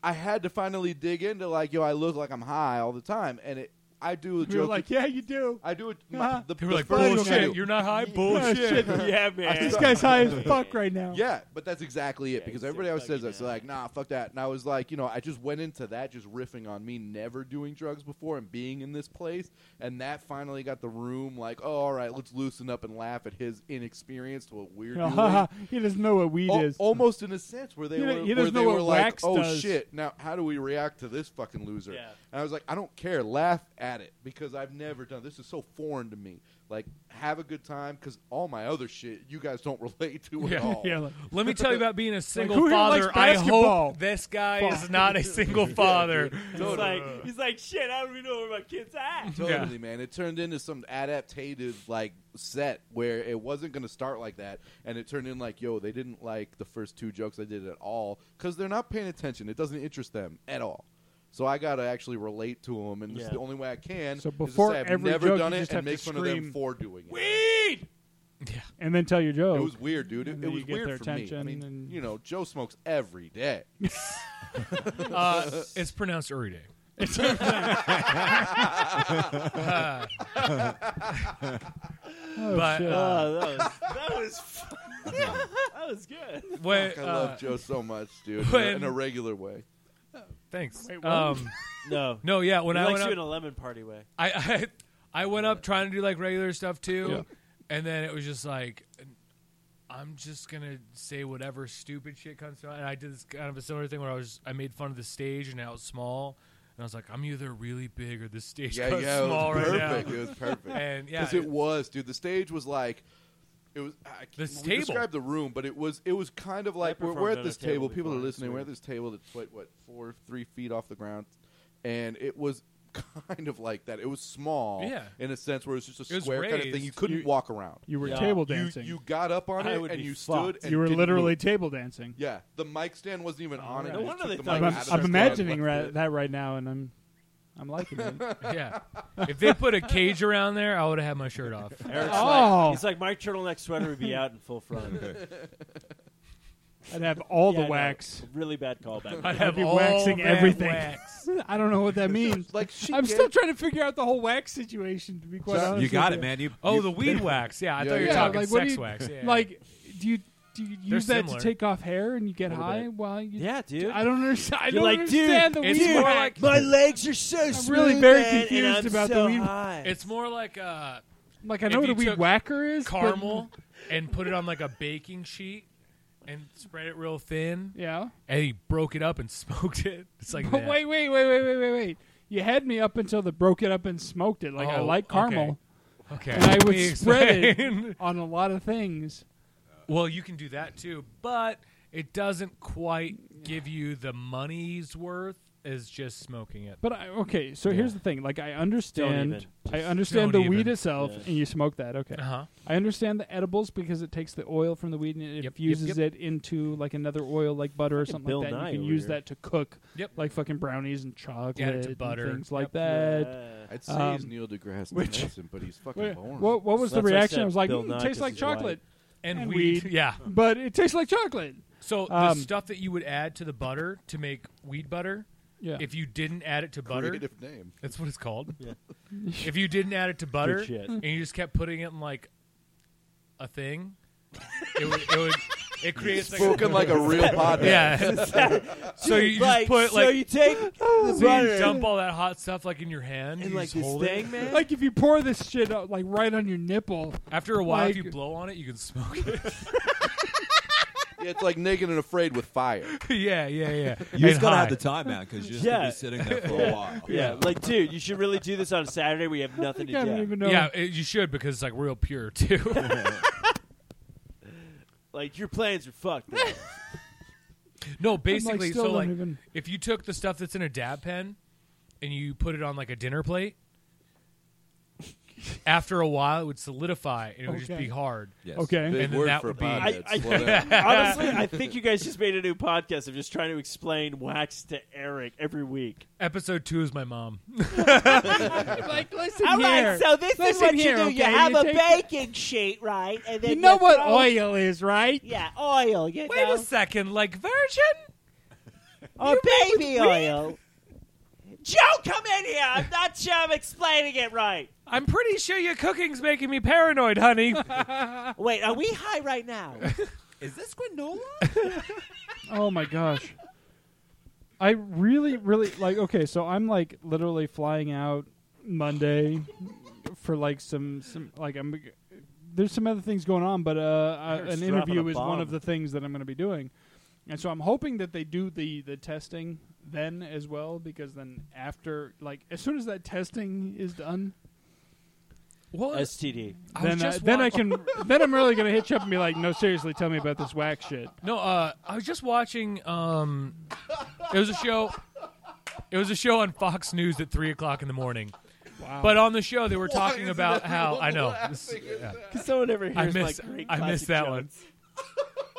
Speaker 5: I had to finally dig into like, yo, I look like I'm high all the time, and it. I do a
Speaker 2: We were
Speaker 5: joke.
Speaker 2: like, yeah, you do.
Speaker 5: I do it. my- the,
Speaker 6: They were
Speaker 5: the
Speaker 6: like,
Speaker 5: first one I
Speaker 6: bullshit.
Speaker 5: do-
Speaker 6: You're
Speaker 2: [laughs]
Speaker 6: not high.
Speaker 2: Ah,
Speaker 6: Bullshit.
Speaker 2: shit.
Speaker 3: [laughs] yeah, man. [laughs]
Speaker 2: This guy's high as fuck right now.
Speaker 5: Yeah, but that's exactly it because
Speaker 3: he's
Speaker 5: everybody always
Speaker 3: fucking
Speaker 5: says that. So like, nah, fuck that. And I was like, you know, I just went into that just riffing on me never doing drugs before and being in this place, and that finally got the room like, oh, all right, let's loosen up and laugh at his inexperience to what
Speaker 2: [laughs]
Speaker 5: we're
Speaker 2: You know,
Speaker 5: doing. Oh,
Speaker 2: haha, he doesn't know what weed
Speaker 5: Al-
Speaker 2: is.
Speaker 5: almost in a sense where they
Speaker 2: You know-
Speaker 5: were,
Speaker 2: you
Speaker 5: where
Speaker 2: just
Speaker 5: they
Speaker 2: know
Speaker 5: were
Speaker 2: what
Speaker 5: like,
Speaker 2: wax
Speaker 5: "Oh
Speaker 2: does."
Speaker 5: shit! Now how do we react to this fucking loser?"
Speaker 3: Yeah.
Speaker 5: And I was like, "I don't care. Laugh at it because I've never done this. Is so foreign to me. Like, have a good time because all my other shit you guys don't [laughs] relate to at
Speaker 6: Yeah.
Speaker 5: all."
Speaker 2: Yeah, [laughs] like,
Speaker 6: Let me tell you about being a single
Speaker 2: who here likes
Speaker 6: father. I
Speaker 2: basketball?
Speaker 6: hope this guy is not
Speaker 2: [laughs]
Speaker 6: a single father.
Speaker 3: He's like, he's like, shit. I don't even know where my kid's at.
Speaker 5: Totally, man. It turned into some adaptative like set where it wasn't going to start like that, and it turned in like, yo, they didn't like the first two jokes I did at all because they're not paying attention. It doesn't interest them at all. So I got to actually relate to them, and this is
Speaker 3: Yeah.
Speaker 5: the only way I can.
Speaker 2: So
Speaker 5: is to
Speaker 2: before
Speaker 5: say I've
Speaker 2: every
Speaker 5: never
Speaker 2: joke,
Speaker 5: done
Speaker 2: you
Speaker 5: it
Speaker 2: just
Speaker 5: and
Speaker 2: have to
Speaker 5: make fun of them
Speaker 2: scream,
Speaker 5: for doing it.
Speaker 2: and then tell your joke.
Speaker 5: It was weird, dude. It,
Speaker 2: And
Speaker 5: it
Speaker 2: then you
Speaker 5: was
Speaker 2: get their
Speaker 5: weird for me. I
Speaker 2: attention
Speaker 5: mean,
Speaker 2: and-
Speaker 5: you know, Joe smokes
Speaker 2: [laughs]
Speaker 5: every day.
Speaker 6: Uh, it's pronounced Uri Day. but
Speaker 2: shit.
Speaker 6: uh,
Speaker 3: Oh, that was [laughs] that was fu- [laughs] that was good.
Speaker 6: when,
Speaker 5: I
Speaker 6: uh,
Speaker 5: love Joe so much, dude, in a,
Speaker 6: when-
Speaker 5: in a regular way.
Speaker 6: thanks.
Speaker 2: Wait, what?
Speaker 6: um,
Speaker 3: No,
Speaker 6: no, yeah, when
Speaker 3: He
Speaker 6: I
Speaker 3: likes you
Speaker 6: went up,
Speaker 3: in a lemon party way.
Speaker 6: I, I I went up trying to do like regular stuff too, and then it was just like I'm just gonna say whatever stupid shit comes to mind. And I did this kind of a similar thing where I was I made fun of the stage and how it's small, and I was like I'm either really big or this stage
Speaker 5: Yeah,
Speaker 6: goes
Speaker 5: yeah, it
Speaker 6: small
Speaker 5: was
Speaker 6: right
Speaker 5: perfect.
Speaker 6: now.
Speaker 5: It was perfect.
Speaker 6: And yeah,
Speaker 5: because it was, dude. The stage was like, it was. I can't
Speaker 6: This
Speaker 5: we
Speaker 6: table.
Speaker 5: described the room, but it was it was kind of like we're,
Speaker 3: performed
Speaker 5: we're
Speaker 3: on
Speaker 5: at this
Speaker 3: a table
Speaker 5: table. People are
Speaker 3: before, it's
Speaker 5: listening. We're
Speaker 3: weird.
Speaker 5: at this table that's what what four three feet off the ground, and it was [laughs] kind of like that. It was small,
Speaker 6: Yeah.
Speaker 5: in a sense where it's just a
Speaker 6: It was
Speaker 5: square kind of thing.
Speaker 6: raised.
Speaker 5: You couldn't
Speaker 2: You-
Speaker 5: walk around.
Speaker 2: you were
Speaker 3: Yeah.
Speaker 2: table
Speaker 5: You,
Speaker 2: dancing.
Speaker 5: you got up on
Speaker 3: I
Speaker 5: it
Speaker 3: would
Speaker 5: and
Speaker 3: be
Speaker 5: you
Speaker 3: fucked.
Speaker 5: stood. And
Speaker 2: You were
Speaker 5: didn't
Speaker 2: literally
Speaker 5: move.
Speaker 2: table dancing.
Speaker 5: yeah. The mic stand wasn't
Speaker 6: Oh,
Speaker 5: even on it.
Speaker 2: No
Speaker 5: They
Speaker 3: wonder
Speaker 5: just
Speaker 3: they
Speaker 5: took the
Speaker 3: thought it
Speaker 5: mic
Speaker 2: I'm,
Speaker 5: out of
Speaker 2: I'm
Speaker 5: it.
Speaker 2: imagining
Speaker 5: Left
Speaker 2: ra-
Speaker 5: it.
Speaker 2: that right now, and I'm I'm liking
Speaker 6: [laughs]
Speaker 2: it.
Speaker 6: yeah. If they put a cage around there, I would have had my shirt
Speaker 5: [laughs]
Speaker 6: off.
Speaker 3: Eric's
Speaker 2: Oh.
Speaker 3: like, he's like, my turtleneck sweater would be out in full front.
Speaker 6: [laughs]
Speaker 2: I'd have all
Speaker 3: Yeah,
Speaker 2: the
Speaker 3: no,
Speaker 2: wax.
Speaker 3: really bad callback.
Speaker 6: I'd have
Speaker 2: be
Speaker 6: all
Speaker 2: waxing
Speaker 6: that
Speaker 2: everything.
Speaker 6: wax.
Speaker 2: [laughs] I don't know what that means.
Speaker 5: Like she
Speaker 2: I'm
Speaker 5: gave-
Speaker 2: still trying to figure out the whole wax situation. To be quite
Speaker 5: Jack,
Speaker 2: honest,
Speaker 4: You got
Speaker 2: with
Speaker 4: it, man. You
Speaker 6: Oh,
Speaker 5: [laughs]
Speaker 4: you-
Speaker 6: the weed wax. Yeah, I
Speaker 5: Yeah,
Speaker 6: thought you were
Speaker 5: yeah.
Speaker 6: talking
Speaker 2: like, what do
Speaker 6: sex
Speaker 2: you-
Speaker 6: wax. Yeah,
Speaker 2: Like, do you do you
Speaker 6: They're
Speaker 2: use that
Speaker 6: similar.
Speaker 2: to take off hair and you get high
Speaker 3: bit.
Speaker 2: while you?
Speaker 3: Yeah, dude.
Speaker 2: I don't understand. I
Speaker 3: You're
Speaker 2: don't
Speaker 3: like,
Speaker 2: understand
Speaker 6: dude,
Speaker 2: the
Speaker 6: it's
Speaker 2: weed
Speaker 6: more
Speaker 2: wax.
Speaker 3: my legs are so
Speaker 2: I'm really very confused
Speaker 3: I'm
Speaker 2: about
Speaker 3: so
Speaker 2: the weed-
Speaker 3: high.
Speaker 6: it's more like uh,
Speaker 2: Like I
Speaker 6: If
Speaker 2: know what
Speaker 6: you
Speaker 2: a weed
Speaker 6: took
Speaker 2: whacker is. but-
Speaker 6: caramel and put it on like a baking sheet and spread it real thin.
Speaker 2: [laughs] Yeah.
Speaker 6: And he broke it up and [laughs] smoked it. It's like
Speaker 2: But
Speaker 6: that.
Speaker 2: wait, wait, wait, wait, wait, wait, wait. You had me up until the broke it up and smoked it. Like I
Speaker 6: Oh,
Speaker 2: like caramel,
Speaker 6: Okay,
Speaker 2: and I
Speaker 6: let [laughs]
Speaker 2: would
Speaker 6: me
Speaker 2: spread
Speaker 6: explain.
Speaker 2: it on a lot of things.
Speaker 6: well, you can do that too, but it doesn't quite give you the money's worth as just smoking it.
Speaker 2: But I, okay, so here's the thing. Like I understand,
Speaker 3: even.
Speaker 2: I understand the
Speaker 6: don't
Speaker 2: weed
Speaker 6: even.
Speaker 2: itself,
Speaker 3: Yeah.
Speaker 2: and you smoke that. Okay,
Speaker 6: Uh huh.
Speaker 2: I understand the edibles because it takes the oil from the weed and it
Speaker 6: Yep,
Speaker 2: infuses
Speaker 6: yep, yep.
Speaker 2: it into like another oil, like butter or something
Speaker 3: Bill
Speaker 2: like that. and
Speaker 3: Nye
Speaker 2: you can
Speaker 3: over
Speaker 2: use
Speaker 3: here.
Speaker 2: that to cook,
Speaker 6: Yep.
Speaker 2: like fucking brownies and chocolate and
Speaker 6: butter.
Speaker 2: things like
Speaker 6: Yep.
Speaker 2: that.
Speaker 3: Yeah.
Speaker 5: I'd say he's
Speaker 2: Um,
Speaker 5: Neil deGrasse
Speaker 2: which-
Speaker 5: Tyson, but he's
Speaker 2: Wait,
Speaker 5: fucking boring.
Speaker 2: what, what was
Speaker 3: So
Speaker 2: the
Speaker 3: that's why I
Speaker 2: reaction?
Speaker 3: said
Speaker 2: I was like,
Speaker 3: Bill
Speaker 2: mm,
Speaker 3: Nye,
Speaker 2: tastes
Speaker 3: 'cause
Speaker 2: like
Speaker 3: he's white.
Speaker 2: chocolate,
Speaker 6: And,
Speaker 2: And
Speaker 6: weed.
Speaker 2: weed.
Speaker 6: Yeah.
Speaker 2: but it tastes like chocolate.
Speaker 6: So
Speaker 2: Um,
Speaker 6: the stuff that you would add to the butter to make weed butter,
Speaker 2: Yeah,
Speaker 6: if you didn't add it to butter,
Speaker 5: Creative name.
Speaker 6: That's what it's called. if you didn't add it to butter
Speaker 3: Good shit.
Speaker 6: and you just kept putting it in like a thing, it would it, would, it creates like a,
Speaker 5: Spoken like a real podcast.
Speaker 6: yeah. [laughs] so you
Speaker 3: like,
Speaker 6: just put
Speaker 3: so
Speaker 6: like
Speaker 3: you take the
Speaker 6: so you
Speaker 3: butter
Speaker 6: dump all that hot stuff like in your hand
Speaker 3: in
Speaker 6: you
Speaker 3: like
Speaker 6: just
Speaker 3: this
Speaker 6: hold
Speaker 3: thing,
Speaker 6: It.
Speaker 2: [laughs]
Speaker 3: man.
Speaker 2: like if you pour this shit out like right on your nipple.
Speaker 6: After a while, if
Speaker 2: like-
Speaker 6: you blow on it, you can smoke it. [laughs]
Speaker 5: Yeah, it's like naked and afraid with fire.
Speaker 6: yeah, yeah, yeah.
Speaker 4: You
Speaker 6: And
Speaker 4: just gotta
Speaker 6: high.
Speaker 4: have the time out because you're just gonna
Speaker 6: [laughs]
Speaker 3: Yeah.
Speaker 4: be sitting there for a while.
Speaker 3: yeah, like dude, you should really do this on a Saturday. We have nothing to
Speaker 2: I don't
Speaker 3: do.
Speaker 2: even know.
Speaker 6: Yeah, it, you should because it's like real pure too.
Speaker 3: Like your plans are fucked. man.
Speaker 6: no,
Speaker 2: I'm, like,
Speaker 6: basically,
Speaker 2: still
Speaker 6: so
Speaker 2: don't
Speaker 6: like
Speaker 2: even-
Speaker 6: if you took the stuff that's in a dab pen and you put it on like a dinner plate, after a while it would solidify and it would just
Speaker 2: Okay.
Speaker 6: be hard.
Speaker 4: Yes.
Speaker 2: okay.
Speaker 5: Big
Speaker 6: And then
Speaker 5: word
Speaker 6: that
Speaker 5: for
Speaker 6: would be-
Speaker 5: podcast.
Speaker 3: I- I-
Speaker 5: Slow down.
Speaker 3: Honestly, [laughs] I think you guys just made a new podcast of just trying to explain wax to Eric every week.
Speaker 6: Episode two is my [laughs] mom.
Speaker 3: [laughs]
Speaker 2: like listen
Speaker 7: All right, so this is
Speaker 2: Listen
Speaker 7: what
Speaker 2: here,
Speaker 7: you do.
Speaker 2: okay?
Speaker 7: You have
Speaker 2: You
Speaker 7: a
Speaker 2: take
Speaker 7: baking sheet, right? And then
Speaker 2: [laughs] you know what
Speaker 7: throw-
Speaker 2: oil is, right?
Speaker 7: Yeah, oil. You
Speaker 6: Wait
Speaker 7: know,
Speaker 6: a second, like virgin?
Speaker 7: or baby oil. Joe, come in here. I'm not sure I'm explaining it right.
Speaker 6: I'm pretty sure your cooking's making me paranoid, [laughs] honey.
Speaker 7: Wait, are we high right
Speaker 6: [laughs]
Speaker 7: now?
Speaker 4: Is this granola?
Speaker 2: Oh my gosh. I really, really like. Okay, so I'm like literally flying out Monday for like some, some like I'm. There's some other things going on, but uh, uh, an
Speaker 3: strapping
Speaker 2: interview
Speaker 3: a
Speaker 2: is one
Speaker 3: bomb.
Speaker 2: of the things that I'm going to be doing, and so I'm hoping that they do the the testing then as well, because then after, like, as soon as that testing is done,
Speaker 6: Well,
Speaker 3: STD.
Speaker 6: I was
Speaker 2: then I,
Speaker 6: just
Speaker 2: then
Speaker 6: wa-
Speaker 2: I can [laughs] then I'm really going to hit you up and be like, no, seriously, tell me about this whack shit.
Speaker 6: No, uh, I was just watching. Um, it was a show. It was a show on Fox News at three o'clock in the morning. But on the show, they were talking about how I [laughs] know. this- yeah.
Speaker 3: Because someone ever
Speaker 6: I
Speaker 3: hears
Speaker 6: missed.
Speaker 3: like great
Speaker 6: I missed
Speaker 3: classic
Speaker 6: that
Speaker 3: jokes. [laughs]
Speaker 6: one.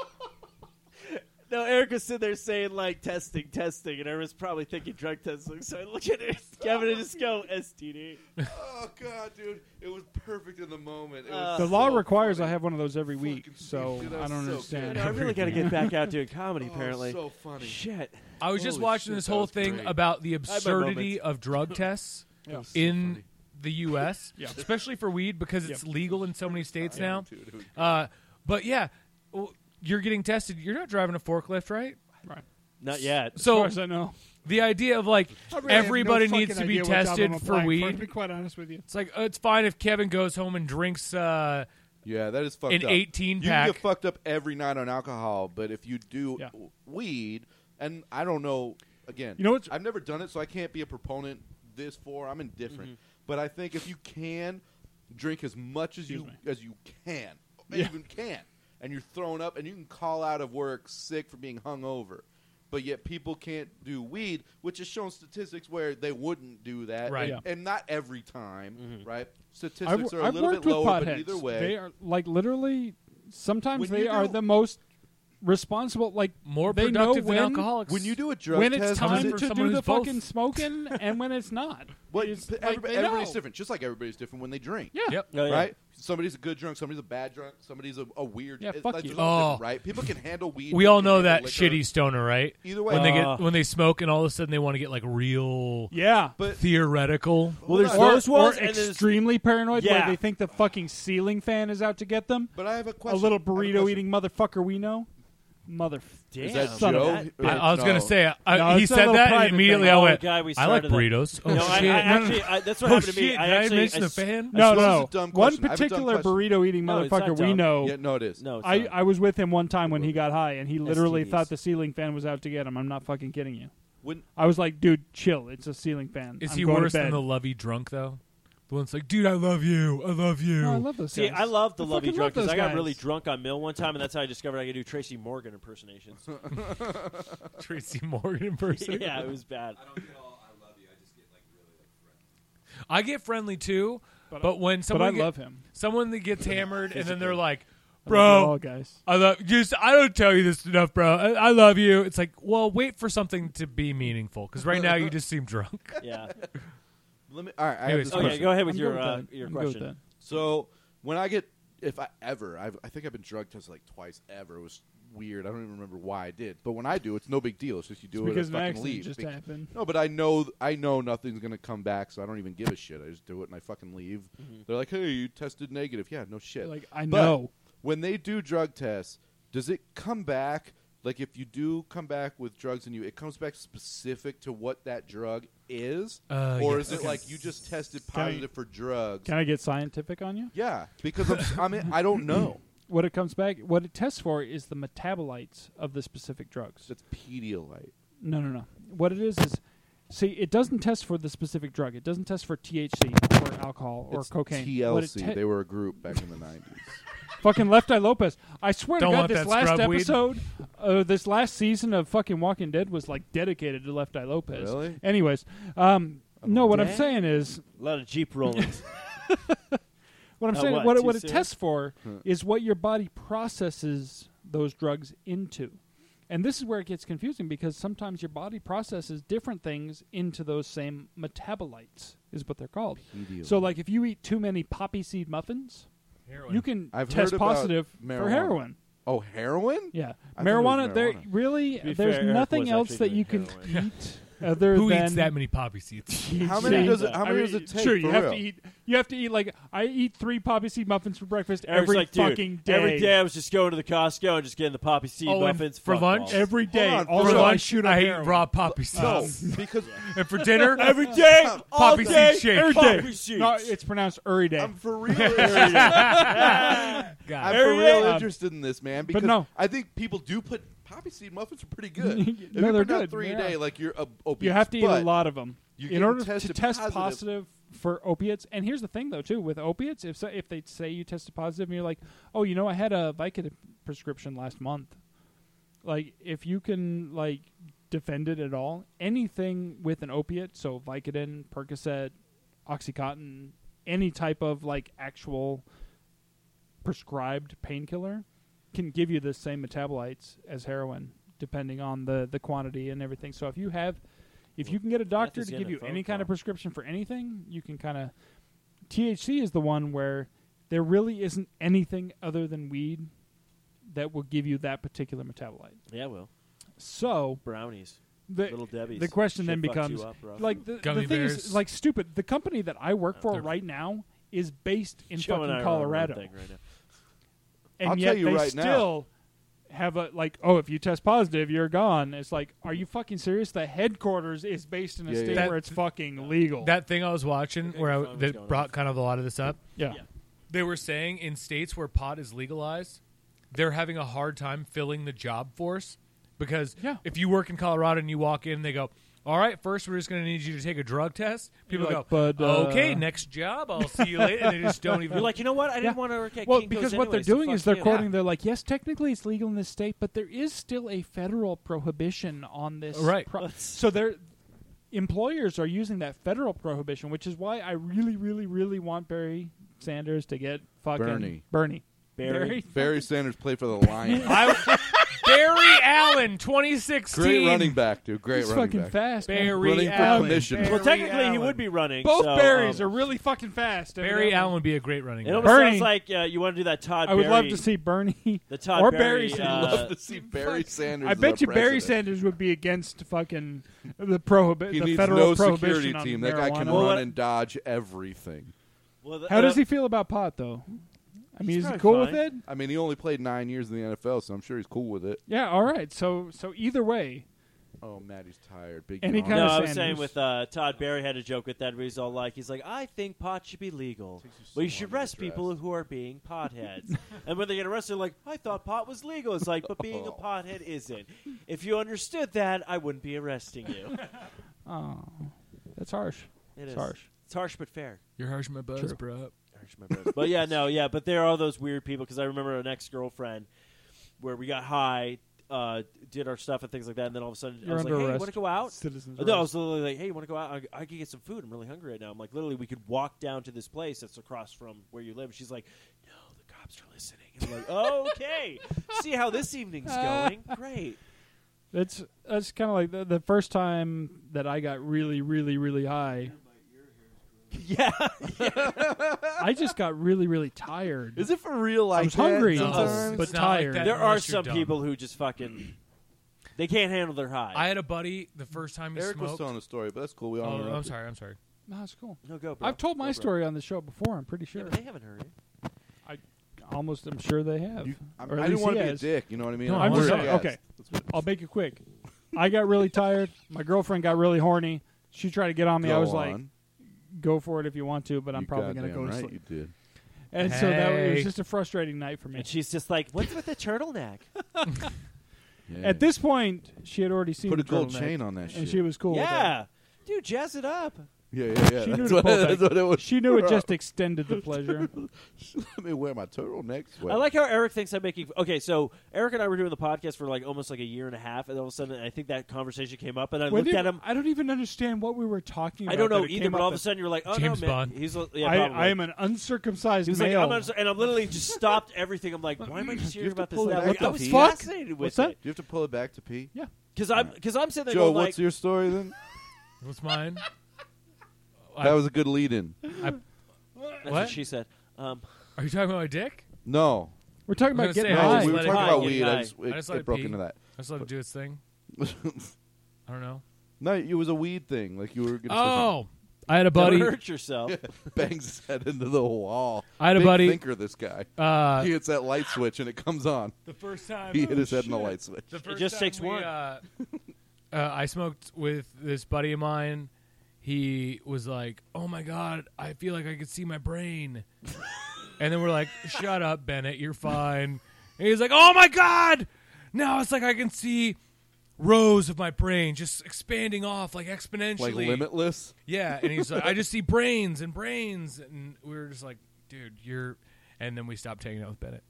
Speaker 3: No, Erica's sitting there saying like testing, testing, and everyone's probably thinking drug testing. So I look at her, Kevin, and just go STD.
Speaker 5: Oh god, dude, it was perfect in the moment. It
Speaker 3: Uh,
Speaker 5: was
Speaker 2: The
Speaker 5: so
Speaker 2: law requires
Speaker 5: funny.
Speaker 2: I have one of those every week,
Speaker 5: Fucking
Speaker 2: so
Speaker 5: dude, that
Speaker 2: I
Speaker 5: was
Speaker 2: don't
Speaker 5: so
Speaker 2: understand.
Speaker 5: good.
Speaker 3: I really got to get back out doing comedy.
Speaker 5: Oh,
Speaker 3: apparently,
Speaker 5: so funny.
Speaker 3: shit.
Speaker 6: I was just
Speaker 5: Holy
Speaker 6: watching
Speaker 5: shit,
Speaker 6: this
Speaker 5: that
Speaker 6: whole
Speaker 5: was
Speaker 6: thing
Speaker 5: great.
Speaker 6: about the absurdity
Speaker 3: moments.
Speaker 6: of drug tests
Speaker 2: Yeah.
Speaker 6: in the U.S.,
Speaker 2: Yeah.
Speaker 6: especially for weed because it's legal in so many states now.
Speaker 5: Dude, it was-
Speaker 6: Uh, but yeah, well, you're getting tested. You're not driving a forklift, right?
Speaker 2: Right.
Speaker 3: Not yet.
Speaker 2: [laughs] As
Speaker 6: So
Speaker 2: far as I know.
Speaker 6: the idea of like everybody needs to be tested for
Speaker 2: To be
Speaker 6: weed.
Speaker 2: quite honest with you,
Speaker 6: It's like uh, it's fine if Kevin goes home and drinks. Uh,
Speaker 5: Yeah, that is fucked
Speaker 6: An
Speaker 5: up.
Speaker 6: 18
Speaker 5: You can
Speaker 6: pack.
Speaker 5: get fucked up every night on alcohol, but if you do
Speaker 2: Yeah.
Speaker 5: w- weed, and I don't know, again,
Speaker 2: You know what's-
Speaker 5: I've never done it, so I can't be a proponent this for. I'm indifferent,
Speaker 2: Mm-hmm.
Speaker 5: but I think if you can drink as much as you
Speaker 2: Excuse
Speaker 5: as you can, as you can, and you're thrown up, and you can call out of work sick for being hungover. But yet, people can't do weed, which is shown statistics where they wouldn't do that,
Speaker 6: Right.
Speaker 5: And, and not every time, right?
Speaker 2: Mm-hmm. I've,
Speaker 5: Statistics are a
Speaker 2: I've
Speaker 5: little bit
Speaker 2: worked with
Speaker 5: lower, but
Speaker 2: potheads.
Speaker 5: either way,
Speaker 2: they are like literally. Sometimes
Speaker 5: When
Speaker 2: they
Speaker 5: you
Speaker 2: are
Speaker 5: do-
Speaker 2: the most responsible. Like
Speaker 6: more
Speaker 2: they know
Speaker 6: productive
Speaker 2: when,
Speaker 6: than alcoholics.
Speaker 5: When you do a drug
Speaker 2: When
Speaker 5: test,
Speaker 2: it's
Speaker 5: does
Speaker 2: time
Speaker 5: it-
Speaker 6: for
Speaker 2: to
Speaker 6: someone
Speaker 2: do the
Speaker 6: who's both.
Speaker 2: fucking
Speaker 6: [laughs]
Speaker 2: smoking and when it's not.
Speaker 5: Well,
Speaker 2: It's
Speaker 5: but
Speaker 2: like
Speaker 5: everyb-
Speaker 2: they
Speaker 5: everybody's
Speaker 2: know.
Speaker 5: different. Just like everybody's different when they drink.
Speaker 2: Yeah.
Speaker 6: Yep.
Speaker 3: No, Oh, yeah.
Speaker 5: Right? Somebody's a good drunk. Somebody's a bad drunk. Somebody's a, a weird.
Speaker 2: Yeah,
Speaker 5: it's
Speaker 2: fuck
Speaker 5: like,
Speaker 2: you.
Speaker 5: there's all
Speaker 6: Oh.
Speaker 5: different, right? People can handle weed.
Speaker 6: We
Speaker 5: people
Speaker 6: all
Speaker 5: can
Speaker 6: know
Speaker 5: handle
Speaker 6: that
Speaker 5: liquor.
Speaker 6: shitty stoner, right?
Speaker 5: Either way,
Speaker 6: when they
Speaker 3: Uh.
Speaker 6: get when they smoke and all of a sudden they want to get like real
Speaker 2: Yeah.
Speaker 5: But-
Speaker 6: theoretical.
Speaker 3: Well, there's
Speaker 2: or,
Speaker 3: those ones,
Speaker 2: or
Speaker 3: and there's
Speaker 2: extremely paranoid, where
Speaker 3: Yeah.
Speaker 2: they think the fucking ceiling fan is out to get them.
Speaker 5: But I have a
Speaker 2: a
Speaker 5: question.
Speaker 2: little
Speaker 5: I have a
Speaker 2: burrito
Speaker 5: question.
Speaker 2: eating motherfucker we know. Mother.
Speaker 3: damn.
Speaker 5: Is that
Speaker 2: Son of
Speaker 5: Joe?
Speaker 3: that-
Speaker 5: Or-
Speaker 6: I, I was
Speaker 5: no.
Speaker 6: gonna say I,
Speaker 2: No,
Speaker 6: he
Speaker 2: it's a
Speaker 6: said
Speaker 2: little
Speaker 6: that
Speaker 2: private
Speaker 6: and
Speaker 2: thing.
Speaker 6: immediately I
Speaker 2: Oh,
Speaker 6: went.
Speaker 3: guy, we
Speaker 6: I like
Speaker 3: started that.
Speaker 6: burritos. Oh
Speaker 3: no, I,
Speaker 6: shit!
Speaker 3: I actually, I, that's what
Speaker 6: oh
Speaker 3: happened to me.
Speaker 6: shit!
Speaker 3: I
Speaker 6: Did
Speaker 3: actually,
Speaker 6: mention the
Speaker 3: s-
Speaker 6: fan?
Speaker 2: No,
Speaker 5: suppose
Speaker 2: no.
Speaker 5: it's a
Speaker 2: One
Speaker 5: dumb question. I have a dumb
Speaker 2: particular
Speaker 5: question.
Speaker 2: burrito eating
Speaker 3: No, it's not
Speaker 2: motherfucker we
Speaker 3: dumb.
Speaker 2: know.
Speaker 5: Yeah, no, it is.
Speaker 3: No, it's
Speaker 2: I,
Speaker 3: not.
Speaker 2: I was with him one time when he got high, and he literally
Speaker 3: STDs.
Speaker 2: thought the ceiling fan was out to get him. I'm not fucking kidding you.
Speaker 5: When,
Speaker 2: I was like, dude, chill. It's a ceiling fan.
Speaker 6: Is
Speaker 2: I'm
Speaker 6: he
Speaker 2: going to
Speaker 6: worse than
Speaker 2: bed."
Speaker 6: the
Speaker 5: Oh,
Speaker 6: lovey drunk though? The one's like, dude, I love you, I love you.
Speaker 2: No, I love those
Speaker 3: See,
Speaker 2: guys.
Speaker 3: I love the lovey
Speaker 2: fucking
Speaker 3: drunk
Speaker 2: love
Speaker 3: because I got
Speaker 2: those
Speaker 3: really
Speaker 2: guys.
Speaker 3: drunk on Mill one time, and that's how I discovered I could do Tracy
Speaker 2: [laughs]
Speaker 3: Morgan impersonations.
Speaker 6: Tracy Morgan [laughs] in person.
Speaker 3: yeah, it was bad.
Speaker 6: I get friendly too, but, when
Speaker 2: But I
Speaker 6: someone get-
Speaker 2: love him.
Speaker 6: someone that gets hammered and then they're like,
Speaker 2: Love all
Speaker 6: bro,
Speaker 2: guys.
Speaker 6: I love you. I don't tell you this enough, bro. I, I love you. It's like, well, wait for something to be meaningful because right
Speaker 2: [laughs]
Speaker 6: now you just seem drunk.
Speaker 3: Yeah.
Speaker 5: let me, all right, I have
Speaker 6: Anyways,
Speaker 5: this
Speaker 6: okay,
Speaker 5: question.
Speaker 3: go ahead with
Speaker 2: I'm
Speaker 3: your
Speaker 2: good
Speaker 3: uh,
Speaker 2: with that.
Speaker 3: your
Speaker 2: I'm good with
Speaker 3: question.
Speaker 5: So when I get, if I ever, I've, I think I've been drug tested like twice ever. It was weird. I don't even remember why I did. But when I do, it's no big deal. It's just you do
Speaker 2: that.
Speaker 5: it
Speaker 2: Because
Speaker 5: and
Speaker 2: an
Speaker 5: fucking
Speaker 2: accident
Speaker 5: leave.
Speaker 2: just
Speaker 5: Bec-
Speaker 2: happened.
Speaker 5: No, but I know I know nothing's gonna come back, so I don't even give a shit. I just do it and I fucking leave. They're like, "Hey, you tested negative." Yeah, no shit.
Speaker 2: Mm-hmm. Like, I
Speaker 5: But
Speaker 2: know.
Speaker 5: when they do drug tests, does it come back? Like if you do come back with drugs in you, it comes back specific to what that drug is,
Speaker 6: Uh,
Speaker 5: or
Speaker 6: yes.
Speaker 5: is it like you just tested
Speaker 2: I-
Speaker 5: positive for drugs?
Speaker 2: Can I get scientific on you?
Speaker 5: yeah, because I'm, s- I mean I
Speaker 2: [coughs]
Speaker 5: don't know.
Speaker 2: What it comes back, what it tests for is the metabolites of the specific drugs.
Speaker 5: That's Pedialyte.
Speaker 2: No, no, no. What it is is, see, it doesn't test for the specific drug. It doesn't test for THC or alcohol or
Speaker 5: it's
Speaker 2: cocaine. What it
Speaker 5: TLC.
Speaker 2: te-
Speaker 5: they were a group back in the nineties.
Speaker 2: fucking Left Eye Lopez. I swear
Speaker 6: Don't
Speaker 2: to God,
Speaker 6: want
Speaker 2: this
Speaker 6: that
Speaker 2: last
Speaker 6: scrub weed.
Speaker 2: episode, uh, this last season of fucking Walking Dead was like dedicated to Left Eye Lopez.
Speaker 5: Really?
Speaker 2: Anyways, um, no, what I'm
Speaker 3: Damn.
Speaker 2: saying is,
Speaker 3: A lot of
Speaker 2: [laughs]
Speaker 3: Jeep rollings.
Speaker 2: what I'm
Speaker 3: Uh,
Speaker 2: saying,
Speaker 3: what,
Speaker 2: what,
Speaker 3: too
Speaker 2: it- what it
Speaker 3: soon?
Speaker 2: tests for is what your body processes those drugs into. And this is where it gets confusing because sometimes your body processes different things into those same metabolites, is what they're called. So, like, if you eat too many poppy seed muffins, you can
Speaker 5: I've
Speaker 2: test
Speaker 5: heard about
Speaker 2: positive for
Speaker 5: marijuana.
Speaker 2: heroin.
Speaker 5: oh, heroin?
Speaker 2: Yeah, [laughs]
Speaker 5: I thought it was
Speaker 2: marijuana, There
Speaker 5: marijuana.
Speaker 2: really,
Speaker 3: be
Speaker 2: there's
Speaker 3: fair, Eric
Speaker 2: nothing
Speaker 3: was
Speaker 2: else
Speaker 3: actually
Speaker 2: that
Speaker 3: doing
Speaker 2: you can
Speaker 3: heroin.
Speaker 2: eat other
Speaker 6: Who
Speaker 2: than
Speaker 6: eats that many poppy seeds?
Speaker 5: How many does it- how
Speaker 2: I
Speaker 5: many does it take,
Speaker 2: Sure, you
Speaker 5: for
Speaker 2: have
Speaker 5: real?
Speaker 2: to eat. You have to eat like I eat three poppy seed muffins for breakfast
Speaker 3: Eric's
Speaker 2: every
Speaker 3: like, dude,
Speaker 2: fucking day.
Speaker 3: Every day I was just going to the Costco and just getting the poppy seed
Speaker 6: Oh, and
Speaker 3: muffins
Speaker 6: for
Speaker 3: Fuck
Speaker 6: lunch?
Speaker 3: balls.
Speaker 2: Every day.
Speaker 5: on,
Speaker 2: Also,
Speaker 5: hold on.
Speaker 2: I shoot. on
Speaker 6: I hate
Speaker 2: heroin.
Speaker 6: raw poppy seeds.
Speaker 5: No, because
Speaker 6: [laughs] and for
Speaker 2: [laughs]
Speaker 6: dinner,
Speaker 3: [laughs] every day, all
Speaker 6: Poppy seed
Speaker 3: day,
Speaker 6: shake.
Speaker 3: every
Speaker 6: Every
Speaker 3: day.
Speaker 6: day.
Speaker 3: Poppy seeds.
Speaker 2: No, it's pronounced every day.
Speaker 5: I'm for real.
Speaker 2: [laughs]
Speaker 5: I'm
Speaker 6: God.
Speaker 5: for real
Speaker 2: Um,
Speaker 5: interested in this, man. Because
Speaker 2: no.
Speaker 5: I think people do put poppy seed muffins are
Speaker 2: [laughs]
Speaker 5: pretty good.
Speaker 2: No,
Speaker 5: if you
Speaker 2: they're
Speaker 5: put out
Speaker 2: good,
Speaker 5: three
Speaker 2: they
Speaker 5: a day,
Speaker 2: are.
Speaker 5: like you're ob- obese.
Speaker 2: you have to eat a
Speaker 5: but
Speaker 2: lot of them
Speaker 5: you're
Speaker 2: in
Speaker 5: getting
Speaker 2: order to
Speaker 5: tested
Speaker 2: test
Speaker 5: positive.
Speaker 2: positive for opiates. And here's the thing, though, too, with opiates, if so, if they say you tested positive, and you're like, oh, you know, I had a Vicodin prescription last month. Like, if you can like defend it at all, anything with an opiate, so Vicodin, Percocet, OxyContin, any type of like actual prescribed painkiller can give you the same metabolites as heroin depending on the the quantity and everything so if you have if you can get a doctor
Speaker 3: is
Speaker 2: to give
Speaker 3: getting a
Speaker 2: you
Speaker 3: phone
Speaker 2: any kind of
Speaker 3: call.
Speaker 2: prescription for anything you can kind of THC is the one where there really isn't anything other than weed that will give you that particular metabolite
Speaker 3: Yeah, well,
Speaker 2: so
Speaker 3: brownies.
Speaker 2: the,
Speaker 3: Little Debbie's.
Speaker 2: the question then
Speaker 3: Shit fucks you
Speaker 2: becomes
Speaker 3: up, bro.
Speaker 2: like the, the
Speaker 6: Gummy
Speaker 2: thing is
Speaker 6: bears. Uh,
Speaker 2: like stupid the company that i work for right now is based in
Speaker 3: Joe and I
Speaker 2: fucking
Speaker 3: are on our
Speaker 2: colorado
Speaker 3: thing right now.
Speaker 2: and
Speaker 5: I'll
Speaker 2: yet
Speaker 5: tell you
Speaker 2: they
Speaker 5: right now.
Speaker 2: still have a like oh if you test positive you're gone it's like are you fucking serious the headquarters is based in a
Speaker 5: Yeah, yeah,
Speaker 2: state
Speaker 5: yeah.
Speaker 2: where it's fucking legal
Speaker 6: That thing I was watching where I,
Speaker 3: phone was going
Speaker 6: that
Speaker 3: off.
Speaker 6: brought kind of a lot of this up.
Speaker 2: yeah.
Speaker 6: They were saying in states where pot is legalized, they're having a hard time filling the job force because
Speaker 2: Yeah.
Speaker 6: if you work in Colorado and you walk in, they go, "All right, first we're just going to need you to take a drug test." People
Speaker 2: You're like,
Speaker 6: go,
Speaker 2: "But, uh,
Speaker 6: "Okay, next job, I'll see you later." And they just don't
Speaker 2: [laughs]
Speaker 6: even
Speaker 3: You're like, you know what? I didn't
Speaker 2: Yeah.
Speaker 3: want to work at
Speaker 2: well
Speaker 3: Kinko's
Speaker 2: because what they're
Speaker 3: anyway, so
Speaker 2: doing is
Speaker 3: fuck
Speaker 2: they're
Speaker 3: you.
Speaker 2: quoting they're like yes technically it's legal in this state but there is still a federal prohibition on this
Speaker 6: Right.
Speaker 2: pro- [laughs] so they're employers are using that federal prohibition which is why i really really really want barry sanders to get fucking
Speaker 5: Bernie.
Speaker 2: bernie
Speaker 3: Barry.
Speaker 5: Barry Sanders played for the
Speaker 2: [laughs]
Speaker 5: Lions.
Speaker 6: I, Barry Allen, 2016.
Speaker 5: Great running back, dude. Great
Speaker 2: he's
Speaker 5: running
Speaker 2: fucking
Speaker 5: back.
Speaker 2: fast man.
Speaker 6: Barry
Speaker 5: Running for
Speaker 6: Allen.
Speaker 5: commission.
Speaker 6: Barry
Speaker 3: Well, technically, he
Speaker 6: Allen.
Speaker 3: would be running.
Speaker 2: Both
Speaker 3: so,
Speaker 2: berries
Speaker 3: um,
Speaker 2: are really fucking fast.
Speaker 6: Barry
Speaker 2: evidently.
Speaker 6: Allen would be a great running
Speaker 3: It
Speaker 6: back.
Speaker 3: almost
Speaker 2: Bernie.
Speaker 3: sounds like uh, you want to do that Todd.
Speaker 2: I would love
Speaker 3: Berry-
Speaker 2: to see Bernie [laughs]
Speaker 3: the Todd
Speaker 2: or
Speaker 3: Berry,
Speaker 2: Barry.
Speaker 3: uh,
Speaker 2: Sanders.
Speaker 5: [laughs] Love to see Barry Sanders.
Speaker 2: I
Speaker 5: as our
Speaker 2: bet you Barry
Speaker 5: president.
Speaker 2: Sanders would be against fucking the prohibi-
Speaker 5: He
Speaker 2: the
Speaker 5: needs
Speaker 2: federal
Speaker 5: no
Speaker 2: prohibition
Speaker 5: security
Speaker 2: on
Speaker 5: team. That guy can
Speaker 2: marijuana.
Speaker 3: Well,
Speaker 5: run
Speaker 3: I-
Speaker 5: and dodge everything.
Speaker 3: Well, th-
Speaker 2: How does
Speaker 3: uh,
Speaker 2: he feel about pot though? I mean,
Speaker 3: He's
Speaker 2: is he
Speaker 3: probably
Speaker 2: cool
Speaker 3: fine.
Speaker 2: with it?
Speaker 5: I mean, he only played nine years in the NFL, so I'm sure he's cool with it.
Speaker 2: Yeah. All right. So so either way,
Speaker 5: Oh, Maddie's tired. Big
Speaker 2: Any
Speaker 5: yawn.
Speaker 2: kind
Speaker 3: No,
Speaker 2: of
Speaker 3: I was
Speaker 2: Sanders.
Speaker 3: saying with uh, Todd Barry had a joke with that where he's all like, he's like, I think pot should be legal. Well, you should arrest people who are being
Speaker 2: [laughs]
Speaker 3: potheads. and when they get arrested, they're like, I thought pot was legal. It's like,
Speaker 2: [laughs]
Speaker 3: but being a pothead isn't. If you understood that, I wouldn't be arresting
Speaker 2: [laughs]
Speaker 3: you.
Speaker 2: oh, that's harsh.
Speaker 3: It
Speaker 2: It's
Speaker 3: is.
Speaker 2: harsh.
Speaker 3: It's harsh but fair.
Speaker 6: You're harsh, my buzz,
Speaker 2: True.
Speaker 6: bro.
Speaker 3: Arch my bros. but yeah, no, yeah, but there are those weird people because I remember an ex girlfriend where we got high, uh, did our stuff and things like that, and then all of a sudden I
Speaker 2: You're
Speaker 3: was like,
Speaker 2: under
Speaker 3: "Hey, you
Speaker 2: arrest.
Speaker 3: want to go out?"
Speaker 2: Citizens
Speaker 3: no, I
Speaker 2: arrest.
Speaker 3: was literally like, "Hey, you want to go out? I, I could get some food. I'm really hungry right now." I'm like, literally, we could walk down to this place that's across from where you live. She's like, "No, the cops are listening." And I'm like, "Okay, see how this
Speaker 2: [laughs]
Speaker 3: evening's going. Great."
Speaker 2: That's that's kind of like the, the first time that I got really really really high. [laughs]
Speaker 3: Yeah,
Speaker 2: I just got really really tired.
Speaker 5: Is it for real? Like
Speaker 2: I was
Speaker 5: that
Speaker 2: hungry,
Speaker 5: sometimes?
Speaker 2: but
Speaker 6: It's not like
Speaker 2: tired.
Speaker 6: that.
Speaker 3: there are
Speaker 6: Unless you're
Speaker 3: some
Speaker 6: dumb.
Speaker 3: people who just fucking they can't handle their high.
Speaker 6: I had a buddy the first time he
Speaker 5: Eric was
Speaker 6: smoked.
Speaker 5: telling a story, but that's cool. We all
Speaker 6: oh,
Speaker 5: know.
Speaker 6: I'm sorry. I'm sorry.
Speaker 2: no, it's cool.
Speaker 3: no go, bro.
Speaker 2: I've told
Speaker 3: Go,
Speaker 2: my
Speaker 3: bro.
Speaker 2: story on the show before. I'm pretty
Speaker 3: Yeah,
Speaker 2: sure.
Speaker 3: but they haven't heard it.
Speaker 2: I almost am sure they have.
Speaker 5: You, I, I
Speaker 2: Or at
Speaker 5: didn't
Speaker 2: least
Speaker 5: want
Speaker 2: he
Speaker 5: to be a
Speaker 2: has.
Speaker 5: dick. You know what I mean?
Speaker 6: No,
Speaker 5: I'm
Speaker 2: I'm
Speaker 5: a
Speaker 2: just
Speaker 5: weird
Speaker 2: saying,
Speaker 5: guest.
Speaker 2: okay.
Speaker 5: That's what-
Speaker 2: I'll make it
Speaker 5: [laughs]
Speaker 2: quick. I got really tired. My girlfriend got really horny. She tried to get on me. I
Speaker 5: Go
Speaker 2: was like,
Speaker 5: on.
Speaker 2: "Go for it if you want to, but I'm
Speaker 5: You
Speaker 2: probably gonna
Speaker 5: goddamn
Speaker 2: go to
Speaker 5: right
Speaker 2: sleep."
Speaker 5: You did.
Speaker 2: And so that it was
Speaker 6: Hey.
Speaker 2: just a frustrating night for me.
Speaker 3: And she's just like, "What's with the turtleneck?"
Speaker 5: Yeah.
Speaker 2: At this point, she had already seen
Speaker 5: put a
Speaker 2: the
Speaker 5: gold
Speaker 2: turtleneck,
Speaker 5: chain on that
Speaker 2: and
Speaker 5: shit.
Speaker 2: she was cool. with it.
Speaker 3: yeah, dude, jazz it up.
Speaker 5: yeah, yeah, yeah.
Speaker 2: She knew
Speaker 5: that's,
Speaker 2: to
Speaker 5: what,
Speaker 2: pull back.
Speaker 5: that's what it was.
Speaker 2: She knew it just extended the pleasure.
Speaker 5: [laughs] Let me wear my turtleneck sweater.
Speaker 3: I like how Eric thinks I'm making. Okay, so Eric and I were doing the podcast for like almost like a year and a half, and all of a sudden, I think that conversation came up, and I
Speaker 2: When
Speaker 3: looked
Speaker 2: did-
Speaker 3: at him.
Speaker 2: I don't even understand what we were talking about.
Speaker 3: I don't know
Speaker 2: that it
Speaker 3: either,
Speaker 2: came
Speaker 3: but
Speaker 2: up
Speaker 3: all of a
Speaker 2: with.
Speaker 3: sudden, you're like, "Oh
Speaker 6: James
Speaker 3: no, man!"
Speaker 6: Bond.
Speaker 3: He's l- yeah,
Speaker 2: I,
Speaker 3: probably.
Speaker 2: I am an uncircumcised
Speaker 3: He was like,
Speaker 2: male.
Speaker 3: I'm not, and I'm literally just stopped everything. I'm like, why am I just hearing
Speaker 5: have to
Speaker 3: about this?
Speaker 5: pull
Speaker 3: now?
Speaker 5: it out.
Speaker 3: Like,
Speaker 5: What
Speaker 3: I
Speaker 5: the
Speaker 3: was
Speaker 5: fuck?
Speaker 3: fascinated with
Speaker 2: What's that?
Speaker 3: it
Speaker 5: Do you have to pull it back to pee?
Speaker 2: yeah,
Speaker 3: because I'm because I'm sitting there
Speaker 5: Joe,
Speaker 3: going
Speaker 5: what's
Speaker 3: like,
Speaker 5: your
Speaker 2: [laughs]
Speaker 5: story then?
Speaker 6: What's mine? I-
Speaker 5: That was a good lead-in.
Speaker 3: that's what
Speaker 6: What?
Speaker 3: she said. Um,
Speaker 6: Are you talking about my dick?
Speaker 5: No,
Speaker 2: we're talking
Speaker 6: I
Speaker 2: about
Speaker 6: was gonna
Speaker 2: getting
Speaker 6: say,
Speaker 5: no,
Speaker 6: I
Speaker 2: high.
Speaker 6: just
Speaker 5: we were
Speaker 6: let it
Speaker 5: talking
Speaker 6: high,
Speaker 5: about
Speaker 3: get
Speaker 5: weed.
Speaker 3: high.
Speaker 5: I just,
Speaker 6: I
Speaker 5: it,
Speaker 6: just let
Speaker 5: it
Speaker 6: it
Speaker 5: broke
Speaker 6: pee.
Speaker 5: into that.
Speaker 6: I just let it do its thing.
Speaker 5: But-
Speaker 6: I don't know.
Speaker 5: [laughs] No, it was a weed thing. Like you were gonna
Speaker 6: Oh, I had a
Speaker 3: Don't
Speaker 6: buddy.
Speaker 3: hurt yourself.
Speaker 6: [laughs]
Speaker 5: bangs his head into the wall.
Speaker 6: I had a
Speaker 5: Big
Speaker 6: buddy-
Speaker 5: Thinker, this guy.
Speaker 6: Uh,
Speaker 5: he hits that light switch and it comes on.
Speaker 6: the [laughs] first time Oh,
Speaker 5: He hit his head in the light switch.
Speaker 6: The first
Speaker 3: just
Speaker 6: time
Speaker 3: takes
Speaker 6: we,
Speaker 3: one.
Speaker 6: Uh, [laughs] uh, I smoked with this buddy of mine. He was like, "Oh my god, I feel like I could see my
Speaker 3: [laughs]
Speaker 6: brain," and then we're like, "Shut up, Bennett, you're fine." And he's like, "Oh my god, now it's like I can see rows of my brain just expanding off like exponentially,
Speaker 5: Like limitless.
Speaker 6: yeah, and he's like, I
Speaker 5: [laughs]
Speaker 6: just see brains and brains, and we were just like, dude, you're. And then we stopped hanging out with Bennett.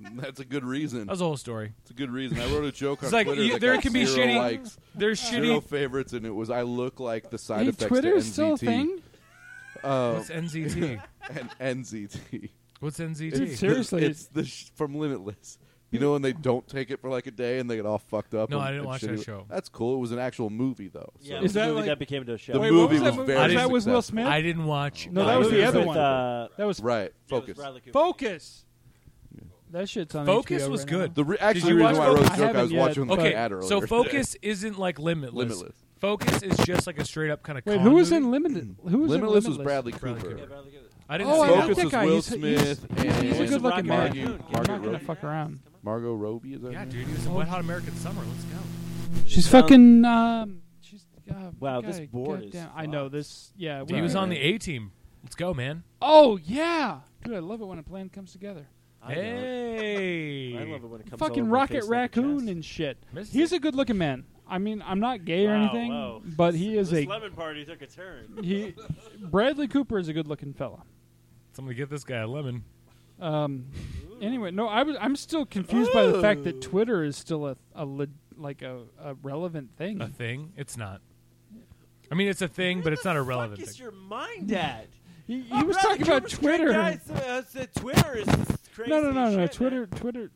Speaker 5: That's a good reason.
Speaker 6: That was the whole story.
Speaker 5: It's a good reason. I wrote a joke on
Speaker 6: It's like
Speaker 5: Twitter.
Speaker 6: you,
Speaker 5: that
Speaker 6: there
Speaker 5: got
Speaker 6: can be
Speaker 5: zero
Speaker 6: shitty.
Speaker 5: likes,
Speaker 6: There's
Speaker 5: zero
Speaker 6: shitty.
Speaker 5: favorites, and it was I look like the side
Speaker 2: Hey,
Speaker 5: effects
Speaker 2: Twitter
Speaker 5: to
Speaker 2: is still a
Speaker 5: NZT
Speaker 2: thing.
Speaker 6: What's NZT?
Speaker 5: Oh, and NZT.
Speaker 6: What's
Speaker 2: Dude,
Speaker 6: NZT?
Speaker 2: ser- Seriously.
Speaker 5: it's the sh- from Limitless. You know when they don't take it for like a day and they get all fucked up.
Speaker 6: No,
Speaker 5: and-
Speaker 6: I didn't
Speaker 5: and
Speaker 6: watch
Speaker 5: shitty-
Speaker 6: that show.
Speaker 5: That's cool. It was an actual movie though. So.
Speaker 3: Yeah,
Speaker 2: Is
Speaker 3: is
Speaker 2: that
Speaker 3: that
Speaker 2: like-
Speaker 3: that became into a show?
Speaker 5: The
Speaker 2: Wait,
Speaker 5: movie
Speaker 2: what was that
Speaker 5: was
Speaker 2: movie?
Speaker 5: very
Speaker 2: that was Will
Speaker 5: successful.
Speaker 2: Smith.
Speaker 6: I didn't watch.
Speaker 2: no,
Speaker 6: either
Speaker 2: that was
Speaker 6: of
Speaker 2: the other
Speaker 6: them.
Speaker 2: one.
Speaker 3: Uh,
Speaker 2: that was
Speaker 5: Right. Focus.
Speaker 2: Focus. That shit's on.
Speaker 6: Focus
Speaker 2: HBO
Speaker 6: was
Speaker 2: right now.
Speaker 6: good.
Speaker 5: The re- actually
Speaker 6: you watch
Speaker 5: reason why I wrote
Speaker 2: Focus?
Speaker 5: the
Speaker 2: I
Speaker 5: joke I, was
Speaker 2: haven't
Speaker 5: watching
Speaker 2: yet.
Speaker 5: with
Speaker 6: okay,
Speaker 5: my ad earlier.
Speaker 6: so focus isn't like limitless.
Speaker 5: Limitless.
Speaker 6: Focus is just like a straight up kind of.
Speaker 2: Wait, who was in limited? Who was
Speaker 5: Limitless
Speaker 2: in
Speaker 5: was Bradley Cooper.
Speaker 6: Bradley
Speaker 3: Yeah, Bradley Cooper.
Speaker 6: I didn't.
Speaker 2: Oh,
Speaker 6: see
Speaker 2: I
Speaker 6: that.
Speaker 2: don't
Speaker 5: Focus
Speaker 2: think
Speaker 5: was
Speaker 2: I.
Speaker 5: Will
Speaker 2: he's, he's,
Speaker 5: Smith and
Speaker 2: he's a good looking man.
Speaker 5: Margot-
Speaker 2: He's not
Speaker 5: Margaret
Speaker 2: gonna
Speaker 5: Robbie.
Speaker 2: fuck around.
Speaker 5: Margot Robbie is that?
Speaker 6: Yeah,
Speaker 5: her name?
Speaker 6: dude, he was in Wet Hot American Summer. Let's go.
Speaker 2: She's
Speaker 3: Sound-
Speaker 2: fucking. Um, she's. Uh,
Speaker 3: Wow, this
Speaker 2: God-
Speaker 3: board is
Speaker 2: goddamn- I know
Speaker 3: fucked.
Speaker 2: this. Yeah,
Speaker 6: He
Speaker 2: we-
Speaker 6: was on the A team. Let's go, man.
Speaker 2: Oh yeah, dude, I love it when a plan comes together.
Speaker 3: I know it.
Speaker 6: Hey,
Speaker 3: I love it when it comes. all
Speaker 2: Fucking
Speaker 3: over my
Speaker 2: Rocket
Speaker 3: face like a
Speaker 2: Raccoon
Speaker 3: chest.
Speaker 2: and shit.
Speaker 6: Missed
Speaker 2: He's
Speaker 6: it.
Speaker 2: a good looking man. I mean, I'm not gay or
Speaker 3: Wow,
Speaker 2: anything,
Speaker 3: whoa.
Speaker 2: but he is
Speaker 3: this
Speaker 2: a
Speaker 3: lemon party took a turn.
Speaker 2: he. Bradley Cooper is a good looking fella.
Speaker 6: Somebody get this guy a lemon.
Speaker 2: Um, anyway, no, I was I'm still confused by the fact that Twitter is still a a le- like a, a relevant thing.
Speaker 6: A thing? It's not. I mean, it's a thing, but it's not a relevant
Speaker 3: Fuck is
Speaker 6: thing.
Speaker 3: your mind at?
Speaker 2: he [laughs] he was talking about Twitter.
Speaker 3: uh, Twitter is crazy.
Speaker 2: no, no, no, no.
Speaker 3: shit,
Speaker 2: Twitter, Twitter.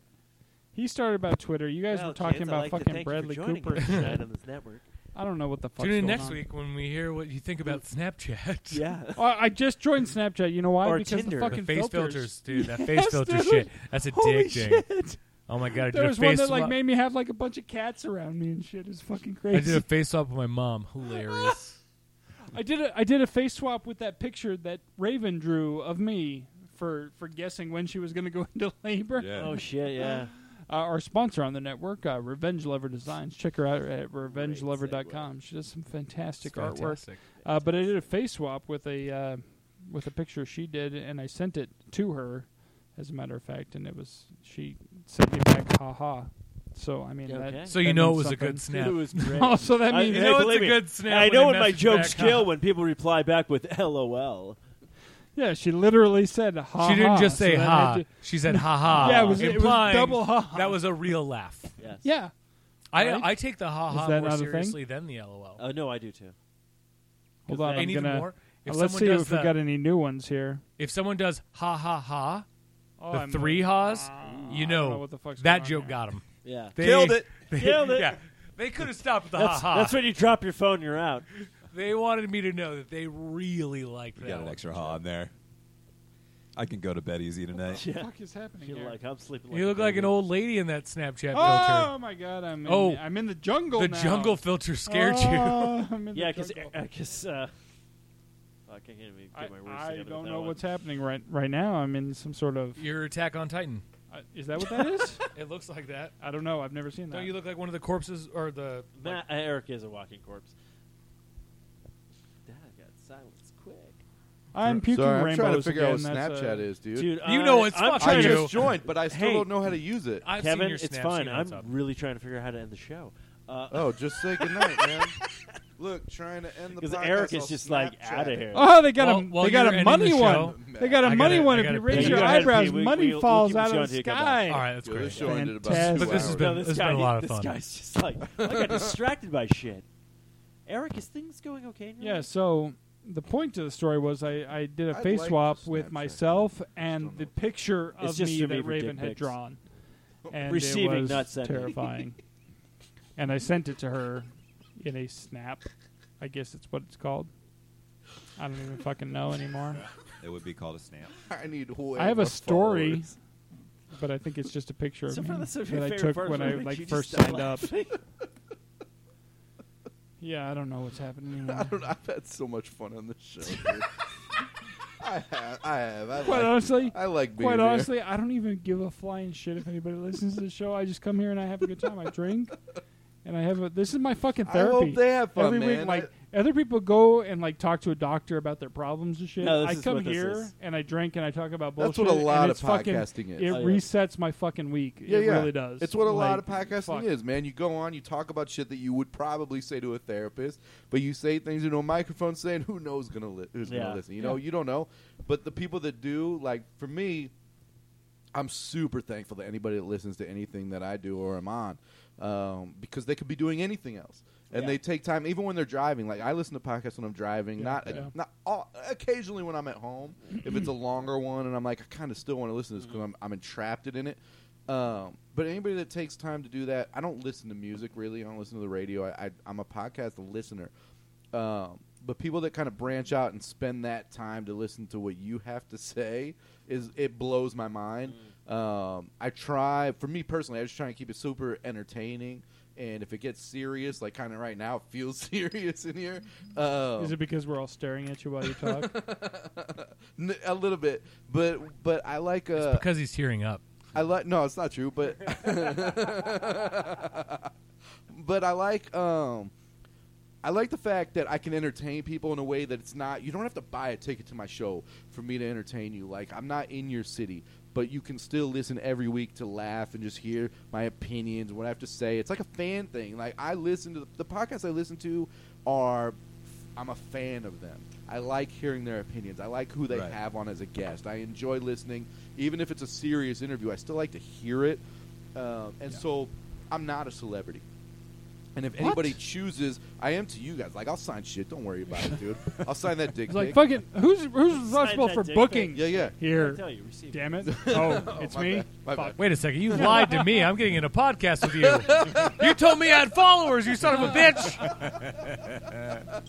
Speaker 2: He started about Twitter. You guys
Speaker 3: Well,
Speaker 2: were talking
Speaker 3: kids, I'd
Speaker 2: about
Speaker 3: like
Speaker 2: fucking
Speaker 3: to thank you for
Speaker 2: Bradley
Speaker 3: joining
Speaker 2: Cooper.
Speaker 3: us tonight on
Speaker 2: [laughs]
Speaker 3: this network.
Speaker 2: I don't know what the fuck.
Speaker 6: Tune in next week when we hear what you think about Snapchat. [laughs]
Speaker 3: Yeah.
Speaker 2: I just joined Snapchat. You know why?
Speaker 3: Or
Speaker 2: because
Speaker 3: Tinder.
Speaker 2: the
Speaker 3: The
Speaker 6: The
Speaker 2: fucking
Speaker 6: face filters.
Speaker 2: filters. [laughs]
Speaker 6: dude. That face filter
Speaker 2: dude.
Speaker 6: shit. That's a
Speaker 3: Holy
Speaker 6: dick
Speaker 3: shit.
Speaker 6: thing. Oh my god, I did
Speaker 2: There
Speaker 6: a
Speaker 2: was one
Speaker 6: face
Speaker 2: that like
Speaker 6: swap.
Speaker 2: made me have like a bunch of cats around me and shit. It's fucking
Speaker 6: I did
Speaker 2: crazy.
Speaker 6: a face swap with my mom. Hilarious.
Speaker 2: I did a I did a face swap with that picture that Raven drew of me for for guessing when she was going to go [laughs] into labor.
Speaker 3: Oh shit, yeah.
Speaker 2: Uh, our sponsor on the network, uh, Revenge Lover Designs. Check her out at revengelover.com. She does some fantastic, artwork.
Speaker 6: Fantastic.
Speaker 2: Uh, but I did a face swap with a uh, with a picture she did, and I sent it to her, as a matter of fact, and it was she sent me back, ha ha. So I mean,
Speaker 3: Okay.
Speaker 2: that,
Speaker 6: So you
Speaker 2: that
Speaker 6: know it
Speaker 2: means
Speaker 6: was a
Speaker 2: something.
Speaker 6: good snap.
Speaker 2: [laughs] Oh, so that
Speaker 3: I-
Speaker 2: means
Speaker 6: You know
Speaker 3: hey,
Speaker 6: it's a
Speaker 3: believe me,
Speaker 6: good snap
Speaker 3: I
Speaker 6: when
Speaker 3: know
Speaker 6: they
Speaker 3: when my
Speaker 6: message
Speaker 3: jokes
Speaker 6: back, huh?
Speaker 3: kill when people reply back with "LOL."
Speaker 2: yeah, she literally said ha.
Speaker 6: She didn't
Speaker 2: ha,
Speaker 6: just
Speaker 2: so
Speaker 6: say
Speaker 2: that
Speaker 6: ha.
Speaker 2: had to-
Speaker 6: she said ha ha.
Speaker 2: [laughs] Yeah, it was- it was
Speaker 6: implying
Speaker 2: double ha ha.
Speaker 6: That was a real laugh.
Speaker 3: Yes.
Speaker 2: yeah, Right?
Speaker 6: I I take the ha
Speaker 2: Is
Speaker 6: ha
Speaker 2: that
Speaker 6: more
Speaker 2: not a thing?
Speaker 6: seriously than the lol.
Speaker 3: Oh no, I do too.
Speaker 2: hold on, I'm
Speaker 6: and even
Speaker 2: gonna.
Speaker 6: more,
Speaker 2: uh,
Speaker 6: if
Speaker 2: let's
Speaker 6: someone
Speaker 2: see
Speaker 6: does
Speaker 2: if we
Speaker 6: the-
Speaker 2: got any new ones here.
Speaker 6: if someone does ha ha ha,
Speaker 2: Oh,
Speaker 6: the
Speaker 2: I'm- Ah,
Speaker 6: three haws, you ah, know,
Speaker 2: know what the fuck's going
Speaker 6: that
Speaker 2: on
Speaker 6: joke
Speaker 2: there. [laughs]
Speaker 6: got him.
Speaker 3: Yeah.
Speaker 6: They,
Speaker 4: Killed it.
Speaker 6: [laughs] They,
Speaker 3: Killed it.
Speaker 6: Yeah, they could have stopped with the ha
Speaker 3: That's,
Speaker 6: ha.
Speaker 3: that's when you drop your phone, you're out.
Speaker 6: They wanted me to know that they really liked
Speaker 4: You
Speaker 6: that.
Speaker 4: got an
Speaker 6: one.
Speaker 4: extra haw in there. I can go to bed easy tonight.
Speaker 2: [laughs] What the fuck is happening
Speaker 3: You're
Speaker 2: here?
Speaker 3: like, I'm sleeping. Like
Speaker 6: You
Speaker 3: a
Speaker 6: look like an
Speaker 3: baby."
Speaker 6: old lady in that Snapchat
Speaker 2: oh my god, I'm in,
Speaker 6: Oh.
Speaker 2: I'm in the jungle.
Speaker 6: filter. The
Speaker 2: now.
Speaker 6: jungle filter scared you.
Speaker 2: oh, I'm in the
Speaker 3: Yeah, because
Speaker 2: jungle.
Speaker 3: I guess. Uh, fuck, I can't even get
Speaker 2: I,
Speaker 3: my words
Speaker 2: I
Speaker 3: together with
Speaker 2: don't
Speaker 3: that
Speaker 2: know
Speaker 3: one.
Speaker 2: what's happening right right now. I'm in some sort of.
Speaker 6: [laughs] Your Attack on Titan.
Speaker 2: Uh, is that what that is?
Speaker 6: It looks like that.
Speaker 2: I don't know. I've never seen that.
Speaker 6: Don't you look like one of the corpses or the?
Speaker 3: Matt, uh, Eric is a walking corpse. Dad got silenced quick.
Speaker 2: I'm puking
Speaker 5: Sorry, I'm
Speaker 2: rainbows
Speaker 5: trying to figure
Speaker 2: again.
Speaker 5: out what
Speaker 2: That's
Speaker 5: Snapchat
Speaker 2: a-
Speaker 5: is, dude.
Speaker 3: Dude,
Speaker 6: You
Speaker 3: I-
Speaker 6: know it's
Speaker 3: I'm
Speaker 6: fucked.
Speaker 5: I
Speaker 3: trying
Speaker 6: Dude.
Speaker 3: to.
Speaker 5: just joined, but I still
Speaker 3: Hey.
Speaker 5: don't know how to use it.
Speaker 6: I've
Speaker 3: Kevin,
Speaker 6: seen your
Speaker 3: it's
Speaker 6: snaps,
Speaker 3: fine.
Speaker 6: you know
Speaker 3: I'm [laughs]
Speaker 6: what's up.
Speaker 3: really trying to figure out how to end the show. Uh,
Speaker 6: Uh,
Speaker 3: Because
Speaker 5: Oh, just say goodnight, man. Look, trying to end the podcast.
Speaker 3: Eric is
Speaker 5: I'll
Speaker 3: just
Speaker 5: Snapchat
Speaker 3: like out of
Speaker 5: it.
Speaker 3: here.
Speaker 2: Oh, they got
Speaker 6: While-
Speaker 2: a
Speaker 6: while
Speaker 2: they got a
Speaker 6: you're ending
Speaker 2: money
Speaker 6: the show-
Speaker 2: one. They got a
Speaker 6: I gotta-
Speaker 2: money one.
Speaker 6: I
Speaker 2: If
Speaker 6: gotta
Speaker 2: you raise
Speaker 6: pee.
Speaker 2: your
Speaker 6: You go ahead and
Speaker 2: eyebrows,
Speaker 3: pee. We-
Speaker 2: money
Speaker 3: we'll- we'll
Speaker 2: falls
Speaker 3: keep
Speaker 2: out
Speaker 3: you
Speaker 2: of
Speaker 3: on
Speaker 2: the
Speaker 3: here. Come on.
Speaker 2: sky.
Speaker 6: All right, that's
Speaker 5: Dude, this
Speaker 6: great.
Speaker 5: show ended about
Speaker 2: Fantastic.
Speaker 5: two
Speaker 6: But this has
Speaker 5: hours.
Speaker 6: been-
Speaker 3: No, this
Speaker 6: it's
Speaker 3: guy,
Speaker 6: been a lot of
Speaker 3: this
Speaker 6: fun.
Speaker 3: guy's just like, I got distracted by shit. Eric, is things going okay? in your
Speaker 2: Yeah.
Speaker 3: life?
Speaker 2: So the point of the story was I, I did a
Speaker 5: I'd
Speaker 2: face
Speaker 5: like
Speaker 2: swap
Speaker 5: to
Speaker 2: with
Speaker 5: Snapchat.
Speaker 2: myself and the picture
Speaker 3: It's
Speaker 2: of
Speaker 3: just
Speaker 2: me
Speaker 3: for me
Speaker 2: that
Speaker 3: for
Speaker 2: Raven
Speaker 3: dick
Speaker 2: had
Speaker 3: pics.
Speaker 2: drawn.
Speaker 5: Oh.
Speaker 2: And it
Speaker 3: Receiving,
Speaker 2: was
Speaker 3: not sending.
Speaker 2: terrifying. [laughs] and I sent it to her in a snap. I guess it's what it's called. I don't even fucking know anymore.
Speaker 4: It would be called a snap.
Speaker 5: I need way
Speaker 2: I have a
Speaker 5: more
Speaker 2: story,
Speaker 5: followers.
Speaker 2: but I think it's just a picture
Speaker 3: So
Speaker 2: of
Speaker 3: far,
Speaker 2: me
Speaker 3: that's
Speaker 2: that I took when I like first signed up. Yeah, I don't know what's happening. anymore.
Speaker 5: [laughs] I don't know. I've had so much fun on this show. dude. I have. I have. I
Speaker 2: Quite
Speaker 5: like,
Speaker 2: honestly,
Speaker 5: I like being
Speaker 2: Quite
Speaker 5: here.
Speaker 2: honestly, I don't even give a flying shit if anybody listens to the show. I just come here and I have a good time. I drink, and I have a. This is my fucking
Speaker 5: I
Speaker 2: therapy.
Speaker 5: hope they have fun,
Speaker 2: Every
Speaker 5: man.
Speaker 2: week, like other people go and like talk to a doctor about their problems and shit.
Speaker 3: No, this
Speaker 2: I
Speaker 3: is
Speaker 2: come
Speaker 3: what this
Speaker 2: here
Speaker 3: is.
Speaker 2: and I drink and I talk about bullshit.
Speaker 5: That's what a lot
Speaker 2: and
Speaker 5: of
Speaker 2: it's fucking-
Speaker 5: podcasting is.
Speaker 2: It
Speaker 5: Oh,
Speaker 3: yeah.
Speaker 2: resets my fucking week.
Speaker 5: yeah,
Speaker 2: it
Speaker 5: yeah.
Speaker 2: really does.
Speaker 5: It's what a lot of
Speaker 2: Like,
Speaker 5: podcasting
Speaker 2: fuck.
Speaker 5: is, man. You go on, you talk about shit that you would probably say to a therapist, but you say things into a microphone saying, "Who knows gonna li- who's
Speaker 3: Yeah.
Speaker 5: gonna listen?" You know, you don't know. But the people that do, like for me, I'm super thankful to anybody that listens to anything that I do or I'm on, um, because they could be doing anything else, and
Speaker 3: Yeah.
Speaker 5: they take time even when they're driving. Like I listen to podcasts when I'm driving, not
Speaker 2: Yeah.
Speaker 5: not all, occasionally when I'm at home. if
Speaker 2: [clears throat]
Speaker 5: it's a longer one, and I'm like, I kind of still want to listen to this because I'm I'm entrapped in it. Um, but anybody that takes time to do that, I don't listen to music really. I don't listen to the radio. I, I I'm a podcast listener. Um, but people that kind of branch out and spend that time to listen to what you have to say is it blows my mind.
Speaker 2: Mm.
Speaker 5: Um, I try for me personally, I just try and keep it super entertaining. And if it gets serious, like kind of right now, it feels [laughs] serious in here. Um,
Speaker 2: Is it because we're all staring at you
Speaker 5: [laughs]
Speaker 2: while you talk?
Speaker 5: n- a little bit, but but I like uh,
Speaker 6: because he's tearing up.
Speaker 5: I like no, it's not true, but but I like um I like the fact that I can entertain people in a way that it's not you don't have to buy a ticket to my show for me to entertain you. Like I'm not in your city, but you can still listen every week to laugh and just hear my opinions, what I have to say. It's like a fan thing. Like I listen to the, the podcasts I listen to are I'm a fan of them. I like hearing their opinions. I like who they
Speaker 4: Right.
Speaker 5: have on as a guest. I enjoy listening, even if it's a serious interview. I still like to hear it, um, and so I'm not a celebrity. And if anybody chooses, I am to you guys. Like I'll sign shit. Don't worry about it, dude. I'll sign that dick
Speaker 2: It's like
Speaker 5: pic.
Speaker 2: fucking who's who's responsible
Speaker 3: that
Speaker 2: for
Speaker 3: dick pic.
Speaker 2: booking?
Speaker 5: Yeah, yeah.
Speaker 3: I
Speaker 2: Here,
Speaker 3: tell you, receive.
Speaker 2: damn
Speaker 5: [laughs]
Speaker 2: it! Oh, it's
Speaker 5: my
Speaker 2: me.
Speaker 5: bad. My
Speaker 2: Fuck.
Speaker 5: bad.
Speaker 6: Wait a second, you lied to me. I'm getting in a podcast with you. You told me I had followers, you son of a
Speaker 5: [laughs]
Speaker 6: bitch.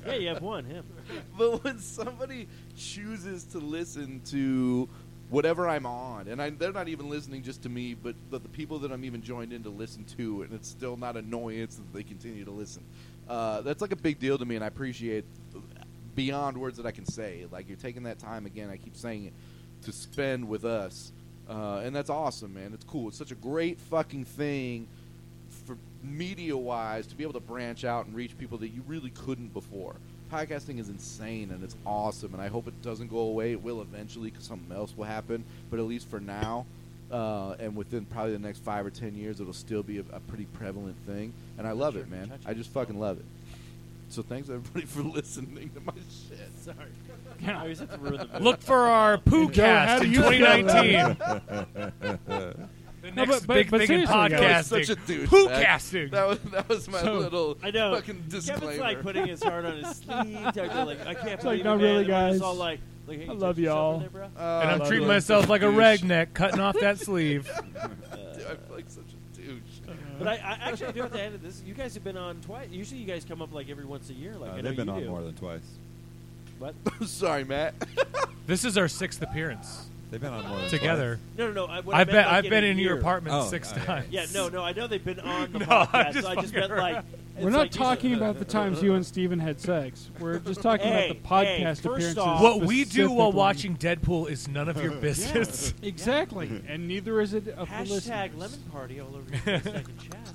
Speaker 3: Yeah, you have one. Him.
Speaker 5: [laughs]
Speaker 3: [laughs]
Speaker 5: But when somebody chooses to listen to whatever I'm on, and I, they're not even listening just to me, but, but the people that I'm even joined in to listen to, and it's still not annoyance that they continue to listen. Uh, that's like a big deal to me, and I appreciate beyond words that I can say. Like you're taking that time again. I keep saying it to spend with us, uh, and that's awesome, man. It's cool. It's such a great fucking thing for media wise to be able to branch out and reach people that you really couldn't before. Podcasting is insane and it's awesome, and I hope it doesn't go away. It will eventually because something else will happen, but at least for now, uh, and within probably the next five or ten years, it'll still be a, a pretty prevalent thing. And I love it, man. I just fucking love it. So thanks everybody for [laughs] listening to my shit.
Speaker 3: Sorry. I
Speaker 2: Yeah.
Speaker 3: always have to ruin the mood.
Speaker 6: Look for our poo
Speaker 2: how
Speaker 6: cast
Speaker 2: do
Speaker 6: in
Speaker 2: you feel about
Speaker 6: 2019. The
Speaker 2: No,
Speaker 6: next
Speaker 2: but- but-
Speaker 6: big
Speaker 2: but
Speaker 6: thing in
Speaker 2: seriously,
Speaker 6: podcasting.
Speaker 2: though.
Speaker 5: That was such a douche.
Speaker 6: Poo
Speaker 5: That-
Speaker 6: casting.
Speaker 5: That was that was my
Speaker 2: So-
Speaker 5: little
Speaker 3: I know.
Speaker 5: fucking disclaimer.
Speaker 3: Kevin's like putting his
Speaker 2: [laughs]
Speaker 3: heart on his sleeve. They're like, I can't believe
Speaker 2: like,
Speaker 3: it,
Speaker 2: no,
Speaker 3: man.
Speaker 2: really,
Speaker 3: And we're just
Speaker 2: guys.
Speaker 3: all like, like, hey,
Speaker 2: I love
Speaker 3: touch yourself
Speaker 2: y'all.
Speaker 3: in there, bro.
Speaker 5: Uh,
Speaker 6: and
Speaker 5: I
Speaker 6: I'm
Speaker 5: feel
Speaker 6: treating
Speaker 5: like
Speaker 6: myself
Speaker 5: such
Speaker 6: like a
Speaker 5: douche.
Speaker 6: redneck, cutting off that sleeve.
Speaker 5: Dude, I feel like such a douche.
Speaker 3: But I, I actually do have to add to this. You guys have been on twice. Usually, you guys come up like every once a year. Like
Speaker 4: Uh,
Speaker 3: I know
Speaker 4: they've been
Speaker 3: you
Speaker 4: on
Speaker 3: do.
Speaker 4: more than twice.
Speaker 3: But
Speaker 5: [laughs] Sorry, Matt.
Speaker 6: This is our sixth appearance
Speaker 4: They've been on more than
Speaker 6: together.
Speaker 3: no, no, no. I, what I
Speaker 6: I've
Speaker 3: meant,
Speaker 6: been
Speaker 3: like,
Speaker 6: I've been
Speaker 3: a
Speaker 6: in your
Speaker 3: year.
Speaker 6: apartment
Speaker 4: Oh,
Speaker 6: six
Speaker 4: okay.
Speaker 6: times.
Speaker 3: Yeah, [laughs] no, no. I know they've been
Speaker 2: [laughs]
Speaker 3: on the
Speaker 6: No, I'm
Speaker 3: podcast.
Speaker 6: just
Speaker 3: so I just
Speaker 6: fucking
Speaker 3: meant like. it's
Speaker 2: We're not
Speaker 3: like usually-
Speaker 2: talking about the times you and Steven had sex. We're just talking
Speaker 3: Hey,
Speaker 2: about the podcast
Speaker 3: hey, first
Speaker 2: appearances.
Speaker 3: off-
Speaker 6: What we do
Speaker 2: specific
Speaker 6: while
Speaker 2: ones.
Speaker 6: watching Deadpool is none of your business.
Speaker 2: exactly, and neither is it of the listeners.
Speaker 3: Hashtag lemon party all over your face, neck, and chest.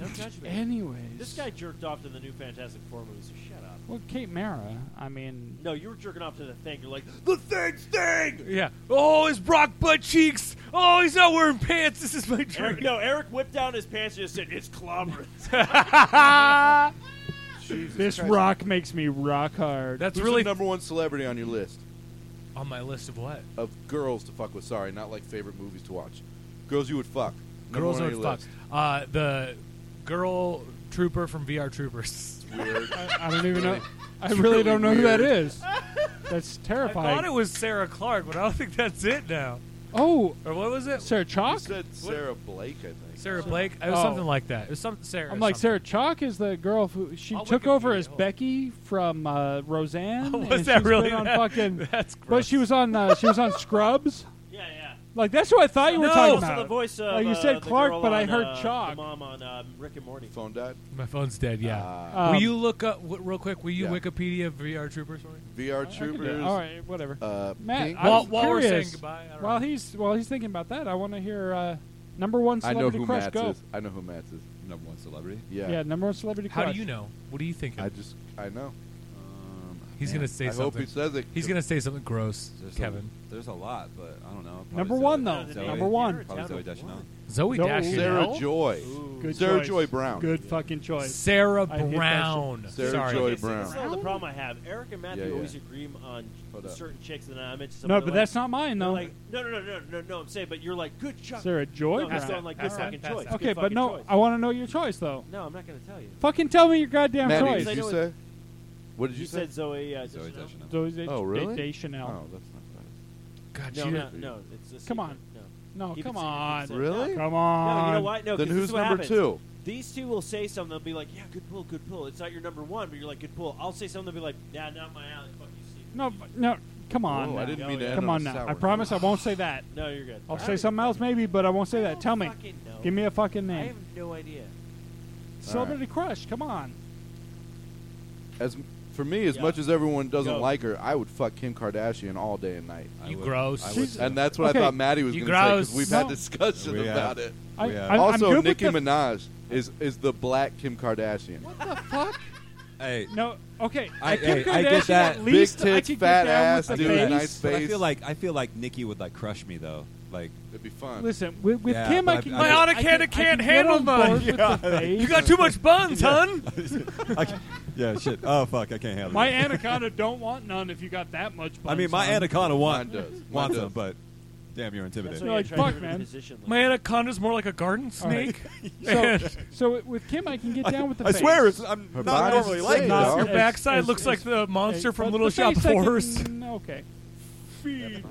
Speaker 3: Don't judge me.
Speaker 2: Anyways,
Speaker 3: This guy jerked off to the new Fantastic Four movie. So shut up.
Speaker 2: Well, Kate Mara. I mean,
Speaker 3: No, you were jerking off to the thing. You're like,
Speaker 5: the thing sting.
Speaker 6: Yeah. Oh, his Brock butt cheeks. Oh, he's not wearing pants. This is my
Speaker 3: Eric,
Speaker 6: drink.
Speaker 3: no. Eric whipped down his pants and just said, "It's clobbering."
Speaker 6: Ah!
Speaker 2: [laughs] this rock makes me rock hard.
Speaker 6: That's
Speaker 5: Who's
Speaker 6: really
Speaker 5: the number one celebrity on your list
Speaker 6: on my list of what?
Speaker 5: of girls to fuck with? Sorry, not like favorite movies to watch. Girls you would fuck. Number
Speaker 6: Girls
Speaker 5: one on
Speaker 6: are
Speaker 5: your
Speaker 6: fuck.
Speaker 2: [laughs]
Speaker 6: Uh, the girl trooper from VR Troopers.
Speaker 5: list. Weird.
Speaker 2: I don't even
Speaker 6: [laughs]
Speaker 2: know. I
Speaker 5: It's
Speaker 2: really,
Speaker 5: really
Speaker 2: don't know who that
Speaker 5: weird.
Speaker 2: is. That's
Speaker 6: I thought
Speaker 2: terrifying.
Speaker 6: it was Sarah Clark, but I don't think that's it now.
Speaker 2: oh,
Speaker 6: Or what was it?
Speaker 2: Sarah
Speaker 5: you
Speaker 2: Chalk.
Speaker 5: said Sarah Blake, I think.
Speaker 6: Sarah Blake. It was
Speaker 2: Oh.
Speaker 6: something like that. It was some Sarah.
Speaker 2: I'm like
Speaker 6: something.
Speaker 2: Sarah Chalk is the girl who she
Speaker 6: I'll
Speaker 2: took
Speaker 6: Wikipedia
Speaker 2: over as
Speaker 6: it, hold on.
Speaker 2: Becky from uh, Roseanne.
Speaker 6: Oh, [laughs]
Speaker 2: and
Speaker 6: was that
Speaker 2: she's been
Speaker 6: really
Speaker 2: on
Speaker 6: that?
Speaker 2: fucking?
Speaker 6: [laughs] That's
Speaker 2: But
Speaker 6: gross.
Speaker 2: she was on uh, she was on Scrubs.
Speaker 3: [laughs] yeah, yeah.
Speaker 2: Like that's who I thought you were
Speaker 6: No!
Speaker 2: talking
Speaker 6: Also
Speaker 2: about.
Speaker 3: Also, the voice of
Speaker 2: like you
Speaker 3: uh,
Speaker 2: said,
Speaker 3: the
Speaker 2: Clark,
Speaker 3: girl
Speaker 2: but I
Speaker 3: on,
Speaker 2: heard
Speaker 3: uh, the
Speaker 2: Chalk.
Speaker 3: mom on um, Rick and Morty.
Speaker 5: Phone died. Uh,
Speaker 6: My phone's dead. Yeah.
Speaker 5: Ah.
Speaker 6: Uh,
Speaker 2: Um,
Speaker 6: will you look up w- real quick? Will you
Speaker 5: yeah.
Speaker 6: Wikipedia VR Troopers for me?
Speaker 5: VR
Speaker 2: I can do it.
Speaker 5: Troopers.
Speaker 2: All right, whatever.
Speaker 5: Uh,
Speaker 2: Matt,
Speaker 5: Pink.
Speaker 2: I was
Speaker 6: While- while we're saying
Speaker 2: curious.
Speaker 6: goodbye, I don't
Speaker 2: while
Speaker 6: know.
Speaker 2: he's while he's thinking about that, I want to hear uh, number one
Speaker 5: I
Speaker 2: celebrity
Speaker 5: know who
Speaker 2: crush.
Speaker 5: Matt's
Speaker 2: go.
Speaker 5: is. I know who Matt's is.
Speaker 4: Number one celebrity.
Speaker 5: Yeah.
Speaker 2: Yeah, number one celebrity
Speaker 6: How
Speaker 2: crush.
Speaker 6: do you know? What do you think?
Speaker 5: I just I know.
Speaker 4: Um,
Speaker 6: He's
Speaker 4: man,
Speaker 6: gonna say
Speaker 5: I
Speaker 6: something.
Speaker 5: hope he says it.
Speaker 6: He's gonna say something gross,
Speaker 4: there's
Speaker 6: Kevin.
Speaker 4: A, there's a lot, but I don't know. Probably
Speaker 2: Number
Speaker 4: Zoe-
Speaker 2: one, though.
Speaker 4: Zoe.
Speaker 2: Number one.
Speaker 4: Probably Zoe Deschanel.
Speaker 6: Zoe
Speaker 2: No.
Speaker 6: Dashiell.
Speaker 5: Sarah Joy.
Speaker 2: Good
Speaker 5: Sarah
Speaker 2: choice.
Speaker 5: Joy Brown.
Speaker 2: Good fucking choice.
Speaker 6: Sarah
Speaker 2: I hate that shit.
Speaker 6: Brown.
Speaker 5: Sarah
Speaker 6: Sorry.
Speaker 5: Joy
Speaker 3: Okay, so
Speaker 5: Brown.
Speaker 3: This is the problem I have. Eric and Matthew
Speaker 5: Yeah, yeah.
Speaker 3: always agree on
Speaker 5: Hold up.
Speaker 3: certain chicks, and I'm into
Speaker 2: No, but that's not mine though.
Speaker 3: Like, no, no, no, no, no, no. I'm saying, but you're like, good chuck.
Speaker 2: Sarah Joy
Speaker 3: No, I'm
Speaker 2: Brown.
Speaker 3: saying, like, good
Speaker 6: All right,
Speaker 3: fucking
Speaker 6: pass
Speaker 3: choice.
Speaker 6: that.
Speaker 2: Okay,
Speaker 3: Good
Speaker 2: but
Speaker 3: fucking
Speaker 2: no,
Speaker 3: choice.
Speaker 2: I want to know your choice though.
Speaker 3: no, I'm not gonna tell you.
Speaker 2: Fucking tell me your goddamn
Speaker 5: Matt,
Speaker 2: choice.
Speaker 5: did you
Speaker 3: Say
Speaker 5: say? What did
Speaker 3: You,
Speaker 5: you say?
Speaker 3: said Zoe. Uh,
Speaker 4: Zoe
Speaker 3: Deschanel?
Speaker 4: Deschanel.
Speaker 2: Those- they-
Speaker 5: Oh, really?
Speaker 2: they- they Chanel.
Speaker 5: Oh, that's not bad.
Speaker 6: God,
Speaker 3: No,
Speaker 6: she-
Speaker 3: no, no. It's a
Speaker 2: Come
Speaker 3: secret.
Speaker 2: on.
Speaker 3: No.
Speaker 2: No,
Speaker 3: Keep it
Speaker 2: Oh, come
Speaker 3: secret,
Speaker 2: on.
Speaker 3: keep it secret.
Speaker 5: Really?
Speaker 2: Come
Speaker 3: No,
Speaker 2: on.
Speaker 3: you know why? No,
Speaker 5: then
Speaker 3: 'cause this
Speaker 5: who's
Speaker 3: is what
Speaker 5: number
Speaker 3: happens.
Speaker 5: two?
Speaker 3: These two will say something. They'll be like, "Yeah, good pull, good pull." It's not your number one, but you're like, "Good pull." I'll say something. They'll be like, "Nah, not my alley." Fuck you, Steve.
Speaker 2: No, but- no. Come on.
Speaker 5: Whoa, I
Speaker 2: now.
Speaker 5: didn't mean
Speaker 3: Go,
Speaker 5: to.
Speaker 3: yeah.
Speaker 5: end
Speaker 2: Come
Speaker 5: on,
Speaker 2: on
Speaker 5: a
Speaker 2: now.
Speaker 5: sour
Speaker 2: I
Speaker 5: note.
Speaker 2: promise I won't say that.
Speaker 3: No, you're good.
Speaker 2: I'll
Speaker 3: All
Speaker 2: say
Speaker 3: right.
Speaker 2: something else maybe, but I won't say that. Tell me.
Speaker 3: Fucking no.
Speaker 2: Give me a fucking
Speaker 3: I
Speaker 2: name.
Speaker 3: have no idea.
Speaker 2: Celebrity crush. Come on.
Speaker 5: As for me, as
Speaker 3: Yeah.
Speaker 5: much as everyone doesn't
Speaker 3: Go.
Speaker 5: like her, I would fuck Kim Kardashian all day and night.
Speaker 4: I
Speaker 6: You
Speaker 4: would-
Speaker 6: gross.
Speaker 4: I would
Speaker 2: She's-
Speaker 4: too.
Speaker 5: And that's what
Speaker 2: Okay.
Speaker 5: I thought Maddie was
Speaker 6: You
Speaker 5: going to say
Speaker 6: gross.
Speaker 5: because we've
Speaker 2: No.
Speaker 5: had discussion
Speaker 4: We have.
Speaker 5: about it.
Speaker 2: I,
Speaker 4: Yeah.
Speaker 2: I,
Speaker 5: also,
Speaker 2: I'm good
Speaker 5: Nicki
Speaker 2: with the-
Speaker 5: Minaj is is the black Kim Kardashian.
Speaker 4: Hey,
Speaker 2: No. Okay.
Speaker 4: I-
Speaker 2: At Kim
Speaker 4: hey, I get
Speaker 2: Kardashian,
Speaker 4: that.
Speaker 2: At
Speaker 5: Big
Speaker 2: least I
Speaker 5: tits,
Speaker 2: could get down
Speaker 5: fat
Speaker 2: with
Speaker 5: ass,
Speaker 2: the
Speaker 5: dude,
Speaker 2: face.
Speaker 5: nice
Speaker 4: but I
Speaker 5: face.
Speaker 4: feel like I feel like Nikki would like crush me though. Like [laughs]
Speaker 5: It'd be fun.
Speaker 2: Listen, with, with
Speaker 4: Yeah,
Speaker 2: Kim,
Speaker 4: but
Speaker 2: I
Speaker 4: I-
Speaker 2: can.
Speaker 4: I-
Speaker 2: get-
Speaker 6: Bionic
Speaker 2: I can-
Speaker 6: hand
Speaker 2: I can
Speaker 6: can't
Speaker 2: get
Speaker 6: handle
Speaker 2: on
Speaker 6: mine.
Speaker 2: board with the face.
Speaker 6: too much buns, hun.
Speaker 4: I c- yeah, shit. Oh fuck, I can't handle
Speaker 2: My
Speaker 4: it.
Speaker 2: [laughs] anaconda don't want none if you got that much.
Speaker 4: I mean, my
Speaker 2: buns on.
Speaker 4: anaconda
Speaker 5: Mine
Speaker 4: want,
Speaker 5: does. Mine
Speaker 4: wants
Speaker 5: does.
Speaker 4: them, but damn, you're
Speaker 3: That's
Speaker 4: intimidating.
Speaker 2: You're
Speaker 3: why
Speaker 2: like,
Speaker 3: I tried to
Speaker 2: fuck,
Speaker 3: put
Speaker 2: man.
Speaker 3: a Position like
Speaker 6: My anaconda's more like a garden snake. [laughs]
Speaker 2: So, so with Kim, I can
Speaker 4: [laughs]
Speaker 2: get down with the
Speaker 4: I
Speaker 2: face.
Speaker 4: swear, it's, I'm
Speaker 5: Her
Speaker 4: not
Speaker 5: body's
Speaker 4: normally like
Speaker 5: insane,
Speaker 4: this.
Speaker 5: dog.
Speaker 6: Your
Speaker 2: It's-
Speaker 6: backside
Speaker 2: it's-
Speaker 6: looks like the monster
Speaker 2: But
Speaker 6: from Little
Speaker 2: the
Speaker 6: Shop
Speaker 2: face
Speaker 6: of
Speaker 2: I can- [laughs]
Speaker 6: Horrors.
Speaker 2: Okay.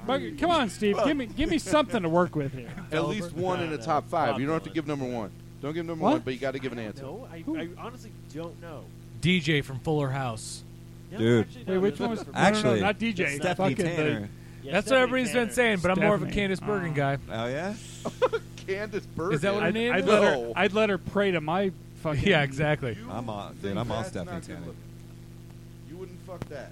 Speaker 2: But come on, Steve. Give me
Speaker 6: [laughs]
Speaker 2: give me something to work with here.
Speaker 5: At least one in the top five. You don't have to give number one. Don't give number
Speaker 2: What?
Speaker 5: one, but you got to give an answer.
Speaker 3: No, I, I honestly don't know.
Speaker 6: DJ from Fuller House.
Speaker 3: No,
Speaker 4: Dude.
Speaker 3: actually,
Speaker 2: Wait,
Speaker 3: no,
Speaker 2: which
Speaker 3: no,
Speaker 2: one was
Speaker 3: no, no.
Speaker 4: Actually,
Speaker 2: no, no, not DJ?
Speaker 4: Stephanie
Speaker 2: fucking the-
Speaker 4: Tanner.
Speaker 3: Yeah,
Speaker 6: That's what
Speaker 3: Stephanie
Speaker 6: everybody's been
Speaker 3: Tanner.
Speaker 6: saying, but I'm more of a
Speaker 2: Stephanie.
Speaker 6: Candace Bergen guy.
Speaker 4: Oh yeah.
Speaker 5: Candace Bergen.
Speaker 6: Is that what her
Speaker 2: I'd,
Speaker 6: name
Speaker 2: I'd
Speaker 6: is?
Speaker 2: let her.
Speaker 5: No.
Speaker 2: I'd let her pray to my fucking.
Speaker 6: [laughs]
Speaker 2: [laughs]
Speaker 6: Yeah, exactly.
Speaker 4: I'm on, dude.
Speaker 5: think
Speaker 4: I'm on
Speaker 5: that's
Speaker 4: Stephanie
Speaker 5: not good
Speaker 4: Tanner.
Speaker 5: looking? You wouldn't fuck that.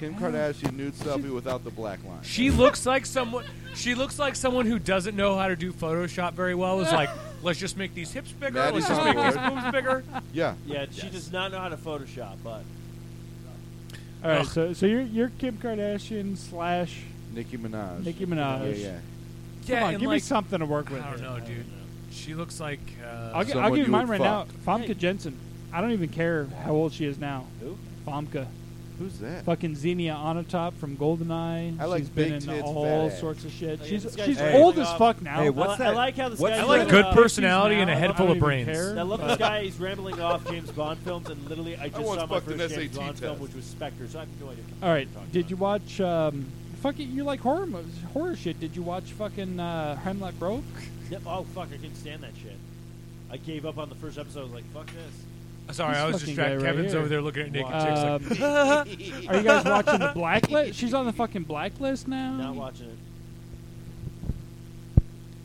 Speaker 5: Kim Kardashian nude selfie without the black line.
Speaker 6: She looks like someone. She looks like someone who doesn't know how to do Photoshop very well. Is like, let's just make these hips bigger.
Speaker 5: Maddie
Speaker 6: let's just make
Speaker 5: Seymour.
Speaker 6: these boobs bigger.
Speaker 5: Yeah.
Speaker 3: Yeah, she does not know how to Photoshop, but
Speaker 2: All right. So, so you're you're Kim Kardashian slash.
Speaker 5: Nicki Minaj.
Speaker 2: Nicki Minaj.
Speaker 5: Yeah, yeah.
Speaker 6: Yeah,
Speaker 2: come on,
Speaker 6: and
Speaker 2: give me
Speaker 6: like-
Speaker 2: something to work with.
Speaker 6: I don't
Speaker 2: here.
Speaker 6: know, dude. She looks like. Uh,
Speaker 2: I'll, gi- I'll
Speaker 5: Someone
Speaker 2: give you
Speaker 5: you
Speaker 2: mine
Speaker 5: would
Speaker 2: right now. Famke
Speaker 3: Hey.
Speaker 2: Jensen. I don't even care how old she is now.
Speaker 3: who?
Speaker 2: Famke.
Speaker 5: Who's that?
Speaker 2: Fucking Xenia Onatop from GoldenEye.
Speaker 5: I like
Speaker 2: she's been
Speaker 5: big
Speaker 2: in
Speaker 5: tits,
Speaker 2: all
Speaker 5: fat ass.
Speaker 2: sorts of shit.
Speaker 3: Oh, yeah,
Speaker 2: she's
Speaker 3: this guy's
Speaker 2: she's
Speaker 4: Hey.
Speaker 2: old as
Speaker 3: off.
Speaker 2: fuck now.
Speaker 4: Hey,
Speaker 2: I
Speaker 4: what's
Speaker 3: I, I
Speaker 4: that?
Speaker 3: like how this
Speaker 4: What's
Speaker 3: guy's
Speaker 4: that?
Speaker 6: I like
Speaker 3: uh,
Speaker 6: good
Speaker 2: think she's
Speaker 6: personality
Speaker 2: now.
Speaker 6: and a head
Speaker 2: I
Speaker 6: full
Speaker 2: don't
Speaker 6: of
Speaker 2: even
Speaker 6: brains.
Speaker 2: care,
Speaker 3: I love
Speaker 2: but-
Speaker 3: this guy. He's rambling off James Bond films, and literally, I just
Speaker 5: once
Speaker 3: saw my
Speaker 5: fucked an
Speaker 3: first James
Speaker 5: SAT
Speaker 3: Bond
Speaker 5: test.
Speaker 3: film, which was Spectre. So I have no idea.
Speaker 2: All right. Did you watch? Um, fuck it. You like horror movies, horror shit? Did you watch fucking uh, Hemlock Grove?
Speaker 3: Yep. Oh fuck! I couldn't stand that shit. I gave up on the first episode. I was like, "Fuck this."
Speaker 6: Sorry,
Speaker 2: This
Speaker 6: I was
Speaker 2: fucking
Speaker 6: distracted.
Speaker 2: guy right
Speaker 6: Kevin's
Speaker 2: here.
Speaker 6: over there looking at naked
Speaker 2: Um,
Speaker 6: chicks. Like, [laughs]
Speaker 2: are you guys watching the blacklist? She's on the fucking blacklist now.
Speaker 3: Not watching it.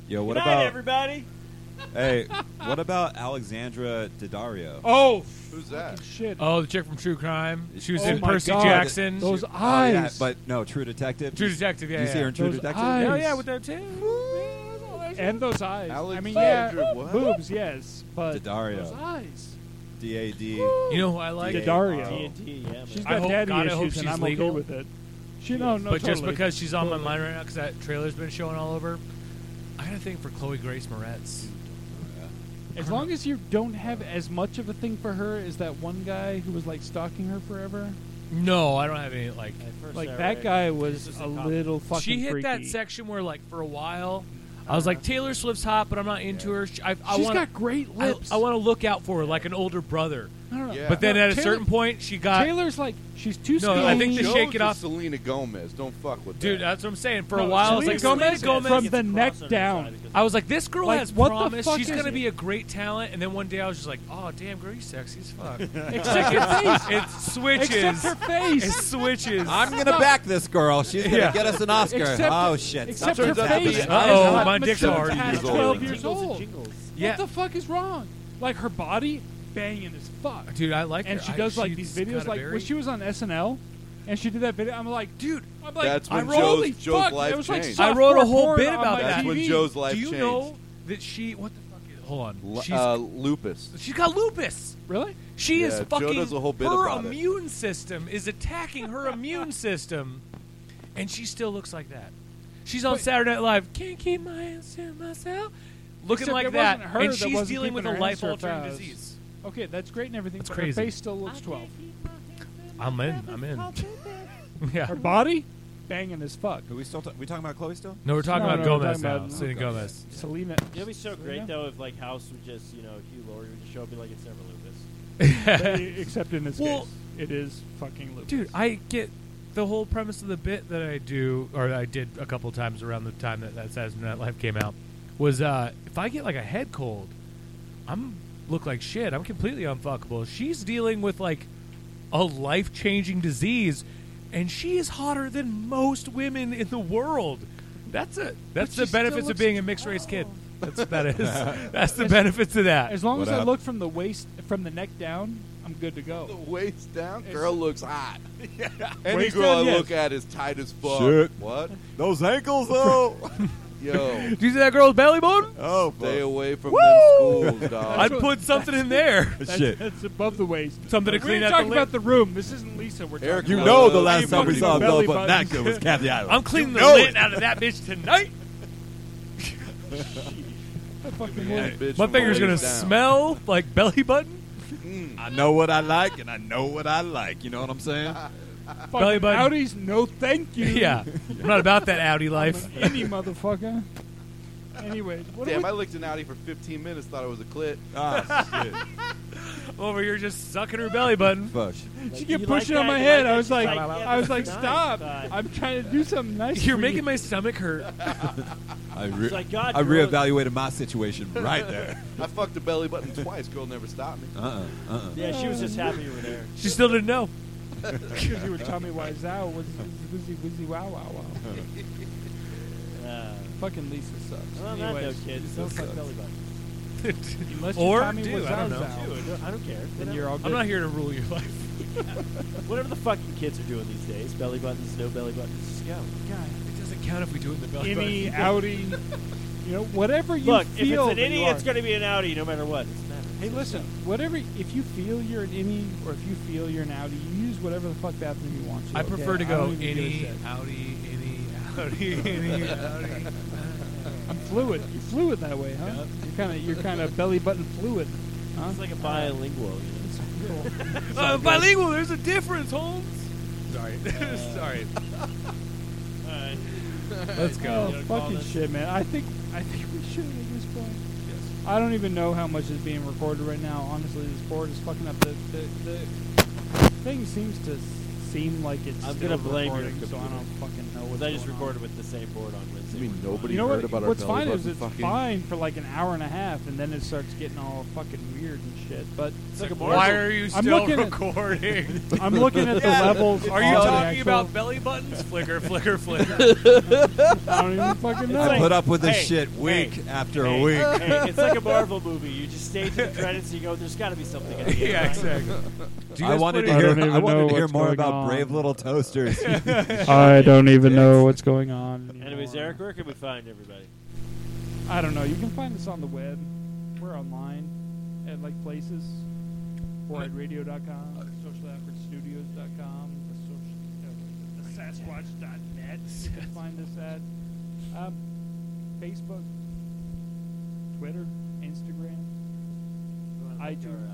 Speaker 4: Yo, what
Speaker 3: Good night,
Speaker 4: about
Speaker 3: everybody?
Speaker 4: hey? What about Alexandra Daddario?
Speaker 6: oh,
Speaker 5: Who's that?
Speaker 2: Shit.
Speaker 6: oh, the chick from True Crime. She was
Speaker 2: Oh
Speaker 6: in
Speaker 2: my
Speaker 6: Percy
Speaker 2: God.
Speaker 6: Jackson.
Speaker 2: Those
Speaker 4: Oh,
Speaker 2: eyes.
Speaker 4: yeah, but no, True Detective.
Speaker 6: True Detective.
Speaker 4: Did
Speaker 6: Yeah,
Speaker 4: you
Speaker 6: yeah.
Speaker 4: see her in True
Speaker 2: Those
Speaker 4: Detective?
Speaker 2: eyes.
Speaker 6: Oh yeah, with that too.
Speaker 2: and those eyes. I mean,
Speaker 5: Alexander
Speaker 2: yeah,
Speaker 5: what?
Speaker 2: boobs, yes, but
Speaker 4: Daddario.
Speaker 2: those eyes.
Speaker 4: D A D.
Speaker 6: You know who I like?
Speaker 4: Yeah.
Speaker 2: Daddario.
Speaker 4: Oh.
Speaker 3: TNT. Yeah. Man.
Speaker 2: She's
Speaker 6: I
Speaker 2: got
Speaker 6: hope-
Speaker 2: daddy
Speaker 6: God, I
Speaker 2: issues,
Speaker 6: hope
Speaker 2: and
Speaker 6: she's
Speaker 2: I'm
Speaker 6: legal.
Speaker 2: okay with it. She no, no,
Speaker 6: but just
Speaker 2: totally.
Speaker 6: because she's on my mind right now, because that trailer's been showing all over, I got a thing for Chloe Grace Moretz.
Speaker 2: as long as you don't have as much of a thing for her as that one guy who was like stalking her forever,
Speaker 6: No, I don't have any like.
Speaker 3: At first
Speaker 2: like
Speaker 3: I
Speaker 2: that
Speaker 3: read-
Speaker 2: guy
Speaker 3: This
Speaker 2: was
Speaker 3: is
Speaker 2: a
Speaker 3: a cop.
Speaker 2: little fucking.
Speaker 6: She hit that
Speaker 2: freaky.
Speaker 6: section where like for a while, I was like Taylor Swift's hot, but I'm not into her. She, I, I
Speaker 2: She's
Speaker 6: wanna,
Speaker 2: got great
Speaker 6: I,
Speaker 2: lips.
Speaker 6: I want to look out for her like an older brother.
Speaker 2: I don't know.
Speaker 5: Yeah.
Speaker 6: But then
Speaker 2: No,
Speaker 6: at a
Speaker 2: Taylor-
Speaker 6: certain point, she got.
Speaker 2: Taylor's like she's too.
Speaker 6: No, I
Speaker 2: skinny.
Speaker 6: think the
Speaker 5: Joe's
Speaker 2: [laughs]
Speaker 6: shake it
Speaker 5: just
Speaker 6: off-
Speaker 5: Selena Gomez. Don't fuck with
Speaker 6: Dude,
Speaker 5: that.
Speaker 6: that's what I'm saying. For a
Speaker 2: No,
Speaker 6: while, I was
Speaker 2: Selena
Speaker 6: like, Selena
Speaker 2: Gomez
Speaker 6: Gomez.
Speaker 2: from the neck down.
Speaker 6: I was like, this girl
Speaker 2: Like,
Speaker 6: has
Speaker 2: what the
Speaker 6: promise.
Speaker 2: fuck
Speaker 6: She's
Speaker 2: is
Speaker 6: gonna
Speaker 2: it?
Speaker 6: be a great talent. And then one day, I was just like, oh damn, girl, you sexy
Speaker 4: [laughs]
Speaker 6: as fuck.
Speaker 2: Except
Speaker 6: [laughs]
Speaker 2: her face.
Speaker 6: it switches.
Speaker 2: Except her
Speaker 6: It
Speaker 2: face.
Speaker 6: switches.
Speaker 4: I'm gonna back this girl. She's gonna
Speaker 6: Yeah.
Speaker 4: get us an Oscar.
Speaker 2: Except-
Speaker 4: oh shit!
Speaker 2: Except her
Speaker 5: Turns out to be
Speaker 2: face. Uh,
Speaker 5: an
Speaker 6: Uh-oh,
Speaker 2: is not
Speaker 6: Oh, my dick's
Speaker 2: mature
Speaker 6: already
Speaker 2: past
Speaker 5: years old.
Speaker 2: Twelve years
Speaker 7: Jingles and
Speaker 2: old.
Speaker 7: jingles.
Speaker 6: yeah,
Speaker 2: What the fuck is wrong? Like her body, banging as fuck.
Speaker 6: dude, I like
Speaker 2: and
Speaker 6: her.
Speaker 2: she
Speaker 6: I-
Speaker 2: does like
Speaker 6: she's
Speaker 2: these videos.
Speaker 6: gotta
Speaker 2: Like
Speaker 6: bury-
Speaker 2: when she was on SNL, and she did that video. I'm like, dude. I'm like,
Speaker 5: That's when
Speaker 2: I holy
Speaker 5: Joe's- Joe's
Speaker 2: fuck,
Speaker 5: life
Speaker 2: that was like
Speaker 5: changed.
Speaker 6: I wrote a
Speaker 2: softcore
Speaker 6: whole
Speaker 2: porn
Speaker 6: bit
Speaker 2: on
Speaker 6: about
Speaker 2: my
Speaker 6: that.
Speaker 5: That's when
Speaker 2: TV.
Speaker 5: Joe's life
Speaker 6: Do you
Speaker 5: changed.
Speaker 6: know that she? What the fuck? Is, hold on.
Speaker 5: L-
Speaker 6: She's,
Speaker 5: uh, lupus.
Speaker 6: she's got lupus.
Speaker 2: really?
Speaker 6: She
Speaker 5: Yeah,
Speaker 6: is
Speaker 5: Joe
Speaker 6: fucking.
Speaker 5: does a whole bit
Speaker 6: her
Speaker 5: about it.
Speaker 6: immune system is attacking her immune system, and she still looks like that. She's on Saturday Night Live. Can't keep my hands to myself. Looking
Speaker 2: Except
Speaker 6: like
Speaker 2: it
Speaker 6: that,
Speaker 2: wasn't her
Speaker 6: and
Speaker 2: that
Speaker 6: she's
Speaker 2: wasn't
Speaker 6: dealing
Speaker 2: keeping
Speaker 6: with
Speaker 2: her
Speaker 6: a
Speaker 2: hands to her
Speaker 6: life-altering
Speaker 2: thighs.
Speaker 6: disease.
Speaker 2: Okay, that's great and everything.
Speaker 6: That's
Speaker 2: but
Speaker 6: crazy.
Speaker 2: Her face still looks twelve.
Speaker 6: I'm in. I'm [laughs] in. yeah.
Speaker 2: Her body, banging as fuck.
Speaker 4: Are we still ta- we talking about Chloe still?
Speaker 6: No, we're talking
Speaker 2: No,
Speaker 6: about
Speaker 2: no, we're talking
Speaker 6: Gomez now.
Speaker 2: about-
Speaker 6: Selena Gomez.
Speaker 2: Selena.
Speaker 7: It would be so great
Speaker 2: Yeah.
Speaker 7: though if like House would just you know Hugh Laurie would just show up and be like it's never lupus.
Speaker 2: [laughs] Except in this
Speaker 6: Well-
Speaker 2: case, it is fucking lupus.
Speaker 6: Dude, I get the whole premise of the bit that I do, or I did a couple times around the time that that Saturday Night Live came out, was uh, if I get like a head cold, I'm look like shit. I'm completely unfuckable. She's dealing with like a life changing disease, and she is hotter than most women in the world. That's it. That's
Speaker 2: she
Speaker 6: the
Speaker 2: still
Speaker 6: benefits of
Speaker 2: looks-
Speaker 6: being a mixed race kid. That's what that is. That's the benefits of that.
Speaker 2: as long
Speaker 4: What
Speaker 2: as I
Speaker 4: up?
Speaker 2: look from the waist, from the neck down, I'm good to go.
Speaker 5: The waist down, girl
Speaker 6: [laughs]
Speaker 5: looks hot. Any
Speaker 2: Waist
Speaker 5: girl
Speaker 2: down,
Speaker 5: I
Speaker 2: yes.
Speaker 5: look at is tight as fuck.
Speaker 4: Shit.
Speaker 2: [laughs]
Speaker 5: What?
Speaker 4: Those ankles
Speaker 5: [laughs]
Speaker 4: though.
Speaker 5: Yo,
Speaker 6: Do you see that girl's belly button?
Speaker 4: oh,
Speaker 5: stay away from
Speaker 6: Woo!
Speaker 5: them schools, dog.
Speaker 6: I'd put something
Speaker 2: [laughs]
Speaker 6: in there.
Speaker 2: That's,
Speaker 4: shit.
Speaker 2: that's above the waist.
Speaker 6: Something to
Speaker 2: we
Speaker 6: clean
Speaker 2: ain't
Speaker 6: out the
Speaker 2: talking
Speaker 6: lip.
Speaker 2: about the room. This isn't Lisa. We're
Speaker 5: Eric,
Speaker 2: talking
Speaker 4: You
Speaker 5: Uh,
Speaker 2: about.
Speaker 4: know the
Speaker 5: any
Speaker 4: last time we
Speaker 2: fucking
Speaker 4: saw
Speaker 2: belly
Speaker 4: Bill Button
Speaker 2: buttons.
Speaker 4: that good was Kathy Island.
Speaker 6: I'm cleaning the
Speaker 4: know
Speaker 6: lint
Speaker 4: it.
Speaker 6: out of that bitch tonight.
Speaker 2: The fucking
Speaker 5: Yeah,
Speaker 2: woman.
Speaker 5: bitch
Speaker 6: My
Speaker 5: from the
Speaker 6: finger's gonna
Speaker 5: waist down. Mm.
Speaker 6: smell like belly [laughs] button.
Speaker 4: I know what I like, and I know what I like. You know what I'm saying?
Speaker 2: Fucking
Speaker 6: belly button.
Speaker 2: Audis, no thank you.
Speaker 6: Yeah, I'm not about that Audi [laughs] life.
Speaker 2: [laughs] Any motherfucker. Anyways, what
Speaker 5: Damn,
Speaker 2: are
Speaker 5: I licked an Audi for 15 minutes. Thought it was a clit.
Speaker 4: Ah, shit.
Speaker 6: I'm over here just sucking her belly button.
Speaker 4: Fuck.
Speaker 2: we,
Speaker 7: Like,
Speaker 2: she kept
Speaker 7: you like
Speaker 2: pushing
Speaker 7: that?
Speaker 2: on my
Speaker 7: You
Speaker 2: head.
Speaker 7: like
Speaker 2: I was
Speaker 7: that?
Speaker 2: like,
Speaker 7: She's like, yeah,
Speaker 2: I was like,
Speaker 7: that's nice,
Speaker 2: stop.
Speaker 7: but-
Speaker 2: I'm trying to do something nice.
Speaker 6: You're
Speaker 2: for
Speaker 6: making
Speaker 2: you.
Speaker 6: my stomach hurt.
Speaker 4: I, re-
Speaker 7: like, God,
Speaker 4: I
Speaker 7: girl-
Speaker 4: reevaluated my
Speaker 7: [laughs]
Speaker 4: situation right there.
Speaker 5: I fucked the belly button twice. Girl never stopped me.
Speaker 4: Uh-uh, uh-uh.
Speaker 7: Yeah, she was just happy you were [laughs] there.
Speaker 6: She still didn't know.
Speaker 2: [laughs]
Speaker 6: [laughs]
Speaker 2: because you were Tommy Wiseau. Was wizzy wizzy wow wow wow.
Speaker 7: Uh,
Speaker 2: Fucking Lisa sucks.
Speaker 7: well, on that
Speaker 2: Anyways,
Speaker 7: note, kids,
Speaker 2: Lisa
Speaker 7: don't fuck
Speaker 2: sucks.
Speaker 7: belly button.
Speaker 2: Unless
Speaker 6: Or
Speaker 2: you're Tommy
Speaker 6: do, I don't know.
Speaker 2: Wiseau,
Speaker 7: Dude, I don't- I don't care.
Speaker 2: then you're all good.
Speaker 6: I'm not here to rule your life.
Speaker 7: Whatever the fucking kids are doing these days, belly buttons, no belly buttons, just go.
Speaker 2: God.
Speaker 6: It doesn't count if we do it in the belly
Speaker 2: any
Speaker 6: button.
Speaker 2: Audi, [laughs] you know, whatever you
Speaker 7: Look, if it's
Speaker 2: feel.
Speaker 7: an
Speaker 2: that you
Speaker 7: innie,
Speaker 2: are.
Speaker 7: it's going to be an Audi no matter what. It doesn't matter.
Speaker 2: Hey, listen, whatever. If you feel you're an innie or if you feel you're an Audi, you use whatever the fuck bathroom you want to.
Speaker 6: I
Speaker 2: okay?
Speaker 6: prefer to
Speaker 2: I
Speaker 6: go
Speaker 2: don't even give a
Speaker 6: any
Speaker 2: shit.
Speaker 6: Audi, any Audi, [laughs] any Audi.
Speaker 2: I'm fluid. You're fluid that way, huh? You're kind of you're kind of belly button fluid. Huh?
Speaker 7: It's like a bilingual. You know?
Speaker 2: It's cool.
Speaker 6: Uh, bilingual. There's a difference, Holmes. Sorry, sorry.
Speaker 2: [laughs]
Speaker 6: Let's
Speaker 2: Oh,
Speaker 6: go.
Speaker 2: fucking shit, man. I think I think we should at this point. I don't even know how much is being recorded right now. Honestly, this board is fucking up. The the, the thing seems to s- seem like it's.
Speaker 7: I'm
Speaker 2: still
Speaker 7: gonna blame your
Speaker 2: recording, so I
Speaker 7: computer.
Speaker 2: don't fucking know what.
Speaker 7: I just recorded with the same board on Wednesday.
Speaker 5: You mean nobody
Speaker 2: You know
Speaker 5: heard
Speaker 2: what?
Speaker 5: about our
Speaker 2: what's
Speaker 5: belly
Speaker 2: fine
Speaker 5: button
Speaker 2: is it's
Speaker 5: fucking?
Speaker 2: fine for like an hour and a half, and then it starts getting all fucking weird and shit. But
Speaker 6: Why are you
Speaker 2: I'm
Speaker 6: still
Speaker 2: looking at-
Speaker 6: recording?
Speaker 2: [laughs] I'm looking at the levels.
Speaker 6: Are you
Speaker 2: on the
Speaker 6: talking
Speaker 2: actual-
Speaker 6: about belly buttons? Flicker,
Speaker 2: [laughs]
Speaker 6: flicker,
Speaker 2: I
Speaker 6: flicker.
Speaker 2: don't even fucking know.
Speaker 4: I put up with this
Speaker 7: Hey,
Speaker 4: shit week
Speaker 7: hey,
Speaker 4: after
Speaker 7: hey,
Speaker 4: a week.
Speaker 7: hey, it's
Speaker 5: [laughs]
Speaker 7: like a Marvel movie. You just stay to the credits and you go, there's got to be something. At the
Speaker 5: [laughs]
Speaker 7: end,
Speaker 6: yeah,
Speaker 7: right?
Speaker 6: exactly.
Speaker 4: I wanted to
Speaker 2: it- I
Speaker 4: hear.
Speaker 2: don't
Speaker 4: I
Speaker 2: even know
Speaker 4: wanted to hear
Speaker 2: what's
Speaker 4: more
Speaker 2: going
Speaker 4: about
Speaker 2: on.
Speaker 4: brave little
Speaker 7: [laughs]
Speaker 4: toasters.
Speaker 2: I don't even know what's going on. Anymore.
Speaker 7: Anyways, Eric, where can we find everybody?
Speaker 2: I don't know. You can find us on the web. We're online at like places.
Speaker 6: Uh,
Speaker 2: Boardradio.com, socialaffortstudios.com, the, social, uh, the
Speaker 6: [laughs]
Speaker 2: Sasquatch.net. You can find us at um, Facebook, Twitter, Instagram.
Speaker 7: I do.
Speaker 2: iTunes.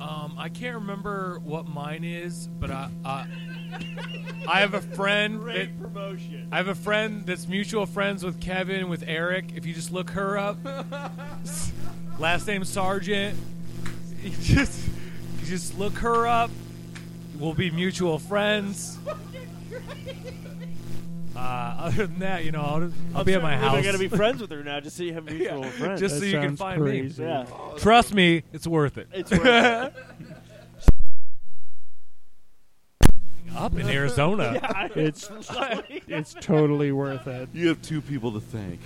Speaker 6: Um, I can't remember what mine is, but I, uh, I have a friend. That,
Speaker 3: Great promotion.
Speaker 6: I have a friend that's mutual friends with Kevin, with Eric. If you just look
Speaker 3: [laughs]
Speaker 6: her up, last name Sargent. You just, you just look her up. We'll be mutual
Speaker 3: [laughs]
Speaker 6: friends. Uh, other than that, you know, I'll, I'll be at my house.
Speaker 3: I'm [laughs] gonna be friends with her now, just so you have mutual friends.
Speaker 6: just so you can find
Speaker 2: crazy.
Speaker 6: me.
Speaker 3: yeah,
Speaker 6: [laughs] Trust me, it's worth it.
Speaker 3: it's worth [laughs] it.
Speaker 6: Up
Speaker 3: [laughs]
Speaker 6: in Arizona. [laughs]
Speaker 2: It's it's totally worth it.
Speaker 5: You have two people to thank.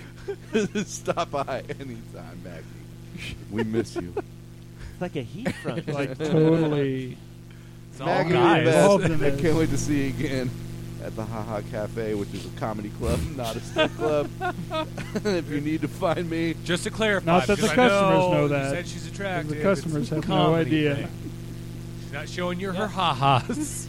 Speaker 5: [laughs] Stop by anytime, Maggie. We miss you.
Speaker 3: It's like a [laughs] heat front.
Speaker 2: Like totally.
Speaker 6: It's all
Speaker 5: Maggie,
Speaker 6: guys.
Speaker 5: you're the best.
Speaker 2: All of them
Speaker 5: I
Speaker 2: is.
Speaker 5: can't wait to see you again at the Haha Cafe, which is a comedy club, not a strip club. [laughs] if you need to find me,
Speaker 6: Just to clarify,
Speaker 2: Not that the
Speaker 6: because I
Speaker 2: customers know
Speaker 6: you
Speaker 2: that.
Speaker 6: Said she's attractive.
Speaker 2: The customers
Speaker 6: it's a
Speaker 2: have no
Speaker 6: comedy
Speaker 2: idea.
Speaker 6: thing. She's not showing you her ha-has.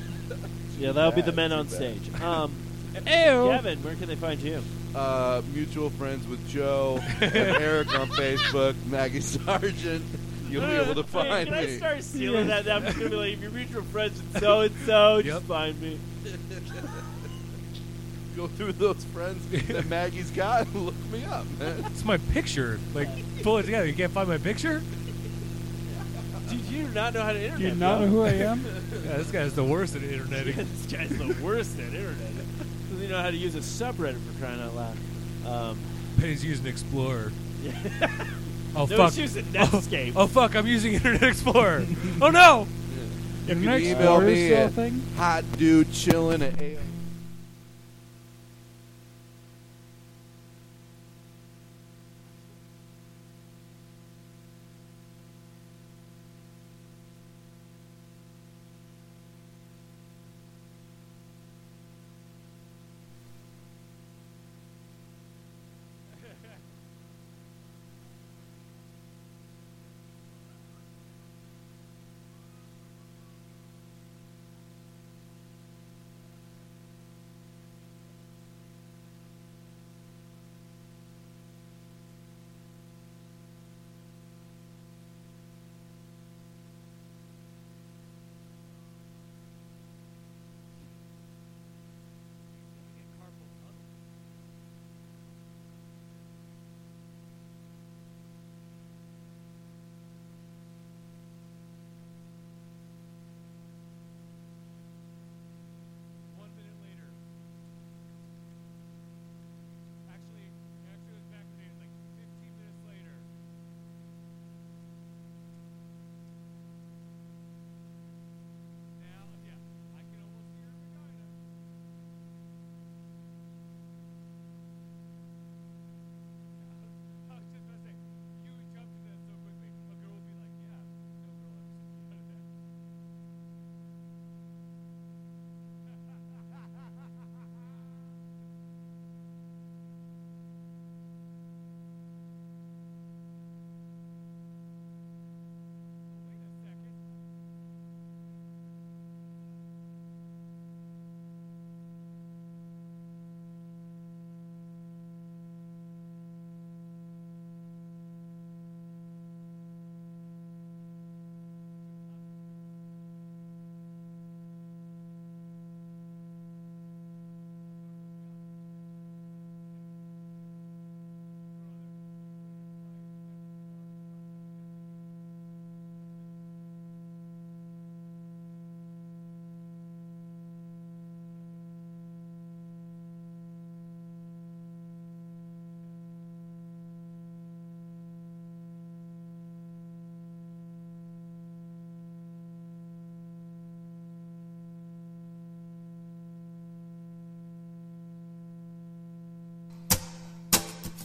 Speaker 3: yeah, that'll be the men
Speaker 5: bad, too
Speaker 3: on
Speaker 5: bad.
Speaker 3: [laughs] stage. Um,
Speaker 6: Ew.
Speaker 3: Kevin, where can they find you?
Speaker 5: uh, mutual friends with Joe and Eric on Facebook, Maggie Sargent. You'll be able to
Speaker 3: Hey,
Speaker 5: find
Speaker 3: can I
Speaker 5: me.
Speaker 3: [laughs] start stealing that? I'm just gonna be like, if you're mutual friends with so and so, just
Speaker 6: Yep.
Speaker 3: find me.
Speaker 5: Go through those friends that Maggie's got and look me up, man.
Speaker 6: It's my picture. Like, pull it together. You can't find my picture?
Speaker 3: Dude, you do not know how to internet.
Speaker 2: Do you not know
Speaker 3: bro.
Speaker 2: who I
Speaker 6: [laughs]
Speaker 2: am?
Speaker 6: Yeah, this guy's the worst at interneting.
Speaker 3: this guy's the worst at internet. [laughs] Doesn't even know how to use a subreddit for crying out loud. Um,
Speaker 6: He's using Explorer. oh,
Speaker 3: no,
Speaker 6: fuck.
Speaker 3: he's using Netscape.
Speaker 6: Oh, fuck. I'm using Internet Explorer. oh, no.
Speaker 2: If
Speaker 5: you email me at-
Speaker 2: thing?
Speaker 5: Hot dude chilling at AO.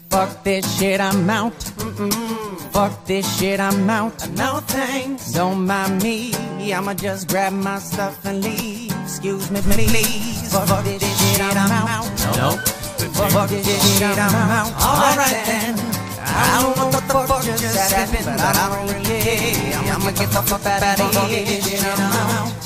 Speaker 8: Fuck this shit, I'm out. Fuck this shit, I'm out. No thanks. Don't mind me. I'ma just grab my stuff and leave. Excuse me, please. Fuck, this shit, I'm out. No. Fuck, this shit, I'm out. Alright then. I don't know what the fuck just happened, but I don't really care. I'ma get the fuck out of here. Fuck this shit, I'm out.